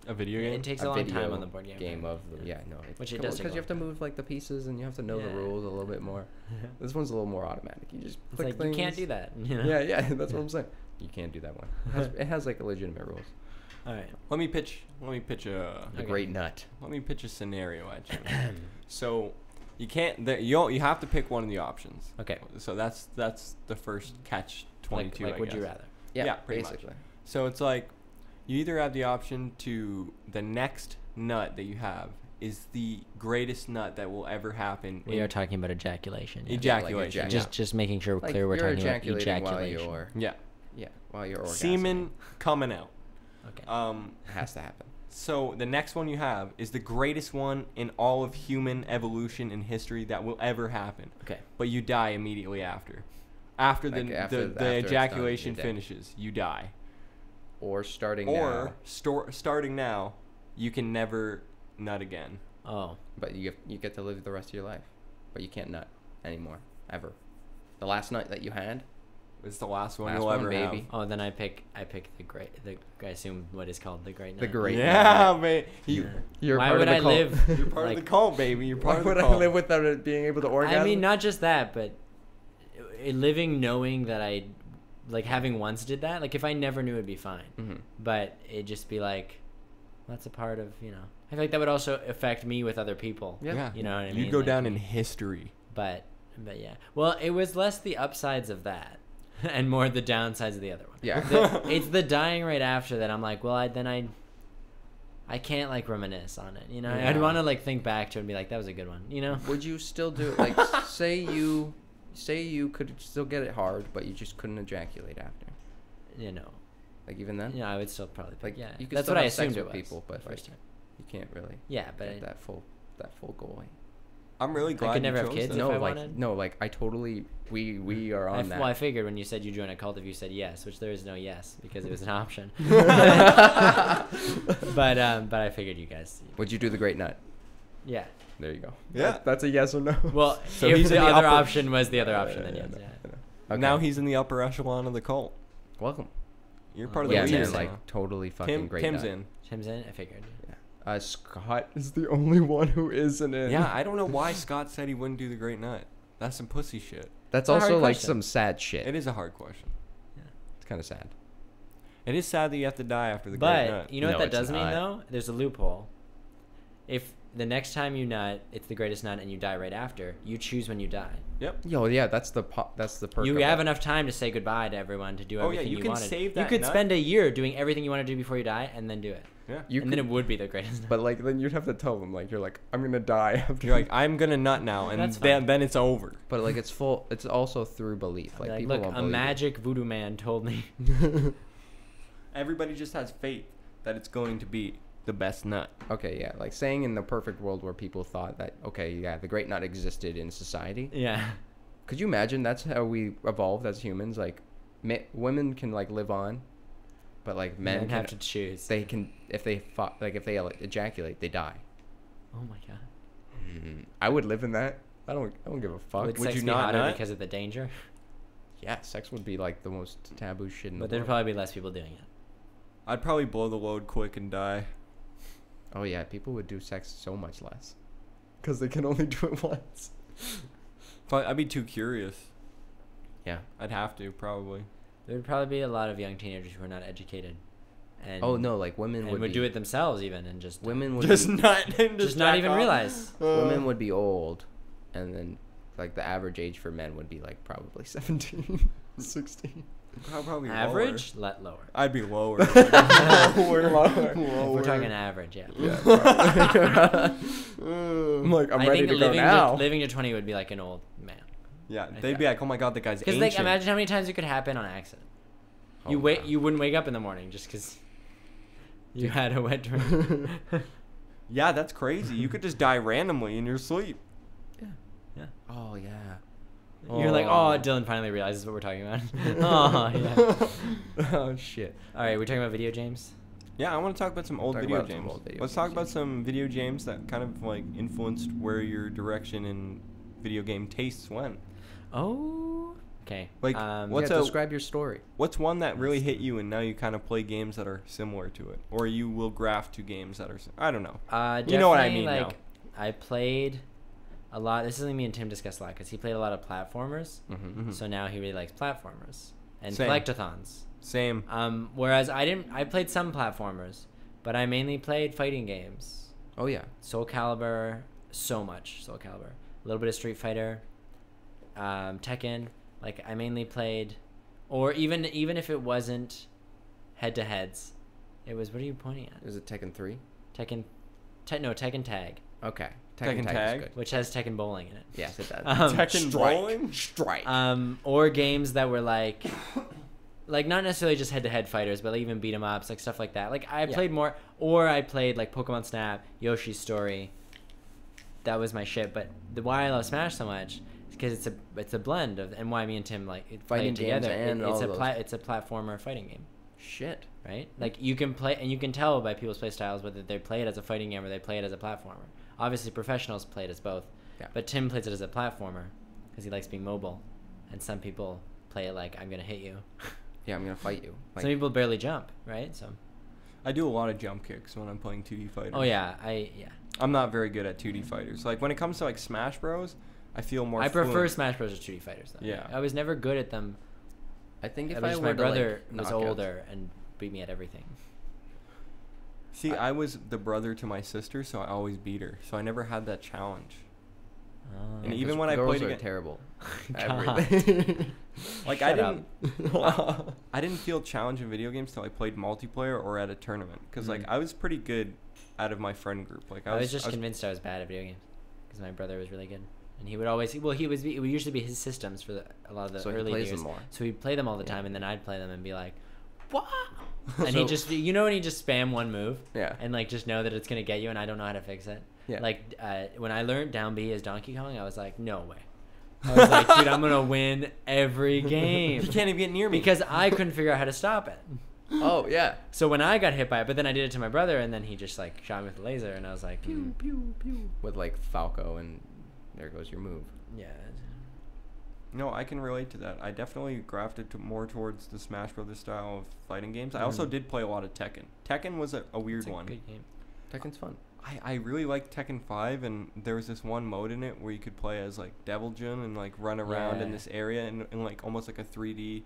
[SPEAKER 1] A video
[SPEAKER 3] Yeah,
[SPEAKER 1] game?
[SPEAKER 3] it takes
[SPEAKER 2] a
[SPEAKER 3] a long time
[SPEAKER 2] video
[SPEAKER 3] on the board game.
[SPEAKER 2] game of the, yeah. no.
[SPEAKER 3] Which it does take
[SPEAKER 2] because
[SPEAKER 3] a
[SPEAKER 2] you have to
[SPEAKER 3] long time.
[SPEAKER 2] move like the pieces and you have to know the
[SPEAKER 3] Yeah.
[SPEAKER 2] rules a little bit more. This one's a little more automatic. You just
[SPEAKER 3] it's
[SPEAKER 2] click
[SPEAKER 3] like you can't
[SPEAKER 2] things.
[SPEAKER 3] do that. You know?
[SPEAKER 2] Yeah, yeah. That's what I'm saying. You can't do that one. It has, it has like legitimate rules.
[SPEAKER 3] All right.
[SPEAKER 1] Let me pitch. Let me pitch a.
[SPEAKER 2] The
[SPEAKER 3] Okay.
[SPEAKER 2] Great Nut.
[SPEAKER 1] Let me pitch a scenario at you. so, you can't. The, you don't- you have to pick one of the options.
[SPEAKER 3] Okay.
[SPEAKER 1] So that's that's the first catch twenty two. I
[SPEAKER 3] Like, like would you
[SPEAKER 1] guess.
[SPEAKER 3] rather?
[SPEAKER 2] Yeah,
[SPEAKER 1] Yeah, pretty much.
[SPEAKER 2] basically.
[SPEAKER 1] So it's like you either have the option to the next nut that you have is the greatest nut that will ever happen.
[SPEAKER 3] We
[SPEAKER 1] in-
[SPEAKER 3] are talking about ejaculation. yeah.
[SPEAKER 1] Ejac- Ejaculation,
[SPEAKER 2] ejac-
[SPEAKER 3] Just just making sure we're
[SPEAKER 2] Like,
[SPEAKER 3] clear we're
[SPEAKER 2] you're
[SPEAKER 3] talking about
[SPEAKER 2] ejaculating
[SPEAKER 3] ejaculation.
[SPEAKER 2] While you're,
[SPEAKER 1] yeah.
[SPEAKER 2] yeah, while you're orgasming.
[SPEAKER 1] Semen coming out.
[SPEAKER 3] Okay.
[SPEAKER 1] Um,
[SPEAKER 2] has to happen.
[SPEAKER 1] so the next one you have is the greatest one in all of human evolution and history that will ever happen.
[SPEAKER 3] okay.
[SPEAKER 1] But you die immediately after. After the
[SPEAKER 2] Like, after-
[SPEAKER 1] the,
[SPEAKER 2] after
[SPEAKER 1] the
[SPEAKER 2] it's done, you're
[SPEAKER 1] ejaculation
[SPEAKER 2] dead.
[SPEAKER 1] finishes, you die.
[SPEAKER 2] Or starting now,
[SPEAKER 1] Or stor- starting now, you can never nut again.
[SPEAKER 3] Oh.
[SPEAKER 2] but you get, you get to live the rest of your life, but you can't nut anymore ever. The last night that you had,
[SPEAKER 1] It's the last one
[SPEAKER 2] Last
[SPEAKER 1] you'll
[SPEAKER 2] one,
[SPEAKER 1] ever
[SPEAKER 2] baby.
[SPEAKER 1] have.
[SPEAKER 3] Oh, then I pick I pick the great the I assume what is called the great
[SPEAKER 2] The
[SPEAKER 3] Nine.
[SPEAKER 2] great-
[SPEAKER 1] yeah, man. You,
[SPEAKER 3] Yeah.
[SPEAKER 2] You're
[SPEAKER 3] Why
[SPEAKER 2] part
[SPEAKER 3] would
[SPEAKER 2] of the
[SPEAKER 3] I
[SPEAKER 2] cult.
[SPEAKER 3] live?
[SPEAKER 1] You're part
[SPEAKER 3] like,
[SPEAKER 1] of the cult, baby. You're part
[SPEAKER 2] why
[SPEAKER 1] of the
[SPEAKER 2] would
[SPEAKER 1] cult.
[SPEAKER 2] I live without it being able to orgasm?
[SPEAKER 3] I mean, not just that, but it- living knowing that I like having once did that. Like if I never knew, it'd be fine.
[SPEAKER 2] Mhm.
[SPEAKER 3] But it'd just be like, that's a part of you know. I feel like that would also affect me with other people.
[SPEAKER 2] Yeah.
[SPEAKER 3] You know what I
[SPEAKER 1] You
[SPEAKER 3] mean?
[SPEAKER 1] go
[SPEAKER 3] Like,
[SPEAKER 1] down in history.
[SPEAKER 3] But but yeah. Well, it was less the upsides of that, and more the downsides of the other one.
[SPEAKER 2] Yeah.
[SPEAKER 3] The- it's the dying right after that. I'm like, well, I then I. I can't like reminisce on it, you know. I'd
[SPEAKER 1] Yeah.
[SPEAKER 3] want to like think back to it and be like, "That was a good one," you know.
[SPEAKER 2] Would you still do it? Like, say you, say you could still get it hard, but you just couldn't ejaculate after.
[SPEAKER 3] You know,
[SPEAKER 2] Like even then,
[SPEAKER 3] Yeah, I would still probably pick.
[SPEAKER 2] Like,
[SPEAKER 3] yeah,
[SPEAKER 2] you could
[SPEAKER 3] that's
[SPEAKER 2] still
[SPEAKER 3] what I
[SPEAKER 2] have sex
[SPEAKER 3] assumed
[SPEAKER 2] with
[SPEAKER 3] it was.
[SPEAKER 2] people, but,
[SPEAKER 3] the first
[SPEAKER 2] like,
[SPEAKER 3] time.
[SPEAKER 2] you can't really
[SPEAKER 3] yeah, but
[SPEAKER 2] get
[SPEAKER 3] I,
[SPEAKER 2] that full that full goal.
[SPEAKER 1] I'm really
[SPEAKER 3] I
[SPEAKER 1] glad
[SPEAKER 3] could
[SPEAKER 1] you
[SPEAKER 3] never have
[SPEAKER 1] chose
[SPEAKER 3] kids.
[SPEAKER 1] that.
[SPEAKER 3] if
[SPEAKER 2] No,
[SPEAKER 3] I
[SPEAKER 2] like
[SPEAKER 3] wanted- Mm.
[SPEAKER 2] no, like I totally we we are
[SPEAKER 3] I
[SPEAKER 2] on
[SPEAKER 3] f-
[SPEAKER 2] that.
[SPEAKER 3] well, I figured when you said you join a cult, if you said yes, which there is no yes because it was an option. but um, but I figured you guys.
[SPEAKER 2] Would you do the great nut?
[SPEAKER 3] Yeah.
[SPEAKER 2] There you go.
[SPEAKER 1] Yeah.
[SPEAKER 2] That- that's a yes or no.
[SPEAKER 3] Well,
[SPEAKER 1] So
[SPEAKER 3] if
[SPEAKER 1] he's
[SPEAKER 3] the
[SPEAKER 1] in the
[SPEAKER 3] other
[SPEAKER 1] upper-
[SPEAKER 3] option was the other option, then yes. Yeah.
[SPEAKER 2] Okay.
[SPEAKER 1] Now he's in the upper echelon of the cult.
[SPEAKER 2] welcome.
[SPEAKER 1] You're part of
[SPEAKER 2] Uh, yeah,
[SPEAKER 1] the
[SPEAKER 2] man,
[SPEAKER 1] leaders
[SPEAKER 2] like
[SPEAKER 1] now.
[SPEAKER 2] totally fucking
[SPEAKER 1] Tim,
[SPEAKER 2] great.
[SPEAKER 1] Tim's
[SPEAKER 2] nut.
[SPEAKER 1] in.
[SPEAKER 3] Tim's in. I figured.
[SPEAKER 2] Yeah. Uh, Scott is the only one who isn't in.
[SPEAKER 1] Yeah, I don't know why Scott said he wouldn't do the great nut. That's some pussy shit.
[SPEAKER 2] that's
[SPEAKER 3] It's a hard
[SPEAKER 2] also like
[SPEAKER 3] question.
[SPEAKER 2] some sad shit.
[SPEAKER 1] It is a hard question.
[SPEAKER 2] It's kind of sad.
[SPEAKER 1] It is sad that you have to die after the great
[SPEAKER 3] But
[SPEAKER 1] nut.
[SPEAKER 3] you know
[SPEAKER 2] No,
[SPEAKER 3] what that
[SPEAKER 2] it's
[SPEAKER 3] does mean
[SPEAKER 2] not.
[SPEAKER 3] though? There's a loophole. If the next time you nut, it's the greatest nut, and you die right after, you choose when you die.
[SPEAKER 1] yep.
[SPEAKER 2] Yo, yeah, that's the po- that's the perk.
[SPEAKER 3] you
[SPEAKER 2] of
[SPEAKER 3] have
[SPEAKER 2] it.
[SPEAKER 3] enough time to say goodbye to everyone to do
[SPEAKER 1] Oh, yeah,
[SPEAKER 3] everything
[SPEAKER 1] you
[SPEAKER 3] you,
[SPEAKER 1] can
[SPEAKER 3] wanted.
[SPEAKER 1] save
[SPEAKER 3] you
[SPEAKER 1] that
[SPEAKER 3] could
[SPEAKER 1] nut.
[SPEAKER 3] spend a year doing everything you want to do before you die and then do it.
[SPEAKER 1] Yeah.
[SPEAKER 2] You
[SPEAKER 3] and
[SPEAKER 2] could,
[SPEAKER 3] then it would be the greatest.
[SPEAKER 2] but like then you'd have to tell them like you're like I'm gonna die after.
[SPEAKER 1] You're like,
[SPEAKER 3] "Ah."
[SPEAKER 1] I'm gonna nut now, and
[SPEAKER 3] That's
[SPEAKER 1] then
[SPEAKER 3] fine.
[SPEAKER 1] then it's over.
[SPEAKER 2] but like it's full. It's also through belief. Like,
[SPEAKER 3] like,
[SPEAKER 2] people
[SPEAKER 3] look,
[SPEAKER 2] won't
[SPEAKER 3] a
[SPEAKER 2] believe it.
[SPEAKER 3] magic voodoo man told me.
[SPEAKER 1] Everybody just has faith that it's going to be the best nut.
[SPEAKER 2] Okay, yeah, like saying in the perfect world where people thought that okay, yeah, the great nut existed in society.
[SPEAKER 3] yeah.
[SPEAKER 2] Could you imagine that's how we evolved as humans? Like, ma- women can like live on, but like men
[SPEAKER 3] Men
[SPEAKER 2] can,
[SPEAKER 3] have to choose.
[SPEAKER 2] they can if they fought, like if they like, ejaculate, they die.
[SPEAKER 3] oh my god.
[SPEAKER 2] Mm-hmm. I would live in that. I don't. I don't give a fuck.
[SPEAKER 3] Would,
[SPEAKER 1] would
[SPEAKER 3] sex
[SPEAKER 1] you
[SPEAKER 3] be
[SPEAKER 1] not
[SPEAKER 3] hotter
[SPEAKER 1] nut?
[SPEAKER 3] because of the danger?
[SPEAKER 2] yeah, sex would be like the most taboo shit in
[SPEAKER 3] But
[SPEAKER 2] the
[SPEAKER 3] there'd
[SPEAKER 2] world.
[SPEAKER 3] probably be less people doing it.
[SPEAKER 1] I'd probably blow the load quick and die.
[SPEAKER 2] oh yeah, people would do sex so much less, because they can only do it once.
[SPEAKER 1] Fi- I'd be too curious.
[SPEAKER 2] Yeah.
[SPEAKER 1] I'd have to probably.
[SPEAKER 3] There'd probably be a lot of young teenagers who are not educated. And
[SPEAKER 2] oh no, like
[SPEAKER 3] and
[SPEAKER 2] women
[SPEAKER 3] would,
[SPEAKER 2] would, be,
[SPEAKER 3] do it themselves even and just uh,
[SPEAKER 2] Women would
[SPEAKER 1] Just
[SPEAKER 2] be,
[SPEAKER 1] nut and
[SPEAKER 3] just
[SPEAKER 1] just
[SPEAKER 3] not
[SPEAKER 1] jack
[SPEAKER 3] even
[SPEAKER 1] off.
[SPEAKER 3] realize.
[SPEAKER 2] women would be old and then like the average age for men would be like probably 17 16
[SPEAKER 1] Prob- probably lower.
[SPEAKER 3] Average, let lower.
[SPEAKER 1] I'd be lower.
[SPEAKER 2] Lower, lower.
[SPEAKER 3] If we're talking average, yeah.
[SPEAKER 2] yeah probably. i'm
[SPEAKER 1] yeah,
[SPEAKER 2] like i'm
[SPEAKER 3] I
[SPEAKER 2] ready
[SPEAKER 3] think
[SPEAKER 2] to go
[SPEAKER 3] living
[SPEAKER 2] now
[SPEAKER 3] to living to twenty would be like an old man.
[SPEAKER 1] they'd be like, "Oh my god, that guy's
[SPEAKER 3] Because
[SPEAKER 1] ancient."
[SPEAKER 3] like, imagine how many times it could happen on accident. you
[SPEAKER 2] Oh,
[SPEAKER 3] wait,
[SPEAKER 2] wow.
[SPEAKER 3] you wouldn't wake up in the morning just because you had a wet dream.
[SPEAKER 1] yeah, that's crazy. You could just die randomly in your sleep.
[SPEAKER 2] oh yeah
[SPEAKER 3] You're like,
[SPEAKER 2] Aw.
[SPEAKER 3] oh, Dylan finally realizes what we're talking about. oh yeah.
[SPEAKER 2] oh shit
[SPEAKER 3] All right, we're talking about video games.
[SPEAKER 1] Yeah, I want to talk about some old
[SPEAKER 2] Talk
[SPEAKER 1] video
[SPEAKER 2] about some
[SPEAKER 1] games.
[SPEAKER 2] old video
[SPEAKER 1] Let's talk
[SPEAKER 2] games,
[SPEAKER 1] about
[SPEAKER 2] yeah.
[SPEAKER 1] some video games that kind of like influenced where your direction in video game tastes went.
[SPEAKER 3] Oh. Okay.
[SPEAKER 1] Like,
[SPEAKER 3] um,
[SPEAKER 1] What's
[SPEAKER 2] yeah,
[SPEAKER 1] a-
[SPEAKER 2] describe your story
[SPEAKER 1] What's one that really hit you, and now you kind of play games that are similar to it, or you will graft to games that are. Sim- I don't know.
[SPEAKER 3] Uh,
[SPEAKER 1] You know what I
[SPEAKER 3] definitely,
[SPEAKER 1] mean
[SPEAKER 3] Like, I played a lot. This is something me and Tim discussed a lot because he played a lot of platformers.
[SPEAKER 2] mm-hmm.
[SPEAKER 1] Mhm.
[SPEAKER 3] So now he really likes platformers and
[SPEAKER 1] Same.
[SPEAKER 3] collectathons.
[SPEAKER 1] Same.
[SPEAKER 3] Um, whereas I didn't, I played some platformers, but I mainly played fighting games.
[SPEAKER 2] oh yeah
[SPEAKER 3] Soul Calibur, so much Soul Calibur. A little bit of Street Fighter, um, Tekken. Like I mainly played, or even even if it wasn't head to heads, it was. What are you pointing at?
[SPEAKER 2] is it tekken 3
[SPEAKER 3] Tekken, te- no Tekken Tag.
[SPEAKER 2] Okay.
[SPEAKER 1] Tekken Tag?
[SPEAKER 2] good.
[SPEAKER 3] which has Tekken Bowling in it.
[SPEAKER 2] Yes, it does.
[SPEAKER 3] Um,
[SPEAKER 1] Tekken
[SPEAKER 2] Strike.
[SPEAKER 1] bowling?
[SPEAKER 2] Strike.
[SPEAKER 3] um, or games that were like, like not necessarily just head-to-head fighters, but like even beat 'em ups, like stuff like that. Like I
[SPEAKER 2] Yeah.
[SPEAKER 3] played more, or I played like Pokemon Snap, Yoshi's Story. That was my shit. But the why I love Smash so much is because it's a it's a blend of and why me and Tim like it- play
[SPEAKER 2] Fighting
[SPEAKER 3] it
[SPEAKER 2] games
[SPEAKER 3] together. It-
[SPEAKER 2] and
[SPEAKER 3] it's
[SPEAKER 2] all
[SPEAKER 3] a
[SPEAKER 2] those. Mm-hmm.
[SPEAKER 3] pla- it's a platformer fighting game,
[SPEAKER 2] Shit.
[SPEAKER 3] right? Like you can play and you can tell by people's play styles whether they play it as a fighting game or they play it as a platformer. Obviously, professionals play it as both.
[SPEAKER 2] Yeah.
[SPEAKER 3] But Tim plays it as a platformer because he likes being mobile, and some people play it like I'm gonna hit you.
[SPEAKER 2] yeah, I'm gonna fight you. Like,
[SPEAKER 3] some people barely jump, right? So,
[SPEAKER 1] I do a lot of jump kicks when I'm playing 2D fighters.
[SPEAKER 3] oh yeah, I yeah,
[SPEAKER 1] I'm not very good at 2D fighters. Like when it comes to like Smash Bros, I feel more.
[SPEAKER 3] I prefer
[SPEAKER 1] fluent.
[SPEAKER 3] Smash Bros. to 2D fighters though.
[SPEAKER 1] Yeah.
[SPEAKER 3] I was never good at them.
[SPEAKER 2] I think if
[SPEAKER 3] At
[SPEAKER 2] I
[SPEAKER 3] least
[SPEAKER 2] were
[SPEAKER 3] my
[SPEAKER 2] to, like,
[SPEAKER 3] brother was
[SPEAKER 2] knock out-
[SPEAKER 3] older and beat me at everything.
[SPEAKER 1] See, I was the brother to my sister, so I always beat her. So I never had that challenge.
[SPEAKER 3] Oh.
[SPEAKER 1] And
[SPEAKER 2] Yeah,
[SPEAKER 1] even
[SPEAKER 2] 'cause
[SPEAKER 1] when I
[SPEAKER 2] girls
[SPEAKER 1] played
[SPEAKER 2] are
[SPEAKER 1] against-
[SPEAKER 2] terrible.
[SPEAKER 3] God.
[SPEAKER 2] Everything.
[SPEAKER 1] Like
[SPEAKER 3] Shut
[SPEAKER 1] I
[SPEAKER 3] up.
[SPEAKER 1] didn't, I didn't feel challenged in video games till I played multiplayer or at a tournament. Cause like
[SPEAKER 2] Mhm.
[SPEAKER 1] I was pretty good out of my friend group. Like
[SPEAKER 3] Mm. I was, just convinced I was bad at video games because my brother was really good, and he would always well he was it would usually be his systems for the, a lot of the
[SPEAKER 2] So he
[SPEAKER 3] early
[SPEAKER 2] plays
[SPEAKER 3] years.
[SPEAKER 2] them more.
[SPEAKER 3] So he'd play them all the
[SPEAKER 2] Yeah.
[SPEAKER 3] time, and then I'd play them and be like, "What?" And he
[SPEAKER 2] So-
[SPEAKER 3] just you know when he just spam one move,
[SPEAKER 2] Yeah.
[SPEAKER 3] and like just know that it's gonna get you, and I don't know how to fix it.
[SPEAKER 2] Yeah.
[SPEAKER 3] Like uh, when I learned down B is Donkey Kong, I was like, "No way." I was like, "Dude, I'm gonna win every game."
[SPEAKER 1] You can't even get near me
[SPEAKER 3] because I couldn't figure out how to stop it.
[SPEAKER 2] oh yeah.
[SPEAKER 3] So when I got hit by it, but then I did it to my brother, and then he just like shot me with a laser, and I was like, "Hmm,
[SPEAKER 2] pew pew. With like Falco and there goes your move.
[SPEAKER 3] yeah.
[SPEAKER 1] No, I can relate to that. I definitely grafted to more towards the Smash Brothers style of fighting games. I also
[SPEAKER 2] Mhm.
[SPEAKER 1] did play a lot of Tekken. Tekken was a, a weird
[SPEAKER 3] Mm-hmm. It's a
[SPEAKER 1] one.
[SPEAKER 3] good game.
[SPEAKER 2] Tekken's fun.
[SPEAKER 1] I, I really liked Tekken 5, and there was this one mode in it where you could play as like Devil Jim and like run around in
[SPEAKER 3] Yeah.
[SPEAKER 1] this area and, and like almost like a 3D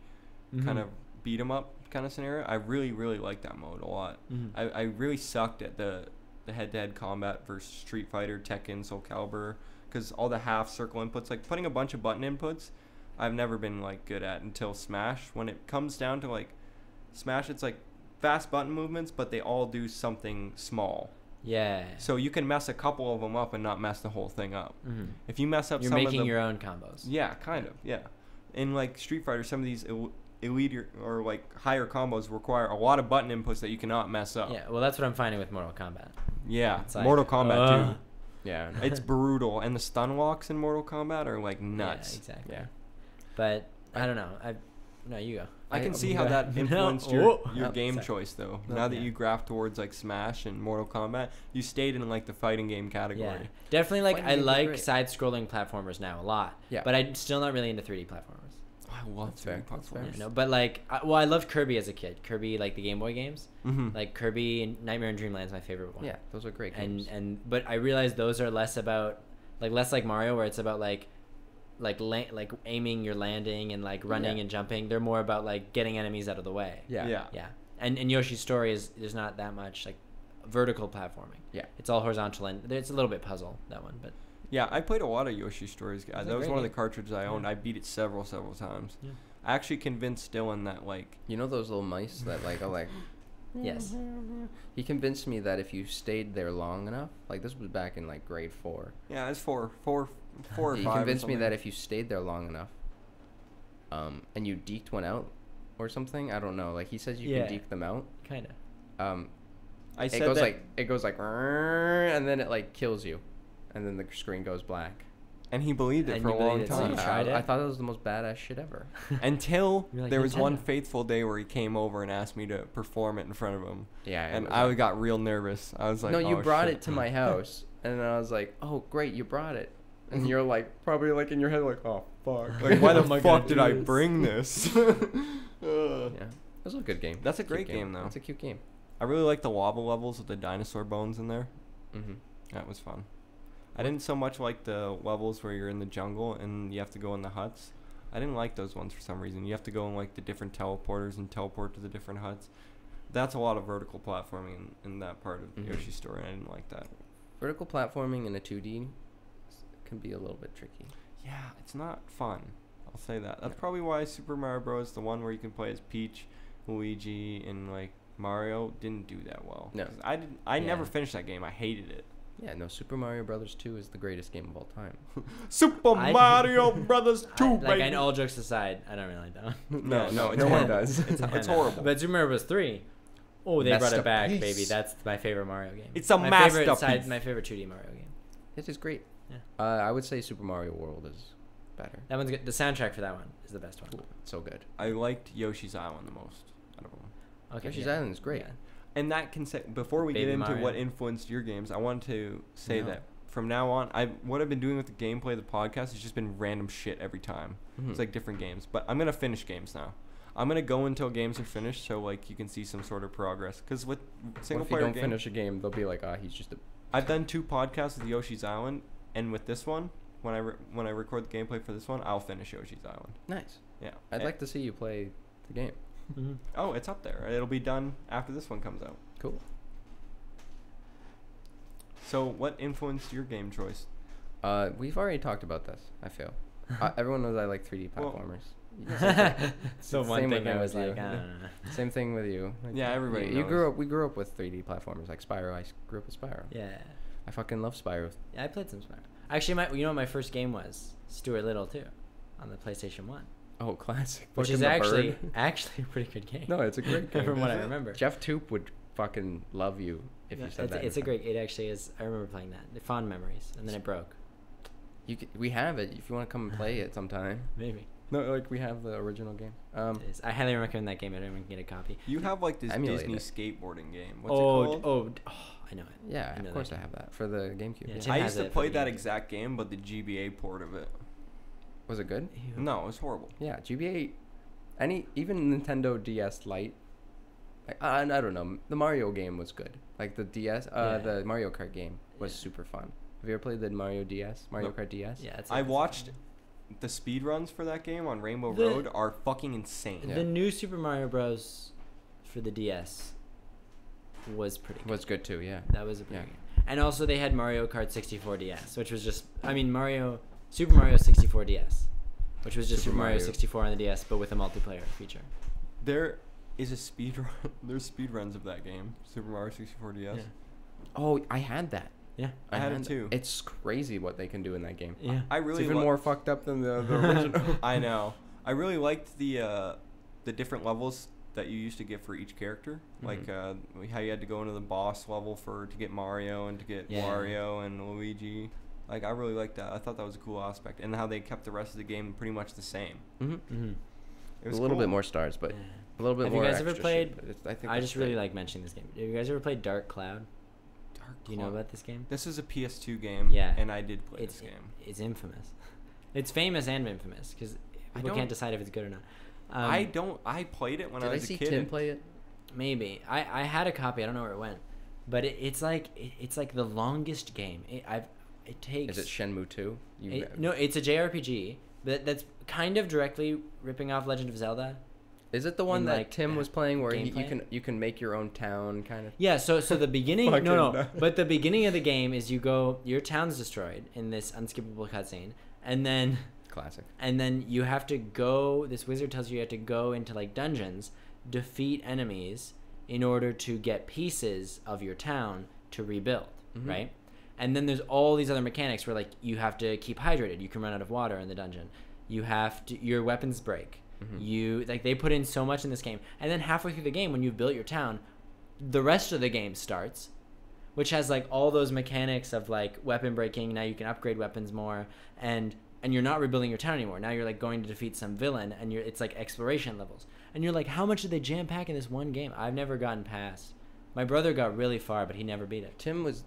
[SPEAKER 1] kind
[SPEAKER 3] Mhm.
[SPEAKER 1] of beat 'em up kind of scenario. I really, really liked that mode a lot.
[SPEAKER 3] Mhm.
[SPEAKER 1] I, I really sucked at the the head to head combat versus Street Fighter, Tekken, Soul Calibur, because all the half circle inputs, like putting a bunch of button inputs, I've never been like good at until Smash. When it comes down to like Smash, it's like fast button movements, but they all do something small.
[SPEAKER 3] Yeah.
[SPEAKER 1] So you can mess a couple of them up and not mess the whole thing up.
[SPEAKER 3] Mhm.
[SPEAKER 1] If you mess up
[SPEAKER 3] you're
[SPEAKER 1] some
[SPEAKER 3] making
[SPEAKER 1] of the
[SPEAKER 3] your own combos.
[SPEAKER 1] yeah, kind of. Yeah. In like Street Fighter, some of these el- elite or- or like higher combos require a lot of button inputs that you cannot mess up.
[SPEAKER 3] Yeah. Well, that's what I'm finding with Mortal Kombat.
[SPEAKER 1] Yeah.
[SPEAKER 3] It's like, uh.
[SPEAKER 1] Mortal Kombat
[SPEAKER 3] ugh.
[SPEAKER 1] too.
[SPEAKER 2] Yeah.
[SPEAKER 1] It's brutal, and the stun walks in Mortal Kombat are like nuts.
[SPEAKER 3] Yeah, exactly.
[SPEAKER 2] Yeah.
[SPEAKER 3] But I don't know. I no, you go.
[SPEAKER 1] I can
[SPEAKER 2] I-
[SPEAKER 1] see
[SPEAKER 2] I'm
[SPEAKER 1] how that
[SPEAKER 2] glad-
[SPEAKER 3] No.
[SPEAKER 1] influenced
[SPEAKER 3] Oh.
[SPEAKER 1] your, your
[SPEAKER 2] Oh,
[SPEAKER 1] game
[SPEAKER 3] sorry.
[SPEAKER 1] choice, though.
[SPEAKER 2] No,
[SPEAKER 1] now that
[SPEAKER 3] yeah.
[SPEAKER 1] you graph towards like Smash and Mortal Kombat, you stayed in like the fighting game
[SPEAKER 3] Yeah.
[SPEAKER 1] category.
[SPEAKER 3] Definitely like
[SPEAKER 2] Fighting
[SPEAKER 3] I
[SPEAKER 2] games are
[SPEAKER 3] like
[SPEAKER 2] great.
[SPEAKER 3] side-scrolling platformers now a lot.
[SPEAKER 2] Yeah.
[SPEAKER 3] But I'm still not really into 3D platformers.
[SPEAKER 1] I love
[SPEAKER 2] That's fair,
[SPEAKER 1] 3D
[SPEAKER 2] that's fair.
[SPEAKER 1] platformers.
[SPEAKER 3] You know, but like I, well, I loved Kirby as a kid. Kirby like the Game Boy games.
[SPEAKER 1] Mhm.
[SPEAKER 3] Like Kirby and Nightmare and Dreamland is my favorite one.
[SPEAKER 2] Yeah. Those are great
[SPEAKER 3] and
[SPEAKER 2] games.
[SPEAKER 3] and but I realized those are less about like less like Mario where it's about like like la- like aiming your landing and like running
[SPEAKER 2] Yeah.
[SPEAKER 3] and jumping. They're more about like getting enemies out of the way.
[SPEAKER 2] yeah.
[SPEAKER 1] Yeah.
[SPEAKER 3] Yeah. And and Yoshi's story is there's not that much like vertical platforming.
[SPEAKER 2] Yeah.
[SPEAKER 3] It's all horizontal and it's a little bit puzzle that one, but
[SPEAKER 1] Yeah, I played a lot of Yoshi Stories.
[SPEAKER 3] It's
[SPEAKER 1] Guys.
[SPEAKER 3] a
[SPEAKER 1] That was
[SPEAKER 3] great
[SPEAKER 1] one of the
[SPEAKER 3] game.
[SPEAKER 1] cartridges I owned.
[SPEAKER 3] Yeah.
[SPEAKER 1] I beat it several, several times.
[SPEAKER 3] Yeah.
[SPEAKER 1] I actually convinced Dylan that like
[SPEAKER 2] You know those little mice that like are like.
[SPEAKER 3] Yes.
[SPEAKER 2] He convinced me that if you stayed there long enough, like this was back in like grade four.
[SPEAKER 1] yeah, it's four, four, four or
[SPEAKER 2] he
[SPEAKER 1] five. or
[SPEAKER 2] convinced me that
[SPEAKER 1] something.
[SPEAKER 2] if you stayed there long enough, um, and you deked one out, or something. I don't know. Like he says, you
[SPEAKER 3] Yeah.
[SPEAKER 2] can deke them out.
[SPEAKER 3] kind of.
[SPEAKER 2] Um,
[SPEAKER 1] I
[SPEAKER 2] it
[SPEAKER 1] said
[SPEAKER 2] goes
[SPEAKER 1] that,
[SPEAKER 2] like it goes like, "Rrrr," and then it like kills you, and then the screen goes black. uh,
[SPEAKER 1] and he believed it
[SPEAKER 3] And
[SPEAKER 1] for a
[SPEAKER 3] you believed
[SPEAKER 1] long
[SPEAKER 3] it, so
[SPEAKER 1] time
[SPEAKER 3] you tried
[SPEAKER 2] I, I
[SPEAKER 3] it?
[SPEAKER 2] thought that was the most badass shit ever.
[SPEAKER 1] until
[SPEAKER 3] You're like,
[SPEAKER 1] there was one
[SPEAKER 3] Nintendo.
[SPEAKER 1] faithful day where he came over and asked me to perform it in front of him,
[SPEAKER 2] Yeah, it
[SPEAKER 1] and
[SPEAKER 2] was
[SPEAKER 1] I
[SPEAKER 2] like-
[SPEAKER 1] got real nervous. I was like,
[SPEAKER 2] no, you
[SPEAKER 1] "Oh,
[SPEAKER 2] brought
[SPEAKER 1] shit."
[SPEAKER 2] it to my house, and then I was like, oh great, you brought it, and you're like probably like in your head like, oh fuck,
[SPEAKER 1] Like, why the
[SPEAKER 3] Am I
[SPEAKER 1] fuck
[SPEAKER 3] gonna
[SPEAKER 1] did
[SPEAKER 3] do
[SPEAKER 1] I
[SPEAKER 3] this?
[SPEAKER 1] bring this? Ugh.
[SPEAKER 2] Yeah, it was a good game.
[SPEAKER 1] That's a
[SPEAKER 2] Cute
[SPEAKER 1] great game, though.
[SPEAKER 2] That's a cute game.
[SPEAKER 1] I really like the wobble levels with the dinosaur bones in there.
[SPEAKER 2] Mm-hmm.
[SPEAKER 1] That was fun. I didn't so much like the levels where you're in the jungle and you have to go in the huts. I didn't like those ones for some reason. You have to go in like the different teleporters and teleport to the different huts. That's a lot of vertical platforming in, in that part of
[SPEAKER 2] Mhm.
[SPEAKER 3] Mm-hmm.
[SPEAKER 1] Yoshi's story. and I didn't like that.
[SPEAKER 2] Vertical platforming in a 2D s- can be a little bit tricky.
[SPEAKER 1] Yeah, it's not fun. I'll say that. That's
[SPEAKER 2] No.
[SPEAKER 1] probably why Super Mario Bros. the one where you can play as Peach, Luigi, and like Mario didn't do that well.
[SPEAKER 2] No.
[SPEAKER 1] 'Cause I didn't. I
[SPEAKER 3] Yeah.
[SPEAKER 1] never finished that game. I hated it.
[SPEAKER 2] Yeah, no, Super Mario Brothers 2 is the greatest game of all time.
[SPEAKER 1] Super
[SPEAKER 3] I-
[SPEAKER 1] Mario Brothers
[SPEAKER 3] I-
[SPEAKER 1] 2,
[SPEAKER 3] like,
[SPEAKER 1] baby.
[SPEAKER 3] I know all jokes aside, I don't really like that one.
[SPEAKER 1] No,
[SPEAKER 2] Yeah,
[SPEAKER 1] no, it's
[SPEAKER 2] no one
[SPEAKER 1] horrible.
[SPEAKER 2] does.
[SPEAKER 1] It's,
[SPEAKER 3] I
[SPEAKER 1] it's
[SPEAKER 3] know.
[SPEAKER 1] horrible.
[SPEAKER 3] But Super Mario Bros. 3. Oh, they brought it back, baby.
[SPEAKER 2] Masterpiece.
[SPEAKER 3] That's my favorite Mario game.
[SPEAKER 1] It's a
[SPEAKER 3] my Favorite,
[SPEAKER 1] masterpiece.
[SPEAKER 3] side, my favorite 2D Mario game.
[SPEAKER 2] It is great.
[SPEAKER 3] Yeah.
[SPEAKER 2] Uh, I would say Super Mario World is better.
[SPEAKER 3] That one's good. The soundtrack for that one is the best one.
[SPEAKER 2] It's so good.
[SPEAKER 1] I liked Yoshi's Island the most. I don't know.
[SPEAKER 3] Okay.
[SPEAKER 2] Yoshi's Island is great.
[SPEAKER 1] And that can say before we get
[SPEAKER 3] Baby
[SPEAKER 1] into
[SPEAKER 3] Mario.
[SPEAKER 1] what influenced your games, I want to say
[SPEAKER 2] No.
[SPEAKER 1] that from now on, I what I've been doing with the gameplay of the podcast has just been random shit every time.
[SPEAKER 2] Mhm.
[SPEAKER 1] It's like different games, but I'm gonna finish games now. I'm gonna go until games are finished, so like you can see some sort of progress. Because with
[SPEAKER 2] What
[SPEAKER 1] single
[SPEAKER 2] if you
[SPEAKER 1] player
[SPEAKER 2] don't
[SPEAKER 1] games,
[SPEAKER 2] finish a game, they'll be like, ah, he's just a.
[SPEAKER 1] I've done two podcasts with Yoshi's Island, and with this one, when I re- when I record the gameplay for this one, I'll finish Yoshi's Island.
[SPEAKER 2] Nice.
[SPEAKER 1] Yeah,
[SPEAKER 2] I'd
[SPEAKER 1] Eh,
[SPEAKER 2] like to see you play the game.
[SPEAKER 3] Mhm.
[SPEAKER 1] Oh, it's up there. It'll be done after this one comes out.
[SPEAKER 2] Cool.
[SPEAKER 1] So, what influenced your game choice?
[SPEAKER 2] Uh, we've already talked about this. I feel. uh, everyone knows I like 3D
[SPEAKER 1] Well-
[SPEAKER 2] platformers.
[SPEAKER 3] so
[SPEAKER 2] It's the
[SPEAKER 3] one
[SPEAKER 2] same
[SPEAKER 3] thing
[SPEAKER 2] with
[SPEAKER 3] I
[SPEAKER 2] me
[SPEAKER 3] was
[SPEAKER 2] with
[SPEAKER 3] like,
[SPEAKER 2] you.
[SPEAKER 3] I don't know.
[SPEAKER 2] Same thing with you. Like,
[SPEAKER 1] Yeah,
[SPEAKER 2] you-
[SPEAKER 1] everybody
[SPEAKER 2] You, grew
[SPEAKER 1] knows.
[SPEAKER 2] up. We grew up with 3D platformers like Spyro. I s- grew up with Spyro.
[SPEAKER 3] Yeah.
[SPEAKER 2] I fucking love Spyro.
[SPEAKER 3] Yeah, I played some Smash. Actually, my you know what my first game was Stuart Little too, on the PlayStation One,
[SPEAKER 2] Oh, classic.
[SPEAKER 3] which
[SPEAKER 2] Fucking
[SPEAKER 3] is
[SPEAKER 2] the
[SPEAKER 3] actually
[SPEAKER 2] bird.
[SPEAKER 3] actually a pretty good game.
[SPEAKER 2] No, it's a great game.
[SPEAKER 3] from what
[SPEAKER 1] Is
[SPEAKER 3] I
[SPEAKER 1] it?
[SPEAKER 3] remember.
[SPEAKER 2] Jeff Toop would fucking love you if
[SPEAKER 3] Yeah,
[SPEAKER 2] you said
[SPEAKER 3] it's,
[SPEAKER 2] that. in
[SPEAKER 3] it's a
[SPEAKER 2] front.
[SPEAKER 3] great. It actually is. I remember playing that. Fond memories, and then it broke.
[SPEAKER 2] You c we have it if you want to come and play it sometime.
[SPEAKER 3] Maybe.
[SPEAKER 2] No, like we have the original game. Um,
[SPEAKER 3] It is. I highly recommend that game. Everyone can get a copy.
[SPEAKER 1] You have like this
[SPEAKER 2] Emulate
[SPEAKER 1] Disney
[SPEAKER 2] it.
[SPEAKER 1] skateboarding game. What's
[SPEAKER 3] Oh,
[SPEAKER 1] it
[SPEAKER 3] d-
[SPEAKER 1] called?
[SPEAKER 3] oh, d- oh, I know it.
[SPEAKER 2] yeah,
[SPEAKER 3] know
[SPEAKER 2] of
[SPEAKER 3] that
[SPEAKER 2] course I
[SPEAKER 3] game.
[SPEAKER 2] have that for the GameCube.
[SPEAKER 3] Yeah,
[SPEAKER 2] yeah.
[SPEAKER 3] Jim
[SPEAKER 1] I
[SPEAKER 3] has
[SPEAKER 1] used to
[SPEAKER 3] it for
[SPEAKER 1] play
[SPEAKER 3] the
[SPEAKER 1] that
[SPEAKER 3] GameCube.
[SPEAKER 1] exact game, but the GBA port of it.
[SPEAKER 2] Was it good?
[SPEAKER 3] Ew.
[SPEAKER 1] No, it was horrible.
[SPEAKER 2] Yeah, GBA, any even Nintendo DS Lite. Like, I, I don't know. The Mario game was good. Like the DS, uh,
[SPEAKER 3] Yeah.
[SPEAKER 2] the Mario Kart game was
[SPEAKER 3] Yeah.
[SPEAKER 2] super fun. Have you ever played the Mario DS, Mario
[SPEAKER 1] Nope.
[SPEAKER 2] Kart DS?
[SPEAKER 3] Yeah, it's
[SPEAKER 1] I
[SPEAKER 3] it's-
[SPEAKER 1] watched the speed runs for that game on Rainbow
[SPEAKER 3] The-
[SPEAKER 1] Road are fucking insane.
[SPEAKER 2] Yeah.
[SPEAKER 3] The new Super Mario Bros. for the DS was pretty. Good.
[SPEAKER 2] was good too. Yeah.
[SPEAKER 3] That was a pretty
[SPEAKER 2] Yeah.
[SPEAKER 3] good game. And also they had Mario Kart 64 DS, which was just I mean Mario Super Mario 64 DS, which was just
[SPEAKER 2] Super
[SPEAKER 3] Super Mario
[SPEAKER 2] Mario.
[SPEAKER 3] 64 on the DS but with a multiplayer feature.
[SPEAKER 1] There is a speed run. There's speed runs of that game, Super Mario 64 DS.
[SPEAKER 3] Yeah.
[SPEAKER 2] Oh, I had that.
[SPEAKER 3] Yeah.
[SPEAKER 1] I had it
[SPEAKER 2] that.
[SPEAKER 1] too.
[SPEAKER 2] It's crazy what they can do in that game.
[SPEAKER 3] Yeah.
[SPEAKER 1] I really
[SPEAKER 2] it's even
[SPEAKER 1] lo-
[SPEAKER 2] more fucked up than the, the original.
[SPEAKER 1] I know. I really liked the uh, the different levels that you used to get for each character, like uh, how you had to go into the boss level for to get Mario and to get
[SPEAKER 3] Yeah.
[SPEAKER 1] Wario and Luigi. Like I really liked that. I thought that was a cool aspect, and how they kept the rest of the game pretty much the same.
[SPEAKER 2] hmm
[SPEAKER 3] Mhm.
[SPEAKER 1] It was
[SPEAKER 2] a little
[SPEAKER 1] cool.
[SPEAKER 2] bit more stars, but
[SPEAKER 3] Yeah.
[SPEAKER 2] a little bit
[SPEAKER 3] Have you
[SPEAKER 2] more.
[SPEAKER 3] guys ever
[SPEAKER 2] extra
[SPEAKER 3] played-
[SPEAKER 2] shit, but it's- I, think
[SPEAKER 3] I
[SPEAKER 2] that's
[SPEAKER 3] just really
[SPEAKER 2] the-
[SPEAKER 3] like mentioning this game. Have you guys ever played Dark Cloud?
[SPEAKER 1] Dark
[SPEAKER 3] Do you know
[SPEAKER 1] Cloud.
[SPEAKER 3] about this game?
[SPEAKER 1] This is a PS2 game.
[SPEAKER 3] Yeah.
[SPEAKER 1] And I did play
[SPEAKER 3] it's
[SPEAKER 1] this game.
[SPEAKER 3] it's infamous. It's famous and infamous because
[SPEAKER 2] I
[SPEAKER 3] people
[SPEAKER 2] don't-
[SPEAKER 3] can't decide if it's good or not.
[SPEAKER 1] I
[SPEAKER 3] Um,
[SPEAKER 1] don't. I played it when
[SPEAKER 2] Did
[SPEAKER 1] I
[SPEAKER 2] I
[SPEAKER 1] was
[SPEAKER 2] see
[SPEAKER 1] a kid.
[SPEAKER 2] Tim
[SPEAKER 1] and-
[SPEAKER 2] play it?
[SPEAKER 3] Maybe I, I had a copy. I don't know where it went, but it, it's like it, it's like the longest game. It, I've it takes.
[SPEAKER 2] Is it Shenmue 2? You
[SPEAKER 3] it- no, it's a JRPG that that's kind of directly ripping off Legend of Zelda.
[SPEAKER 2] Is it the one
[SPEAKER 3] in,
[SPEAKER 2] that
[SPEAKER 3] like, uh,
[SPEAKER 2] Tim was playing where he, you
[SPEAKER 3] gameplay?
[SPEAKER 2] can you can make your own town kind of?
[SPEAKER 3] Yeah. So so the beginning.
[SPEAKER 2] Fucking
[SPEAKER 3] no, no.
[SPEAKER 2] nuts.
[SPEAKER 3] But the beginning of the game is you go. Your town's destroyed in this unskippable cutscene, and then
[SPEAKER 2] Classic.
[SPEAKER 3] and then you have to go. This wizard tells you you have to go into like dungeons, defeat enemies in order to get pieces of your town to rebuild,
[SPEAKER 2] Mhm.
[SPEAKER 3] right? And then there's all these other mechanics where like you have to keep hydrated. You can run out of water in the dungeon. You have to your weapons break.
[SPEAKER 2] Mhm.
[SPEAKER 3] You like they put in so much in this game, and then halfway through the game, when you've built your town, the rest of the game starts which has like all those mechanics of like weapon breaking now you can upgrade weapons more and and you're not rebuilding your town anymore now you're like going to defeat some villain and you're it's like exploration levels and you're like how much did they jam pack in this one game i've never gotten past my brother got really far but he never beat it
[SPEAKER 2] Tim was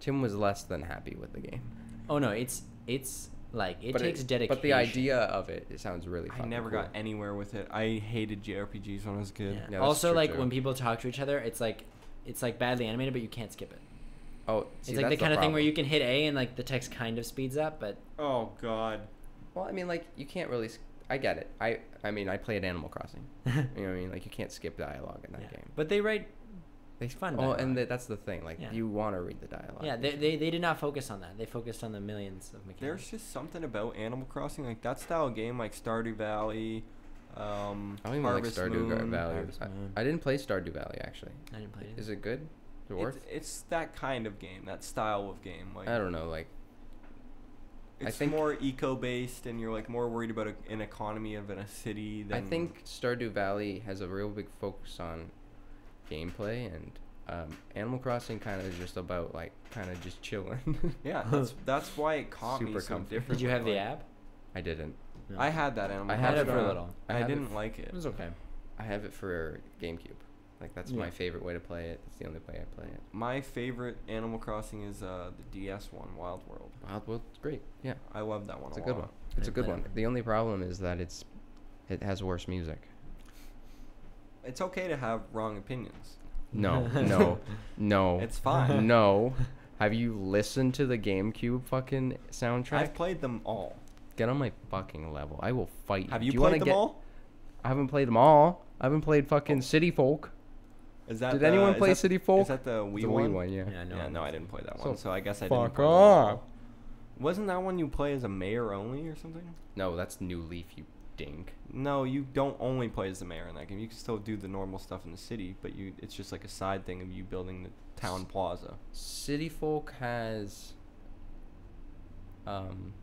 [SPEAKER 2] Tim was less than happy with the game.
[SPEAKER 3] oh no it's it's like it
[SPEAKER 2] but
[SPEAKER 3] takes dedication
[SPEAKER 2] But the idea of it, it sounds really.
[SPEAKER 1] I
[SPEAKER 2] fucking
[SPEAKER 1] never
[SPEAKER 2] cool.
[SPEAKER 1] got anywhere with it. I hated JRPGs when I was a
[SPEAKER 3] Yeah.
[SPEAKER 1] kid.
[SPEAKER 2] that's
[SPEAKER 3] also
[SPEAKER 2] true,
[SPEAKER 3] like
[SPEAKER 2] too.
[SPEAKER 3] when people talk to each other it's like it's like badly animated but you can't skip it
[SPEAKER 2] Oh,
[SPEAKER 3] it's
[SPEAKER 2] see,
[SPEAKER 3] like the
[SPEAKER 2] that's
[SPEAKER 3] kind of thing where
[SPEAKER 2] problem.
[SPEAKER 3] you can hit a and like the text kind of speeds up but
[SPEAKER 1] Oh God.
[SPEAKER 2] Well, I mean, like you can't really. s- I get it. I I mean, I played Animal Crossing. You know what I mean? Like you can't skip dialogue in that
[SPEAKER 3] yeah.
[SPEAKER 2] game.
[SPEAKER 3] but they write
[SPEAKER 2] They
[SPEAKER 3] fun
[SPEAKER 2] Oh, and
[SPEAKER 3] dialogue.
[SPEAKER 2] the, that's the thing. Like
[SPEAKER 3] Yeah.
[SPEAKER 2] you want to read the dialogue.
[SPEAKER 3] Yeah, they, they, they did not focus on that. They focused on the millions of mechanics.
[SPEAKER 1] There's just something about Animal Crossing, like that style of game, like Stardew Valley. Um,
[SPEAKER 2] I don't even
[SPEAKER 1] Harvest
[SPEAKER 2] like Stardew Gar-
[SPEAKER 1] Moon.
[SPEAKER 2] Valley.
[SPEAKER 3] Harvest
[SPEAKER 2] I,
[SPEAKER 3] Moon.
[SPEAKER 2] I didn't play Stardew Valley actually.
[SPEAKER 3] I didn't play it.
[SPEAKER 2] Is it good? Dwarf?
[SPEAKER 1] It's, it's that kind of game, that style of game. Like
[SPEAKER 2] I don't know, like I
[SPEAKER 1] It's
[SPEAKER 2] think-
[SPEAKER 1] more eco-based, and you're like more worried about a, an economy of in a city than
[SPEAKER 2] I think Stardew Valley has a real big focus on gameplay, and um, Animal Crossing kind of just about like kind of just chilling.
[SPEAKER 1] Yeah, that's that's why it caught me
[SPEAKER 2] Super
[SPEAKER 1] so
[SPEAKER 2] comfy.
[SPEAKER 1] different.
[SPEAKER 3] Did you have the
[SPEAKER 1] like,
[SPEAKER 3] app?
[SPEAKER 2] I didn't.
[SPEAKER 3] No.
[SPEAKER 1] I had that animal.
[SPEAKER 2] I had it
[SPEAKER 1] Crossing
[SPEAKER 2] for a
[SPEAKER 1] app.
[SPEAKER 3] little.
[SPEAKER 2] I
[SPEAKER 1] I,
[SPEAKER 2] had it
[SPEAKER 1] didn't
[SPEAKER 2] f-
[SPEAKER 1] like it.
[SPEAKER 3] It was okay.
[SPEAKER 2] I have it for GameCube. Like that's my
[SPEAKER 3] Yeah.
[SPEAKER 2] favorite way to play it. That's the only way I play it.
[SPEAKER 1] My favorite Animal Crossing is uh, the DS one, Wild World.
[SPEAKER 2] Wild World's great. Yeah,
[SPEAKER 1] I love that one.
[SPEAKER 2] it's a
[SPEAKER 1] a
[SPEAKER 2] good
[SPEAKER 1] lot.
[SPEAKER 2] one. It's a
[SPEAKER 3] I
[SPEAKER 2] good
[SPEAKER 3] played
[SPEAKER 2] one.
[SPEAKER 3] it.
[SPEAKER 2] The only problem is that it's it has worse music.
[SPEAKER 1] It's okay to have wrong opinions.
[SPEAKER 2] No, no, no.
[SPEAKER 1] It's fine.
[SPEAKER 2] No. Have you listened to the GameCube fucking soundtrack?
[SPEAKER 1] I've played them all.
[SPEAKER 2] Get on my fucking level. I will fight you.
[SPEAKER 1] Have
[SPEAKER 2] Do
[SPEAKER 1] you,
[SPEAKER 2] wanna
[SPEAKER 1] played them
[SPEAKER 2] get-
[SPEAKER 1] all? Oh.
[SPEAKER 2] I haven't played them all. I haven't played fucking City Folk.
[SPEAKER 1] Is that
[SPEAKER 2] Did
[SPEAKER 1] the-
[SPEAKER 2] anyone
[SPEAKER 1] is
[SPEAKER 2] play
[SPEAKER 1] that-
[SPEAKER 2] City Folk?
[SPEAKER 1] Is that the Wii
[SPEAKER 2] the
[SPEAKER 1] one?
[SPEAKER 2] Wii one, yeah.
[SPEAKER 3] Yeah, I know.
[SPEAKER 1] Yeah, no, I didn't play that
[SPEAKER 2] So
[SPEAKER 1] one, so I guess I didn't.
[SPEAKER 2] fuck
[SPEAKER 1] play them all.
[SPEAKER 2] off.
[SPEAKER 1] Wasn't that one you play as a mayor only or something?
[SPEAKER 2] No, that's New Leaf, you dink.
[SPEAKER 1] No, you don't only play as the mayor in that game. You can still do the normal stuff in the city, but you it's just like a side thing of you building the town plaza.
[SPEAKER 2] City Folk has. Um.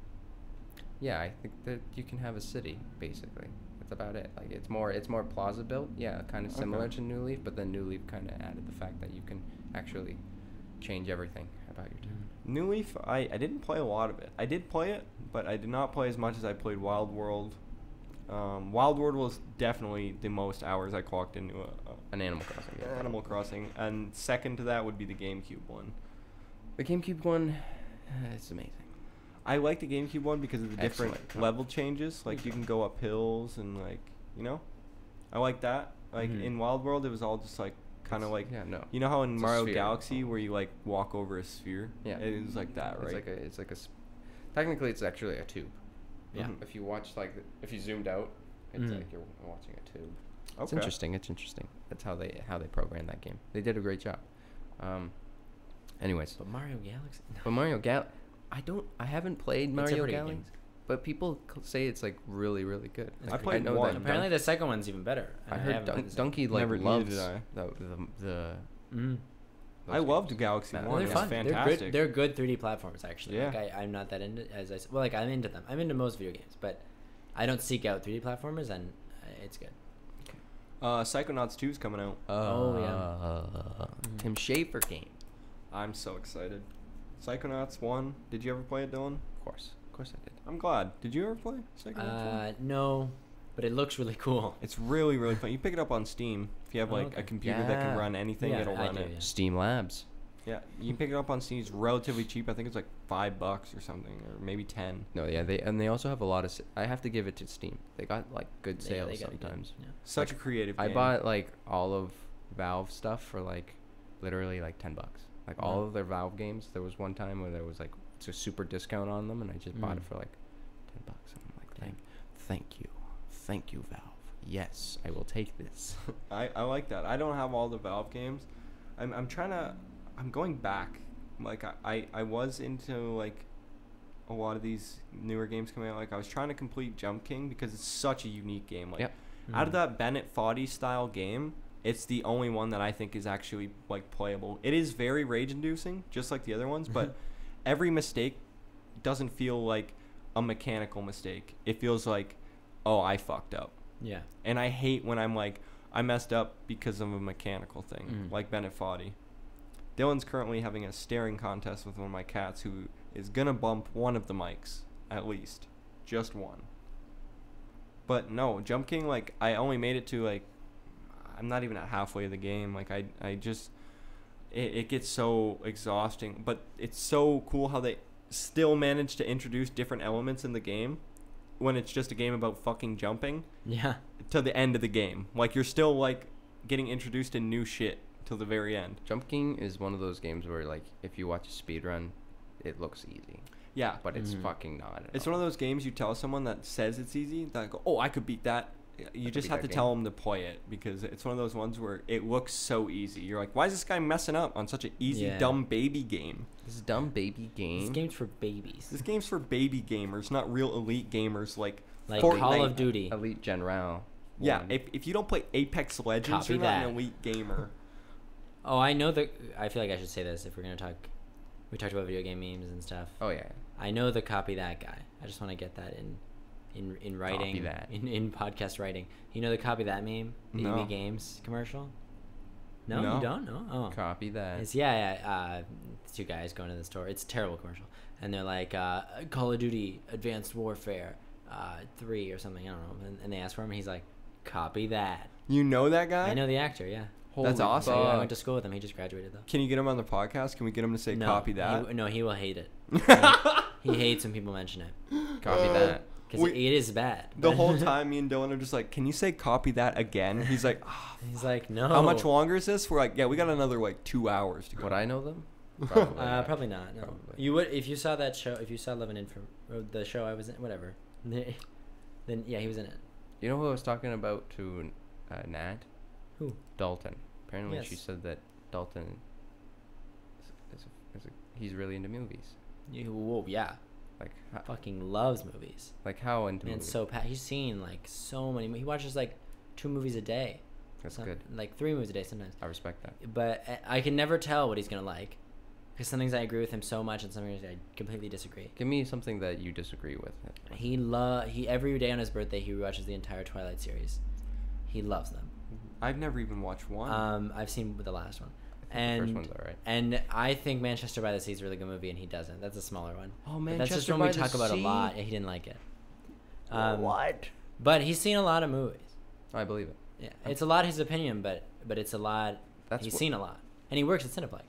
[SPEAKER 2] Yeah, I think that you can have a city basically. That's about it. Like it's more, it's more plaza built. Yeah, kind of
[SPEAKER 1] Okay.
[SPEAKER 2] similar to New Leaf, but then New Leaf kind of added the fact that you can actually change everything about your town.
[SPEAKER 1] New Leaf, I, I didn't play a lot of it. I did play it, but I did not play as much as I played Wild World. Um, Wild World was definitely the most hours I clocked into a, a-
[SPEAKER 2] An Animal Crossing. game.
[SPEAKER 1] Mm. Animal Crossing, and second to that would be the GameCube one.
[SPEAKER 2] The GameCube one, it's amazing.
[SPEAKER 1] I like the GameCube one because of the different
[SPEAKER 2] Excellent. Mm-hmm.
[SPEAKER 1] level changes. Like you can go up hills and like you know, I like that. Like
[SPEAKER 3] Mhm.
[SPEAKER 1] in Wild World, it was all just like kind of
[SPEAKER 2] Mm-hmm. It's-
[SPEAKER 1] like
[SPEAKER 2] yeah, no.
[SPEAKER 1] You know how in
[SPEAKER 2] It's a
[SPEAKER 1] Mario
[SPEAKER 2] sphere.
[SPEAKER 1] Galaxy where you like walk over a sphere?
[SPEAKER 2] Yeah.
[SPEAKER 1] It was like that, right?
[SPEAKER 2] It's like a, it's like a, s- technically it's actually a tube.
[SPEAKER 3] Yeah.
[SPEAKER 1] Mhm.
[SPEAKER 2] If you watch like, the, if you zoomed out, it's
[SPEAKER 3] Mhm.
[SPEAKER 2] like you're watching a tube.
[SPEAKER 1] okay.
[SPEAKER 2] Hmm. It's interesting. It's interesting. That's how they how they programmed that game. They did a great job. Um, anyways,
[SPEAKER 3] But Mario Galaxy. No.
[SPEAKER 2] but Mario Gal, I don't, I haven't played
[SPEAKER 3] It's a
[SPEAKER 2] Mario
[SPEAKER 3] pretty
[SPEAKER 2] Galaxy,
[SPEAKER 3] game.
[SPEAKER 2] but people c- say it's like really really good.
[SPEAKER 3] It's
[SPEAKER 1] I
[SPEAKER 2] Like,
[SPEAKER 3] pretty
[SPEAKER 1] played
[SPEAKER 3] good.
[SPEAKER 1] one.
[SPEAKER 2] That
[SPEAKER 3] Apparently,
[SPEAKER 2] Dunk-
[SPEAKER 3] the second one's even better.
[SPEAKER 2] I
[SPEAKER 3] and
[SPEAKER 2] heard
[SPEAKER 3] haven't
[SPEAKER 2] Dun-
[SPEAKER 3] played the
[SPEAKER 2] Donkey like
[SPEAKER 1] Never- neither
[SPEAKER 2] loves
[SPEAKER 1] did
[SPEAKER 2] the
[SPEAKER 1] I.
[SPEAKER 2] the. the
[SPEAKER 3] second- Mm.
[SPEAKER 1] I
[SPEAKER 2] those
[SPEAKER 1] loved
[SPEAKER 2] games.
[SPEAKER 1] Galaxy
[SPEAKER 2] That-
[SPEAKER 3] No,
[SPEAKER 1] One.
[SPEAKER 3] they're
[SPEAKER 1] is
[SPEAKER 3] fun.
[SPEAKER 1] fantastic.
[SPEAKER 3] They're good. They're good 3D platforms, actually. Like,
[SPEAKER 1] Yeah.
[SPEAKER 3] I, I'm not that into as I s- well. Like I'm into them. I'm into most video games, but I don't seek out 3D platformers, and uh, it's good.
[SPEAKER 1] Uh, Psychonauts 2 is coming out.
[SPEAKER 3] Oh, yeah.
[SPEAKER 2] Uh,
[SPEAKER 3] Mhm.
[SPEAKER 2] Tim Schafer game.
[SPEAKER 1] I'm so excited. Psychonauts 1. Did you ever play it, Dylan?
[SPEAKER 2] Of course, of course I did.
[SPEAKER 1] I'm glad. Did you ever play Psychonauts 1?
[SPEAKER 3] Uh, no, but it looks really cool.
[SPEAKER 1] It's really, really fun. You pick it up on Steam. If you have
[SPEAKER 3] Oh,
[SPEAKER 1] like
[SPEAKER 3] okay.
[SPEAKER 1] a computer that can
[SPEAKER 2] Yeah.
[SPEAKER 1] run anything,
[SPEAKER 3] Yeah,
[SPEAKER 1] it'll
[SPEAKER 3] I
[SPEAKER 1] run
[SPEAKER 3] do,
[SPEAKER 1] it.
[SPEAKER 3] yeah.
[SPEAKER 2] Steam Labs.
[SPEAKER 1] Yeah. You can pick it up on Steam. It's relatively cheap. I think it's like five bucks or something, or maybe ten.
[SPEAKER 2] No, yeah, they and they also have a lot of. s- I have to give it to Steam. They got like good
[SPEAKER 3] Yeah, they
[SPEAKER 2] sales
[SPEAKER 3] got a good-
[SPEAKER 2] sometimes.
[SPEAKER 3] yeah.
[SPEAKER 1] Such a creative.
[SPEAKER 2] I
[SPEAKER 1] game.
[SPEAKER 2] bought like all of Valve stuff for like literally like ten bucks. Like all
[SPEAKER 3] Mhm.
[SPEAKER 2] of their Valve games. There was one time where there was like it's a super discount on them, and I just bought it
[SPEAKER 3] Mm.
[SPEAKER 2] for like ten bucks. And I'm like,
[SPEAKER 3] Yeah.
[SPEAKER 2] thank, thank you, thank you, Valve. Yes, I will take this.
[SPEAKER 1] I, I like that. I don't have all the Valve games. I'm, I'm trying to. I'm going back. Like I, I, I was into like a lot of these newer games coming out. Like I was trying to complete Jump King because it's such a unique game. Like
[SPEAKER 2] Yep.
[SPEAKER 1] out of
[SPEAKER 3] Mhm.
[SPEAKER 1] that Bennett Foddy style game, it's the only one that I think is actually like playable. It is very rage inducing, just like the other ones, but every mistake doesn't feel like a mechanical mistake. It feels like, oh, I fucked up.
[SPEAKER 3] Yeah.
[SPEAKER 1] And I hate when I'm like, I messed up because of a mechanical thing,
[SPEAKER 2] Mm.
[SPEAKER 1] like Bennett Foddy. Dylan's currently having a staring contest with one of my cats who is gonna bump one of the mics, at least. Just one. But no, Jump King, like, I only made it to, like, I'm not even at halfway of the game. Like, I, I just, it, it gets so exhausting. But it's so cool how they still manage to introduce different elements in the game when it's just a game about fucking jumping
[SPEAKER 3] Yeah.
[SPEAKER 1] to the end of the game. Like you're still like getting introduced to new shit till the very end.
[SPEAKER 2] Jump King is one of those games where like if you watch a speed run, it looks easy,
[SPEAKER 1] Yeah.
[SPEAKER 2] but it's
[SPEAKER 3] Mhm.
[SPEAKER 2] fucking not. at
[SPEAKER 1] It's
[SPEAKER 2] all.
[SPEAKER 1] one of those games you tell someone that says it's easy that go, "Oh, I could beat that." You
[SPEAKER 2] could
[SPEAKER 1] just
[SPEAKER 2] beat
[SPEAKER 1] have to
[SPEAKER 2] that
[SPEAKER 1] tell them to play it because it's one of those ones where it looks so easy. You're like, "Why is this guy messing up on such an easy
[SPEAKER 3] Yeah.
[SPEAKER 1] dumb baby game?"
[SPEAKER 2] this dumb baby game.
[SPEAKER 3] This game's for babies.
[SPEAKER 1] This game's for baby gamers, not real elite gamers like
[SPEAKER 3] Like
[SPEAKER 1] Fortnite.
[SPEAKER 3] Call of Duty.
[SPEAKER 2] Elite General.
[SPEAKER 1] Yeah,
[SPEAKER 2] one.
[SPEAKER 1] if, if you don't play Apex Legends,
[SPEAKER 3] Copy
[SPEAKER 1] you're not
[SPEAKER 3] that.
[SPEAKER 1] an elite gamer.
[SPEAKER 3] Oh, I know the. I feel like I should say this if we're gonna talk. We talked about video game memes and stuff.
[SPEAKER 2] Oh yeah.
[SPEAKER 3] I know the copy that guy. I just want to get that in, in in writing.
[SPEAKER 2] that.
[SPEAKER 3] In, in podcast writing. You know the copy that meme, the
[SPEAKER 1] No.
[SPEAKER 3] EB Games commercial. No,
[SPEAKER 1] No.
[SPEAKER 3] you don't. No. Oh.
[SPEAKER 2] Copy that.
[SPEAKER 3] It's yeah, yeah. Uh, it's two guys going to the store. It's a terrible commercial, and they're like, uh, "Call of Duty: Advanced Warfare, uh, three or something." I don't know. And, and they ask for him, and he's like, "Copy that."
[SPEAKER 1] You know that guy?
[SPEAKER 3] I know the actor. Yeah.
[SPEAKER 1] That's awesome.
[SPEAKER 3] So I
[SPEAKER 2] fuck.
[SPEAKER 3] went to school with him. He just graduated though.
[SPEAKER 1] Can you get him on the podcast? Can we get him to say
[SPEAKER 3] no,
[SPEAKER 1] copy
[SPEAKER 3] he
[SPEAKER 1] that?
[SPEAKER 3] w- no, he will hate it. He hates when people mention it
[SPEAKER 2] Copy
[SPEAKER 1] Uh,
[SPEAKER 2] that.
[SPEAKER 3] because
[SPEAKER 1] We-
[SPEAKER 3] it is bad.
[SPEAKER 1] The whole time, me and Dylan are just like, "Can you say copy that again?" He's like, "Ah,
[SPEAKER 3] he's like, "No."
[SPEAKER 1] "How much longer is this?" We're like, "Yeah, we got another like two hours to go."
[SPEAKER 2] Would I know them? Probably.
[SPEAKER 3] Uh,
[SPEAKER 2] not.
[SPEAKER 3] probably not. No.
[SPEAKER 2] Probably.
[SPEAKER 3] You would if you saw that show. If you saw Love and Info, or the show I was in, whatever. Then yeah, he was in it.
[SPEAKER 2] You know who I was talking about to uh, Nat?
[SPEAKER 3] Who?
[SPEAKER 2] Dalton. Apparently, she
[SPEAKER 3] Yes.
[SPEAKER 2] said that Dalton is, is, a, is a, he's really into movies.
[SPEAKER 3] You, whoa, yeah.
[SPEAKER 2] Like, ho-
[SPEAKER 3] Fucking loves movies.
[SPEAKER 2] like how into
[SPEAKER 3] Man,
[SPEAKER 2] movies?
[SPEAKER 3] so pa- he's seen like so many. mo- He watches like two movies a day.
[SPEAKER 2] That's
[SPEAKER 3] Some-
[SPEAKER 2] good.
[SPEAKER 3] Like three movies a day sometimes.
[SPEAKER 2] I respect that.
[SPEAKER 3] But I- I can never tell what he's gonna like, because some things I agree with him so much, and some things I completely disagree.
[SPEAKER 2] Give me something that you disagree with.
[SPEAKER 3] He lo- he every day on his birthday he watches the entire Twilight series. He loves them.
[SPEAKER 1] I've never even watched one.
[SPEAKER 3] Um, I've seen the last one,
[SPEAKER 2] I think
[SPEAKER 3] and
[SPEAKER 2] the first one's alright.
[SPEAKER 3] and I think Manchester by the Sea is a really good movie, and he doesn't. That's a smaller one.
[SPEAKER 2] Oh,
[SPEAKER 3] But that's just
[SPEAKER 2] Manchester
[SPEAKER 3] one
[SPEAKER 2] by
[SPEAKER 3] we
[SPEAKER 2] the
[SPEAKER 3] talk about
[SPEAKER 2] Sea?
[SPEAKER 3] a lot. Yeah, he didn't like it. Um, But he's seen a lot of movies.
[SPEAKER 2] I believe it.
[SPEAKER 3] Yeah, it's a lot his opinion, but but it's a lot.
[SPEAKER 2] That's
[SPEAKER 3] he's
[SPEAKER 2] what-
[SPEAKER 3] seen a lot, and he works at Cineplex.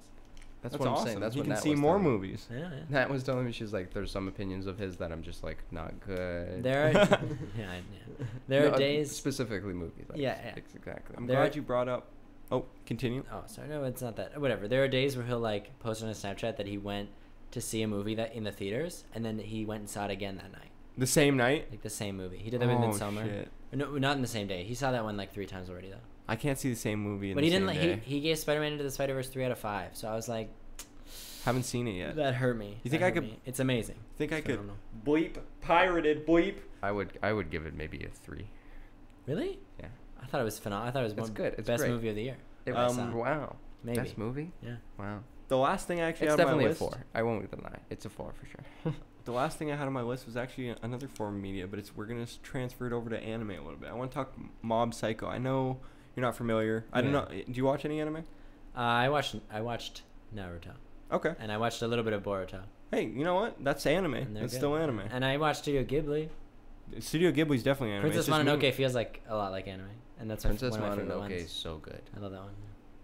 [SPEAKER 2] That's, what I'm saying. That's
[SPEAKER 1] you
[SPEAKER 2] what
[SPEAKER 1] can
[SPEAKER 2] Nat
[SPEAKER 1] see
[SPEAKER 2] was
[SPEAKER 1] more
[SPEAKER 2] telling me.
[SPEAKER 1] movies.
[SPEAKER 3] Yeah, yeah.
[SPEAKER 2] Nat was telling me she's like, there's some opinions of his that I'm just like not good.
[SPEAKER 3] There are yeah, yeah. there are
[SPEAKER 2] No, uh,
[SPEAKER 3] days.
[SPEAKER 2] specifically movies. like,
[SPEAKER 3] Yeah, yeah.
[SPEAKER 2] ex- exactly.
[SPEAKER 1] I'm
[SPEAKER 3] There-
[SPEAKER 1] glad you brought up. Oh, continue.
[SPEAKER 3] oh, sorry, no, it's not that. Whatever. There are days where he'll like post on his Snapchat that he went to see a movie that in the theaters, and then he went and saw it again that night,
[SPEAKER 1] The same night.
[SPEAKER 3] like the same movie. He did that with
[SPEAKER 1] Oh,
[SPEAKER 3] Midsummer.
[SPEAKER 1] shit.
[SPEAKER 3] No, not in the same day. He saw that one like three times already though.
[SPEAKER 1] I can't see the same movie. In
[SPEAKER 3] but
[SPEAKER 1] the
[SPEAKER 3] he didn't.
[SPEAKER 1] Same
[SPEAKER 3] Like,
[SPEAKER 1] day.
[SPEAKER 3] he he gave Spider-Man into the Spider-Verse three out of five. So I was like,
[SPEAKER 1] Haven't seen it yet.
[SPEAKER 3] that hurt me.
[SPEAKER 1] You think
[SPEAKER 3] That
[SPEAKER 1] I
[SPEAKER 3] hurt
[SPEAKER 1] could-
[SPEAKER 3] me. It's amazing.
[SPEAKER 1] Think I could
[SPEAKER 3] Phenomenal.
[SPEAKER 1] bleep pirated bleep.
[SPEAKER 2] I would I would give it maybe a three.
[SPEAKER 3] Really?
[SPEAKER 2] Yeah.
[SPEAKER 3] I thought it was phenomenal. I thought it was
[SPEAKER 2] It's
[SPEAKER 3] one
[SPEAKER 2] good. It's
[SPEAKER 3] best
[SPEAKER 2] great.
[SPEAKER 3] movie of the year.
[SPEAKER 2] It
[SPEAKER 3] I
[SPEAKER 2] was
[SPEAKER 1] Um,
[SPEAKER 3] saw.
[SPEAKER 2] wow.
[SPEAKER 3] maybe.
[SPEAKER 2] Best movie?
[SPEAKER 3] Yeah.
[SPEAKER 2] Wow.
[SPEAKER 1] The last thing I actually
[SPEAKER 2] it's
[SPEAKER 1] had on my
[SPEAKER 2] definitely a
[SPEAKER 1] list.
[SPEAKER 2] four. I won't deny. It's a four for sure.
[SPEAKER 1] The last thing I had on my list was actually another form of media, but it's we're gonna s- transfer it over to anime a little bit. I want to talk m- Mob Psycho. I know you're not familiar. I don't
[SPEAKER 2] Yeah.
[SPEAKER 1] know. eh, Do you watch any anime?
[SPEAKER 3] Uh, I watched I watched Naruto,
[SPEAKER 1] Okay.
[SPEAKER 3] and I watched a little bit of Boruto.
[SPEAKER 1] Hey, you know what? That's anime.
[SPEAKER 3] And they're
[SPEAKER 1] That's
[SPEAKER 3] good.
[SPEAKER 1] still anime.
[SPEAKER 3] And I watched Studio Ghibli.
[SPEAKER 1] Studio Ghibli's definitely anime. It's
[SPEAKER 3] Princess
[SPEAKER 1] just
[SPEAKER 3] Mononoke
[SPEAKER 1] movie-
[SPEAKER 3] feels like a lot like anime, and that's my-
[SPEAKER 2] Princess
[SPEAKER 3] one of my favorite
[SPEAKER 2] Mononoke is
[SPEAKER 3] ones.
[SPEAKER 2] so good.
[SPEAKER 3] I love that one.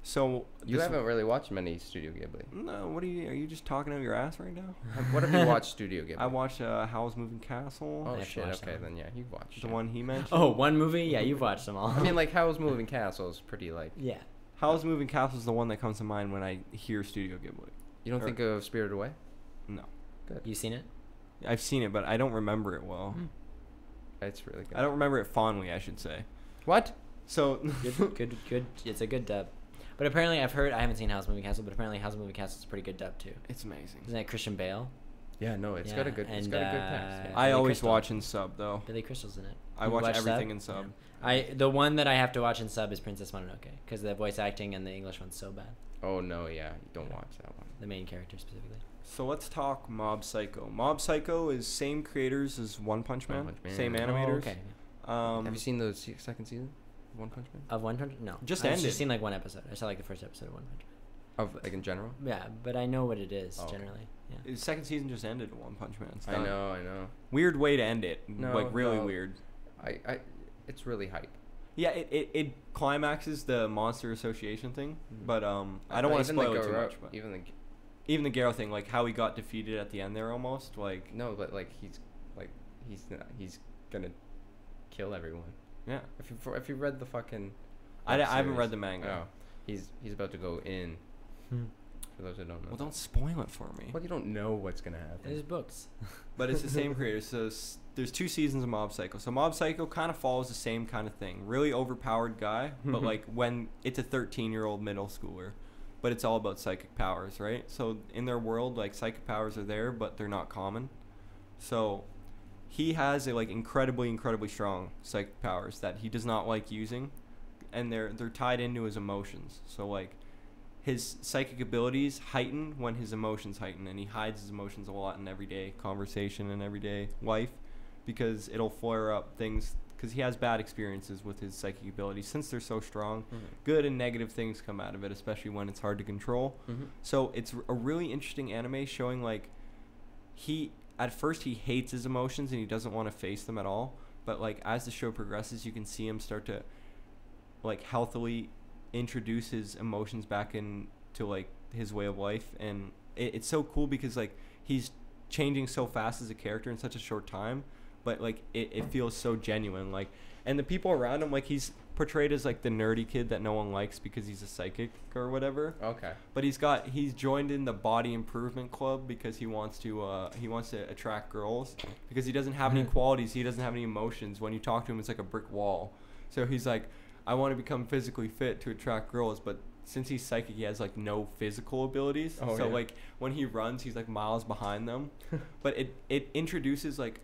[SPEAKER 1] So
[SPEAKER 2] You
[SPEAKER 1] Uh, this-
[SPEAKER 2] haven't really watched many Studio Ghibli.
[SPEAKER 1] No. What are you? Are you just talking out your ass right now?
[SPEAKER 2] Have- what have you watched Studio Ghibli?
[SPEAKER 1] I watched uh, Howl's Moving Castle.
[SPEAKER 2] Oh
[SPEAKER 3] I have to
[SPEAKER 2] shit.
[SPEAKER 3] watch that
[SPEAKER 2] Okay,
[SPEAKER 3] one.
[SPEAKER 2] then yeah, you've watched
[SPEAKER 1] the
[SPEAKER 2] it.
[SPEAKER 1] one he mentioned.
[SPEAKER 3] Oh, one movie? Yeah, you've watched them all.
[SPEAKER 2] I mean, like Howl's Moving Castle is pretty like.
[SPEAKER 3] yeah.
[SPEAKER 1] Howl's Moving Castle is the one that comes to mind when I hear Studio Ghibli.
[SPEAKER 2] You don't
[SPEAKER 1] Or-
[SPEAKER 2] think of Spirited Away?
[SPEAKER 1] No,
[SPEAKER 2] Good.
[SPEAKER 3] You seen it?
[SPEAKER 1] I've seen it, but I don't remember it well.
[SPEAKER 3] Hmm.
[SPEAKER 2] It's really good.
[SPEAKER 1] I don't remember it fondly, I should say.
[SPEAKER 2] What?
[SPEAKER 1] So
[SPEAKER 3] Good, good, good. It's a good dub. But apparently, I've heard I haven't seen House Moving Castle, but apparently, House Moving Castle is a pretty good dub too.
[SPEAKER 1] It's amazing.
[SPEAKER 3] Isn't that Christian Bale?
[SPEAKER 2] Yeah, no, it's got a
[SPEAKER 3] Yeah,
[SPEAKER 2] good. It's
[SPEAKER 3] and,
[SPEAKER 2] got a good
[SPEAKER 3] uh,
[SPEAKER 2] text. yeah.
[SPEAKER 1] I
[SPEAKER 3] Billy
[SPEAKER 1] always
[SPEAKER 3] Crystal.
[SPEAKER 1] watch in sub though.
[SPEAKER 3] Billy Crystal's in it.
[SPEAKER 1] Oh. I
[SPEAKER 3] You
[SPEAKER 1] watch
[SPEAKER 3] watch
[SPEAKER 1] everything
[SPEAKER 3] sub?
[SPEAKER 1] in sub.
[SPEAKER 3] I the one that I have to watch in sub is Princess Mononoke because the voice acting and the English one's so bad.
[SPEAKER 2] Oh no, yeah, you don't watch that one.
[SPEAKER 3] The main character specifically.
[SPEAKER 1] So let's talk Mob Psycho. Mob Psycho is same creators as One Punch Man,
[SPEAKER 2] One Punch Man.
[SPEAKER 1] same
[SPEAKER 2] Oh,
[SPEAKER 1] animators.
[SPEAKER 3] Oh, okay.
[SPEAKER 1] Um, Oh.
[SPEAKER 2] have you seen the se- second season, of One Punch Man?
[SPEAKER 3] Of One Punch? No.
[SPEAKER 1] Just
[SPEAKER 3] I've
[SPEAKER 1] ended.
[SPEAKER 3] just seen like one episode. I saw like the first episode of One Punch.
[SPEAKER 2] Of like in general?
[SPEAKER 3] Man. Yeah, but I know what it is
[SPEAKER 2] Oh, okay.
[SPEAKER 3] generally. Yeah.
[SPEAKER 1] The second season just ended. One Punch Man. It's
[SPEAKER 2] I
[SPEAKER 1] done.
[SPEAKER 2] know, I know.
[SPEAKER 1] Weird way to end it.
[SPEAKER 2] No,
[SPEAKER 1] like really
[SPEAKER 2] no.
[SPEAKER 1] weird.
[SPEAKER 2] I, I, it's really hype.
[SPEAKER 1] Yeah, it, it, it climaxes the Monster Association thing,
[SPEAKER 2] Mhm.
[SPEAKER 1] but um, I don't want to
[SPEAKER 2] Even the
[SPEAKER 1] spoil it too
[SPEAKER 2] Garo-
[SPEAKER 1] much. But
[SPEAKER 2] Even the g-
[SPEAKER 1] even the Garo thing, like how he got defeated at the end there, almost like
[SPEAKER 2] no, but like he's like he's not, he's gonna kill everyone.
[SPEAKER 1] yeah.
[SPEAKER 2] If you if you read the fucking,
[SPEAKER 1] I, d-
[SPEAKER 2] web
[SPEAKER 1] I haven't read
[SPEAKER 2] series-
[SPEAKER 1] the manga.
[SPEAKER 2] Oh, he's he's about to go in. Hmm. For those who don't know.
[SPEAKER 1] Well, don't spoil it for me.
[SPEAKER 2] Well, you don't know what's gonna happen.
[SPEAKER 3] There's books.
[SPEAKER 1] But it's the same creator. So s- there's two seasons of Mob Psycho. So Mob Psycho kind of follows the same kind of thing. Really overpowered guy, but like when it's a 13 year old middle schooler. But it's all about psychic powers, right? So in their world, like psychic powers are there, but they're not common. So he has a like incredibly, incredibly strong psychic powers that he does not like using, and they're they're tied into his emotions. So like his psychic abilities heighten when his emotions heighten, and he hides his emotions a lot in everyday conversation and everyday life because it'll flare up things. Because he has bad experiences with his psychic abilities since they're so strong.
[SPEAKER 3] Mm-hmm.
[SPEAKER 1] Good and negative things come out of it, especially when it's hard to control. So it's r- a really interesting anime showing like he at first he hates his emotions and he doesn't want to face them at all, but like as the show progresses, you can see him start to like healthily introduce his emotions back into like his way of life and it, it's so cool because like he's changing so fast as a character in such a short time but like it, it feels so genuine like and the people around him like he's portrayed as like the nerdy kid that no one likes because he's a psychic or whatever
[SPEAKER 2] Okay.
[SPEAKER 1] but he's got he's joined in the body improvement club because he wants to uh, he wants to attract girls because he doesn't have
[SPEAKER 2] Mm-hmm.
[SPEAKER 1] any qualities he doesn't have any emotions when you talk to him it's like a brick wall so he's like I want to become physically fit to attract girls but since he's psychic he has like no physical abilities
[SPEAKER 2] Oh,
[SPEAKER 1] so
[SPEAKER 2] yeah.
[SPEAKER 1] like when he runs he's like miles behind them but it it introduces like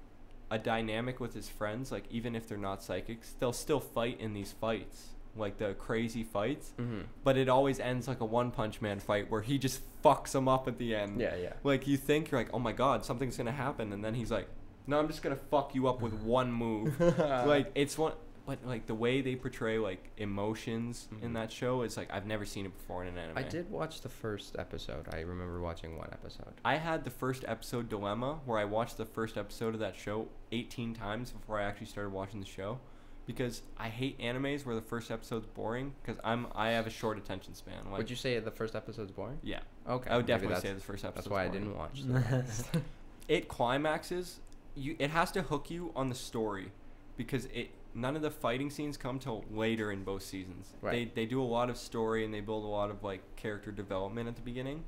[SPEAKER 1] a dynamic with his friends like even if they're not psychics they'll still fight in these fights like the crazy fights
[SPEAKER 2] Mm-hmm.
[SPEAKER 1] but it always ends like a one punch man fight where he just fucks him up at the end.
[SPEAKER 2] Yeah, yeah.
[SPEAKER 1] Like you think you're like, oh my god, something's gonna happen, and then he's like, no, I'm just gonna fuck you up with one move. like it's one, but like the way they portray like emotions in
[SPEAKER 2] Mhm.
[SPEAKER 1] that show is like I've never seen it before in an anime.
[SPEAKER 2] I did watch the first episode. I remember watching one episode.
[SPEAKER 1] I had the first episode dilemma where I watched the first episode of that show 18 times before I actually started watching the show because I hate animes where the first episode's boring because I'm I have a short attention span. Like
[SPEAKER 2] Would you say the first episode's boring?
[SPEAKER 1] yeah.
[SPEAKER 2] Okay.
[SPEAKER 1] I would
[SPEAKER 2] maybe
[SPEAKER 1] definitely
[SPEAKER 2] that's-
[SPEAKER 1] say the first episode.
[SPEAKER 2] That's why I didn't watch. The rest.
[SPEAKER 1] It climaxes. You it has to hook you on the story, because it none of the fighting scenes come till later in both seasons.
[SPEAKER 2] Right.
[SPEAKER 1] They they do a lot of story and they build a lot of like character development at the beginning,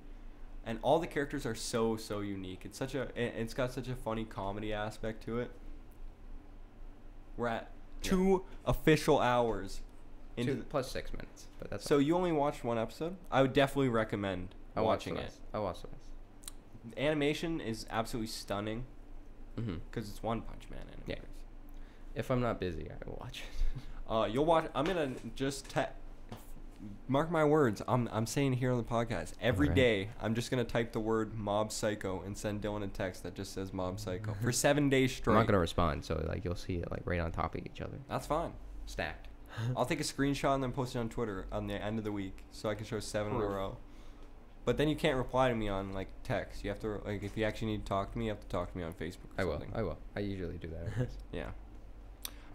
[SPEAKER 1] and all the characters are so so unique. It's such a it, it's got such a funny comedy aspect to it. We're at
[SPEAKER 2] Yeah.
[SPEAKER 1] two official hours. Into
[SPEAKER 2] Two
[SPEAKER 1] the,
[SPEAKER 2] plus six minutes, but that's
[SPEAKER 1] so you only watched one episode. I would definitely recommend
[SPEAKER 2] I watched the
[SPEAKER 1] watching it.
[SPEAKER 2] rest. I watched the rest.
[SPEAKER 1] Animation is absolutely stunning.
[SPEAKER 2] Mm-hmm.
[SPEAKER 1] because it's One Punch Man animators.
[SPEAKER 2] Yeah. If I'm not busy, I will watch it.
[SPEAKER 1] Uh, you'll watch. I'm gonna just te- mark my words. I'm I'm saying here on the podcast every
[SPEAKER 2] Alright.
[SPEAKER 1] day, I'm just gonna type the word Mob Psycho and send Dylan a text that just says Mob Psycho for seven days
[SPEAKER 2] I'm
[SPEAKER 1] straight.
[SPEAKER 2] not gonna respond, so like you'll see it like right on top of each other,
[SPEAKER 1] That's fine.
[SPEAKER 2] stacked.
[SPEAKER 1] I'll take a screenshot and then post it on Twitter on the end of the week so I can show seven in a
[SPEAKER 2] Proof.
[SPEAKER 1] row. But then you can't reply to me on like text. You have to like if you actually need to talk to me, you have to talk to me on Facebook. Or
[SPEAKER 2] I will.
[SPEAKER 1] something.
[SPEAKER 2] I will. I usually do that. anyways.
[SPEAKER 1] Yeah.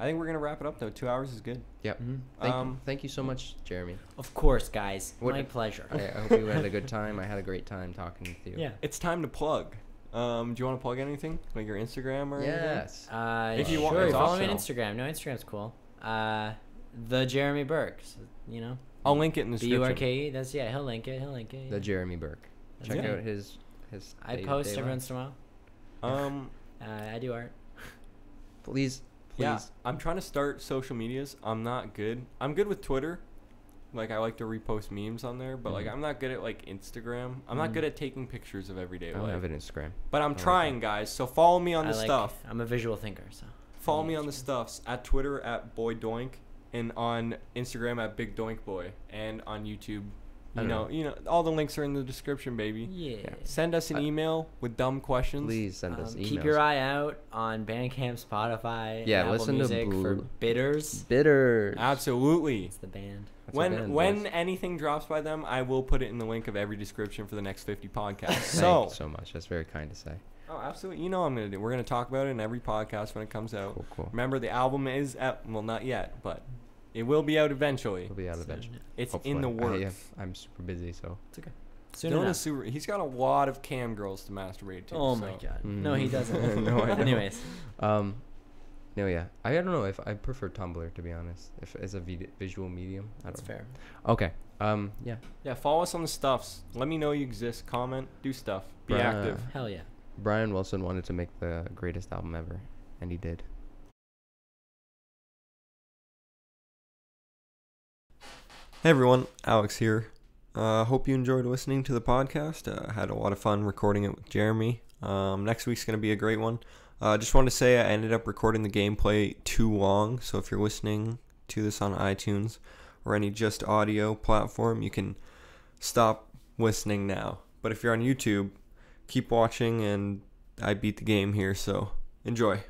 [SPEAKER 1] I think we're gonna wrap it up though. Two hours is good.
[SPEAKER 2] yep.
[SPEAKER 3] Mhm.
[SPEAKER 2] Thank, you.
[SPEAKER 1] Um,
[SPEAKER 2] Thank you so much, Jeremy.
[SPEAKER 3] Of course, guys.
[SPEAKER 2] What-
[SPEAKER 3] My pleasure.
[SPEAKER 2] I, I hope you had a good time. I had a great time talking with you.
[SPEAKER 3] Yeah.
[SPEAKER 1] It's time to plug. Um, do you want to plug anything, like your Instagram or anything?
[SPEAKER 2] Yes.
[SPEAKER 3] Uh,
[SPEAKER 1] If you
[SPEAKER 3] sure,
[SPEAKER 1] want- it's
[SPEAKER 3] follow me on
[SPEAKER 1] optional.
[SPEAKER 3] Instagram. No, Instagram's cool. Uh, the Jeremy Burke. so, you know,
[SPEAKER 1] I'll link it in the
[SPEAKER 3] B
[SPEAKER 1] description.
[SPEAKER 3] U R K E. That's yeah. He'll link it. He'll link it.
[SPEAKER 2] The
[SPEAKER 3] yeah.
[SPEAKER 2] Jeremy Burke.
[SPEAKER 3] That's
[SPEAKER 2] Check
[SPEAKER 1] me.
[SPEAKER 2] out his his.
[SPEAKER 3] I
[SPEAKER 2] day-to-day
[SPEAKER 3] post every
[SPEAKER 2] life.
[SPEAKER 3] once in a while.
[SPEAKER 1] Um,
[SPEAKER 3] Uh, I do art.
[SPEAKER 2] Please, please.
[SPEAKER 1] yeah, I'm trying to start social medias. I'm not good. I'm good with Twitter. Like I like to repost memes on there, but like
[SPEAKER 2] Mhm.
[SPEAKER 1] I'm not good at like Instagram. I'm not
[SPEAKER 3] Mm.
[SPEAKER 1] good at taking pictures of everyday
[SPEAKER 2] Mm-hmm. I don't
[SPEAKER 1] life.
[SPEAKER 2] have an Instagram.
[SPEAKER 1] But I'm
[SPEAKER 2] like that.
[SPEAKER 1] trying, guys. So follow me on
[SPEAKER 3] I
[SPEAKER 1] the
[SPEAKER 3] like-
[SPEAKER 1] stuff.
[SPEAKER 3] I'm a visual thinker, so.
[SPEAKER 1] Follow me on the stuffs at Twitter at Boy Doink and on Instagram at Big Doink Boy and on YouTube.
[SPEAKER 2] I
[SPEAKER 1] You
[SPEAKER 2] don't
[SPEAKER 1] know,
[SPEAKER 2] know.
[SPEAKER 1] you know, all the links are in the description, baby.
[SPEAKER 3] Yeah.
[SPEAKER 1] Send us an
[SPEAKER 2] I-
[SPEAKER 1] email with dumb questions.
[SPEAKER 2] Please send us
[SPEAKER 3] Um,
[SPEAKER 2] emails.
[SPEAKER 3] keep your eye out on Bandcamp, Spotify,
[SPEAKER 2] Yeah,
[SPEAKER 3] and Apple
[SPEAKER 2] listen to
[SPEAKER 3] Music for
[SPEAKER 2] Blue-
[SPEAKER 3] Bitters.
[SPEAKER 2] Bitter.
[SPEAKER 1] Absolutely.
[SPEAKER 3] It's the band.
[SPEAKER 1] when when anything drops by them, I will put it in the link of every description for the next 50 podcasts.
[SPEAKER 2] so
[SPEAKER 1] so,
[SPEAKER 2] so much. That's very kind to say.
[SPEAKER 1] oh, absolutely. You know what I'm going to do. We're going to talk about it in every podcast when it comes out.
[SPEAKER 2] Cool, cool.
[SPEAKER 1] Remember, the album is out. Well, not yet, but it will be out eventually.
[SPEAKER 2] We'll be out
[SPEAKER 3] So,
[SPEAKER 2] eventually.
[SPEAKER 1] It's in the
[SPEAKER 2] Hopefully. Uh,
[SPEAKER 1] works.
[SPEAKER 2] I have, I'm super busy, so
[SPEAKER 3] Soon
[SPEAKER 1] Dylan
[SPEAKER 3] enough.
[SPEAKER 1] is super, he's got a lot of cam girls to masturbate to.
[SPEAKER 3] oh
[SPEAKER 1] so.
[SPEAKER 3] my god. No, he
[SPEAKER 2] Mm.
[SPEAKER 3] doesn't.
[SPEAKER 2] No, I don't.
[SPEAKER 3] Anyways,
[SPEAKER 2] um, no, yeah. I, I don't know if I prefer Tumblr to be honest. If as a vid- visual medium, I don't.
[SPEAKER 3] that's
[SPEAKER 2] know.
[SPEAKER 3] fair.
[SPEAKER 2] Okay. Um. Yeah.
[SPEAKER 1] Yeah, follow us on the stuffs. Let me know you exist. Comment. Do stuff. Be
[SPEAKER 2] Bruh.
[SPEAKER 1] active.
[SPEAKER 3] Hell yeah.
[SPEAKER 2] Brian Wilson wanted to make the greatest album ever, and he did.
[SPEAKER 1] Hey everyone, Alex here. Uh, hope you enjoyed listening to the podcast. Uh, had a lot of fun recording it with Jeremy. Um, next week's going to be a great one. Uh, just wanted to say I ended up recording the gameplay too long, so if you're listening to this on iTunes or any just audio platform, you can stop listening now. But if you're on YouTube, keep watching, and I beat the game here, so enjoy.